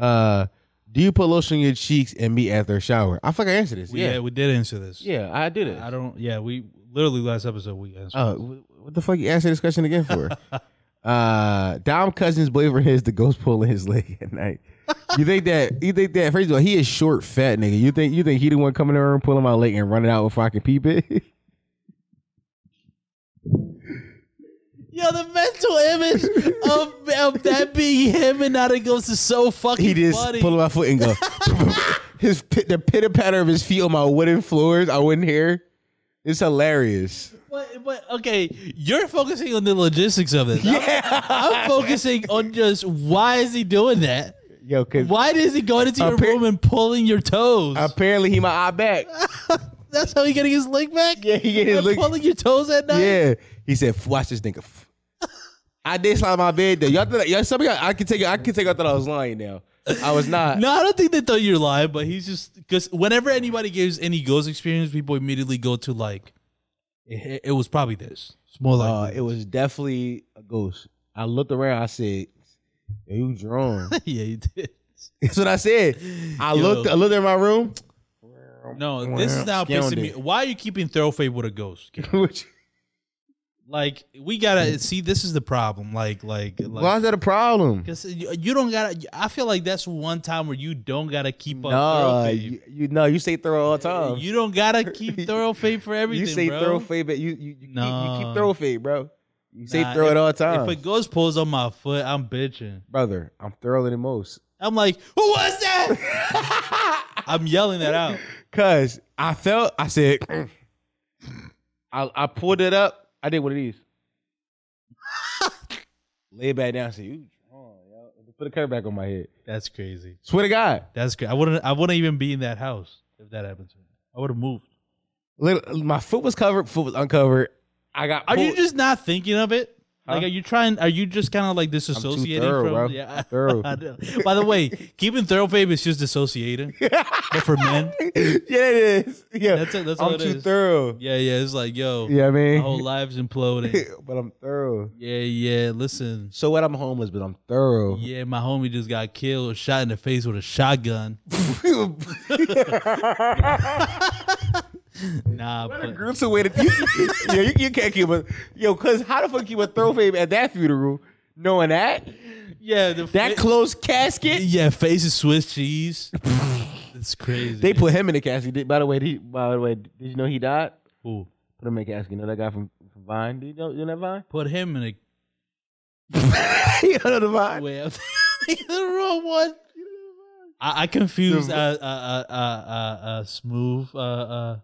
[SPEAKER 1] Uh, do you put lotion on your cheeks and meet after a shower? I fucking answered this.
[SPEAKER 2] We,
[SPEAKER 1] yeah,
[SPEAKER 2] yeah, we did answer this.
[SPEAKER 1] yeah, I did it.
[SPEAKER 2] I don't. Yeah, we literally last episode we answered.
[SPEAKER 1] Oh, wh- what the fuck you asking this question again for? uh, Dom Cousins' boyfriend is the ghost pulling his leg at night. You think that? You think that? First of all, he is short, fat nigga. You think you think he the one coming in the room, pulling my leg, and running out before I can peep it?
[SPEAKER 2] Yo, the mental image of, of that being him and now that goes is so fucking
[SPEAKER 1] he just
[SPEAKER 2] funny.
[SPEAKER 1] pulled my foot and go. his pit, the pitter patter of his feet on my wooden floors. I wouldn't hear. It's hilarious.
[SPEAKER 2] But, but okay, you're focusing on the logistics of this. Yeah. I'm, I'm focusing on just why is he doing that?
[SPEAKER 1] Yo, cause
[SPEAKER 2] Why is he going into your
[SPEAKER 1] Appar-
[SPEAKER 2] room and pulling your toes?
[SPEAKER 1] apparently he my eye back.
[SPEAKER 2] That's how he getting his leg back.
[SPEAKER 1] Yeah, he get his
[SPEAKER 2] And
[SPEAKER 1] leg-
[SPEAKER 2] pulling your toes at night.
[SPEAKER 1] Yeah. He said, "F- watch this nigga. F- I did slide my bed though. Y'all thought y'all, some of y'all, I can take I can take I thought I was lying now. I was not.
[SPEAKER 2] No, I don't think they thought you're lying, but he's just because whenever anybody gives any ghost experience, people immediately go to like, it, it was probably this. It's more like
[SPEAKER 1] Uh,
[SPEAKER 2] this.
[SPEAKER 1] it was definitely a ghost. I looked around, I said, Yo, you drawn.
[SPEAKER 2] yeah, you did.
[SPEAKER 1] That's what I said. I looked I looked in my room.
[SPEAKER 2] No, this is now
[SPEAKER 1] Scoundrel.
[SPEAKER 2] pissing me. Why are you keeping Throwfade with a ghost?
[SPEAKER 1] Which,
[SPEAKER 2] Like we gotta see. This is the problem. Like like
[SPEAKER 1] Mm. why is
[SPEAKER 2] like.
[SPEAKER 1] that a problem?
[SPEAKER 2] Because you you don't gotta. I feel like that's one time where you don't gotta keep
[SPEAKER 1] No,
[SPEAKER 2] up. Thorough
[SPEAKER 1] you, you no, you say thorough all the time.
[SPEAKER 2] Fade. You don't gotta keep thorough fade for everything.
[SPEAKER 1] you say
[SPEAKER 2] bro.
[SPEAKER 1] thorough fade, but you you, you, keep, you
[SPEAKER 2] No.
[SPEAKER 1] keep thorough fade, bro. You say
[SPEAKER 2] Nah,
[SPEAKER 1] throw
[SPEAKER 2] if-
[SPEAKER 1] it all the
[SPEAKER 2] If
[SPEAKER 1] time.
[SPEAKER 2] a ghost pulls on my foot, I'm bitching.
[SPEAKER 1] Brother, I'm thorough than most.
[SPEAKER 2] I'm like, who was that? I'm yelling that out.
[SPEAKER 1] Cause I felt I said I I pulled it up. I did one of these. Lay it back down. and Say you drunk, yo. Put a curve back on my head.
[SPEAKER 2] That's crazy.
[SPEAKER 1] Swear to God,
[SPEAKER 2] That's crazy. I wouldn't. I wouldn't even be in that house if that happened to me. I would have moved.
[SPEAKER 1] Little- my foot was covered. Foot was uncovered. I got.
[SPEAKER 2] Are you
[SPEAKER 1] pulled.
[SPEAKER 2] just not thinking of it? Like,
[SPEAKER 1] Huh?
[SPEAKER 2] are you trying? Are you just kind of like disassociating
[SPEAKER 1] thorough,
[SPEAKER 2] from?
[SPEAKER 1] bro.
[SPEAKER 2] Yeah,
[SPEAKER 1] I'm thorough.
[SPEAKER 2] I know. By the way, keeping thorough babe is just dissociating, but for men,
[SPEAKER 1] yeah, it is. Yeah,
[SPEAKER 2] That's it. That's
[SPEAKER 1] I'm
[SPEAKER 2] all it
[SPEAKER 1] too
[SPEAKER 2] is.
[SPEAKER 1] thorough.
[SPEAKER 2] yeah, yeah, it's like, yo,
[SPEAKER 1] Yeah, I
[SPEAKER 2] my
[SPEAKER 1] mean,
[SPEAKER 2] whole life's imploding.
[SPEAKER 1] but I'm thorough.
[SPEAKER 2] Yeah, yeah. Listen,
[SPEAKER 1] So what? I'm homeless, but I'm thorough.
[SPEAKER 2] yeah, my homie just got killed, shot in the face with a shotgun. Nah, but,
[SPEAKER 1] gruesome way to you, yeah, you, you can't keep a yo, cause how the fuck keep a throw fave at that funeral knowing that?
[SPEAKER 2] Yeah, the
[SPEAKER 1] That
[SPEAKER 2] fa-
[SPEAKER 1] closed casket.
[SPEAKER 2] yeah, face is Swiss cheese. it's crazy.
[SPEAKER 1] They put him in the casket. Did- By the way, did, he- by the way, did you know he died?
[SPEAKER 2] Ooh,
[SPEAKER 1] Put him in a casket. You know that guy from, from Vine? Do you know, you know that Vine?
[SPEAKER 2] put him in a
[SPEAKER 1] you know the Vine?
[SPEAKER 2] way up. the wrong one. I, I confused uh, uh, uh, uh, uh, uh, smooth. Uh, uh,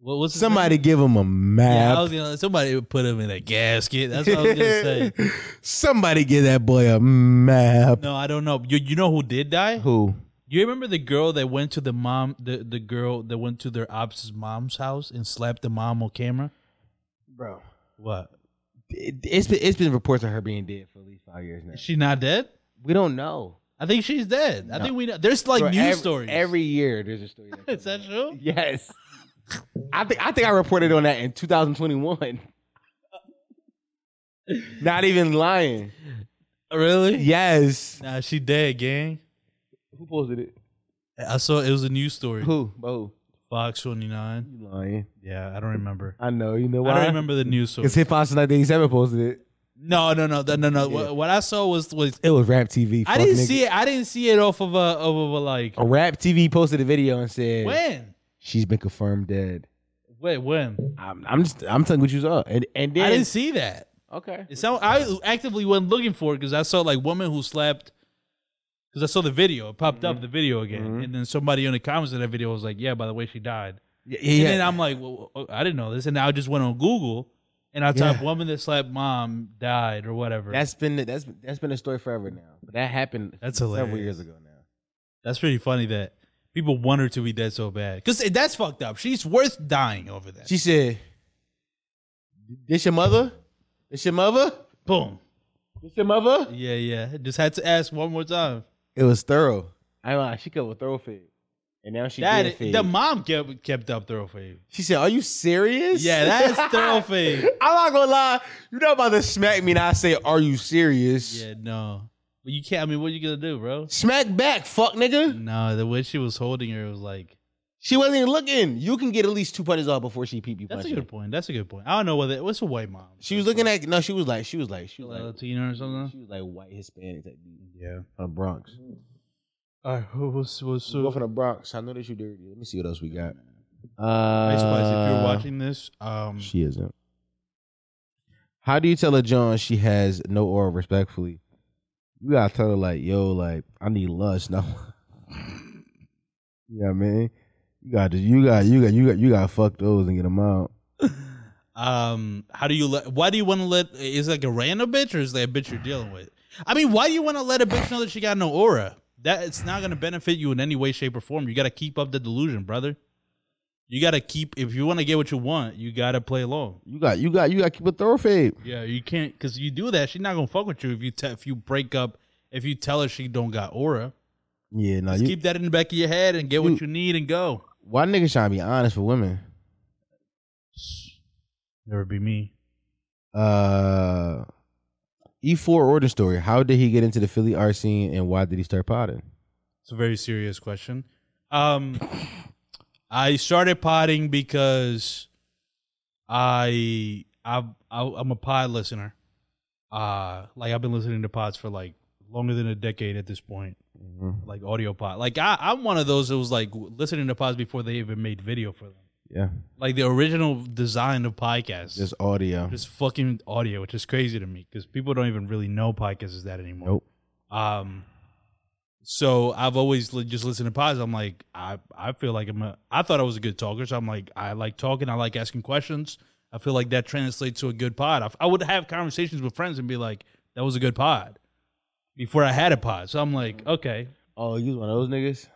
[SPEAKER 2] what was
[SPEAKER 1] Somebody give him a
[SPEAKER 2] Yeah, I
[SPEAKER 1] map.
[SPEAKER 2] was gonna, somebody would put him in a gasket. That's what I was gonna say.
[SPEAKER 1] Somebody give that boy a map.
[SPEAKER 2] No, I don't know. You you know who did die?
[SPEAKER 1] Who?
[SPEAKER 2] You remember the girl that went to the mom, the, the girl that went to their ops mom's house and slapped the mom on camera?
[SPEAKER 1] Bro.
[SPEAKER 2] What?
[SPEAKER 1] It, it's been it's been reports of her being dead for at least five years now.
[SPEAKER 2] Is she not dead?
[SPEAKER 1] we don't know.
[SPEAKER 2] I think she's dead. I think we know. There's like
[SPEAKER 1] Bro,
[SPEAKER 2] news
[SPEAKER 1] every,
[SPEAKER 2] stories.
[SPEAKER 1] Every year there's a story. That
[SPEAKER 2] is
[SPEAKER 1] comes
[SPEAKER 2] that
[SPEAKER 1] out.
[SPEAKER 2] true?
[SPEAKER 1] Yes. I think I think I reported on that in 2021. Not even lying.
[SPEAKER 2] Oh, Really?
[SPEAKER 1] Yes.
[SPEAKER 2] Nah, she dead, gang.
[SPEAKER 1] Who posted it?
[SPEAKER 2] I saw it was a news story.
[SPEAKER 1] Who? Bo.
[SPEAKER 2] Fox 29.
[SPEAKER 1] You lying.
[SPEAKER 2] Yeah, I don't remember.
[SPEAKER 1] I know. You know why?
[SPEAKER 2] I don't remember the news story.
[SPEAKER 1] Because Hip Hop Tonight 87 posted it.
[SPEAKER 2] No, no, no, no, no. no.
[SPEAKER 1] Yeah.
[SPEAKER 2] What, what I saw was was
[SPEAKER 1] It was Rap TV.
[SPEAKER 2] I didn't see it. I didn't see it off of a of a like
[SPEAKER 1] A Rap TV posted a video and said
[SPEAKER 2] when.
[SPEAKER 1] she's been confirmed dead.
[SPEAKER 2] Wait, when?
[SPEAKER 1] I'm, I'm just I'm telling you what you saw. And and then
[SPEAKER 2] I didn't see that.
[SPEAKER 1] Okay.
[SPEAKER 2] It sound, I actively wasn't looking for it because I saw like woman who slapped. Because I saw the video, it popped up the video again, and then somebody in the comments of that video was like, "Yeah, by the way, she died."
[SPEAKER 1] Yeah.
[SPEAKER 2] And
[SPEAKER 1] yeah.
[SPEAKER 2] then I'm like, well, well, "I didn't know this," and I just went on Google and I typed
[SPEAKER 1] Yeah.
[SPEAKER 2] "woman that slapped mom died" or whatever.
[SPEAKER 1] That's been that's that's been a story forever now. But that happened
[SPEAKER 2] That's
[SPEAKER 1] several
[SPEAKER 2] hilarious.
[SPEAKER 1] years ago now.
[SPEAKER 2] That's pretty funny that people want her to be dead so bad because that's fucked up. She's worth dying over that.
[SPEAKER 1] She said, "This your mother? This your mother?
[SPEAKER 2] Boom.
[SPEAKER 1] This your mother?"
[SPEAKER 2] Yeah, yeah. Just had to ask one more time.
[SPEAKER 1] It was thorough. I ain't lying. She covered thorough fade, and now she
[SPEAKER 2] That
[SPEAKER 1] dead fade.
[SPEAKER 2] the mom kept kept up thorough fade.
[SPEAKER 1] she said, "Are you serious?"
[SPEAKER 2] Yeah, that's thorough fade.
[SPEAKER 1] I'm not gonna lie. You know about to smack me, and I say, "Are you serious?"
[SPEAKER 2] Yeah, no. But you can't. I mean, what you gonna do, bro?
[SPEAKER 1] Smack back, fuck nigga.
[SPEAKER 2] No, the way she was holding her was like.
[SPEAKER 1] She wasn't even looking. You can get at least two punches off before she peep you.
[SPEAKER 2] That's a
[SPEAKER 1] punching.
[SPEAKER 2] good point. That's a good point. I don't know whether it was a white mom.
[SPEAKER 1] She was looking at no. She was like, she was like, she
[SPEAKER 2] Like
[SPEAKER 1] was like,
[SPEAKER 2] Latina or something.
[SPEAKER 1] she was like white Hispanic type dude
[SPEAKER 2] Yeah.
[SPEAKER 1] from the Bronx.
[SPEAKER 2] All right. What's what's
[SPEAKER 1] We
[SPEAKER 2] uh,
[SPEAKER 1] go from the Bronx. I know that you dirty. Let me see what else we got.
[SPEAKER 2] Ice Spice,
[SPEAKER 1] Uh,
[SPEAKER 2] If you're watching this, um,
[SPEAKER 1] she isn't. How do you tell a John she has no aura? Respectfully, you gotta tell her like, yo, like I need lust now. yeah, man. You got to, you got, you got, you got, you got to fuck those and get them out.
[SPEAKER 2] um, how do you let? Why do you want to let? Is it like a random bitch or is that a bitch you're dealing with? I mean, why do you want to let a bitch know that she got no aura? That it's not gonna benefit you in any way, shape, or form. You gotta keep up the delusion, brother. You gotta keep if you want to get what you want, you gotta play along.
[SPEAKER 1] You got, you got, you got to keep a thorough fade.
[SPEAKER 2] Yeah, you can't because you do that. She's not gonna fuck with you if you te- if you break up if you tell her she don't got aura.
[SPEAKER 1] Yeah, no,
[SPEAKER 2] Just
[SPEAKER 1] you.
[SPEAKER 2] keep that in the back of your head and get
[SPEAKER 1] you-
[SPEAKER 2] what you need and go.
[SPEAKER 1] why niggas trying to be honest with women?
[SPEAKER 2] Never be me.
[SPEAKER 1] Uh, E4 order story. How did he get into the Philly art scene and why did he start potting?
[SPEAKER 2] It's a very serious question. Um, I started potting because I I, I I'm a pod listener. Uh, like I've been listening to pods for like longer than a decade at this point. Like audio pod. Like I I'm one of those that was like listening to pods before they even made video for them.
[SPEAKER 1] Yeah,
[SPEAKER 2] like the original design of podcasts.
[SPEAKER 1] just
[SPEAKER 2] Just,
[SPEAKER 1] audio.
[SPEAKER 2] fucking audio, which is crazy to me because people don't even really know podcasts is that anymore.
[SPEAKER 1] Nope.
[SPEAKER 2] Um, so I've always li- just listened to pods. I'm like, I I feel like I'm a. I thought I was a good talker, so I'm like, I like talking. I like asking questions. I feel like that translates to a good pod. I, f- I would have conversations with friends and be like, that was a good pod. Before I had a pod, so I'm like, okay,
[SPEAKER 1] Oh, you was one of those niggas?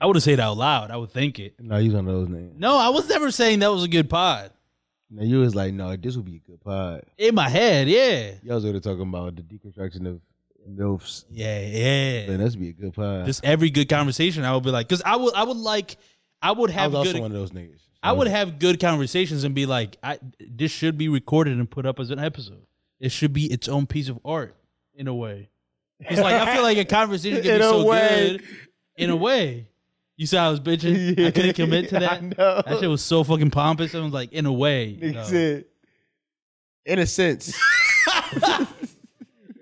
[SPEAKER 2] I would have said it out loud. I would think it.
[SPEAKER 1] No, you was one of those niggas.
[SPEAKER 2] No, I was never saying that was a good pod
[SPEAKER 1] No, you was like, no, this would be a good pod.
[SPEAKER 2] in my head. Yeah,
[SPEAKER 1] Y'all was over there talking about the deconstruction of milfs.
[SPEAKER 2] Yeah, yeah.
[SPEAKER 1] Man, that's be a good pod.
[SPEAKER 2] Just every good conversation, I would be like, because I would, I would like, I would
[SPEAKER 1] I
[SPEAKER 2] have
[SPEAKER 1] was also one
[SPEAKER 2] good, e-,
[SPEAKER 1] of those niggas.
[SPEAKER 2] I would have good conversations and be like, I this should be recorded and put up as an episode. It should be its own piece of art in a way. It's like I feel like a conversation can
[SPEAKER 1] In
[SPEAKER 2] be
[SPEAKER 1] a
[SPEAKER 2] so
[SPEAKER 1] way.
[SPEAKER 2] good in a way. You saw I was bitching. I couldn't commit to that.
[SPEAKER 1] I know.
[SPEAKER 2] That shit was so fucking pompous. I was like, in a way.
[SPEAKER 1] Nigga
[SPEAKER 2] no.
[SPEAKER 1] said, in a sense.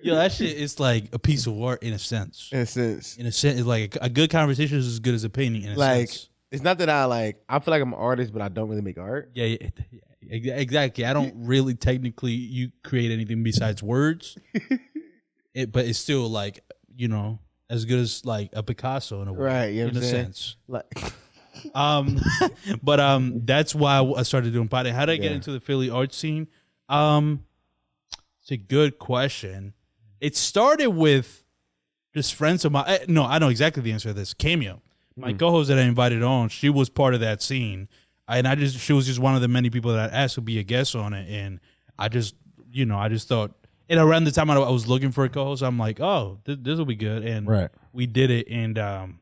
[SPEAKER 2] Yo, that shit is like a piece of art in a sense.
[SPEAKER 1] in a sense.
[SPEAKER 2] In a sense, it's like a, a good conversation is as good as a painting. In a
[SPEAKER 1] Like
[SPEAKER 2] sense.
[SPEAKER 1] it's not that I like. I feel like I'm an artist, but I don't really make art.
[SPEAKER 2] yeah, yeah, yeah, ex- exactly. I don't really technically you create anything besides words, it, but it's still like you know as good as like a Picasso in a way,
[SPEAKER 1] Right, you know
[SPEAKER 2] in
[SPEAKER 1] what
[SPEAKER 2] a
[SPEAKER 1] I'm saying?
[SPEAKER 2] sense.
[SPEAKER 1] Like
[SPEAKER 2] Um, but um, that's why I started doing potty. How did I get
[SPEAKER 1] Yeah.
[SPEAKER 2] into the Philly art scene? Um, it's a good question. It started with just friends of mine. eh, No, I know exactly the answer to this. Cameo, my co-host that I invited on, she was part of that scene, and I just she was just one of the many people that I asked to be a guest on it, and I just you know I just thought. And around the time I I was looking for a co-host, I'm like, oh, th- this will be good, and
[SPEAKER 1] Right.
[SPEAKER 2] we did it, and um,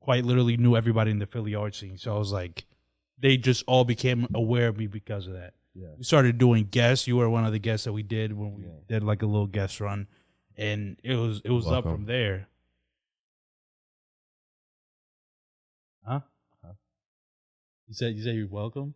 [SPEAKER 2] quite literally knew everybody in the Philly art scene. So I was like, they just all became aware of me because of that. Yeah. We started doing guests. You were one of the guests that we did when we did like a little guest run, and it was it was up from there. Huh? You said you said you're welcome.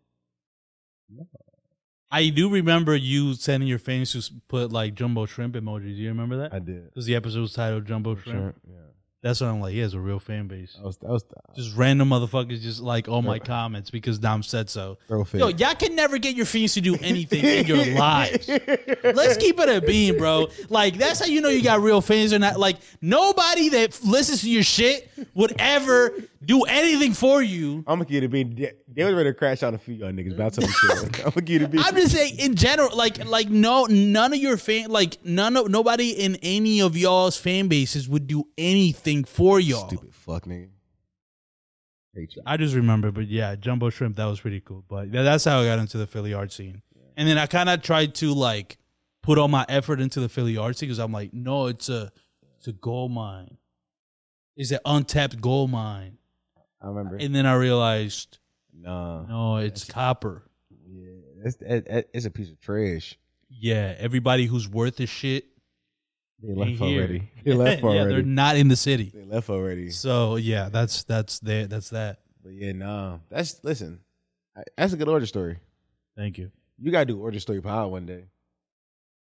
[SPEAKER 2] I do remember you sending your fans to s- put like jumbo shrimp emojis. Do you remember that?
[SPEAKER 1] I did.
[SPEAKER 2] Because the episode was titled Jumbo Shrimp.
[SPEAKER 1] Sure. Yeah.
[SPEAKER 2] That's what I'm like. He has a real fan base.
[SPEAKER 1] I was. I was.
[SPEAKER 2] Just random motherfuckers just like all my comments because Dom said so.
[SPEAKER 1] Throw fit.
[SPEAKER 2] Yo, y'all can never get your fiends to do anything in your lives. Let's keep it a beam, bro. Like that's how you know you got real fans or not. Like nobody that f- listens to your shit would ever do anything for you.
[SPEAKER 1] I'm gonna give it a bean. They they was ready to crash out a few y'all niggas, but I'll tell them shit. I'm gonna give it a bean.
[SPEAKER 2] I'm just saying in general, like like no none of your fan like none of nobody in any of y'all's fan bases would do anything for y'all.
[SPEAKER 1] stupid fuck nigga. Hate you.
[SPEAKER 2] I just remember, but yeah, jumbo shrimp that was pretty cool. But tha- that's how I got into the Philly art scene, and then I kind of tried to like put all my effort into the Philly art scene because I'm like, no, it's a it's a gold mine, it's an untapped gold mine.
[SPEAKER 1] I remember.
[SPEAKER 2] And then I realized,
[SPEAKER 1] nah,
[SPEAKER 2] no, it's copper.
[SPEAKER 1] yeah, it's, it, it- it's a piece of trash.
[SPEAKER 2] Yeah, everybody who's worth this shit,
[SPEAKER 1] They left
[SPEAKER 2] here.
[SPEAKER 1] already. They left
[SPEAKER 2] yeah,
[SPEAKER 1] already.
[SPEAKER 2] they're not in the city.
[SPEAKER 1] they left already.
[SPEAKER 2] So yeah, that's that's there. That's that.
[SPEAKER 1] But yeah, nah. That's listen. I- That's a good order story.
[SPEAKER 2] Thank you.
[SPEAKER 1] You gotta do order story power one day.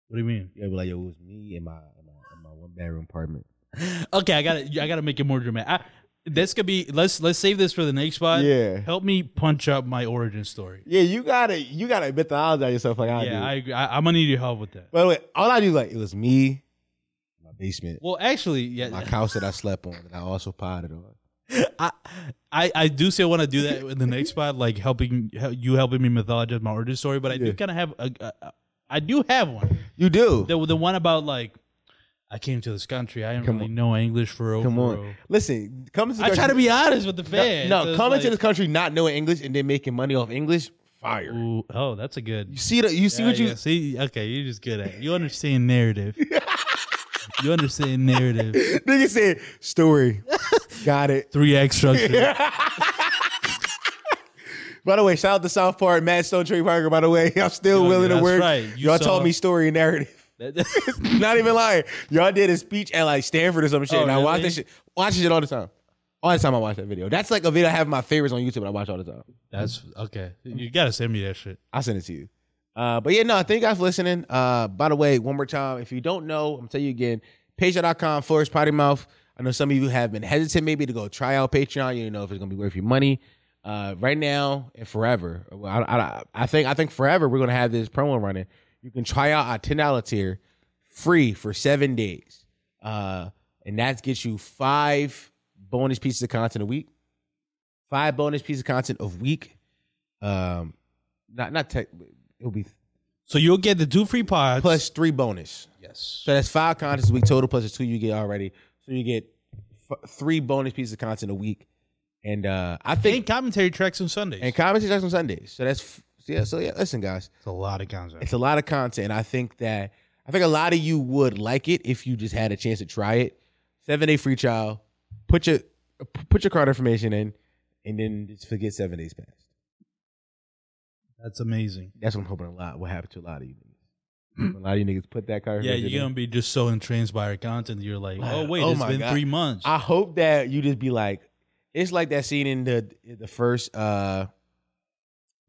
[SPEAKER 2] What do you mean?
[SPEAKER 1] Yeah, be like, yo, it was me in my in my, in my one bedroom apartment.
[SPEAKER 2] Okay, I got to I got to make it more dramatic. I, this could be let's let's save this for the next spot.
[SPEAKER 1] Yeah.
[SPEAKER 2] help me punch up my origin story.
[SPEAKER 1] Yeah, you gotta you gotta admit the odds on yourself like I do.
[SPEAKER 2] yeah, I agree. I, I'm gonna need your help with that.
[SPEAKER 1] By the way, all I do is like it was me, my basement,
[SPEAKER 2] Well, actually, yeah,
[SPEAKER 1] my couch that I slept on, that I also potted on.
[SPEAKER 2] I, I I do still want to do that in the next spot, like helping hel- you helping me mythologize my origin story. But I
[SPEAKER 1] Yeah.
[SPEAKER 2] do kind of have a, a, a I do have one.
[SPEAKER 1] You do.
[SPEAKER 2] The the one about like I came to this country. I didn't
[SPEAKER 1] Come
[SPEAKER 2] really
[SPEAKER 1] on.
[SPEAKER 2] know English for real.
[SPEAKER 1] Come
[SPEAKER 2] for
[SPEAKER 1] on.
[SPEAKER 2] real.
[SPEAKER 1] Listen, come to the
[SPEAKER 2] I try
[SPEAKER 1] country-
[SPEAKER 2] to be honest with the fans.
[SPEAKER 1] No, no
[SPEAKER 2] So it's
[SPEAKER 1] coming to
[SPEAKER 2] like,
[SPEAKER 1] this country not knowing English and then making money off English, fire.
[SPEAKER 2] ooh, oh, that's a good.
[SPEAKER 1] You see the you see what you
[SPEAKER 2] yeah, see. Okay, you're just good at. It. You understand narrative. you understand narrative.
[SPEAKER 1] nigga said story. Got it.
[SPEAKER 2] Three act structure.
[SPEAKER 1] By the way, shout out to South Park, Matt Stone, Trey Parker. By the way, I'm still
[SPEAKER 2] Yo,
[SPEAKER 1] willing to
[SPEAKER 2] that's
[SPEAKER 1] work.
[SPEAKER 2] right. You
[SPEAKER 1] Y'all
[SPEAKER 2] saw-
[SPEAKER 1] told me story and narrative. Not even lying. Y'all did a speech at like Stanford or some shit.
[SPEAKER 2] Oh,
[SPEAKER 1] and I watch
[SPEAKER 2] really?
[SPEAKER 1] that shit. Watch this shit all the time. All the time I watch that video. That's like a video I have in my favorites on YouTube and I watch all the time.
[SPEAKER 2] That's okay. You gotta send me that shit.
[SPEAKER 1] I'll send it to you. Uh, but yeah, no, thank you guys for listening. Uh, by the way, one more time, if you don't know, I'm gonna tell you again, patreon.com forward slash potty mouth. I know some of you have been hesitant maybe to go try out Patreon. You don't know if it's gonna be worth your money. Uh, right now and forever. Well, I, I, I think I think forever we're gonna have this promo running. You can try out our ten dollar tier free for seven days. Uh, and that gets you five bonus pieces of content a week. Five bonus pieces of content a week. Um, not not tech. It'll be
[SPEAKER 2] So you'll get the two free pods
[SPEAKER 1] plus three bonus.
[SPEAKER 2] yes.
[SPEAKER 1] So that's five contents a week total plus the two you get already. So you get f- three bonus pieces of content a week, and uh I
[SPEAKER 2] And
[SPEAKER 1] think
[SPEAKER 2] commentary tracks on Sundays.
[SPEAKER 1] and commentary tracks on Sundays. So that's f- so yeah. So yeah, listen, guys,
[SPEAKER 2] it's a lot of content.
[SPEAKER 1] it's a lot of content. I think that I think a lot of you would like it if you just had a chance to try it. Seven day free trial. Put your put your card information in, and then just forget seven days passed.
[SPEAKER 2] That's amazing.
[SPEAKER 1] That's what I'm hoping a lot will happen to a lot of you. niggas. a lot of you niggas put that card.
[SPEAKER 2] Yeah,
[SPEAKER 1] information
[SPEAKER 2] you're
[SPEAKER 1] in.
[SPEAKER 2] gonna be just so entranced by our content. You're like, oh wait,
[SPEAKER 1] Oh
[SPEAKER 2] it's
[SPEAKER 1] my
[SPEAKER 2] been
[SPEAKER 1] God. Ah.
[SPEAKER 2] three months.
[SPEAKER 1] I hope that you just be like, it's like that scene in the the first uh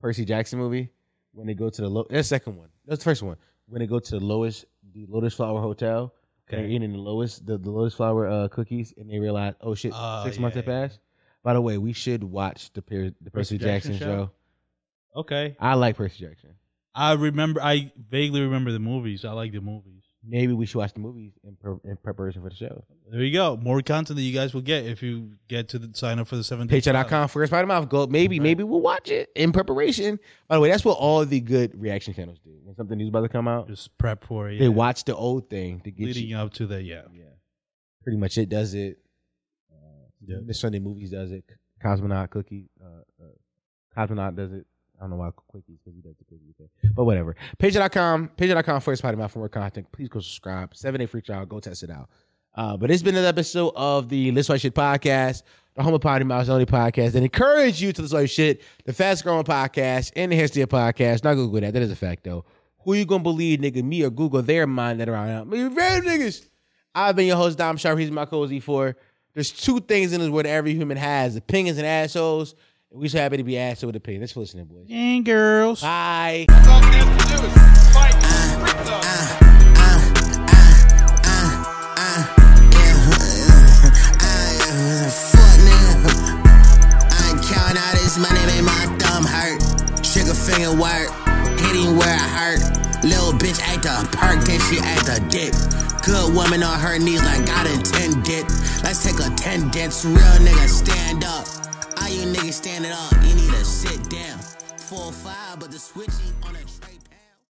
[SPEAKER 1] Percy Jackson movie when they go to the low. That's the second one. That's the first one when they go to the lowest the Lotus Flower Hotel They're eating the lowest the, the lowest flour uh, cookies, and they realize, oh shit,
[SPEAKER 2] Oh,
[SPEAKER 1] six
[SPEAKER 2] yeah,
[SPEAKER 1] months have
[SPEAKER 2] yeah.
[SPEAKER 1] passed. By the way, we should watch the Pier- the Percy, Jackson, show.
[SPEAKER 2] Okay.
[SPEAKER 1] I like Percy Jackson.
[SPEAKER 2] I remember. I vaguely remember the movies. I like the movies.
[SPEAKER 1] Maybe we should watch the movies in, pre- in preparation for the show.
[SPEAKER 2] There you go. More content that you guys will get if you get to the, sign up for the seven. day challenge.
[SPEAKER 1] Patreon.com for Spider Mouth. Go maybe maybe we'll watch it in preparation. By the way, that's what all the good reaction channels do. When something new's about to come out,
[SPEAKER 2] Just prep for it.
[SPEAKER 1] they
[SPEAKER 2] yeah.
[SPEAKER 1] watch the old thing to get
[SPEAKER 2] leading
[SPEAKER 1] you.
[SPEAKER 2] up to that. Yeah.
[SPEAKER 1] Yeah, pretty much it does it. Uh, The Sunday movies does it. Cosmonaut cookie, uh, uh, Cosmonaut does it. I don't know why quickies because he does the cookie thing, but whatever. Patreon.com, patreon.com for Spider Mouth for more content. Please go subscribe. Seven day free trial. Go test it out. Uh, but it's been an episode of the Let's Write Shit podcast, the home of Potty Mouse Only podcast, and encourage you to Let's Write Shit, the fast growing podcast in the history of podcast. Not Google that. That is a fact, though. Who you gonna believe, nigga? Me or Google? Their mind that around. I mean, real niggas. I've been your host, Dom Sharp. He's my co host, E4. There's two things in this world every human has opinions and assholes. And we so happy to be assholes with opinions. Thanks for listening, boys.
[SPEAKER 2] And girls.
[SPEAKER 1] Bye.
[SPEAKER 3] Fuck nigga. I ain't count all this money, made my thumb hurt. Trigger finger work, hitting where I hurt. Little bitch ate the perk, then she ate the dick. Good woman on her knees like God intended. Let's take a ten dents, real nigga stand up. All you niggas standing up, you need to sit down. Four five, but the switchy on a track.